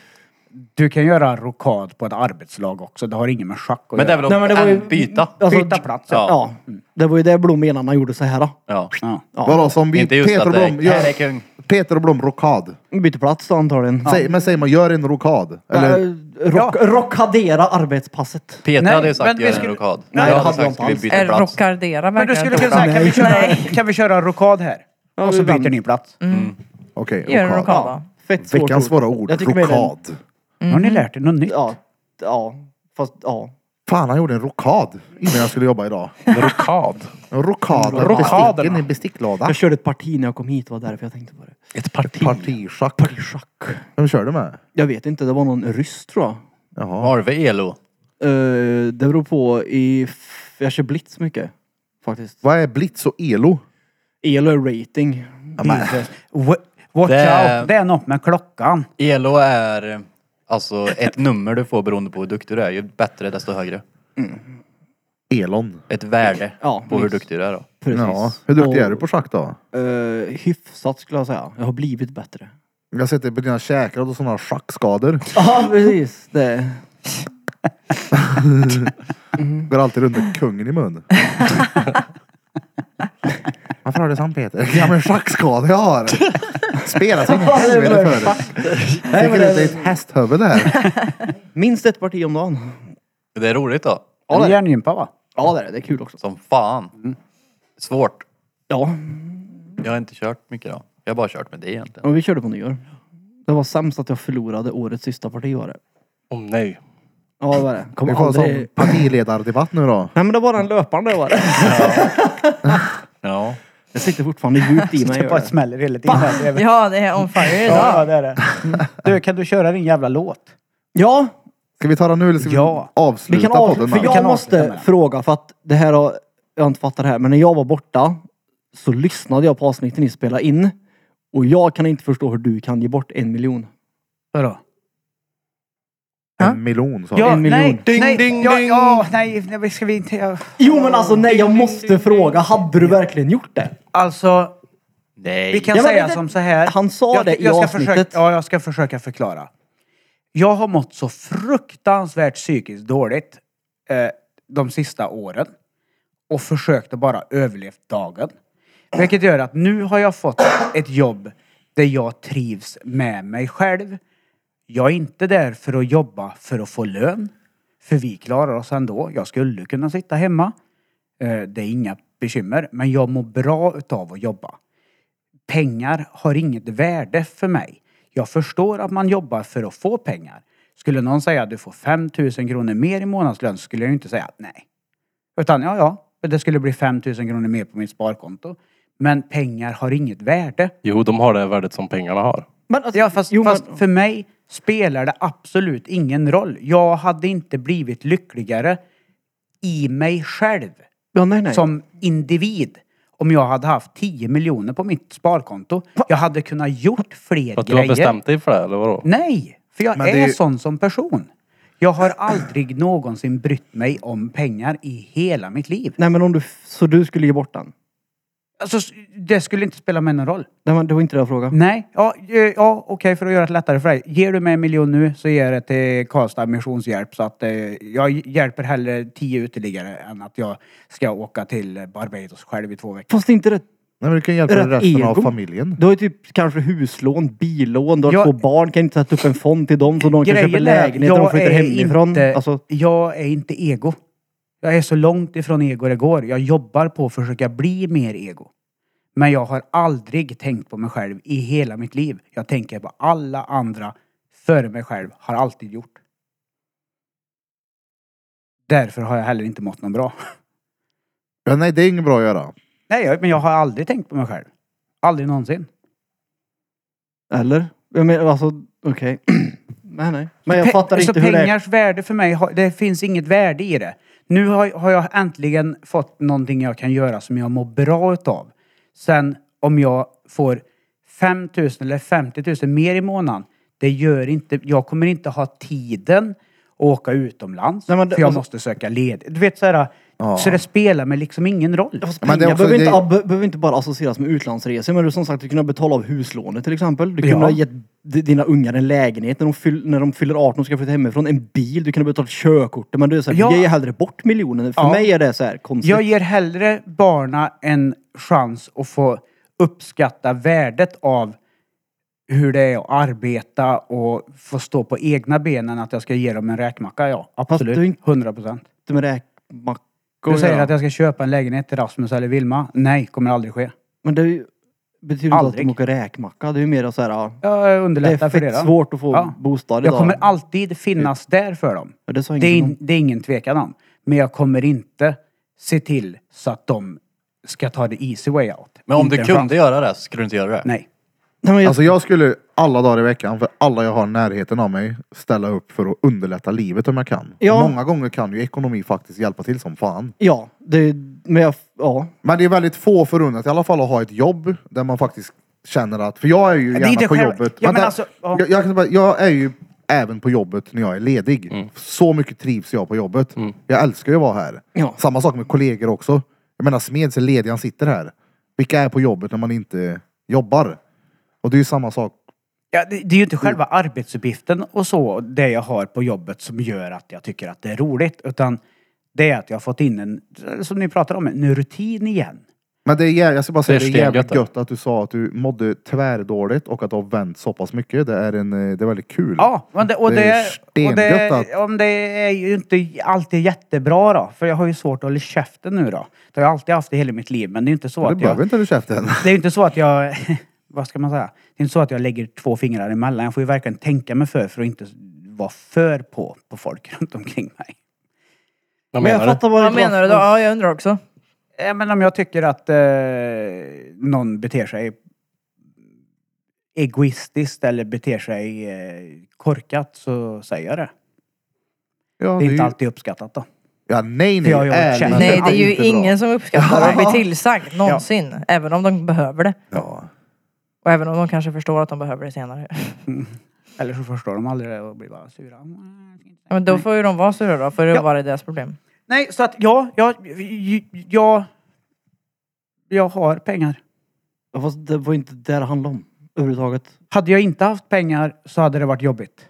Speaker 4: Du kan göra rokad på ett arbetslag också. Det har ingen med schack att
Speaker 5: Men det
Speaker 4: göra.
Speaker 5: är väl att
Speaker 2: Nej, men det var ju-
Speaker 5: en byta.
Speaker 2: Alltså,
Speaker 4: Byta plats. Ja.
Speaker 5: Ja.
Speaker 2: Ja, det var ju det Blom menade när han gjorde så här. då.
Speaker 5: ja.
Speaker 4: Ja.
Speaker 3: Vadå som vi,
Speaker 5: Inte just
Speaker 3: Peter
Speaker 5: att
Speaker 3: och
Speaker 5: det är...
Speaker 3: Blom
Speaker 5: Här är
Speaker 3: gör...
Speaker 5: kung.
Speaker 3: Peter och Blom rokad.
Speaker 2: Byter plats då antagligen.
Speaker 3: Säg, men säger man gör en rokad? Eller?
Speaker 2: Eller, Äh, rock, rockadera arbetspasset.
Speaker 5: Peter
Speaker 4: Nej,
Speaker 5: hade ju sagt
Speaker 4: men vi
Speaker 5: gör en
Speaker 4: skulle-
Speaker 5: rokad.
Speaker 2: Nej,
Speaker 5: jag
Speaker 2: hade jag
Speaker 5: hade sagt
Speaker 2: inte
Speaker 5: skulle
Speaker 2: alls.
Speaker 5: byta
Speaker 1: Eh,
Speaker 5: plats.
Speaker 1: Rockardera
Speaker 4: Men du
Speaker 1: verkar
Speaker 4: skulle
Speaker 1: det som.
Speaker 4: kunna säga, kan vi, köra, kan vi köra rokad här?
Speaker 2: Ja,
Speaker 4: och så
Speaker 2: vi vann.
Speaker 4: byter ni plats.
Speaker 3: Okej,
Speaker 1: Gör en
Speaker 3: rockad.
Speaker 1: rockad va?
Speaker 2: Fett svårt
Speaker 3: Veckans svåra ord.
Speaker 2: Jag tycker med den-
Speaker 3: Rockad.
Speaker 4: Har ni lärt er något nytt?
Speaker 2: Ja, ja. Fast ja.
Speaker 3: Fan, han gjorde en rockad innan jag skulle jobba idag.
Speaker 6: Rokad.
Speaker 3: En rockad.
Speaker 6: Rockaderna.
Speaker 3: Besticken i en besticklåda.
Speaker 2: Jag körde ett parti när jag kom hit, det var därför jag tänkte på det.
Speaker 6: Ett parti.
Speaker 3: Partischack.
Speaker 2: Partischack.
Speaker 3: Vem kör du med?
Speaker 2: Jag vet inte, det var någon ryss tror jag.
Speaker 5: Vad
Speaker 3: Jaha.
Speaker 5: har du för elo?
Speaker 2: Eh, det beror på i... f- Jag kör blitz mycket. Faktiskt.
Speaker 3: Vad är blitz och elo?
Speaker 2: El är rating.
Speaker 4: Wa- Watch
Speaker 5: Det-
Speaker 4: out, det är något med klockan.
Speaker 5: Elo är eh, alltså ett nummer du får beroende på hur duktig du är. Ju bättre desto högre.
Speaker 3: Elon.
Speaker 5: Ett värde
Speaker 2: Ja,
Speaker 5: på hur
Speaker 2: precis.
Speaker 5: duktig du är då.
Speaker 2: Precis.
Speaker 3: Ja. Hur duktig
Speaker 2: Och,
Speaker 3: är du på schack då?
Speaker 2: eh, hyfsat skulle jag säga. Jag har blivit bättre.
Speaker 3: Jag har sett dig på dina käkar och sådana schackskador.
Speaker 2: Ja, precis. Det.
Speaker 3: Går alltid runt med kungen i mun. Varför har du sån Peter? Ja men schackskada jag har. Spelar som helvete för. Fick ut ett hästhuvud där.
Speaker 2: Minst ett parti om dagen.
Speaker 5: Det är roligt då.
Speaker 2: Ja, det
Speaker 4: En
Speaker 2: är-
Speaker 4: Järngympa va?
Speaker 2: Ja, det är det. Det är kul också.
Speaker 5: Som fan.
Speaker 4: Mm.
Speaker 5: Svårt.
Speaker 2: Ja,
Speaker 5: Jag har inte kört mycket då. Jag har bara kört med det egentligen.
Speaker 2: och vi körde på nyår. Det var sämst att jag förlorade årets sista parti var det.
Speaker 6: Åh nej.
Speaker 2: Ja, det var det. Kommer
Speaker 3: Vi får en
Speaker 2: aldrig...
Speaker 3: sån partiledardebatt nu då.
Speaker 2: Nej, men det var en löpande var det.
Speaker 5: Ja.
Speaker 2: Det sitter fortfarande djupt i mig.
Speaker 4: Det
Speaker 2: gör
Speaker 4: bara
Speaker 2: det.
Speaker 4: smäller hela tiden. Det är väl-
Speaker 1: Ja, det är on fire
Speaker 4: Ja,
Speaker 1: idag.
Speaker 4: det Mm. är det. Du, kan du köra din jävla låt?
Speaker 2: Ja,
Speaker 3: Ska vi ta den nu eller ska vi
Speaker 4: Ja.
Speaker 2: vi
Speaker 3: avsluta
Speaker 2: kan av...
Speaker 3: podden?
Speaker 2: För
Speaker 3: då?
Speaker 4: Vi
Speaker 2: jag
Speaker 4: kan avsluta med
Speaker 2: måste
Speaker 4: det.
Speaker 2: fråga för att det här har... Jag har inte fattat det här, men när jag var borta så lyssnade jag på avsnittet ni spelade in. Och jag kan inte förstå hur du kan ge bort en miljon.
Speaker 4: Vadå?
Speaker 1: Ja.
Speaker 3: En miljon sa
Speaker 4: Ja,
Speaker 2: En miljon.
Speaker 4: nej,
Speaker 6: Ding,
Speaker 4: nej,
Speaker 6: ding,
Speaker 4: ja,
Speaker 6: ding.
Speaker 4: Ja, nej, nej, ska vi inte... ja.
Speaker 2: Jo men alltså nej, jag måste fråga. Hade du verkligen gjort det?
Speaker 4: Alltså,
Speaker 5: Nej.
Speaker 4: vi kan
Speaker 2: Ja, men
Speaker 4: säga
Speaker 2: det-
Speaker 4: som så här.
Speaker 2: han sa det i
Speaker 4: ska
Speaker 2: avsnittet.
Speaker 4: försöka, Ja, jag ska försöka förklara. Jag har mått så fruktansvärt psykiskt dåligt eh, de sista åren. Och försökt att bara överleva dagen. Vilket gör att nu har jag fått ett jobb där jag trivs med mig själv. Jag är inte där för att jobba för att få lön. För vi klarar oss ändå. Jag skulle kunna sitta hemma. Eh, Det är inga bekymmer. Men jag mår bra utav att jobba. Pengar har inget värde för mig. Jag förstår att man jobbar för att få pengar. Skulle någon säga att du får 5 000 kronor mer i månadslön skulle jag ju inte säga nej. Utan ja, ja, det skulle bli 5 000 kronor mer på mitt sparkonto. Men pengar har inget värde.
Speaker 6: Jo, de har det värdet som pengarna har.
Speaker 2: Men, alltså,
Speaker 4: Ja, fast,
Speaker 2: jo, men-
Speaker 4: fast för mig spelar det absolut ingen roll. Jag hade inte blivit lyckligare i mig själv
Speaker 2: ja, nej, nej.
Speaker 4: som individ om jag hade haft 10 miljoner på mitt sparkonto. Jag hade kunnat gjort fler
Speaker 6: För att du har
Speaker 4: grejer.
Speaker 6: bestämt dig för det, eller vadå?
Speaker 4: Nej! För jag
Speaker 3: Men
Speaker 4: är
Speaker 3: det är ju-
Speaker 4: sån som person. Jag har aldrig någonsin brytt mig om pengar i hela mitt liv.
Speaker 2: Nej men om du... f- Så du skulle ge bort den?
Speaker 4: Alltså, s- det skulle inte spela mig någon roll.
Speaker 2: Nej men det var inte det jag frågade.
Speaker 4: Nej, ja, eh, ja okej för att göra det lättare för dig. Ger du mig en miljon nu så ger jag det till Karlstad Missionshjälp så att eh, jag hjälper hellre tio ytterligare än att jag ska åka till Barbados själv i två veckor.
Speaker 2: Fast inte det...
Speaker 3: Nej men du kan hjälpa
Speaker 2: Rätt
Speaker 3: resten av
Speaker 2: ego.
Speaker 3: familjen.
Speaker 2: Du har ju typ kanske huslån, billån, du har
Speaker 4: Jag-
Speaker 2: två barn, kan inte sätta upp en fond till dem så de kan köpa
Speaker 4: Grejen är att
Speaker 2: lägenhet när de
Speaker 4: jag
Speaker 2: flyttar
Speaker 4: är
Speaker 2: hemifrån.
Speaker 4: Inte,
Speaker 2: Alltså,
Speaker 4: Jag är inte ego. Jag är så långt ifrån ego det går. Jag jobbar på att försöka bli mer ego. Men jag har aldrig tänkt på mig själv i hela mitt liv. Jag tänker på alla andra före mig själv har alltid gjort. Därför har jag heller inte mått någon bra.
Speaker 3: Ja, nej det är inget bra att göra.
Speaker 4: Nej, jag- men jag har aldrig tänkt på mig själv. Aldrig någonsin.
Speaker 2: eller? Jag menar alltså, okej. nej nej. Men jag
Speaker 4: Pe-
Speaker 2: fattar
Speaker 4: så
Speaker 2: inte hur det är.
Speaker 4: pengars värde för mig, har- det finns inget värde i det. Nu har, har jag äntligen fått någonting jag kan göra som jag mår bra utav. Sen om jag får 5 000 eller 50 000 mer i månaden, det gör inte, jag kommer inte ha tiden att åka utomlands.
Speaker 2: Nej, men det-
Speaker 4: för jag
Speaker 2: alltså-
Speaker 4: måste söka led. Du vet såhär,
Speaker 3: Ja.
Speaker 4: så det spelar mig liksom ingen roll.
Speaker 2: Fast
Speaker 3: Men det är
Speaker 2: pengar
Speaker 3: också-
Speaker 2: behöver, inte,
Speaker 3: det-
Speaker 2: ab- behöver inte bara associeras med utlandsresor. Men du som sagt, du kunde ha betalat av huslånet till exempel. Du kunde
Speaker 4: Ja.
Speaker 2: ha gett d- dina ungar en lägenhet när de, fyll, när de fyller 18 och ska flytta hemifrån. En bil, du kunde ha betalat körkortet. Men du är såhär,
Speaker 4: Ja.
Speaker 2: jag ger hellre bort miljonen. För
Speaker 4: Ja.
Speaker 2: mig är det så här konstigt.
Speaker 4: Jag ger hellre barna en chans att få uppskatta värdet av hur det är att arbeta och få stå på egna benen att jag ska ge dem en räkmacka, ja.
Speaker 2: du är
Speaker 4: Absolut.
Speaker 2: inte-
Speaker 4: 100 procent.
Speaker 2: inte med räkmackor
Speaker 4: Du säger
Speaker 2: göra.
Speaker 4: att jag ska köpa en lägenhet till Rasmus eller Vilma. Nej, kommer aldrig ske.
Speaker 2: Men det är ju... betyder inte att de
Speaker 4: Aldrig.
Speaker 2: åker räkmacka. Det är ju mer så här, ja,
Speaker 4: Jag
Speaker 2: det
Speaker 4: underlättar
Speaker 2: är
Speaker 4: för er.
Speaker 2: fett
Speaker 4: då.
Speaker 2: svårt att få
Speaker 4: Ja.
Speaker 2: bostad idag.
Speaker 4: Jag kommer alltid finnas där för dem.
Speaker 2: Ja, det sa
Speaker 4: Det är,
Speaker 2: ingen om.
Speaker 4: in, det är ingen tvekan om. Men jag kommer inte se till så att de ska ta the easy way out.
Speaker 5: Men om
Speaker 4: Inte
Speaker 5: du
Speaker 4: en
Speaker 5: kunde
Speaker 4: chans.
Speaker 5: göra det så skulle du inte göra det.
Speaker 4: Nej.
Speaker 2: Nej, men jag,
Speaker 3: Alltså jag skulle alla dagar i veckan, för alla jag har i närheten av mig, ställa upp för att underlätta livet om jag kan.
Speaker 2: Ja.
Speaker 3: Många gånger kan ju ekonomi faktiskt hjälpa till som fan.
Speaker 2: ja, det, men jag, ja.
Speaker 3: Men det är väldigt få förunnat i alla fall att ha ett jobb där man faktiskt känner att, för jag är ju
Speaker 4: det är
Speaker 3: gärna
Speaker 4: inte
Speaker 3: på
Speaker 4: själv-
Speaker 3: jobbet.
Speaker 4: Ja, men
Speaker 3: Vänta,
Speaker 4: alltså, ja.
Speaker 3: jag, jag, kan bara- jag är ju även på jobbet när jag är ledig.
Speaker 6: Mm.
Speaker 3: Så mycket trivs jag på jobbet. Jag älskar ju att vara här.
Speaker 2: Ja.
Speaker 3: Samma sak med kollegor också. Jag menar Smeds är ledig, han sitter här. Vilka är på jobbet när man inte jobbar? Och det är ju samma sak.
Speaker 4: Ja, det, det är ju
Speaker 3: Mm.
Speaker 4: inte själva arbetsuppgiften och så, det jag har på jobbet som gör att jag tycker att det är roligt. Utan det är att jag har fått in en, som ni pratar om, en rutin igen.
Speaker 3: Men det är, jä- jag ska bara säga,
Speaker 6: Det
Speaker 3: det
Speaker 6: är
Speaker 3: är jävligt
Speaker 6: stengött,
Speaker 3: gött att du sa att du mådde tvärdåligt och att du har vänt så pass mycket. Det är, en, eh, det är väldigt kul.
Speaker 4: Ja, men det, och
Speaker 3: Det
Speaker 4: det,
Speaker 3: är
Speaker 4: och det,
Speaker 3: stengött att-
Speaker 4: om det är ju inte alltid jättebra då. För jag har ju svårt att hålla käften nu då. Det har jag alltid haft i hela mitt liv. Men det är ju inte så
Speaker 3: Men det
Speaker 4: att jag...
Speaker 3: behöver inte du käften.
Speaker 4: Det är ju inte så att jag... Vad ska man säga? Det är inte så att jag lägger två fingrar emellan. Jag får ju verkligen tänka mig för för att inte vara för på, på folk runt omkring mig.
Speaker 6: Vad
Speaker 2: Men jag
Speaker 6: menar du?
Speaker 2: fattar vad
Speaker 1: Vad menar du då? Ja, jag undrar också.
Speaker 4: Ja, men om jag tycker att eh, någon beter sig egoistiskt eller beter sig eh, korkat så säger jag det.
Speaker 3: Ja,
Speaker 4: Det är inte
Speaker 3: ju-
Speaker 4: alltid uppskattat då.
Speaker 3: Ja, nej,
Speaker 4: För
Speaker 3: nej.
Speaker 4: jag har ju
Speaker 3: ärligt,
Speaker 4: känt-
Speaker 3: men
Speaker 1: Nej, det är ju
Speaker 3: inte
Speaker 1: ingen
Speaker 3: bra.
Speaker 1: som uppskattar att bli tillsagd någonsin. Även om de behöver det.
Speaker 3: Ja.
Speaker 1: Och även om de kanske förstår att de behöver det senare.
Speaker 4: Eller så förstår de aldrig det och blir bara sura. Mm.
Speaker 1: Ja, men då får ju de vara sura då, för det
Speaker 4: Ja.
Speaker 1: var det deras problem.
Speaker 4: Nej, så att ja, jag, jag, jag har pengar.
Speaker 2: Ja, Fast det var inte det det handlade om. Överhuvudtaget.
Speaker 4: Hade jag inte haft pengar så hade det varit jobbigt.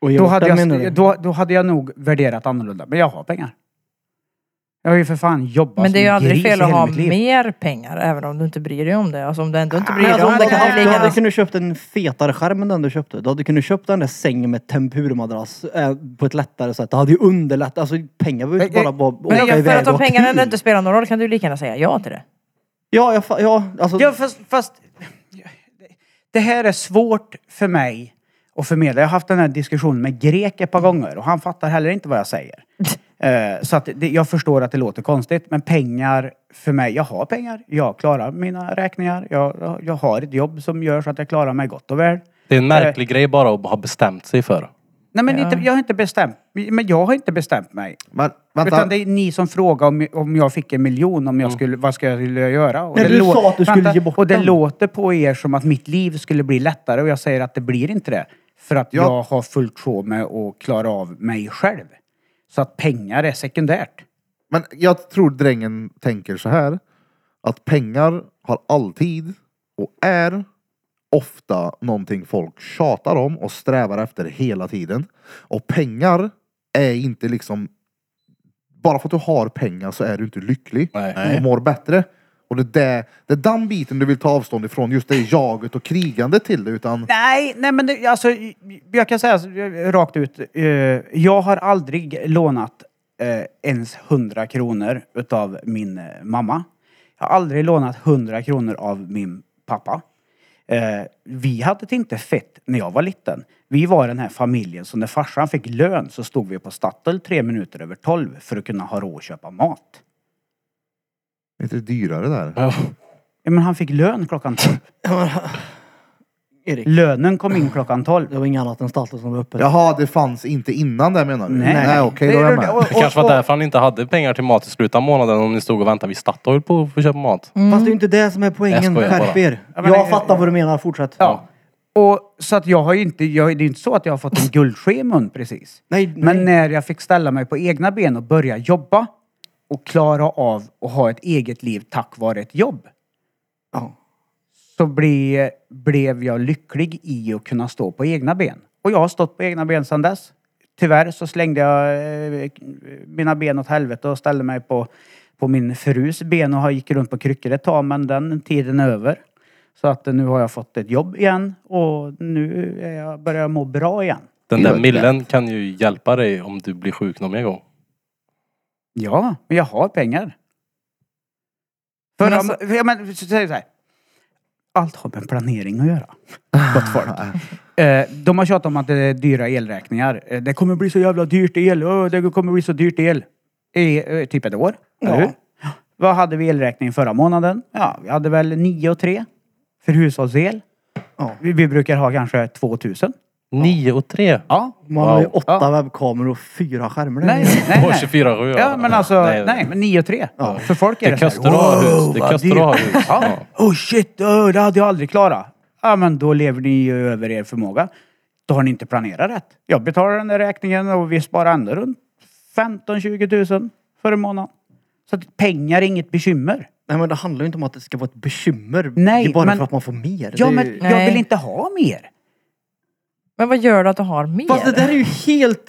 Speaker 2: Och
Speaker 4: Då
Speaker 2: gjort
Speaker 4: hade,
Speaker 2: det, menar du?
Speaker 4: jag, då, då hade jag nog värderat annorlunda. Men jag har pengar. Jag har ju för fan jobbat
Speaker 1: Men det är ju
Speaker 4: som en
Speaker 1: aldrig
Speaker 4: gris i
Speaker 1: fel att
Speaker 4: hela
Speaker 1: ha
Speaker 4: mitt liv.
Speaker 1: mer pengar, även om du inte bryr dig om det. Alltså om du ändå inte bryr
Speaker 2: Men
Speaker 1: dig
Speaker 2: alltså,
Speaker 1: om
Speaker 2: om
Speaker 1: det
Speaker 2: du, hade
Speaker 1: kan
Speaker 2: haft,
Speaker 1: det
Speaker 2: du
Speaker 1: lika
Speaker 2: hade
Speaker 1: gärna...
Speaker 2: kunnat köpt en fetare skärm än den du köpte. Du hade kunnat köpt den där sängen med tempurmadrass eh, på ett lättare sätt. Det hade ju underlättat. Alltså pengar behöver ju
Speaker 4: Nej,
Speaker 2: bara vara
Speaker 1: Men
Speaker 2: åka
Speaker 1: jag, för
Speaker 2: iväg
Speaker 1: att de
Speaker 2: och ha
Speaker 1: pengarna
Speaker 2: kul.
Speaker 1: ändå inte spelar någon roll kan du lika gärna säga ja till det.
Speaker 2: Ja, jag, fa- ja, alltså.
Speaker 4: Ja, fast, fast... Det här är svårt för mig att förmedla. Jag har haft den här diskussionen med grek ett par gånger och han fattar heller inte vad jag säger. Eh, Så att det, jag förstår att det låter konstigt, men pengar för mig, jag har pengar, jag klarar mina räkningar, jag, jag- jag har ett jobb som gör så att jag klarar mig gott och väl.
Speaker 6: Det är en märklig grej bara att ha bestämt sig för.
Speaker 4: Nej men inte, jag har inte bestämt, men jag har inte bestämt mig.
Speaker 3: Men
Speaker 4: Utan
Speaker 3: vänta,
Speaker 4: det är ni som frågar om, om jag fick en miljon, om jag skulle, vad skulle jag vilja göra? Och
Speaker 2: Nej,
Speaker 4: det
Speaker 2: du
Speaker 4: lå-
Speaker 2: sa att du skulle ge bort
Speaker 4: Och det
Speaker 2: den.
Speaker 4: låter på er som att mitt liv skulle bli lättare och jag säger att det blir inte det. För att
Speaker 3: Ja.
Speaker 4: jag har fullt sjå med att klara av mig själv. Så att pengar är sekundärt.
Speaker 3: men jag tror drängen tänker så här. Att pengar har alltid och är ofta någonting folk tjatar om och strävar efter hela tiden. Och pengar är inte liksom... Bara för att du har pengar så är du inte lycklig
Speaker 6: Nej.
Speaker 3: och mår bättre. Och det är, där, det är den biten du vill ta avstånd ifrån, just det jaget och krigandet till det. Utan
Speaker 4: Nej, nej men det, alltså, jag kan säga så, eh, rakt ut. eh, jag har aldrig lånat eh, ens 100 kronor utav min eh, mamma. Jag har aldrig lånat 100 kronor av min pappa. Eh, vi hade det inte fett när jag var liten. Vi var den här familjen som när farsan fick lön så stod vi på Statoil tre minuter över tolv för att kunna ha råd att köpa mat.
Speaker 3: är inte det dyrare där?
Speaker 6: Ja.
Speaker 4: Ja, men han fick lön klockan tolv.
Speaker 2: Erik,
Speaker 4: Lönen kom in klockan tolv.
Speaker 2: det var inget annat än Status som var uppe.
Speaker 3: Jaha, det fanns inte innan det menar du?
Speaker 4: Nej.
Speaker 3: Nej okej, då är jag med.
Speaker 4: Och-
Speaker 6: Det kanske var
Speaker 4: och-
Speaker 6: därför han inte hade pengar till mat i slutet av månaden om ni stod och väntade vid Statoil på för att köpa mat.
Speaker 2: Fast det är
Speaker 1: Mm.
Speaker 2: ju inte det som är poängen.
Speaker 6: Jag skojar bara.
Speaker 2: Skärp er.
Speaker 4: Ja, men-
Speaker 2: Jag fattar vad du menar. Fortsätt.
Speaker 4: Ja. Och, så att jag har ju inte, jag, det är ju inte så att jag har fått en guldske i mun precis.
Speaker 2: Nej,
Speaker 4: Men
Speaker 2: nej.
Speaker 4: när jag fick ställa mig på egna ben och börja jobba och klara av att ha ett eget liv tack vare ett jobb.
Speaker 2: Ja.
Speaker 4: Så ble, blev jag lycklig i att kunna stå på egna ben. Och jag har stått på egna ben sedan dess. Tyvärr så slängde jag eh, mina ben åt helvete och ställde mig på, på min frus ben och gick runt på kryckor ett tag men den tiden är över. Så att eh, nu har jag fått ett jobb igen och nu är jag, börjar jag må bra igen.
Speaker 6: Den
Speaker 3: Det
Speaker 6: där
Speaker 3: var
Speaker 6: millen kan ju hjälpa dig om du blir sjuk någon mer gång.
Speaker 4: Ja, men jag har pengar. För
Speaker 1: Men
Speaker 4: men
Speaker 1: alltså-
Speaker 4: ja, men, så- så- så här. Allt har med planering att göra. Gott folk. Eh, De har tjatat om att det är dyra elräkningar. Eh, Det kommer bli så jävla dyrt el. Öh, Det kommer bli så dyrt el. I eh, typ ett år. Eller hur? Vad hade vi i elräkning förra månaden? Ja, vi hade väl 9 och 3 för hushållsel. Vi, vi brukar ha kanske 2000.
Speaker 6: 9 och 3.
Speaker 4: Ja.
Speaker 2: Man har ju
Speaker 6: Wow.
Speaker 2: åtta
Speaker 4: Ja.
Speaker 2: webbkameror och fyra skärmar. där
Speaker 4: Nej,
Speaker 2: inne.
Speaker 4: nej,
Speaker 6: På
Speaker 4: nej.
Speaker 6: 24 7
Speaker 4: Ja, men alltså, nej, men 9 och 3. För folk är
Speaker 6: Det
Speaker 4: det,
Speaker 6: kastar du av hus. Det
Speaker 4: vad
Speaker 6: kastar du av
Speaker 4: dyrt."
Speaker 6: hus.
Speaker 4: Ja. Oh shit, oh, det hade jag aldrig klarat. Ja, men då lever ni ju över er förmåga. Då har ni inte planerat rätt. Jag betalar den där räkningen och vi sparar ändå runt 15-20 000 för en månad. Så att pengar är inget bekymmer.
Speaker 2: Nej men det handlar ju inte om att det ska vara ett bekymmer.
Speaker 4: Nej,
Speaker 2: det är bara
Speaker 4: men-
Speaker 2: för att man får mer.
Speaker 4: Ja,
Speaker 2: det är
Speaker 4: men
Speaker 2: ju...
Speaker 4: jag
Speaker 1: Nej.
Speaker 4: vill inte ha mer.
Speaker 1: Men vad gör du att du har mer?
Speaker 2: Fast det där är ju helt...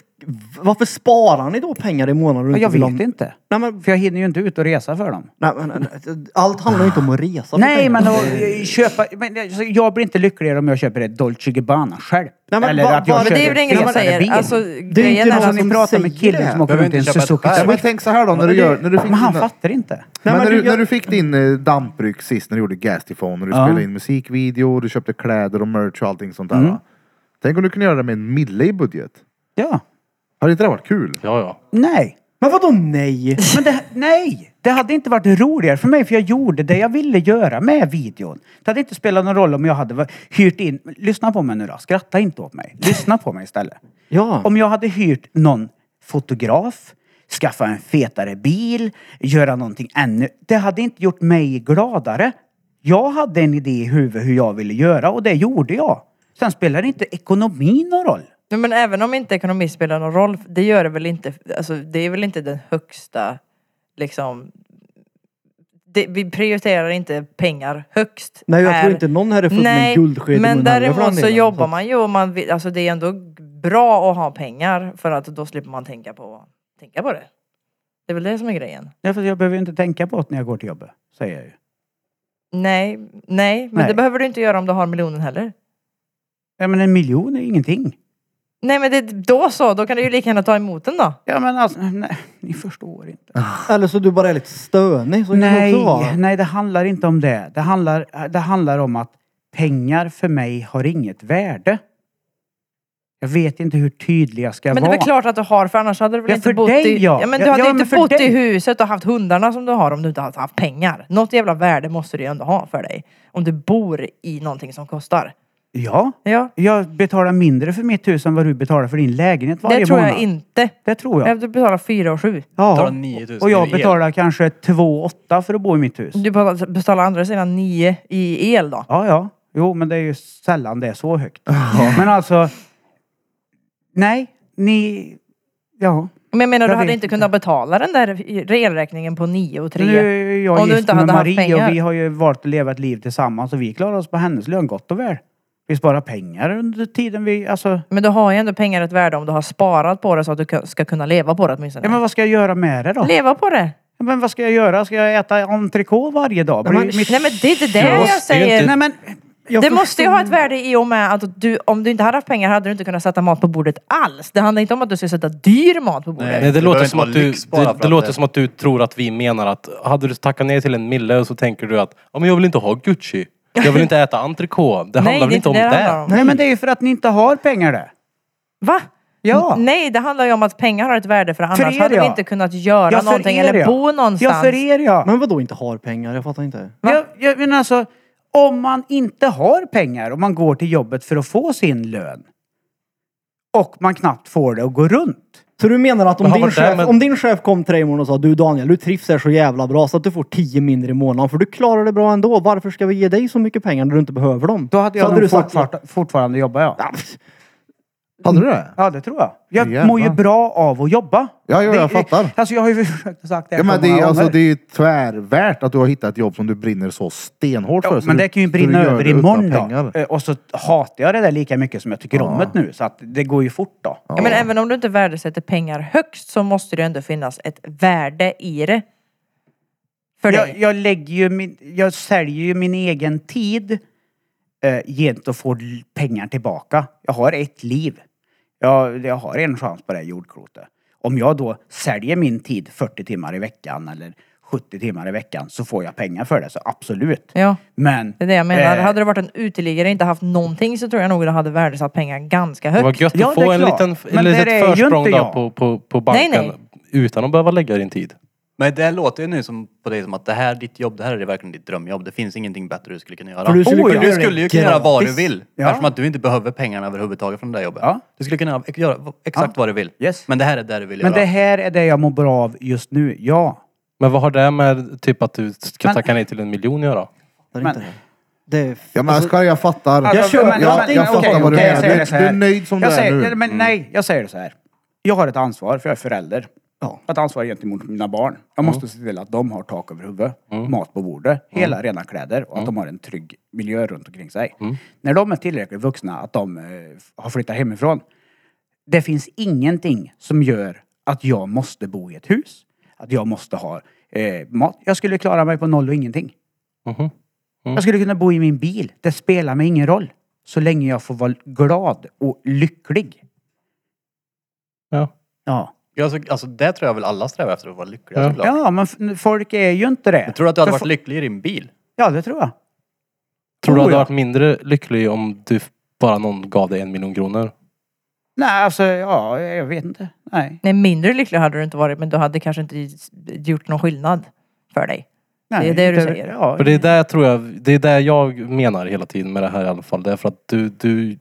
Speaker 2: Varför sparar ni då pengar i månaden? och
Speaker 4: Jag
Speaker 2: vill ha-
Speaker 4: vet inte.
Speaker 2: Nej men,
Speaker 4: För jag hinner ju inte ut och resa för dem.
Speaker 2: nej, men nej, allt handlar ju inte om att resa för
Speaker 4: Nej,
Speaker 2: pengar.
Speaker 4: men att eh, köpa... Men jag- så jag blir inte lyckligare om jag köper ett Dolce Gabbana själv.
Speaker 2: Nej, men
Speaker 4: Eller
Speaker 2: vad-
Speaker 4: att jag
Speaker 2: vad-
Speaker 1: Men det är
Speaker 4: köper
Speaker 1: väl ingen
Speaker 4: en
Speaker 1: som
Speaker 4: finare
Speaker 1: säger...
Speaker 4: bil.
Speaker 1: Alltså,
Speaker 2: Det är ju
Speaker 1: grejen
Speaker 2: inte
Speaker 1: är
Speaker 2: någon
Speaker 1: att...
Speaker 4: Alltså, ni
Speaker 2: som
Speaker 4: pratar med
Speaker 2: säger
Speaker 4: killen
Speaker 2: det.
Speaker 4: som åker
Speaker 5: Behöver
Speaker 4: runt i en
Speaker 5: inte köpa ett
Speaker 4: Suzuki.
Speaker 5: skärp.
Speaker 3: Ja, men tänk så här då när du,
Speaker 2: det-
Speaker 3: gör, när du fick
Speaker 4: Men han
Speaker 3: dina-
Speaker 4: fattar inte.
Speaker 2: Nej,
Speaker 3: men
Speaker 2: men
Speaker 3: när, du,
Speaker 2: du-
Speaker 3: när du fick din eh, dampryck sist när du gjorde Gastifone och du
Speaker 4: Ja.
Speaker 3: spelade in musikvideo, du köpte kläder och merch och allting sånt där.
Speaker 4: Mm.
Speaker 3: va? Tänk om du kunde göra det med en mille i budget.
Speaker 4: Ja.
Speaker 3: Hade inte det varit kul?
Speaker 6: Ja, ja.
Speaker 4: Nej.
Speaker 2: Men vadå nej?
Speaker 4: Men det, nej! Det hade inte varit roligare för mig för jag gjorde det jag ville göra med videon. Det hade inte spelat någon roll om jag hade va- hyrt in... Lyssna på mig nu då. Skratta inte åt mig. Lyssna på mig istället.
Speaker 2: Ja.
Speaker 4: Om jag hade hyrt någon fotograf, skaffa en fetare bil, göra någonting ännu... Det hade inte gjort mig gladare. Jag hade en idé i huvudet hur jag ville göra och det gjorde jag. Sen spelar inte ekonomin någon roll.
Speaker 1: Ja, Men även om inte ekonomi spelar någon roll, det gör det väl inte... Alltså, det är väl inte den högsta, liksom... Det, vi prioriterar inte pengar högst.
Speaker 2: Nej, jag
Speaker 1: här.
Speaker 2: tror inte någon här är född med en
Speaker 1: Nej,
Speaker 2: guldsked i
Speaker 1: men
Speaker 2: munnen heller, för den
Speaker 1: däremot så
Speaker 2: delen.
Speaker 1: jobbar
Speaker 2: att-
Speaker 1: man ju och man vill, alltså det är ändå bra att ha pengar för att då slipper man tänka på, tänka på det. Det är väl det som är grejen.
Speaker 4: Nej, för jag behöver ju inte tänka på det när jag går till jobbet, säger jag ju.
Speaker 1: Nej, nej, men
Speaker 4: Nej.
Speaker 1: det behöver du inte göra om du har miljonen heller.
Speaker 4: Ja, men en miljon är ju ingenting.
Speaker 1: Nej men det, då så, då kan du ju lika gärna ta emot den då.
Speaker 4: Ja, men alltså, nej, ni förstår inte.
Speaker 2: Eller så du bara är lite stönig. Så kan det också
Speaker 4: Nej,
Speaker 2: vara.
Speaker 4: nej, det handlar inte om det. Det handlar, det handlar om att pengar för mig har inget värde. Jag vet inte hur tydlig jag ska
Speaker 1: Men det är
Speaker 4: vara.
Speaker 1: väl klart att du har för annars hade du väl
Speaker 4: Ja,
Speaker 1: inte
Speaker 4: för
Speaker 1: bott
Speaker 4: dig,
Speaker 1: i...
Speaker 4: ja.
Speaker 1: men du
Speaker 4: Ja,
Speaker 1: hade
Speaker 4: ja, men
Speaker 1: inte
Speaker 4: för
Speaker 1: bott
Speaker 4: dig.
Speaker 1: i huset och haft hundarna som du har om du inte hade haft pengar. Något jävla värde måste du ju ändå ha för dig. Om du bor i någonting som kostar.
Speaker 4: Ja,
Speaker 1: Ja,
Speaker 4: jag betalar mindre för mitt hus än vad du betalar för din lägenhet varje
Speaker 1: det tror
Speaker 4: månad.
Speaker 1: jag inte.
Speaker 4: Det tror jag.
Speaker 1: Du betalar 4 och 7.
Speaker 5: Tar
Speaker 4: Ja.
Speaker 5: 9000
Speaker 4: Och
Speaker 5: i
Speaker 4: jag
Speaker 5: el.
Speaker 4: betalar kanske 2 800 för att bo i mitt hus.
Speaker 1: Du betalar- betalar andra sidan 9 i el då.
Speaker 4: Ja, ja. Jo, men det är ju sällan det är så högt. Men alltså... Nej, ni... Ja.
Speaker 1: Men jag menar
Speaker 4: Jag
Speaker 1: du hade
Speaker 4: vet
Speaker 1: inte kunnat betala den där elräkningen på 9 och 3.
Speaker 4: Nu är jag
Speaker 1: Om du
Speaker 4: gift
Speaker 1: inte
Speaker 4: med
Speaker 1: hade haft
Speaker 4: Marie
Speaker 1: pengar.
Speaker 4: och vi har ju valt att leva ett liv tillsammans och vi klarar oss på hennes lön gott och väl. Vi sparar pengar under tiden vi... Alltså...
Speaker 1: Men du har ju ändå pengar ett värde om du har sparat på det så att du k- ska kunna leva på det åtminstone.
Speaker 4: Ja, men vad ska jag göra med det då?
Speaker 1: Leva på det!
Speaker 4: Ja, men vad ska jag göra? Ska jag äta entrecote varje dag? Blir mitt...
Speaker 1: Nej men det är inte
Speaker 6: Ja,
Speaker 1: det jag
Speaker 6: det är
Speaker 1: säger!
Speaker 6: inte-
Speaker 4: Nej, men...
Speaker 1: det måste ju ha ett värde i och med att du, om du inte hade haft pengar hade du inte kunnat sätta mat på bordet alls. Det handlar inte om att du ska sätta dyr mat på bordet.
Speaker 5: Nej.
Speaker 6: Nej, det,
Speaker 5: Det
Speaker 6: låter
Speaker 5: behöver
Speaker 6: som
Speaker 5: inte
Speaker 6: att
Speaker 5: vara
Speaker 6: du,
Speaker 5: lyx bara
Speaker 6: det,
Speaker 5: för
Speaker 6: det
Speaker 5: att
Speaker 6: låter
Speaker 5: det-
Speaker 6: som att du tror att vi menar att hade du tackat ner till en mille så tänker du att ja, men jag vill inte ha Gucci. Jag vill inte äta entrecote. Det
Speaker 1: Nej,
Speaker 6: handlar väl
Speaker 1: är
Speaker 6: inte om
Speaker 1: det
Speaker 6: det?
Speaker 1: handlar om.
Speaker 4: Nej, men det är ju för att ni inte har pengar det.
Speaker 1: Va?
Speaker 4: Ja.
Speaker 1: N- Nej, det handlar ju om att pengar har ett värde för annars
Speaker 4: För er,
Speaker 1: hade vi
Speaker 4: ja.
Speaker 1: inte kunnat göra
Speaker 4: för
Speaker 1: någonting
Speaker 4: er,
Speaker 1: eller
Speaker 4: ja.
Speaker 1: bo någonstans.
Speaker 4: Ja, för er ja.
Speaker 2: Men vadå inte har pengar? Jag fattar inte.
Speaker 4: Jag, jag menar alltså, om man inte har pengar och man går till jobbet för att få sin lön och man knappt får det att gå runt.
Speaker 2: Så du menar att om
Speaker 6: Men har
Speaker 2: din,
Speaker 6: varit där
Speaker 2: chef,
Speaker 6: med-
Speaker 2: om din chef kom till dig imorgon och sa du Daniel, du trivs här så jävla bra så att du får 10 mindre i månaden för du klarar det bra ändå. Varför ska vi ge dig så mycket pengar när du inte behöver dem?
Speaker 4: Då hade jag
Speaker 2: så
Speaker 4: nog
Speaker 2: du sagt
Speaker 4: fortfar- fortfarande jobbat ja.
Speaker 2: "Ah, pff,
Speaker 3: Hade du det?
Speaker 4: Ja, det tror jag. Jag
Speaker 3: Jävlar.
Speaker 4: mår ju bra av att jobba.
Speaker 3: Ja, ja,
Speaker 4: Det-
Speaker 3: jag fattar.
Speaker 4: Alltså jag har ju försökt sagt det här
Speaker 3: Ja, men
Speaker 4: så
Speaker 3: det, är,
Speaker 4: många
Speaker 3: alltså,
Speaker 4: gånger.
Speaker 3: det är ju tvärvärt att du har hittat ett jobb som du brinner så stenhårt för.
Speaker 4: Ja,
Speaker 3: så
Speaker 4: men
Speaker 3: du-
Speaker 4: det kan ju
Speaker 3: så du
Speaker 4: brinna
Speaker 3: gör
Speaker 4: över
Speaker 3: det utan
Speaker 4: imorgon då.
Speaker 3: pengar.
Speaker 4: Eh, Och så hatar jag det där lika mycket som jag tycker om det nu. Så att det går ju fort då.
Speaker 1: Ja, men även om du inte värdesätter pengar högst så måste det ändå finnas ett värde i det. För
Speaker 4: jag,
Speaker 1: dig.
Speaker 4: jag lägger ju min, jag säljer ju min egen tid eh, gent att få l- pengar tillbaka. Jag har ett liv. Jag, jag har en chans på det här jordklotet. Om jag då säljer min tid 40 timmar i veckan eller 70 timmar i veckan så får jag pengar för det. Så absolut.
Speaker 1: Ja.
Speaker 4: Men...
Speaker 1: Det är det jag menar.
Speaker 4: eh,
Speaker 1: hade det varit en uteliggare och inte haft någonting så tror jag nog det hade värdesatt pengar ganska
Speaker 6: Det
Speaker 1: högt.
Speaker 6: var gött att
Speaker 4: Ja, det är
Speaker 6: få en
Speaker 4: klart.
Speaker 6: liten,
Speaker 4: Men
Speaker 6: en litet
Speaker 4: det är ju inte
Speaker 6: försprång då
Speaker 4: jag.
Speaker 6: på, på, på
Speaker 1: Nej,
Speaker 6: banken.
Speaker 1: nej.
Speaker 6: Utan att behöva lägga din tid.
Speaker 5: Men det låter ju nu som på dig som att det här ditt jobb, det här är verkligen ditt drömjobb. Det finns ingenting bättre du skulle kunna göra.
Speaker 2: För du skulle
Speaker 4: Oh, ja.
Speaker 2: kunna
Speaker 5: Du
Speaker 2: göra det
Speaker 5: skulle ju kunna göra vad du
Speaker 2: gratis.
Speaker 5: vill.
Speaker 4: Ja.
Speaker 5: Eftersom att du inte behöver pengarna överhuvudtaget från det där jobbet.
Speaker 4: Ja.
Speaker 5: Du skulle kunna göra exakt
Speaker 4: Ja.
Speaker 5: vad du vill.
Speaker 4: Yes.
Speaker 5: Men det här är det du vill
Speaker 4: Men
Speaker 5: göra.
Speaker 4: det här är det jag mår bra av just nu. Ja.
Speaker 6: Men vad har det med typ att du ska
Speaker 4: Men-
Speaker 6: tacka nej till en miljon att göra?
Speaker 2: Det är
Speaker 4: Men-
Speaker 2: inte det. Det är... alltså,
Speaker 3: Ja men Oskar, jag fattar.
Speaker 4: Alltså,
Speaker 3: jag,
Speaker 4: men-
Speaker 3: jag,
Speaker 4: men-
Speaker 3: jag
Speaker 4: okej,
Speaker 3: fattar vad du
Speaker 4: okej, jag
Speaker 3: menar.
Speaker 4: säger
Speaker 3: Du,
Speaker 4: det så
Speaker 3: du
Speaker 4: här.
Speaker 3: är nöjd som du
Speaker 4: jag
Speaker 3: är
Speaker 4: säger,
Speaker 3: nu.
Speaker 4: Men nej, jag säger det så här. Jag har ett ansvar, för jag är förälder.
Speaker 2: Ja.
Speaker 4: Ett ansvar gentemot mina barn. Jag måste se till att de har tak över huvudet, mat på bordet, hela rena kläder och att de har en trygg miljö runt omkring sig. När de är tillräckligt vuxna, att de eh, har flyttat hemifrån. Det finns ingenting som gör att jag måste bo i ett hus. Att jag måste ha eh, mat. Jag skulle klara mig på noll och ingenting.
Speaker 6: Mhm.
Speaker 4: Jag skulle kunna bo i min bil. Det spelar mig ingen roll. Så länge jag får vara glad och lycklig.
Speaker 6: Ja.
Speaker 4: Ja.
Speaker 5: Ja, så- alltså, det tror jag väl alla strävar efter, att vara lyckliga
Speaker 6: Ja.
Speaker 5: såklart.
Speaker 4: Ja, men f- folk är ju inte det.
Speaker 5: Jag tror du att du hade
Speaker 4: För
Speaker 5: varit
Speaker 4: fo-
Speaker 5: lycklig i din bil?
Speaker 4: Ja, det tror jag.
Speaker 6: Tror du
Speaker 4: Oh,
Speaker 6: hade
Speaker 4: ja.
Speaker 6: varit mindre lycklig om du f- bara någon gav dig en miljon kronor?
Speaker 4: Nej, alltså, ja, jag vet inte. Nej.
Speaker 1: Nej, mindre lycklig hade du inte varit men du hade kanske inte gjort någon skillnad för dig.
Speaker 4: Nej,
Speaker 1: är det du
Speaker 4: inte-
Speaker 1: säger.
Speaker 4: Ja.
Speaker 6: För det är det tror jag, det är det jag menar hela tiden med det här i alla fall. Det är för att du, du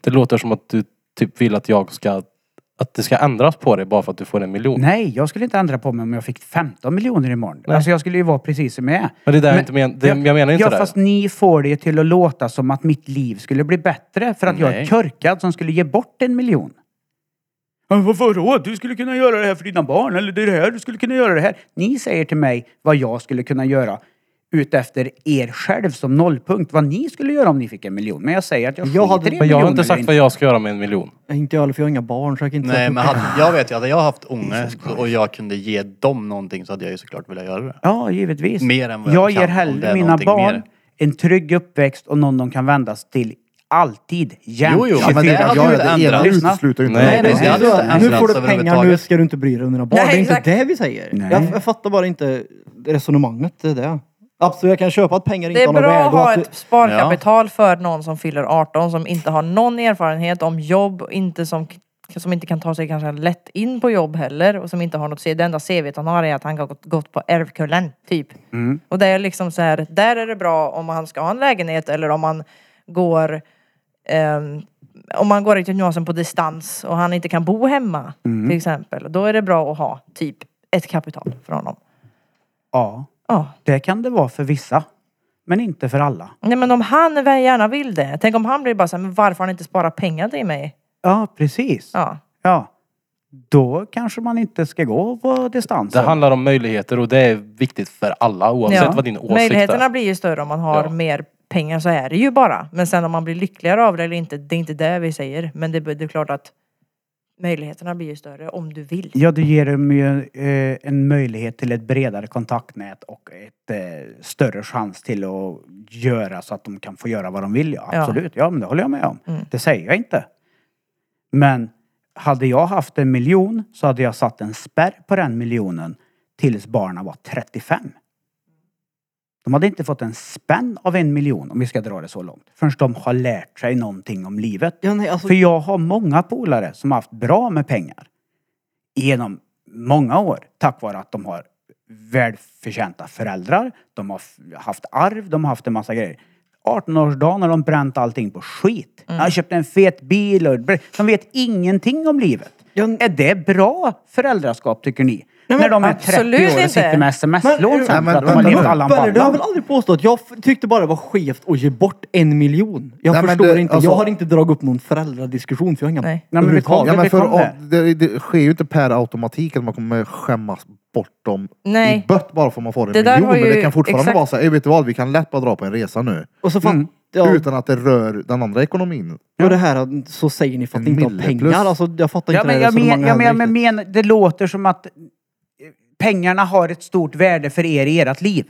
Speaker 6: det låter som att du typ vill att jag ska, att det ska ändras på dig bara för att du får en miljon.
Speaker 4: Nej, jag skulle inte ändra på mig om jag fick 15 miljoner imorgon. Alltså jag skulle ju vara precis som jag är.
Speaker 6: Men det är det jag inte men, det, jag, menar inte
Speaker 4: ja,
Speaker 6: det.
Speaker 4: fast ni får det till att låta som att mitt liv skulle bli bättre för att jag är
Speaker 5: Nej.
Speaker 4: körkad som skulle ge bort en miljon. Men vad- Vadå? Du skulle kunna göra det här för dina barn eller det här, du skulle kunna göra det här. Ni säger till mig vad jag skulle kunna göra utefter er själv som nollpunkt. Vad ni skulle göra om ni fick en miljon. Men jag säger att jag,
Speaker 2: Jag hade-
Speaker 4: skiter i en
Speaker 6: Men jag har
Speaker 4: miljon
Speaker 6: inte
Speaker 4: eller
Speaker 6: sagt
Speaker 4: inte.
Speaker 6: vad jag ska göra med en miljon.
Speaker 2: Inte jag heller, för jag har inga barn. Så jag kan inte
Speaker 5: Nej,
Speaker 2: säga-
Speaker 5: men hade, jag vet ju, hade jag haft ångest och jag kunde ge dem någonting så hade jag ju såklart velat göra det.
Speaker 4: Ja, givetvis.
Speaker 5: Mer än vad jag
Speaker 4: jag
Speaker 5: kan,
Speaker 4: ger
Speaker 5: om det
Speaker 4: hellre
Speaker 5: är
Speaker 4: mina
Speaker 5: någonting
Speaker 4: barn
Speaker 5: mer.
Speaker 4: en trygg uppväxt och någon de kan vändas till alltid, jämt.
Speaker 5: Jo, jo, men det
Speaker 4: 24.
Speaker 5: hade
Speaker 3: Ja,
Speaker 5: ju
Speaker 3: det
Speaker 5: inte
Speaker 3: ena
Speaker 5: ändrat.
Speaker 4: Lyssna.
Speaker 3: utesluter ju inte
Speaker 6: Nej,
Speaker 3: det andra.
Speaker 5: det- jag hade inte
Speaker 2: Nu
Speaker 5: ändrats
Speaker 2: får du pengar, nu
Speaker 5: överhuvudtaget.
Speaker 2: ska du inte bry dig om dina barn.
Speaker 1: Nej,
Speaker 2: det är inte
Speaker 1: exakt.
Speaker 2: det vi säger.
Speaker 4: Nej.
Speaker 2: Jag, jag fattar bara inte resonemanget. Det är det. Absolut, jag kan köpa att pengar inte
Speaker 1: Det är
Speaker 2: har något
Speaker 1: bra
Speaker 2: värde.
Speaker 1: att
Speaker 2: och
Speaker 1: ha
Speaker 2: att
Speaker 1: ett sparkapital för någon som fyller 18 som inte har någon erfarenhet om jobb, inte som, som inte kan ta sig kanske lätt in på jobb heller och som inte har något CV. Det enda CV han har är att han har gått, gått på ärvkullen, typ. Och det är liksom så här, där är det bra om han ska ha en lägenhet eller om man går ehm, om man går i gymnasium på distans och han inte kan bo hemma till exempel. Då är det bra att ha typ ett kapital för honom.
Speaker 4: Ja,
Speaker 1: Ja.
Speaker 4: det kan det vara för vissa. Men inte för alla.
Speaker 1: Nej men om han väl gärna vill det. Tänk om han blir bara såhär, men varför har han inte sparat pengar till mig?
Speaker 4: Ja, precis. Ja.
Speaker 1: Ja.
Speaker 4: Då kanske man inte ska gå på distans.
Speaker 6: Det handlar om möjligheter och det är viktigt för alla oavsett
Speaker 1: Ja.
Speaker 6: vad din åsikt
Speaker 1: Möjligheterna
Speaker 6: är.
Speaker 1: blir ju större om man har
Speaker 6: Ja.
Speaker 1: mer pengar, så är det ju bara. Men sen om man blir lyckligare av det eller inte, det är inte det vi säger. Men det, det är klart att möjligheterna blir ju större om du vill.
Speaker 4: Ja, du ger dem ju eh, en möjlighet till ett bredare kontaktnät och ett eh, större chans till att göra så att de kan få göra vad de vill. Ja,
Speaker 1: Ja.
Speaker 4: absolut. Ja, men det håller jag med om.
Speaker 1: Mm.
Speaker 4: Det säger jag inte. Men hade jag haft en miljon så hade jag satt en spärr på den miljonen tills barnen var 35. De hade inte fått en spänn av en miljon, om vi ska dra det så långt, förrän de har lärt sig någonting om livet.
Speaker 2: Ja, nej, alltså,
Speaker 4: För jag har många polare som har haft bra med pengar. Genom många år. Tack vare att de har välförtjänta föräldrar. De har f- haft arv, de har haft en massa grejer. 18-årsdagen har de bränt allting på skit. Jag köpte en fet bil och... De vet ingenting om livet.
Speaker 2: Jag-
Speaker 4: Är det bra föräldraskap tycker ni? När de är 30
Speaker 1: absolut
Speaker 4: år och
Speaker 1: inte.
Speaker 4: sitter med
Speaker 2: Men-
Speaker 4: sms-lån sen
Speaker 3: Nej,
Speaker 4: för
Speaker 3: men
Speaker 4: att de har
Speaker 3: vänta
Speaker 4: levt
Speaker 3: nu.
Speaker 4: allan
Speaker 2: Berre, du har väl
Speaker 4: ballan.
Speaker 2: aldrig påstått, jag f- tyckte bara det var skevt att ge bort en miljon. Jag
Speaker 3: Nej, men
Speaker 2: förstår
Speaker 3: det-
Speaker 2: inte,
Speaker 3: alltså-
Speaker 2: jag har inte dragit upp någon föräldradiskussion för jag har inga
Speaker 1: Nej.
Speaker 4: Nej, men vi
Speaker 2: överhuvudtaget.
Speaker 3: Ja, men
Speaker 4: Vi
Speaker 3: för,
Speaker 4: kom där.
Speaker 3: och det, det sker ju inte per automatik att man kommer skämmas bort dem
Speaker 1: Nej.
Speaker 3: i bött bara för att man får en
Speaker 1: Det där
Speaker 3: miljon.
Speaker 1: har
Speaker 3: Men det
Speaker 1: ju-
Speaker 3: kan fortfarande
Speaker 1: exakt.
Speaker 3: vara så här, "Ey, vet du vad, vi kan lätt bara dra på en resa nu.
Speaker 2: Och så fatt, ja,
Speaker 3: Mm. Utan att det rör den andra ekonomin.
Speaker 2: och det här att- så säger ni för att ni
Speaker 3: En
Speaker 2: inte har
Speaker 3: mille
Speaker 2: pengar.
Speaker 3: plus.
Speaker 2: Alltså, jag fattar
Speaker 4: Ja,
Speaker 2: inte
Speaker 4: men
Speaker 2: det
Speaker 4: jag men,
Speaker 2: resonemanget
Speaker 4: jag men, jag
Speaker 2: heller riktigt.
Speaker 4: men, det låter som att eh, pengarna har ett stort värde för er i ert liv.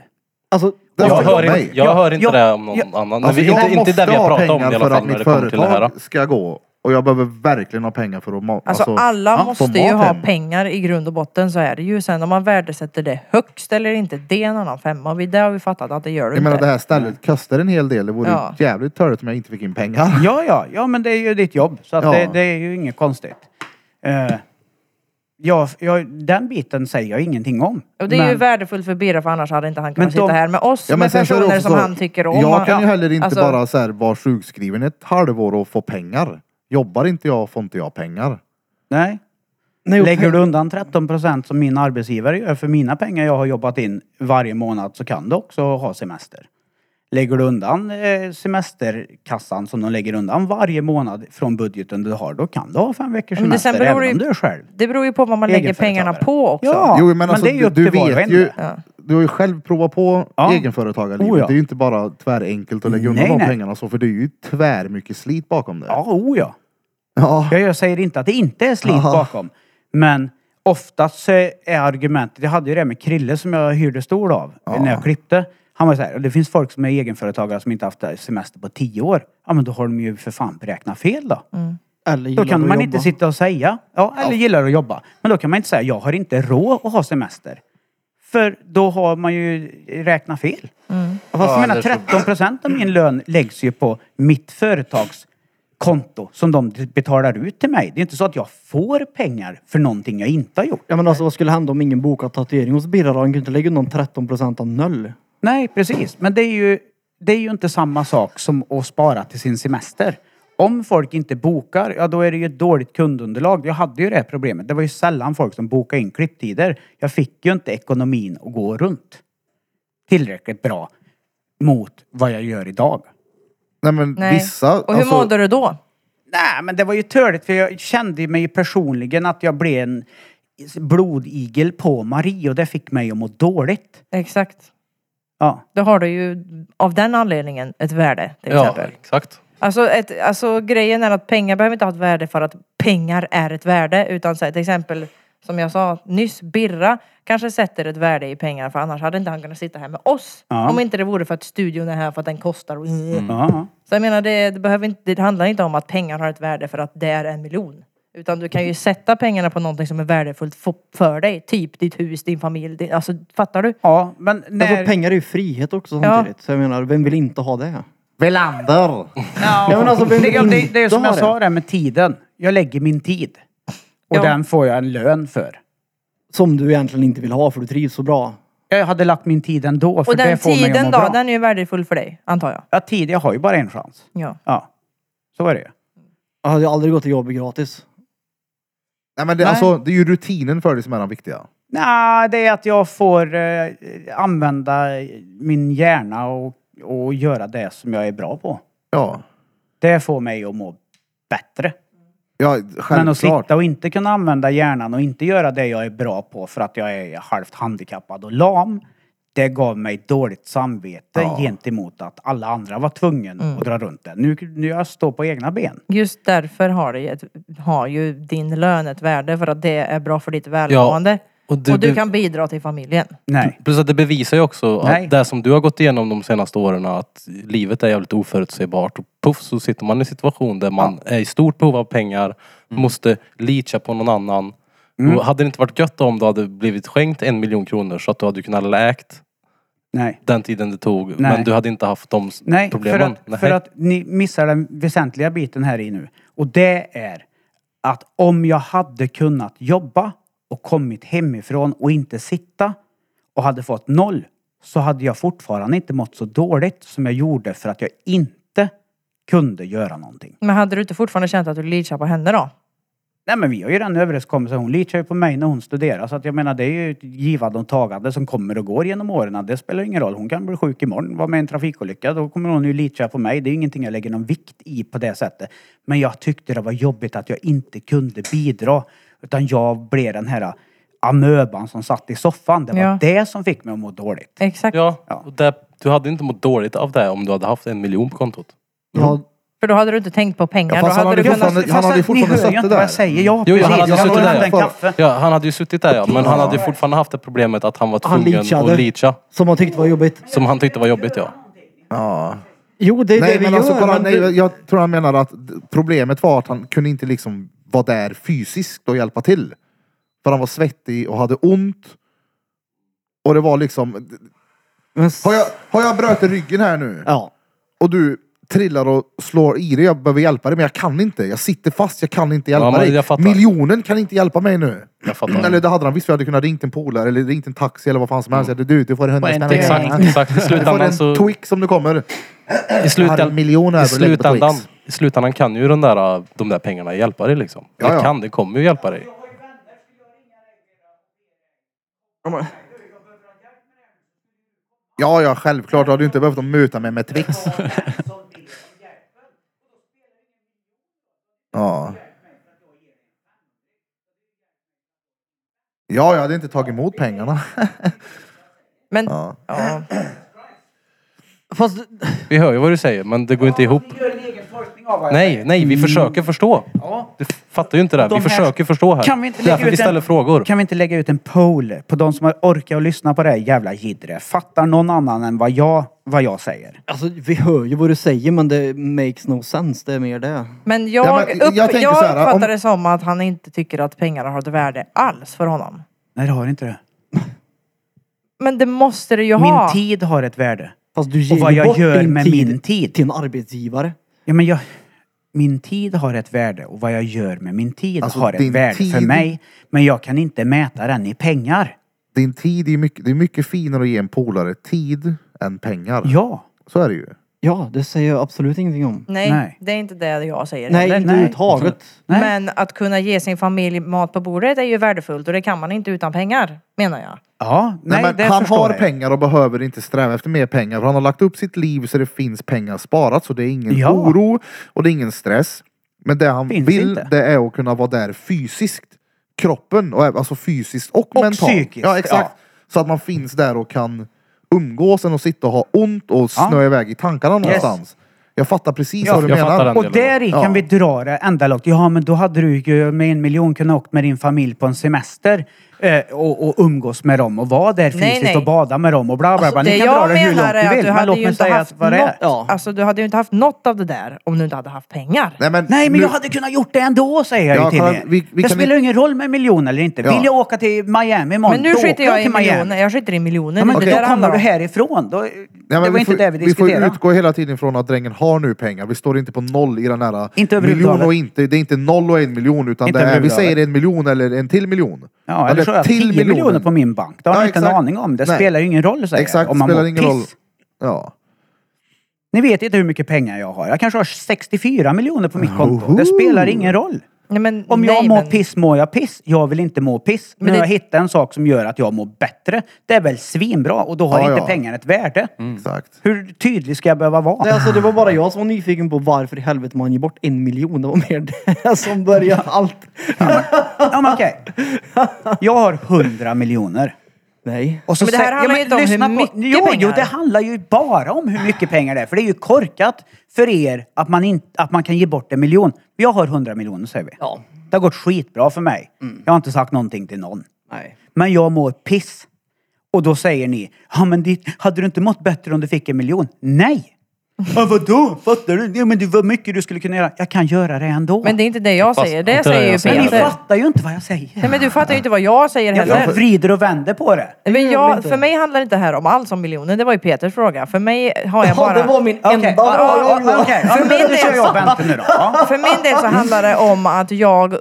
Speaker 2: Alltså,
Speaker 3: Därför
Speaker 6: Jag hör,
Speaker 3: mig.
Speaker 6: inte, jag
Speaker 4: Ja,
Speaker 6: hör inte
Speaker 4: ja,
Speaker 6: det om någon
Speaker 4: ja.
Speaker 6: annan.
Speaker 3: Alltså,
Speaker 6: Men vi,
Speaker 3: jag
Speaker 6: inte, inte
Speaker 3: måste
Speaker 6: det vi
Speaker 3: ha
Speaker 6: har pratat om i
Speaker 3: pengar
Speaker 6: alla
Speaker 3: för
Speaker 6: fall
Speaker 3: att
Speaker 6: när det
Speaker 3: mitt
Speaker 6: kommer till det här.
Speaker 3: företag ska gå. Och Och jag behöver verkligen ha pengar för att ma-
Speaker 1: Alltså, alla
Speaker 3: ja, få
Speaker 1: måste
Speaker 3: mat
Speaker 1: ju ha
Speaker 3: hem.
Speaker 1: pengar i grund och botten så är det ju. Sen om man värdesätter det högst eller inte, det är en annan femma. Vi- Det har vi fattat att det gör du
Speaker 3: Jag menar
Speaker 1: inte.
Speaker 3: det här stället kostar en hel del. Det vore
Speaker 1: Ja.
Speaker 3: ju jävligt törligt om jag inte fick in pengar.
Speaker 4: Ja, ja, ja, men det är ju ditt jobb. Så att
Speaker 3: Ja.
Speaker 4: det, det är ju inget konstigt. Eh, ja, ja, den biten säger jag ingenting om.
Speaker 1: Och det är ju
Speaker 4: men,
Speaker 1: värdefullt för Birra för annars hade inte han kunnat
Speaker 4: Men de-
Speaker 1: sitta här med oss. med
Speaker 3: sen så är
Speaker 1: personer
Speaker 3: det också
Speaker 1: som
Speaker 3: så,
Speaker 1: han tycker om.
Speaker 3: Jag
Speaker 1: Han-
Speaker 3: kan ju
Speaker 1: ja,
Speaker 3: heller inte
Speaker 1: alltså-
Speaker 3: bara så här, vara sjukskriven ett halvår och få pengar. Jobbar inte jag får inte jag pengar.
Speaker 4: nej.
Speaker 2: Nej, och
Speaker 4: Lägger du undan 13 procent som min arbetsgivare gör för mina pengar jag har jobbat in varje månad så kan du också ha semester. Lägger du undan eh, semesterkassan som de lägger undan varje månad från budgeten du har, då kan du ha fem veckors
Speaker 1: Men det-
Speaker 4: semester
Speaker 1: sen beror
Speaker 4: även om
Speaker 1: det-
Speaker 4: du är själv.
Speaker 1: Det beror ju på vad man lägger pengarna
Speaker 4: Egenföretagare.
Speaker 1: på också.
Speaker 4: Ja,
Speaker 3: jo, men,
Speaker 4: men
Speaker 3: alltså,
Speaker 4: det är ju
Speaker 3: du,
Speaker 4: upp
Speaker 3: du
Speaker 4: till var och
Speaker 3: vet
Speaker 4: en
Speaker 3: ju.
Speaker 4: det.
Speaker 1: Ja.
Speaker 3: Du har ju själv provat på
Speaker 4: Ja.
Speaker 3: egenföretagarlivet.
Speaker 4: Oh, ja.
Speaker 3: Det är ju inte bara tvärenkelt att lägga undan
Speaker 4: Nej,
Speaker 3: de
Speaker 4: nej.
Speaker 3: pengarna så, för det är ju tvär mycket slit bakom det.
Speaker 4: Ja, oh ja.
Speaker 3: Ja.
Speaker 4: Ja, jag säger inte att det inte är slit
Speaker 3: Aha.
Speaker 4: bakom. Men oftast så är argumentet, jag hade ju det med Krille som jag hyrde stol av när jag klippte. Han var så här, det finns folk som är egenföretagare som inte haft semester på tio år. Ja men då har de ju för fan räknat fel då.
Speaker 2: Eller
Speaker 4: Då
Speaker 2: gillar
Speaker 4: kan
Speaker 2: du att
Speaker 4: man
Speaker 2: jobba.
Speaker 4: inte sitta och säga, ja eller gillar att jobba. Men då kan man inte säga, jag har inte råd att ha semester. För då har man ju räknat fel. Fast
Speaker 5: Ja,
Speaker 4: jag menar
Speaker 5: eller så-
Speaker 4: 13 procent av min lön läggs ju på mitt företags konto som de betalar ut till mig. Det är inte så att jag får pengar för någonting jag inte har gjort.
Speaker 2: Ja men alltså vad skulle hända om ingen bokade tatuering hos Birra då? Han kunde inte lägga undan 13% av noll.
Speaker 4: Nej, precis. Men det är ju, det är ju inte samma sak som att spara till sin semester. Om folk inte bokar, ja då är det ju ett dåligt kundunderlag. Jag hade ju det här problemet. Det var ju sällan folk som bokade in klipptider. Jag fick ju inte ekonomin att gå runt tillräckligt bra mot vad jag gör idag.
Speaker 3: Nej men
Speaker 1: Nej.
Speaker 3: vissa...
Speaker 1: och hur
Speaker 3: alltså,
Speaker 1: mådde du då?
Speaker 4: Nej, men det var ju törligt för jag kände ju mig ju personligen att jag blev en blodigel på Marie och det fick mig att må dåligt.
Speaker 1: Exakt.
Speaker 4: Ja.
Speaker 1: Då har du ju av den anledningen ett värde till
Speaker 5: Ja,
Speaker 1: exempel.
Speaker 5: exakt.
Speaker 1: Alltså, ett, alltså grejen är att pengar behöver inte ha ett värde för att pengar är ett värde. Utan så här, till exempel, som jag sa nyss, Birra kanske sätter ett värde i pengar för annars hade inte han kunnat sitta här med oss.
Speaker 4: Ja.
Speaker 1: Om inte det vore för att studion är här för att den kostar. och-
Speaker 4: Ja.
Speaker 1: Så jag menar, det, det, behöver inte, det handlar inte om att pengar har ett värde för att det är en miljon. Utan du kan ju sätta pengarna på någonting som är värdefullt för, för dig. Typ ditt hus, din familj. Din, alltså, fattar du?
Speaker 4: ja, men
Speaker 2: Alltså
Speaker 4: när...
Speaker 2: pengar är ju frihet också
Speaker 1: Ja.
Speaker 2: samtidigt. Så jag menar, vem vill inte ha det?
Speaker 3: Velander!
Speaker 2: Ja, men alltså, vem
Speaker 4: det,
Speaker 2: vill
Speaker 4: det, det är
Speaker 2: inte
Speaker 4: som jag
Speaker 2: ha
Speaker 4: sa där med tiden. Jag lägger min tid. Och
Speaker 1: Ja.
Speaker 4: den får jag en lön för.
Speaker 2: Som du egentligen inte vill ha för du trivs så bra.
Speaker 4: Jag hade lagt min tid ändå för
Speaker 1: Och
Speaker 4: det
Speaker 1: den
Speaker 4: får mig att
Speaker 1: tiden
Speaker 4: må
Speaker 1: då,
Speaker 4: bra.
Speaker 1: den är ju värdefull för dig, antar jag.
Speaker 4: Ja, tid, jag har ju bara en chans.
Speaker 1: Ja.
Speaker 4: Ja, så är det ju.
Speaker 2: Jag hade ju aldrig gått till jobbet gratis.
Speaker 3: Nej men det,
Speaker 4: Nej.
Speaker 3: Alltså, det är ju rutinen för dig som är den viktiga.
Speaker 4: Nej, det är att jag får eh, använda min hjärna och, och göra det som jag är bra på.
Speaker 3: Ja.
Speaker 4: Det får mig att må bättre.
Speaker 3: Ja,
Speaker 4: Men att
Speaker 3: självklart.
Speaker 4: sitta och inte kunna använda hjärnan och inte göra det jag är bra på för att jag är halvt handikappad och lam. Det gav mig dåligt samvete gentemot att alla andra var tvungna att dra runt det. Nu, nu jag står på egna ben.
Speaker 1: Just därför har, det ju ett, har ju din lön ett värde för att det är bra för ditt välmående.
Speaker 6: och
Speaker 1: och,
Speaker 6: du
Speaker 1: du,
Speaker 6: be-
Speaker 1: kan bidra till familjen.
Speaker 4: Nej.
Speaker 6: Plus att det bevisar ju också
Speaker 4: Nej.
Speaker 6: att det som du har gått igenom de senaste åren att livet är jävligt oförutsägbart och puff så sitter man i en situation där man är i stort behov av pengar,
Speaker 4: Mm.
Speaker 6: måste lita på någon annan. Och hade det inte varit gött om du hade blivit skänkt en miljon kronor så att du hade kunnat läkt
Speaker 4: Nej.
Speaker 6: den tiden det tog
Speaker 4: Nej.
Speaker 6: men du hade inte haft de s-
Speaker 4: Nej, för
Speaker 6: problemen.
Speaker 4: att, för att ni missar den väsentliga biten här i nu. Och det är att om jag hade kunnat jobba och kommit hemifrån och inte sitta och hade fått noll så hade jag fortfarande inte mått så dåligt som jag gjorde för att jag inte kunde göra någonting.
Speaker 1: Men hade du inte fortfarande känt att du litar på henne då?
Speaker 4: Nej men vi har ju den överenskommelsen. Hon litar ju på mig när hon studerar. Så att jag menar det är ju ett givande och tagande som kommer och går genom åren. Det spelar ingen roll. Hon kan bli sjuk imorgon, vara med i en trafikolycka. Då kommer hon ju lita på mig. Det är ju ingenting jag lägger någon vikt i på det sättet. Men jag tyckte det var jobbigt att jag inte kunde bidra. Utan jag blev den här amöban som satt i soffan. Det var
Speaker 1: Ja.
Speaker 4: det som fick mig att må dåligt.
Speaker 1: Exakt.
Speaker 6: Ja,
Speaker 4: Ja.
Speaker 6: och det, du hade inte mått dåligt av det om du hade haft en miljon på kontot.
Speaker 2: Ja,
Speaker 1: För då hade du inte tänkt på pengar.
Speaker 3: Ja,
Speaker 1: då
Speaker 3: fast han
Speaker 1: hade du
Speaker 3: hade
Speaker 1: kunnat...
Speaker 3: fortfarande- han hade ju fortfarande
Speaker 4: ni hör ju
Speaker 3: suttit
Speaker 4: inte vad
Speaker 3: där.
Speaker 4: jag säger. Ja,
Speaker 6: Jo, jo,
Speaker 4: precis.
Speaker 6: han hade
Speaker 4: Jag
Speaker 6: suttit
Speaker 4: har
Speaker 6: där.
Speaker 4: haft en kaffe.
Speaker 6: Ja, han hade ju suttit där ja, men han hade ju fortfarande haft det problemet att han var
Speaker 2: Han
Speaker 6: tvungen
Speaker 2: leachade.
Speaker 6: att leacha.
Speaker 2: som man tyckte var jobbigt.
Speaker 6: Som han tyckte var jobbigt ja.
Speaker 3: Ja.
Speaker 2: Jo, det är
Speaker 3: nej,
Speaker 2: det vi
Speaker 3: men
Speaker 2: gör.
Speaker 3: alltså bara,
Speaker 2: men
Speaker 3: nej,
Speaker 2: det-
Speaker 3: jag tror han menar att d- problemet var att han kunde inte liksom vara där fysiskt och hjälpa till. För han var svettig och hade ont. Och det var liksom...
Speaker 2: men,
Speaker 3: Har jag, har jag bröt ryggen här nu
Speaker 2: Ja.
Speaker 3: och du trillar och slår i dig, jag behöver hjälpa dig men jag kan inte. Jag sitter fast, jag kan inte hjälpa
Speaker 6: Ja, men
Speaker 3: dig.
Speaker 6: jag fattar.
Speaker 3: Miljonen kan inte hjälpa mig nu.
Speaker 6: Jag fattar.
Speaker 3: Eller det hade han visst, vi hade kunnat ringt en polare eller ringt en taxi eller vad fan som helst. Mm. Du, du får hundra spänn.
Speaker 6: Exakt, exakt. I
Speaker 3: Du får
Speaker 6: slutändan
Speaker 3: en
Speaker 6: så...
Speaker 3: twix som du kommer.
Speaker 6: I
Speaker 3: Jag har en
Speaker 6: slutändan,
Speaker 3: miljon
Speaker 6: i,
Speaker 3: över att lägga på
Speaker 6: slutändan,
Speaker 3: Twix.
Speaker 6: I slutändan kan ju den där, de där pengarna hjälpa dig liksom.
Speaker 3: Ja, ja.
Speaker 6: Det kan, det kommer ju hjälpa dig.
Speaker 3: Ja, ja, självklart. Du hade ju inte behövt att muta mig med Twix. ja. Ja, jag hade inte tagit emot pengarna.
Speaker 1: Men,
Speaker 3: Ja.
Speaker 1: ja.
Speaker 2: Fast,
Speaker 6: Vi hör ju vad du säger, men det går inte ihop. Nej, nej, vi
Speaker 3: Mm.
Speaker 6: försöker förstå. Du fattar ju inte det. här. Vi
Speaker 4: De här-
Speaker 6: försöker förstå här.
Speaker 4: Kan vi inte
Speaker 6: det är
Speaker 4: lägga
Speaker 6: därför vi
Speaker 4: ut en-
Speaker 6: ställer frågor.
Speaker 4: Kan vi inte lägga ut en poll på de som har orkat och lyssna på det här jävla jiddret? Fattar någon annan än vad jag, vad jag säger?
Speaker 2: alltså, vi hör ju vad du säger men det makes no sense. Det är mer det.
Speaker 1: men jag,
Speaker 3: Ja, men jag
Speaker 1: upp, jag,
Speaker 3: tänker så här, om-
Speaker 1: uppfattar det som att han inte tycker att pengarna har ett värde alls för honom.
Speaker 4: Nej, det har inte det.
Speaker 1: Men det måste det ju
Speaker 4: Min
Speaker 1: ha.
Speaker 4: tid har ett värde.
Speaker 2: Fast du ger
Speaker 4: vad
Speaker 2: ju
Speaker 4: jag
Speaker 2: bort
Speaker 4: gör
Speaker 2: din
Speaker 4: med
Speaker 2: tid
Speaker 4: min tid.
Speaker 2: Till en arbetsgivare.
Speaker 4: Ja, men jag, min tid har ett värde och vad jag gör med min tid
Speaker 3: Alltså,
Speaker 4: har ett
Speaker 3: din
Speaker 4: värde för
Speaker 3: tid-
Speaker 4: mig. Men jag kan inte mäta den i pengar.
Speaker 3: Din tid är ju mycket, det är mycket finare att ge en polare tid än pengar.
Speaker 4: Ja.
Speaker 3: Så är det ju.
Speaker 2: Ja, det säger jag absolut ingenting om.
Speaker 1: Nej,
Speaker 4: Nej.
Speaker 1: det är inte det jag säger
Speaker 2: Nej,
Speaker 1: heller.
Speaker 2: inte
Speaker 4: nej.
Speaker 2: överhuvudtaget.
Speaker 4: Nej.
Speaker 1: Men att kunna ge sin familj mat på bordet är ju värdefullt och det kan man inte utan pengar, menar jag.
Speaker 4: Ja, nej,
Speaker 3: Nej, men
Speaker 4: det
Speaker 3: han
Speaker 4: förstår
Speaker 3: har
Speaker 4: jag.
Speaker 3: pengar och behöver inte sträva efter mer pengar. För han har lagt upp sitt liv så det finns pengar sparat. Så det är ingen
Speaker 4: Ja.
Speaker 3: oro och det är ingen stress. Men det han
Speaker 4: Finns
Speaker 3: vill
Speaker 4: inte.
Speaker 3: det är att kunna vara där fysiskt. Kroppen, och, alltså fysiskt och,
Speaker 4: Och
Speaker 3: mentalt.
Speaker 4: psykiskt,
Speaker 3: Ja, exakt.
Speaker 4: ja.
Speaker 3: Så att man finns där och kan umgås än att sitta och ha ont och snöa iväg i tankarna någonstans. Jag fattar precis vad du
Speaker 6: jag
Speaker 3: menar.
Speaker 6: fattar den.
Speaker 4: Och där i
Speaker 3: Ja.
Speaker 4: kan vi dra det ända långt. Ja, men då hade du ju med en miljon kunnat åkt med din familj på en semester eh, och, och umgås med dem och vara där fysiskt
Speaker 1: Nej, nej.
Speaker 4: och bada med dem och bla bla bla.
Speaker 1: Alltså,
Speaker 4: Ni
Speaker 1: det
Speaker 4: kan dra
Speaker 1: jag
Speaker 4: det hur
Speaker 1: menar
Speaker 4: långt
Speaker 1: är
Speaker 4: ni
Speaker 1: att
Speaker 4: vill,
Speaker 1: du
Speaker 4: men
Speaker 1: hade
Speaker 4: låt
Speaker 1: ju
Speaker 4: mig
Speaker 1: inte
Speaker 4: säga
Speaker 1: haft
Speaker 4: att vad det är.
Speaker 1: något, alltså du hade ju inte haft något av det där om du inte hade haft pengar.
Speaker 3: Nej, men
Speaker 4: Nej, men
Speaker 3: nu-
Speaker 4: jag hade kunnat gjort det ändå, säger jag
Speaker 3: Ja,
Speaker 4: ju till
Speaker 3: kolla,
Speaker 4: er.
Speaker 3: vi- vi
Speaker 4: det
Speaker 3: kan
Speaker 4: spelar ju ingen roll med en miljon eller inte.
Speaker 3: Ja.
Speaker 4: Vill jag åka till Miami imorgon,
Speaker 1: Men nu
Speaker 4: då åker
Speaker 1: skiter jag i
Speaker 4: till
Speaker 1: miljoner,
Speaker 4: Miami.
Speaker 1: jag skiter i miljoner.
Speaker 4: Ja, men
Speaker 1: nu.
Speaker 4: då
Speaker 1: det där handlar
Speaker 4: kommer du
Speaker 1: om.
Speaker 4: härifrån. Då,
Speaker 3: Nej, men
Speaker 4: det var
Speaker 3: vi
Speaker 4: inte
Speaker 3: får,
Speaker 4: det vi
Speaker 3: Vi
Speaker 4: diskuterade.
Speaker 3: får utgå hela tiden från att drängen har nu pengar. Vi står inte på noll i den här
Speaker 4: Inte överhuvudtaget.
Speaker 3: miljon och inte. Det är inte noll och en miljon utan
Speaker 4: Inte
Speaker 3: det är, vi
Speaker 4: överhuvudtaget.
Speaker 3: säger en miljon eller en till miljon.
Speaker 4: Ja, eller så har jag 10 miljoner. på min bank. Det har
Speaker 3: Ja,
Speaker 4: ni inte en
Speaker 3: exakt.
Speaker 4: aning om. Det
Speaker 3: Nej.
Speaker 4: spelar ju ingen roll, säger jag,
Speaker 3: Exakt,
Speaker 4: om
Speaker 3: det
Speaker 4: man
Speaker 3: spelar
Speaker 4: mår
Speaker 3: ingen
Speaker 4: piss.
Speaker 3: roll. Ja.
Speaker 4: Ni vet inte hur mycket pengar jag har. Jag kanske har 64 miljoner på mitt konto. Det spelar ingen roll.
Speaker 1: Nej, men,
Speaker 4: Om
Speaker 1: nej,
Speaker 4: jag mår
Speaker 1: men,
Speaker 4: piss mår jag piss. Jag vill inte må piss. Men
Speaker 1: Men det-
Speaker 4: jag hittar en sak som gör att jag mår bättre. Det är väl svinbra och då har
Speaker 3: Ja,
Speaker 4: inte
Speaker 3: ja.
Speaker 4: pengarna ett värde.
Speaker 6: Mm.
Speaker 3: Exakt.
Speaker 4: Hur tydlig ska jag behöva vara?
Speaker 2: Nej, alltså, det var bara jag som var nyfiken på varför i helvete man ger bort en miljon. Det var mer det som började allt.
Speaker 4: Ja, men okej. Jag har 100 miljoner.
Speaker 2: Nej.
Speaker 4: Och så
Speaker 1: Men det här
Speaker 4: säger-
Speaker 1: handlar ju inte om
Speaker 4: lyssna
Speaker 1: hur mycket
Speaker 4: jo, Jo,
Speaker 1: pengar.
Speaker 4: det handlar ju bara om hur mycket pengar det är. För det är ju korkat för er att man, in, att man kan ge bort en miljon. Jag har 100 miljoner säger vi.
Speaker 2: Ja.
Speaker 4: Det har gått skitbra för mig.
Speaker 1: Mm.
Speaker 4: Jag har inte sagt någonting till någon.
Speaker 2: Nej.
Speaker 4: Men jag mår piss. Och då säger ni, ja men det, hade du inte mått bättre om du fick en miljon? Nej! Ja, vadå? Fattar du? Ja, men det var mycket du skulle kunna göra. Jag kan göra det ändå.
Speaker 1: men det är inte det jag
Speaker 6: Fast
Speaker 1: säger, det
Speaker 6: inte det
Speaker 1: säger ju
Speaker 6: jag säger
Speaker 4: Men ni
Speaker 1: Peter.
Speaker 6: heller.
Speaker 4: fattar ju inte vad jag säger.
Speaker 1: Nej, men du fattar ju inte vad jag säger heller.
Speaker 4: jag vrider och vänder på det.
Speaker 1: Men
Speaker 2: gör väl
Speaker 1: jag,
Speaker 2: inte.
Speaker 1: för mig handlar inte det här om alls om miljoner, det var ju Peters fråga. För mig har jag
Speaker 2: Ja,
Speaker 1: bara...
Speaker 2: det var min
Speaker 4: Okej,
Speaker 2: enda
Speaker 4: ja, ja, ja, okej. Ja,
Speaker 1: För
Speaker 4: men
Speaker 1: min
Speaker 4: då kör
Speaker 1: del-
Speaker 4: jag Bente nu då. Ja.
Speaker 1: För min del så handlar det om att jag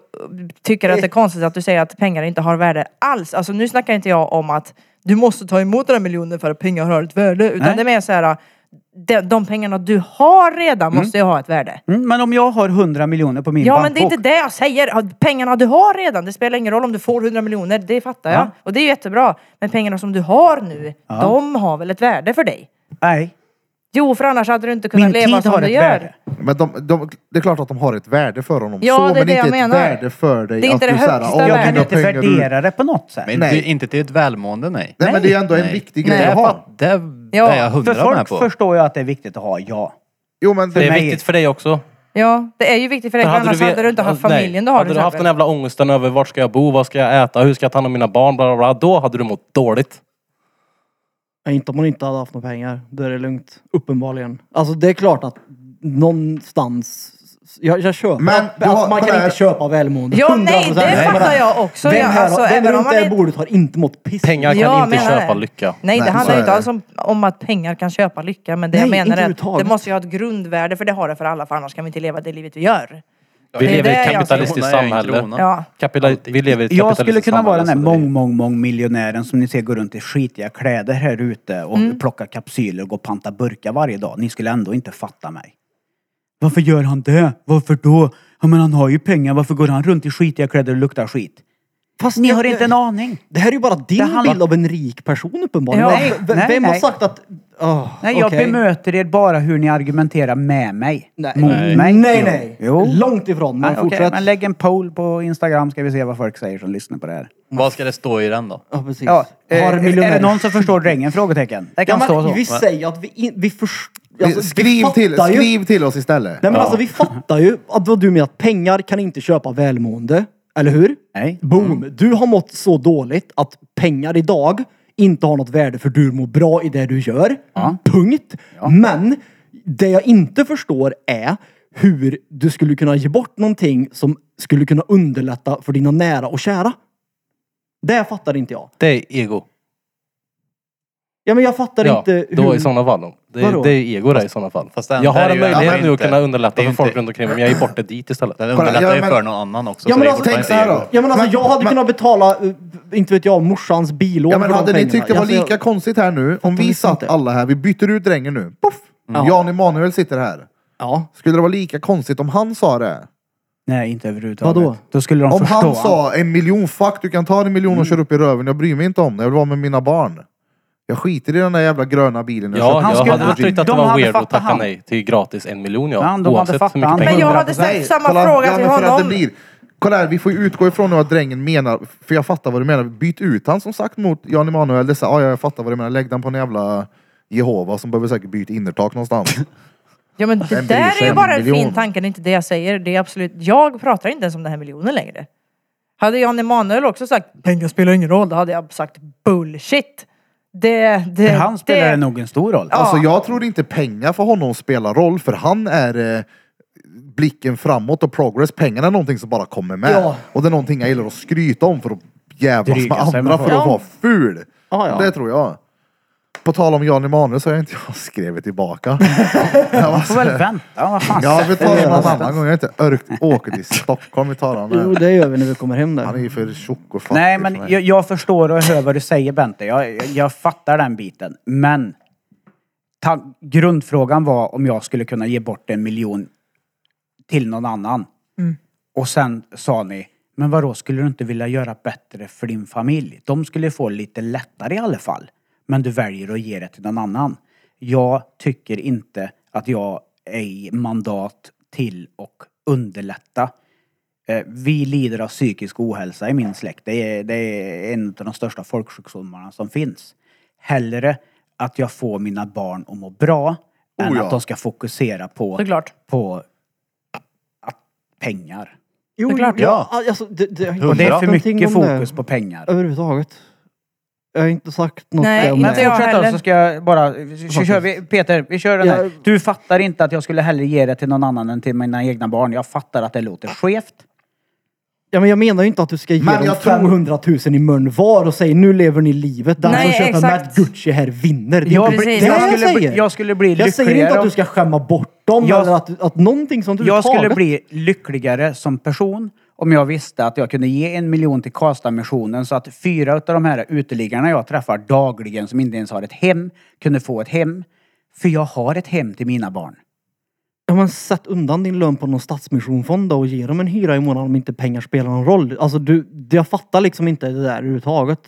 Speaker 1: tycker att det är konstigt att du säger att pengar inte har värde alls. Alltså nu snackar inte jag om att du måste ta emot den här miljonen för att pengar har ett värde. Utan
Speaker 4: Nej.
Speaker 1: det är mer så här, de, de pengarna du har redan måste ju ha ett värde.
Speaker 4: Mm, men om jag har 100 miljoner på min
Speaker 1: Ja men
Speaker 4: bankbok.
Speaker 1: det är inte det jag säger. Att Pengarna du har redan, det spelar ingen roll om du får 100 miljoner, det fattar jag.
Speaker 4: Ja.
Speaker 1: Och det är jättebra. Men pengarna som du har nu, de har väl ett värde för dig?
Speaker 4: Nej.
Speaker 1: Jo, för annars hade du inte kunnat
Speaker 4: Min tid
Speaker 1: leva som
Speaker 4: har
Speaker 1: du
Speaker 4: ett
Speaker 1: gör.
Speaker 4: värde.
Speaker 3: Men de, de, det är klart att de har ett värde för honom.
Speaker 1: Ja,
Speaker 3: så,
Speaker 1: det är
Speaker 3: men
Speaker 1: det
Speaker 3: inte
Speaker 1: jag
Speaker 3: ett
Speaker 1: menar.
Speaker 3: värde för dig.
Speaker 1: Det är inte
Speaker 3: att
Speaker 1: det
Speaker 3: du så här,
Speaker 1: högsta
Speaker 3: "Åh,
Speaker 1: värdet."
Speaker 4: Jag
Speaker 3: dina
Speaker 4: kan inte
Speaker 3: pengar du-"
Speaker 4: värdera det på något sätt.
Speaker 5: Men
Speaker 3: Nej.
Speaker 5: det är inte till ett välmående, nej.
Speaker 3: Nej, men det är ändå en
Speaker 5: Nej.
Speaker 3: viktig
Speaker 1: Nej,
Speaker 3: grej
Speaker 5: Det,
Speaker 3: att
Speaker 5: är
Speaker 3: ha.
Speaker 5: fatt- det,
Speaker 1: Ja,
Speaker 5: det är jag
Speaker 4: För
Speaker 5: hundra med
Speaker 4: folk
Speaker 5: på.
Speaker 4: förstår ju att det är viktigt att ha, ja.
Speaker 3: Jo, men
Speaker 6: Det är
Speaker 4: mig-
Speaker 6: viktigt för dig också.
Speaker 1: Ja, det är ju viktigt för dig, för annars hade du inte haft
Speaker 6: alltså, Nej.
Speaker 1: familjen du har
Speaker 6: Hade
Speaker 1: till
Speaker 6: du haft
Speaker 1: exempel.
Speaker 6: den jävla ångesten över vart ska jag bo, vad ska jag äta, hur ska jag ta hand om mina barn, bla bla bla. Då hade du mått dåligt.
Speaker 2: Ja, inte om man inte hade haft några pengar. Då är det lugnt. Uppenbarligen. Alltså det är klart att någonstans... Jag, jag köper
Speaker 3: Men
Speaker 2: att,
Speaker 3: du
Speaker 2: att
Speaker 3: har-
Speaker 2: man kan
Speaker 3: Per-
Speaker 2: inte köpa välmående.
Speaker 1: Ja, nej,
Speaker 2: 100%.
Speaker 1: det fattar jag också.
Speaker 2: Vem,
Speaker 1: Ja,
Speaker 2: här,
Speaker 1: alltså,
Speaker 2: vem
Speaker 1: även om
Speaker 2: runt
Speaker 1: man
Speaker 2: det här
Speaker 1: inte-
Speaker 2: bordet har inte mått piss.
Speaker 6: Pengar kan
Speaker 1: Jag
Speaker 6: inte
Speaker 1: menar
Speaker 6: köpa
Speaker 1: det.
Speaker 6: lycka.
Speaker 1: Nej, det
Speaker 3: Nej,
Speaker 1: handlar
Speaker 3: så
Speaker 1: ju
Speaker 3: är
Speaker 1: inte
Speaker 3: det.
Speaker 1: alls om, om att pengar kan köpa lycka. Men det
Speaker 2: Nej,
Speaker 1: jag menar
Speaker 2: inte
Speaker 1: är att
Speaker 2: överhuvudtaget.
Speaker 1: det måste ju ha ett grundvärde för det har det för alla för annars kan vi inte leva det livet vi gör.
Speaker 6: Vi
Speaker 1: Det är
Speaker 6: lever i
Speaker 1: det
Speaker 6: ett
Speaker 1: jag
Speaker 6: kapitalistiskt
Speaker 5: säger. Krona är en
Speaker 6: samhälle.
Speaker 5: krona.
Speaker 1: Ja.
Speaker 6: Kapitali- vi lever i ett
Speaker 4: Jag skulle
Speaker 6: kapitalistiskt
Speaker 4: kunna vara den här
Speaker 6: samhälle, så det är-
Speaker 4: mång, mång, mång miljonären som ni ser går runt i skitiga kläder här ute och plockar kapsyler och går och pantar burkar varje dag. Ni skulle ändå inte fatta mig. Varför gör han det? Varför då? Ja, men han har ju pengar. Varför går han runt i skitiga kläder och luktar skit?
Speaker 2: Fast
Speaker 4: Ni
Speaker 2: jag-
Speaker 4: har inte en aning.
Speaker 2: Det här är ju bara din
Speaker 4: Det handlar-
Speaker 2: bild av en rik person uppenbarligen.
Speaker 1: Ja.
Speaker 2: Nej, vem
Speaker 4: Nej,
Speaker 2: vem har
Speaker 4: nej.
Speaker 2: sagt att... Oh,
Speaker 4: Nej, jag bemöter er bara hur ni argumenterar med mig.
Speaker 2: Nej,
Speaker 4: Mot
Speaker 2: nej,
Speaker 4: mig.
Speaker 2: nej. nej.
Speaker 4: Jo. Jo.
Speaker 2: Långt ifrån. Men
Speaker 4: Men, okej,
Speaker 2: fortsätt.
Speaker 4: men lägg en poll på Instagram ska vi se vad folk säger som lyssnar på det här.
Speaker 5: Vad ska det stå i den då?
Speaker 2: Ja, precis.
Speaker 4: Ja, eh,
Speaker 2: har
Speaker 4: är det
Speaker 2: miljonärer
Speaker 4: någon som förstår drängen? Frågetecken. Det kan
Speaker 2: ja,
Speaker 4: stå
Speaker 2: men,
Speaker 4: så.
Speaker 2: Vi säger att vi, in, vi förstår...
Speaker 3: skriv, till, skriv till oss istället.
Speaker 2: Nej men alltså vi fattar ju att vad du menar, att pengar kan inte köpa välmående. Eller hur?
Speaker 4: Nej.
Speaker 2: Boom!
Speaker 6: Mm.
Speaker 2: Du har mått så dåligt att pengar idag inte har något värde för du mår bra i det du gör. Punkt. Men det jag inte förstår är hur du skulle kunna ge bort någonting som skulle kunna underlätta för dina nära och kära. Det fattar inte jag.
Speaker 6: Det är ego.
Speaker 2: Ja men jag fattar
Speaker 6: Ja,
Speaker 2: inte
Speaker 6: då i
Speaker 2: hur...
Speaker 6: sådana fall. då. Det,
Speaker 2: Vadå?
Speaker 6: är- det är ego det i sådana fall.
Speaker 5: Fast den
Speaker 6: jag
Speaker 5: där
Speaker 6: har
Speaker 5: är
Speaker 6: en
Speaker 5: ju
Speaker 6: möjlighet
Speaker 5: ändå
Speaker 6: nu att
Speaker 5: inte-
Speaker 6: kunna underlätta
Speaker 5: det är
Speaker 6: för
Speaker 5: ju
Speaker 6: folk
Speaker 5: inte-
Speaker 6: runt omkring mig, men jag ger bort det dit istället.
Speaker 5: Den
Speaker 3: Kolla,
Speaker 5: underlättar
Speaker 3: ja,
Speaker 5: ju
Speaker 3: men-
Speaker 5: för någon annan också.
Speaker 2: Ja,
Speaker 5: så
Speaker 2: men
Speaker 5: det är
Speaker 2: alltså,
Speaker 5: fortfarande
Speaker 3: tänk så här
Speaker 5: ego.
Speaker 3: då.
Speaker 2: Ja men alltså
Speaker 3: Men-
Speaker 2: jag hade
Speaker 3: men-
Speaker 2: kunnat betala, eh, inte vet jag, morsans bilån
Speaker 3: Ja, men
Speaker 2: för de
Speaker 3: hade ni
Speaker 2: pengarna.
Speaker 3: tyckt det var
Speaker 2: Alltså, jag-
Speaker 3: lika konstigt här nu om vi
Speaker 2: visst
Speaker 3: satt
Speaker 2: inte. Mm.
Speaker 3: alla här, vi byter ut drängen nu. Poff!
Speaker 2: Ja.
Speaker 3: Jan Emanuel sitter här.
Speaker 2: Ja.
Speaker 3: Skulle det vara lika konstigt om han sa det?
Speaker 4: Nej, inte överhuvudtaget.
Speaker 2: Vadå?
Speaker 4: Då skulle de
Speaker 3: Om
Speaker 4: förstå.
Speaker 3: han sa en miljon, fuck du kan ta en
Speaker 2: Mm.
Speaker 3: miljon och köra upp i röven, jag bryr mig inte om det, jag vill vara med mina barn. Jag skiter i den där jävla gröna bilen jag
Speaker 6: Ja,
Speaker 3: köpte.
Speaker 4: han
Speaker 6: jag
Speaker 4: skulle-
Speaker 6: hade väl tyckt att det
Speaker 4: de
Speaker 6: var
Speaker 4: hade
Speaker 6: weird att
Speaker 4: fattat
Speaker 6: tacka
Speaker 4: han.
Speaker 6: nej till gratis en miljon
Speaker 4: Ja,
Speaker 6: ja.
Speaker 4: de hade
Speaker 6: Oavsett
Speaker 4: fattat
Speaker 6: hur mycket
Speaker 4: han.
Speaker 1: Men
Speaker 6: pengar.
Speaker 1: jag
Speaker 6: Men
Speaker 1: hade
Speaker 3: Nej,
Speaker 1: ställt samma
Speaker 3: kolla,
Speaker 1: fråga
Speaker 3: ja,
Speaker 1: till
Speaker 3: men för Att
Speaker 1: honom.
Speaker 3: det blir, kolla här, vi får ju utgå ifrån nu att drängen menar, för jag fattar vad du menar. Byt ut han som sagt mot Jan Emanuel. Det är så, här, ja, ja, jag fattar vad du menar. Lägg den på en jävla Jehova som behöver säkert byta innertak någonstans.
Speaker 1: Ja men det
Speaker 3: Vem bryr
Speaker 1: där
Speaker 3: sig
Speaker 1: är ju
Speaker 3: om
Speaker 1: bara en
Speaker 3: miljoner?
Speaker 1: fin tanke, det är inte det jag säger. Det är absolut, jag pratar inte ens om den här miljonen längre. Hade Jan Emanuel också sagt pengar spelar ingen roll, då hade jag sagt bullshit. Det, det,
Speaker 4: För han spelar det
Speaker 1: det
Speaker 4: nog en stor roll.
Speaker 1: Ja.
Speaker 3: Alltså jag tror inte pengar för honom spelar roll, för han är eh, blicken framåt och progress. Pengarna är någonting som bara kommer med.
Speaker 2: Ja.
Speaker 3: Och det är någonting jag gillar att skryta om för att jävlas
Speaker 4: Dryga
Speaker 3: med
Speaker 4: sig
Speaker 3: andra
Speaker 4: med
Speaker 3: för
Speaker 4: folk.
Speaker 3: att vara ful.
Speaker 2: Ja, ja.
Speaker 3: Det tror jag. På tal om Jan Emanuel så har jag inte jag skrivit tillbaka. jag var
Speaker 4: Får
Speaker 3: så,
Speaker 4: väl vänta. Vad fan
Speaker 3: ja,
Speaker 4: sätter
Speaker 3: vi tar
Speaker 4: ni
Speaker 3: honom en
Speaker 4: någonstans?
Speaker 3: annan gång. Jag har inte örkt, åker till Stockholm. Vi tar
Speaker 2: Jo,
Speaker 3: honom.
Speaker 2: det gör vi när vi kommer hem där.
Speaker 3: Han är ju för tjock och fattig
Speaker 4: Nej,
Speaker 3: för
Speaker 4: men
Speaker 3: mig.
Speaker 4: jag, jag förstår och hör vad du säger Bente. Jag, jag, jag fattar den biten. Men ta, grundfrågan var om jag skulle kunna ge bort en miljon till någon annan. Och sen sa ni, men vadå, skulle du inte vilja göra bättre för din familj? De skulle få lite lättare i alla fall. Men du väljer att ge det till någon annan. Jag tycker inte att jag är i mandat till och underlätta Eh, Vi lider av psykisk ohälsa i min släkt. Det är, det är en av de största folksjukdomarna som finns. Hellre att jag får mina barn att må bra än
Speaker 3: Oh ja.
Speaker 4: att de ska fokusera på,
Speaker 1: Såklart.
Speaker 4: på att pengar.
Speaker 2: Jo,
Speaker 1: Såklart.
Speaker 2: ja. Alltså, det, det, jag har inte
Speaker 4: Och det är
Speaker 2: sagt
Speaker 4: för
Speaker 2: någonting
Speaker 4: mycket
Speaker 2: om det
Speaker 4: fokus på pengar.
Speaker 2: Överhuvudtaget. Jag har inte sagt något
Speaker 1: Nej,
Speaker 2: om
Speaker 1: inte
Speaker 4: Men
Speaker 2: det.
Speaker 1: jag
Speaker 4: fortsätt
Speaker 1: heller.
Speaker 4: då så ska jag bara... Så kör vi, Peter, vi kör den
Speaker 2: Ja.
Speaker 4: här. Du fattar inte att jag skulle hellre ge det till någon annan än till mina egna barn. Jag fattar att det låter skevt.
Speaker 2: Ja, men jag menar ju inte att du ska ge
Speaker 3: Men
Speaker 2: dem
Speaker 3: jag tror-
Speaker 2: 500 000 i mun var och säga nu lever ni livet. Den
Speaker 1: Nej,
Speaker 2: som köper
Speaker 1: exakt.
Speaker 2: Matt Gucci här vinner. Det är
Speaker 4: Jag,
Speaker 2: inte
Speaker 1: precis.
Speaker 2: det
Speaker 4: jag,
Speaker 2: jag,
Speaker 4: skulle, bli-
Speaker 2: säger.
Speaker 4: jag skulle bli lyckligare
Speaker 2: jag säger inte att
Speaker 4: om-
Speaker 2: du ska skämma bort dem
Speaker 4: Jag-
Speaker 2: eller att, att någonting som du
Speaker 4: Jag
Speaker 2: taget.
Speaker 4: skulle bli lyckligare som person om jag visste att jag kunde ge en miljon till Karlstadmissionen så att fyra av de här uteliggarna jag träffar dagligen som inte ens har ett hem kunde få ett hem. För jag har ett hem till mina barn.
Speaker 2: Ja, men sätt undan din lön på någon stadsmissionfond då och ge dem en hyra i månaden om inte pengar spelar någon roll. Alltså, du, jag fattar liksom inte det där överhuvudtaget.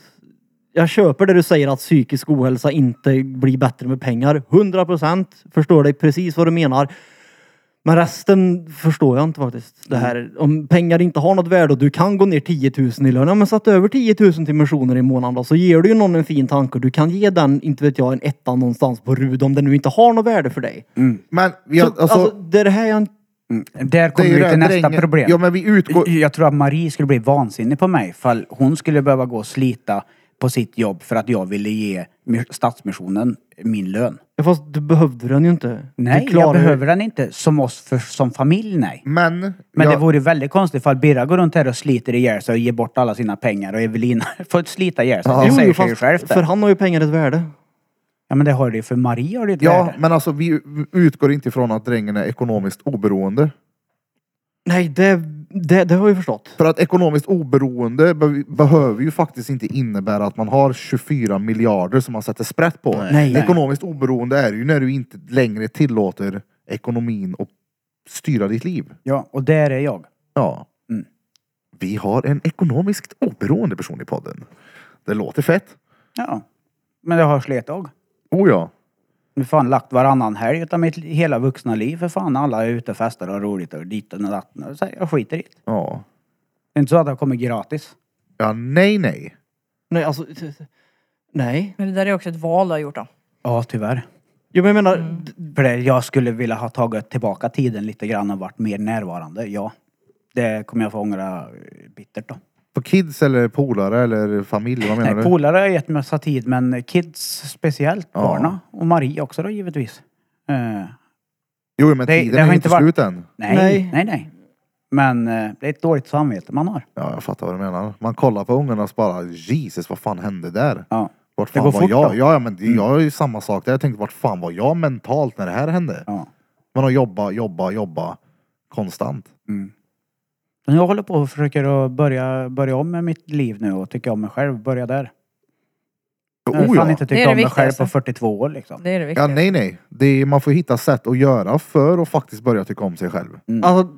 Speaker 2: Jag köper det du säger att psykisk ohälsa inte blir bättre med pengar. 100 procent. Förstår dig precis vad du menar. Men resten förstår jag inte faktiskt. Det här, om pengar inte har något värde och du kan gå ner 10 000 i lön. Ja, men sätt över 10 000 till missioner i månaden då. Så ger du ju någon en fin tanke. och Du kan ge den, inte vet jag, en etta någonstans på RUD om den nu inte har något värde för dig.
Speaker 3: Men jag,
Speaker 2: Så, alltså, det är det här jag inte...
Speaker 4: Där kommer
Speaker 3: ju
Speaker 4: vi
Speaker 3: det här
Speaker 4: till nästa
Speaker 3: drängen-
Speaker 4: problem.
Speaker 3: Ja, men vi utgår-
Speaker 4: Jag tror att Marie skulle bli vansinnig på mig fall hon skulle behöva gå och slita på sitt jobb för att jag ville ge mi- Stadsmissionen min lön.
Speaker 2: Ja, Fast du behövde den ju inte.
Speaker 4: Nej,
Speaker 2: du
Speaker 4: jag
Speaker 2: klarar ju-
Speaker 4: behöver den inte som oss för, som familj, nej.
Speaker 3: Men,
Speaker 4: Mm. Men
Speaker 3: jag,
Speaker 4: det vore väldigt konstigt ifall Birra går runt här och sliter ihjäl sig och ger bort alla sina pengar och Evelina får slita ihjäl sig. det
Speaker 2: Jo,
Speaker 4: säger
Speaker 2: jo,
Speaker 4: sig ju
Speaker 2: fast
Speaker 4: självt.
Speaker 2: för
Speaker 4: det.
Speaker 2: han har ju pengar ett värde.
Speaker 4: Ja men det har du ju, för Maria har det ju ett
Speaker 3: ja,
Speaker 4: värde.
Speaker 3: men alltså vi utgår inte ifrån att drängen är ekonomiskt oberoende.
Speaker 2: Nej, det, det, det har jag ju förstått.
Speaker 3: För att ekonomiskt oberoende be- behöver ju faktiskt inte innebära att man har 24 miljarder som man sätter sprätt på.
Speaker 4: Nej.
Speaker 3: Ekonomiskt oberoende är ju när du inte längre tillåter ekonomin att styra ditt liv.
Speaker 4: Ja, och där är jag.
Speaker 3: Ja.
Speaker 4: Mm.
Speaker 3: Vi har en ekonomiskt oberoende person i podden. Det låter fett.
Speaker 4: Ja. Men det har slet jag.
Speaker 3: Oh ja.
Speaker 4: Nu fan lagt varannan helg utav mitt hela vuxna liv för fan. Alla är ute och festar och har roligt och dit och datten. Och så här, Jag skiter i det.
Speaker 3: Ja.
Speaker 4: Det är inte så att det kommer gratis.
Speaker 3: Ja, nej, nej.
Speaker 2: Nej, alltså... t- t- Nej.
Speaker 1: Men det där är också ett val du har gjort då.
Speaker 4: Ja, tyvärr.
Speaker 2: Jo, men jag menar...
Speaker 1: Mm.
Speaker 2: d-
Speaker 4: För det, jag skulle vilja ha tagit tillbaka tiden lite grann och varit mer närvarande, ja. Det kommer jag få ångra eh, bittert då.
Speaker 3: På kids eller polare eller familj, vad menar
Speaker 4: Nej,
Speaker 3: du?
Speaker 4: polare har gett massa tid men kids speciellt,
Speaker 3: Ja.
Speaker 4: barna. Och Marie också då givetvis. Eh,
Speaker 3: Jo, men
Speaker 4: Det-
Speaker 3: tiden
Speaker 4: det
Speaker 3: är
Speaker 4: har inte
Speaker 3: ju inte
Speaker 4: varit-
Speaker 3: slut än.
Speaker 4: Nej, nej,
Speaker 2: Nej.
Speaker 4: nej. Men eh, det är ett dåligt samvete man har.
Speaker 3: Ja, jag fattar vad du menar. Man kollar på ungarna och bara, Jesus, vad fan hände där?
Speaker 4: Ja. Det
Speaker 3: Vart fan
Speaker 4: går
Speaker 3: var
Speaker 4: fort
Speaker 3: jag?
Speaker 4: då. Mm.
Speaker 3: Ja, ja, men det- jag är ju samma sak där. Jag tänkte, vart fan var jag mentalt när det här hände?
Speaker 4: ja.
Speaker 3: Man har jobbat, jobbat, jobbat konstant.
Speaker 4: Mm. Men jag håller på och försöker att börja, börja om med mitt liv nu och tycka om mig själv. Börja där. Jag har
Speaker 3: Oh,
Speaker 4: fan
Speaker 3: ja.
Speaker 1: Det är
Speaker 4: inte
Speaker 1: det
Speaker 4: tyckt om mig själv
Speaker 1: viktigaste.
Speaker 4: på 42 år liksom.
Speaker 1: Det är det
Speaker 3: ja,
Speaker 1: viktiga.
Speaker 3: nej, nej. Det är, man får hitta sätt att göra för att faktiskt börja tycka om sig själv.
Speaker 2: Alltså...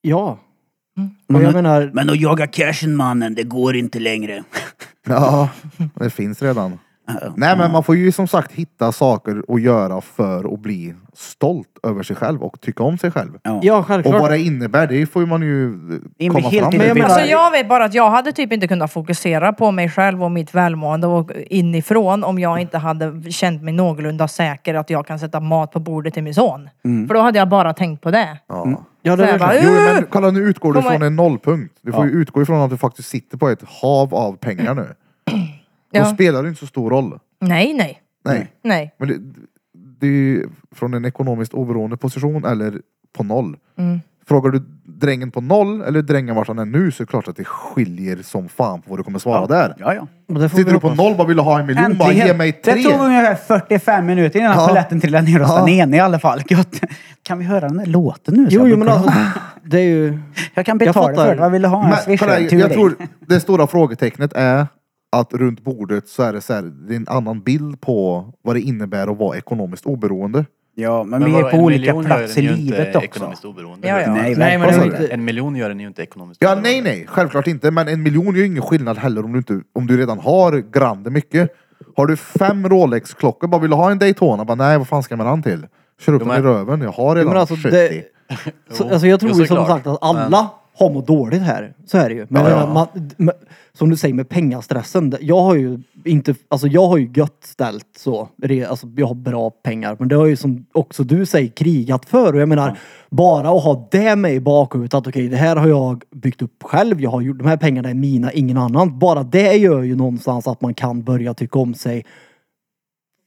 Speaker 2: Ja.
Speaker 4: Men
Speaker 1: Mm.
Speaker 2: Och jag
Speaker 4: nu-
Speaker 2: menar...
Speaker 4: Men att jaga cashen mannen, det går inte längre.
Speaker 3: Ja, det finns redan. Nej, men man får ju som sagt hitta saker att göra för att bli stolt över sig själv och tycka om sig själv.
Speaker 2: Ja,
Speaker 3: Och vad
Speaker 2: självklart.
Speaker 3: det innebär, det får ju man ju eh,
Speaker 4: In-
Speaker 3: komma
Speaker 4: helt
Speaker 3: fram
Speaker 4: in-
Speaker 3: till.
Speaker 2: Men jag
Speaker 1: Alltså
Speaker 2: menar-
Speaker 1: jag vet bara att jag hade typ inte kunnat fokusera på mig själv och mitt välmående och inifrån om jag inte hade känt mig någorlunda säker att jag kan sätta mat på bordet till min son. För då hade jag bara tänkt på det.
Speaker 3: Mm.
Speaker 4: Mm.
Speaker 3: Ja.
Speaker 2: Ja,
Speaker 1: Så
Speaker 2: det
Speaker 1: jag
Speaker 2: är
Speaker 1: bara,
Speaker 2: bara...
Speaker 3: Jo, men kolla nu utgår du
Speaker 1: Kommer-
Speaker 3: från en nollpunkt. Du får ju utgå ifrån att du faktiskt sitter på ett hav av pengar nu. Då
Speaker 1: Ja.
Speaker 3: spelar det inte så stor roll.
Speaker 1: Nej, nej,
Speaker 3: Nej.
Speaker 1: nej.
Speaker 3: Men det, det är ju från en ekonomiskt oberoende position eller på noll. Frågar du drängen på noll eller drängen vart han är nu så är det klart att det skiljer som fan på vad du kommer svara där.
Speaker 4: Ja, ja.
Speaker 2: Det får vi
Speaker 3: Sitter du på
Speaker 2: hoppas.
Speaker 3: noll bara vill du ha en miljon, bara ge mig
Speaker 4: Det
Speaker 3: tre.
Speaker 4: tog ungefär 45 minuter innan
Speaker 3: Ja.
Speaker 4: paletten trillade ner hos den ene i alla fall. Gött. Kan vi höra den där låten nu? så
Speaker 2: Jo,
Speaker 4: jag
Speaker 2: jo,
Speaker 4: blir
Speaker 2: men
Speaker 4: glad?
Speaker 2: alltså... Det är ju...
Speaker 4: Jag kan betala
Speaker 2: jag fattar.
Speaker 4: för det. Vad vill du ha? En
Speaker 3: Men,
Speaker 4: swish,
Speaker 3: kolla,
Speaker 4: en
Speaker 3: jag,
Speaker 4: turing?
Speaker 3: jag tror det stora frågetecknet är att runt bordet så är det, så här, det är en annan bild på vad det innebär att vara ekonomiskt oberoende.
Speaker 4: Ja, men,
Speaker 5: Men
Speaker 4: vi
Speaker 5: vadå,
Speaker 4: är på
Speaker 5: en
Speaker 4: olika
Speaker 5: miljon gör
Speaker 4: platser i
Speaker 5: den ju inte
Speaker 4: livet också.
Speaker 5: Ekonomiskt oberoende.
Speaker 1: Ja, ja.
Speaker 4: Nej,
Speaker 2: Nej, men
Speaker 4: verkligen
Speaker 2: det är
Speaker 4: inte.
Speaker 2: inte...
Speaker 5: En miljon gör den ju inte ekonomiskt
Speaker 3: Ja,
Speaker 5: oberoende.
Speaker 3: nej, nej, självklart inte. Men en miljon är ju ingen skillnad heller om du, inte, om du redan har grande mycket. Har du fem Rolex-klockor, bara vill du ha en Daytona? Bara, nej, vad fan ska man ha den till? Kör upp den
Speaker 5: Jo,
Speaker 3: i
Speaker 5: men-
Speaker 3: röven, jag har redan
Speaker 2: Men alltså,
Speaker 3: 70.
Speaker 2: det, så, alltså jag tror
Speaker 5: jo,
Speaker 2: ju som
Speaker 5: såklart.
Speaker 2: sagt att alla har mått dåligt här. Så är det ju. Men jag menar, man, men, som du säger med pengastressen. det- Jag har ju inte, alltså jag har ju gött ställt så. Re- Alltså jag har bra pengar. Men det har ju som också du säger krigat för. Och jag menar, bara att ha det med i bakhuvudet att okej det här har jag byggt upp själv. Jag har gjort, de här pengarna är mina, ingen annan. Bara det gör ju någonstans att man kan börja tycka om sig.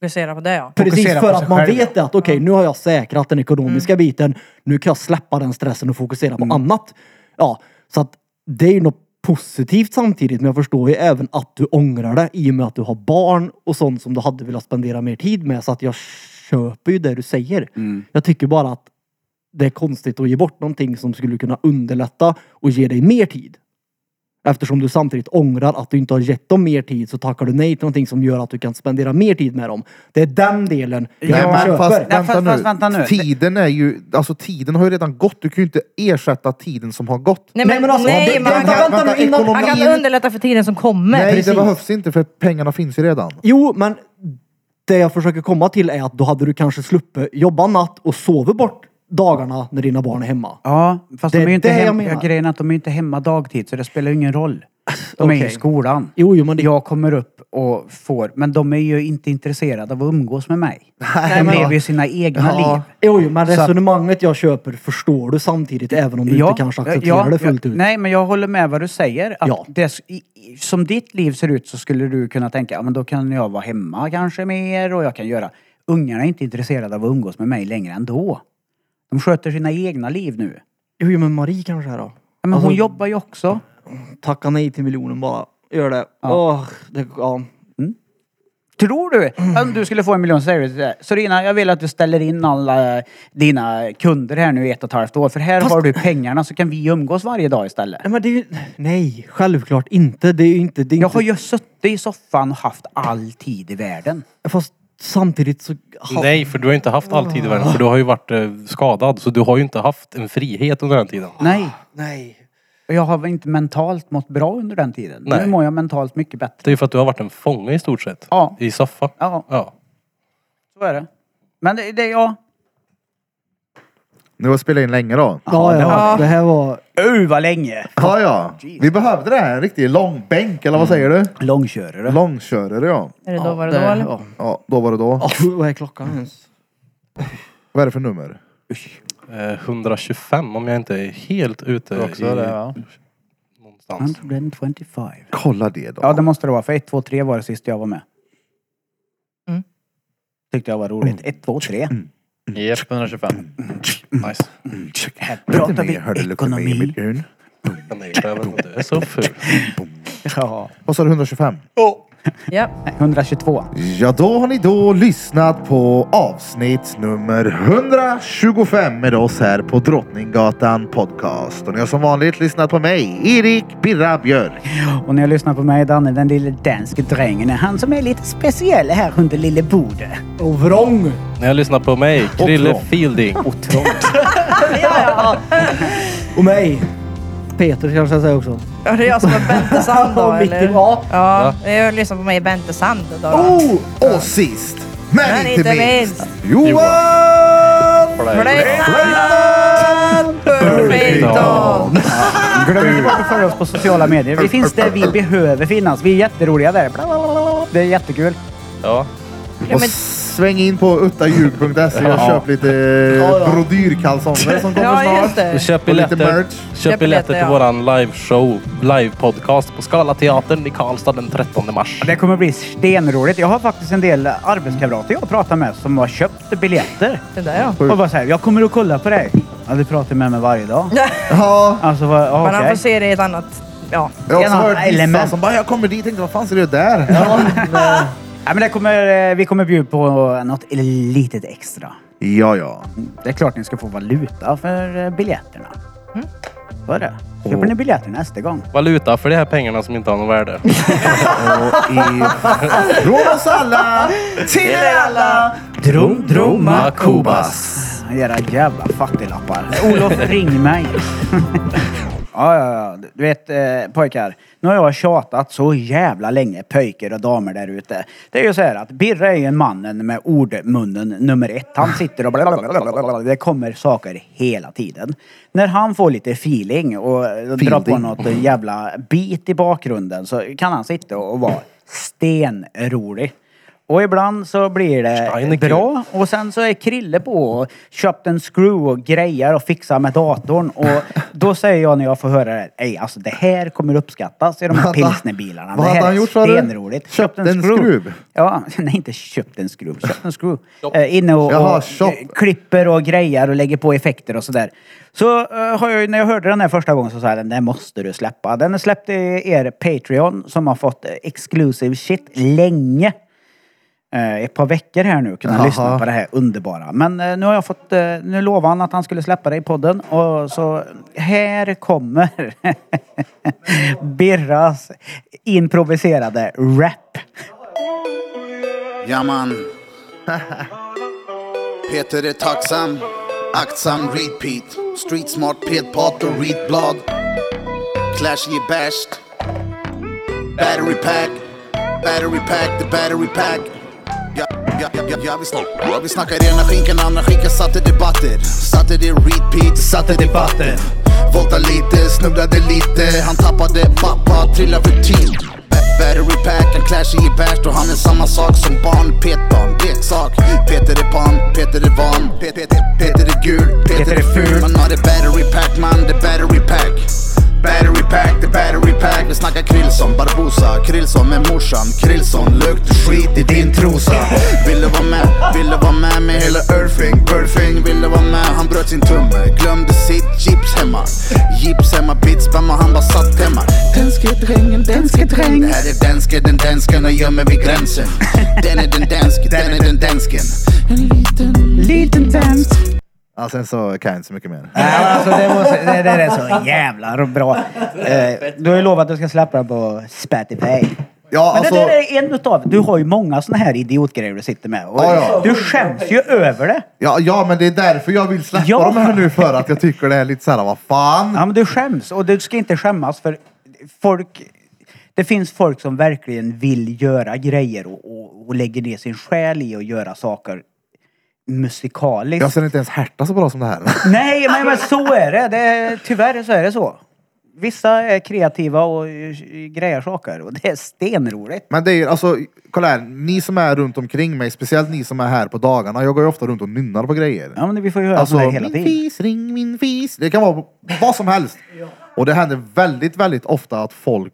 Speaker 1: Fokusera på det ja.
Speaker 2: Precis,
Speaker 4: Fokusera
Speaker 2: för
Speaker 4: på sig
Speaker 2: att man
Speaker 4: själv.
Speaker 2: vet att okej, nu har jag säkrat den ekonomiska biten. Nu kan jag släppa den stressen och fokusera på annat. Ja, så att det är ju något positivt samtidigt, men jag förstår ju även att du ångrar det i och med att du har barn och sånt som du hade velat spendera mer tid med. Så att jag köper ju det du säger. Jag tycker bara att det är konstigt att ge bort någonting som skulle kunna underlätta och ge dig mer tid. Eftersom du samtidigt ångrar att du inte har gett dem mer tid så tackar du nej till någonting som gör att du kan spendera mer tid med dem. Det är den delen jag
Speaker 3: Nej,
Speaker 4: Ja,
Speaker 3: men
Speaker 2: köper.
Speaker 3: fast,
Speaker 4: Nej,
Speaker 3: vänta,
Speaker 4: fast-
Speaker 3: nu.
Speaker 4: fast vänta nu.
Speaker 3: Tiden är ju, alltså tiden har ju redan gått. Du kan ju inte ersätta tiden som har gått.
Speaker 1: Nej men,
Speaker 2: Nej, men alltså,
Speaker 1: nej,
Speaker 2: det-
Speaker 1: man,
Speaker 2: vänta,
Speaker 1: kan,
Speaker 2: vänta, nu, innan-
Speaker 1: man kan
Speaker 3: ekonomin-
Speaker 1: underlätta för tiden som kommer.
Speaker 3: Nej,
Speaker 2: precis.
Speaker 3: det behövs inte för pengarna finns ju redan.
Speaker 2: Jo, men det jag försöker komma till är att då hade du kanske sluppit jobba natt och sovit bort dagarna när dina barn är hemma.
Speaker 4: Ja, fast
Speaker 2: Det
Speaker 4: de är
Speaker 2: är
Speaker 4: ju inte
Speaker 2: det jag
Speaker 4: hemma.
Speaker 2: menar.
Speaker 4: Grejen är att de är ju inte hemma dagtid så det spelar ju ingen roll. De är ju i
Speaker 2: Okej.
Speaker 4: skolan.
Speaker 2: Jo, jo, men det...
Speaker 4: Jag kommer upp och får, men de är ju inte intresserade av att umgås med mig.
Speaker 1: Nej,
Speaker 4: de
Speaker 1: men-
Speaker 4: lever ju sina egna
Speaker 2: Ja.
Speaker 4: liv.
Speaker 2: Jo, jo, men
Speaker 4: Så att-
Speaker 2: resonemanget jag köper förstår du samtidigt även om du inte kanske accepterar det fullt
Speaker 4: ja,
Speaker 2: ut.
Speaker 4: Nej, men jag håller med vad du säger. Att
Speaker 2: Ja.
Speaker 4: det, s- i- i- som ditt liv ser ut så skulle du kunna tänka, ja men då kan jag vara hemma kanske mer och jag kan göra... Ungarna är inte intresserade av att umgås med mig längre ändå. De sköter sina egna liv nu.
Speaker 2: Jo, jo, men Marie kanske här då?
Speaker 4: Ja, Men
Speaker 2: Alltså-
Speaker 4: hon jobbar ju också.
Speaker 2: Tacka nej till miljonen bara. Gör det. Ja. det ja.
Speaker 4: Tror du, om du skulle få en miljon så säger du sådär, Sorina, jag vill att du ställer in alla dina kunder här nu i ett och ett halvt år. För här har du pengarna så kan vi umgås varje dag istället.
Speaker 2: Nej, men det är ju... Nej, självklart inte. Det är ju inte... Det är
Speaker 4: Jag
Speaker 2: inte...
Speaker 4: har ju suttit i soffan och haft all tid i världen.
Speaker 2: Fast samtidigt så... Ha...
Speaker 6: Nej, för du har inte haft all tid i världen. För du har ju varit eh, skadad. Så du har ju inte haft en frihet under den tiden.
Speaker 4: Nej,
Speaker 2: Nej.
Speaker 4: och jag har väl inte mentalt mått bra under den tiden. Nu
Speaker 6: Nej.
Speaker 4: mår jag mentalt mycket bättre.
Speaker 6: Det är ju för att du har varit en fånge i stort sett.
Speaker 4: Ja.
Speaker 6: I soffa.
Speaker 4: Ja,
Speaker 6: Ja.
Speaker 4: så är det. Men det, det ja.
Speaker 3: Nu har vi spelat in länge då.
Speaker 2: Ja, ja,
Speaker 1: Ja.
Speaker 2: Det här var...
Speaker 4: Uh, vad länge!
Speaker 3: Ja, ja. Vi behövde det här. En riktig långbänk, eller vad säger du?
Speaker 4: Långkörare.
Speaker 3: Långkörare, ja.
Speaker 1: Är det då var det då eller?
Speaker 2: Ja.
Speaker 3: Ja, då var det då.
Speaker 2: Oh, vad är klockan ens?
Speaker 3: Vad är det för nummer?
Speaker 6: Eh, 125 om jag inte är helt ute i... Någonstans.
Speaker 4: 125.
Speaker 3: Kolla det då.
Speaker 4: Ja, det måste det vara. För 1, 2, 3 var det sist jag var med.
Speaker 1: Mm.
Speaker 4: Tyckte jag var roligt.
Speaker 3: Mm.
Speaker 4: 1, 2, 3.
Speaker 5: Japp, 125. Nice.
Speaker 4: Här
Speaker 3: Lite
Speaker 4: pratar
Speaker 3: mer, hörde
Speaker 4: vi
Speaker 3: du, luktar mer i
Speaker 4: ekonomi.
Speaker 3: mitt urn.
Speaker 6: Nej, jag vet inte. Jag är så ful.
Speaker 4: Ja.
Speaker 3: Vad sa du, 125?
Speaker 1: Ja.
Speaker 4: 122.
Speaker 3: Ja, då har ni då lyssnat på avsnitt nummer 125 med oss här på Drottninggatan Podcast. Och ni har som vanligt lyssnat på mig, Erik Birra Björk.
Speaker 4: Och när jag lyssnar på mig, Danne, den lille danske drängen, är han som är lite speciell här under lille bordet.
Speaker 2: Och vrång!
Speaker 6: När jag lyssnar på mig, Krille
Speaker 3: Kram.
Speaker 6: Fielding.
Speaker 2: Och mig. Peter kanske jag säger också.
Speaker 1: Ja, det är jag som är Bente Sand då
Speaker 2: Mitt i-
Speaker 1: eller?
Speaker 2: ja.
Speaker 1: Ja, jag lyssnar på mig Bente Sand då.
Speaker 3: Oh, och sist, men,
Speaker 1: Men
Speaker 3: inte,
Speaker 1: inte
Speaker 3: minst,
Speaker 1: minst,
Speaker 3: Johan
Speaker 1: Flöjtan! Burfiton!
Speaker 4: Glöm inte bort att följa oss på sociala medier. Vi finns där vi behöver finnas. Vi är jätteroliga där. Bla, bla, bla, bla. Det är jättekul.
Speaker 6: Ja.
Speaker 3: Och sväng in på uttahjul.se och köp lite brodyrkalsonger som kommer
Speaker 1: Ja, just
Speaker 3: snart.
Speaker 1: det.
Speaker 6: Köp
Speaker 3: Och lite
Speaker 6: biljetter,
Speaker 3: merch.
Speaker 6: köp biljetter till
Speaker 1: ja.
Speaker 6: våran liveshow, livepodcast på Skala Teatern i Karlstad den 13 mars.
Speaker 4: Det kommer bli stenroligt. Jag har faktiskt en del arbetskamrater jag pratar med som har köpt biljetter.
Speaker 1: Det där ja.
Speaker 4: Och bara säger, jag kommer att kolla på dig. Ja, du pratar med mig varje dag.
Speaker 3: Ja,
Speaker 4: Alltså, vad- ja,
Speaker 1: Men han
Speaker 4: okej.
Speaker 1: får se det i ett annat... Ja.
Speaker 3: jag har också
Speaker 4: Tjena,
Speaker 3: hört vissa
Speaker 4: element.
Speaker 3: som bara, jag kommer dit och tänkte, vad fan ser du där? Ja,
Speaker 4: Ja, men det kommer, eh, vi kommer bjuda på något litet extra.
Speaker 3: ja. ja.
Speaker 4: Det är klart ni ska få valuta för eh, biljetterna.
Speaker 1: Mm.
Speaker 4: Så är det. Köper ni biljetter nästa gång?
Speaker 6: Valuta för de här pengarna som inte har något värde.
Speaker 3: Från oss alla till er alla!
Speaker 4: Drum,
Speaker 6: Roma Kubas.
Speaker 4: Era jävla fattiglappar. Olof, ring mig. ja, ja, ja. Du vet eh, pojkar. Nu har jag tjatat så jävla länge, pojkar och damer där ute. Det är ju så här att Birre är ju mannen med ordmunnen nummer ett. Han sitter och blablabla. Det kommer saker hela tiden. När han får lite feeling och drar på
Speaker 3: Feeling.
Speaker 4: något jävla bit i bakgrunden så kan han sitta och vara stenrolig. Och ibland så blir det
Speaker 6: Steinecker.
Speaker 4: Eh, bra och sen så är Krille på och köpt en screw och grejer och fixar med datorn. Och då säger jag när jag får höra det, ej alltså det här kommer uppskattas i de här
Speaker 3: Vad hade han-
Speaker 4: pilsnerbilarna.
Speaker 3: vad
Speaker 4: det här
Speaker 3: hade han
Speaker 4: är
Speaker 3: gjort, sa du?
Speaker 4: stenroligt.
Speaker 3: Köpt en skruv?
Speaker 4: Ja, nej inte köpt en skruv, köpt en skruv. Eh, inne och,
Speaker 3: Jaha,
Speaker 4: och
Speaker 3: shop.
Speaker 4: eh, klipper och grejer och lägger på effekter och sådär. Så eh, har jag, ju- när jag hörde den här första gången så sa jag den där måste du släppa. Den är släppt i er Patreon som har fått eh, exclusive shit länge eh, ett par veckor här nu kunna
Speaker 3: Jaha.
Speaker 4: lyssna på det här underbara. Men eh, nu har jag fått, eh, nu lovade han att han skulle släppa det i podden och så här kommer Birras improviserade rap.
Speaker 8: Ja man. Peter är tacksam, aktsam, repeat. Street smart, petpat och readblad. Clash ger bäst. Battery pack, battery pack, the battery pack. Ja, ja, ja, ja, ja, vi, snackar, vi snackar ena skinkan, andra skinkan satte debatter. Satte det repeat, satte debatter. Volt skratta lite, snubblade lite Han tappade pappa, trillade för tid Ba- Battery pack, en clash i bärs och han är samma sak som barn Petbarn, leksak Peter är pan, Peter är van Pe- Pe- Peter är gul, Peter är ful Man har det battery pack, man det battery pack Battery pack, the battery pack Vi snackar Krillson, Barbosa, Krillson med morsan Krillson, lukt skit i din trosa Ville vara med, ville vara med med hela Irving Burfing ville vara med, han bröt sin tumme Glömde sitt gips hemma Gips hemma, bitch, spamma, han bara satt hemma Danske drängen, danske dräng Det här är danske, den dansken och gömmer vid gränsen Den är den danske, den är den dansken
Speaker 3: Ja, sen så kan jag inte så mycket mer.
Speaker 4: Nej, men alltså, det, var så, det, det är så jävla bra. Eh, du har ju lovat att du ska släppa den på Spotify.
Speaker 3: Ja,
Speaker 4: Men
Speaker 3: alltså,
Speaker 4: det där är en utav, du har ju många såna här idiotgrejer du sitter med. Och
Speaker 3: Ja, ja.
Speaker 4: Du skäms ju över det.
Speaker 3: ja, ja, men det är därför jag vill släppa
Speaker 4: Ja.
Speaker 3: dem här nu för att jag tycker det är lite såhär, vad fan.
Speaker 4: Ja men du skäms och du ska inte skämmas för folk... Det finns folk som verkligen vill göra grejer och, och, och lägger ner sin själ i att göra saker musikaliskt.
Speaker 3: Jag ser inte ens Herta så bra som det här.
Speaker 4: Nej, men, men så är det. det. är- Tyvärr så är det så. Vissa är kreativa och eh, grejer saker och det är stenroligt.
Speaker 3: Men det är ju, alltså, kolla här, ni som är runt omkring mig, speciellt ni som är här på dagarna. Jag går ju ofta runt och nynnar på grejer.
Speaker 4: Ja men vi får ju höra
Speaker 3: Alltså,
Speaker 4: sånt här hela
Speaker 3: min
Speaker 4: tiden.
Speaker 3: fis, ring min fis. Det kan vara vad som helst. Och det händer väldigt, väldigt ofta att folk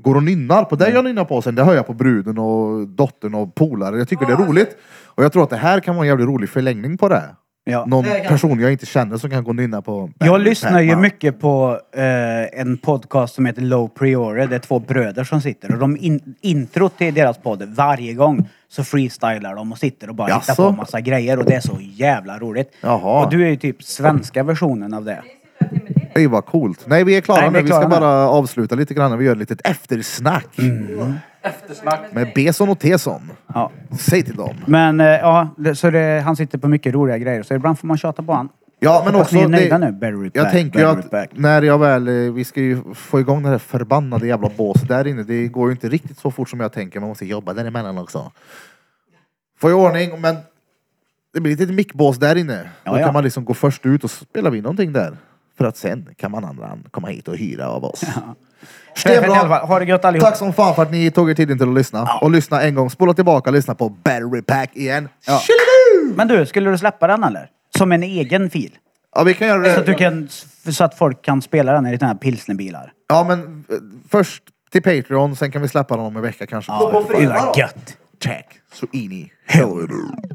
Speaker 3: går och nynnar på det jag nynnar på. Sen det hör jag på bruden och dottern och polare. Jag tycker det är roligt. Och jag tror att det här kan vara en jävligt rolig förlängning på det.
Speaker 4: Ja.
Speaker 3: Någon person jag inte känner som kan gå och nynna på...
Speaker 4: Jag lyssnar ju mycket på eh, en podcast som heter Low Priore. Det är två bröder som sitter och de in, intro till deras podd varje gång så freestylar de och sitter och bara hittar
Speaker 3: Jaså?
Speaker 4: på massa grejer och det är så jävla roligt.
Speaker 3: Jaha.
Speaker 4: Och du är ju typ svenska versionen av det.
Speaker 3: Det är ju bara coolt. Nej, vi är klara
Speaker 4: Nej, vi
Speaker 3: nu.
Speaker 4: är
Speaker 3: Vi ska
Speaker 4: klara nu.
Speaker 3: bara avsluta lite grann. Vi gör ett litet eftersnack. Med Beson och Teson.
Speaker 4: Ja.
Speaker 3: Säg till dem.
Speaker 4: Men eh, ja, det, så det, han sitter på mycket roliga grejer så ibland får man tjata på han.
Speaker 3: Ja, men
Speaker 4: Hoppas
Speaker 3: också...
Speaker 4: ni är nöjda
Speaker 3: Alltså, det-
Speaker 4: nu. Barry
Speaker 3: Jag
Speaker 4: back,
Speaker 3: tänker ju
Speaker 4: Barry
Speaker 3: att
Speaker 4: back.
Speaker 3: när jag väl, eh, vi ska ju få igång det här förbannade jävla båset där inne. Det går ju inte riktigt så fort som jag tänker. Man måste jobba däremellan också. Får i ordning, men det blir lite mickbås där inne. Då
Speaker 4: Ja, ja.
Speaker 3: kan man liksom gå först ut och spela vi någonting där. För att sen kan man andra komma hit och hyra av oss.
Speaker 4: Perfekt i alla fall. Ha det gött allihop.
Speaker 3: Tack som fan för att ni tog er tiden till att lyssna. Och lyssna en gång, spola tillbaka och lyssna på Battery Pack igen. Ja.
Speaker 4: Men du, skulle du släppa den eller? Som en egen fil?
Speaker 3: ja, vi kan göra
Speaker 4: Så att, du
Speaker 3: det.
Speaker 4: kan, så att folk kan spela den i dina pilsnerbilar.
Speaker 3: Ja, men eh, först till Patreon, sen kan vi släppa den om en vecka kanske.
Speaker 4: Ja, det var gött.
Speaker 3: Tack så in i helvete.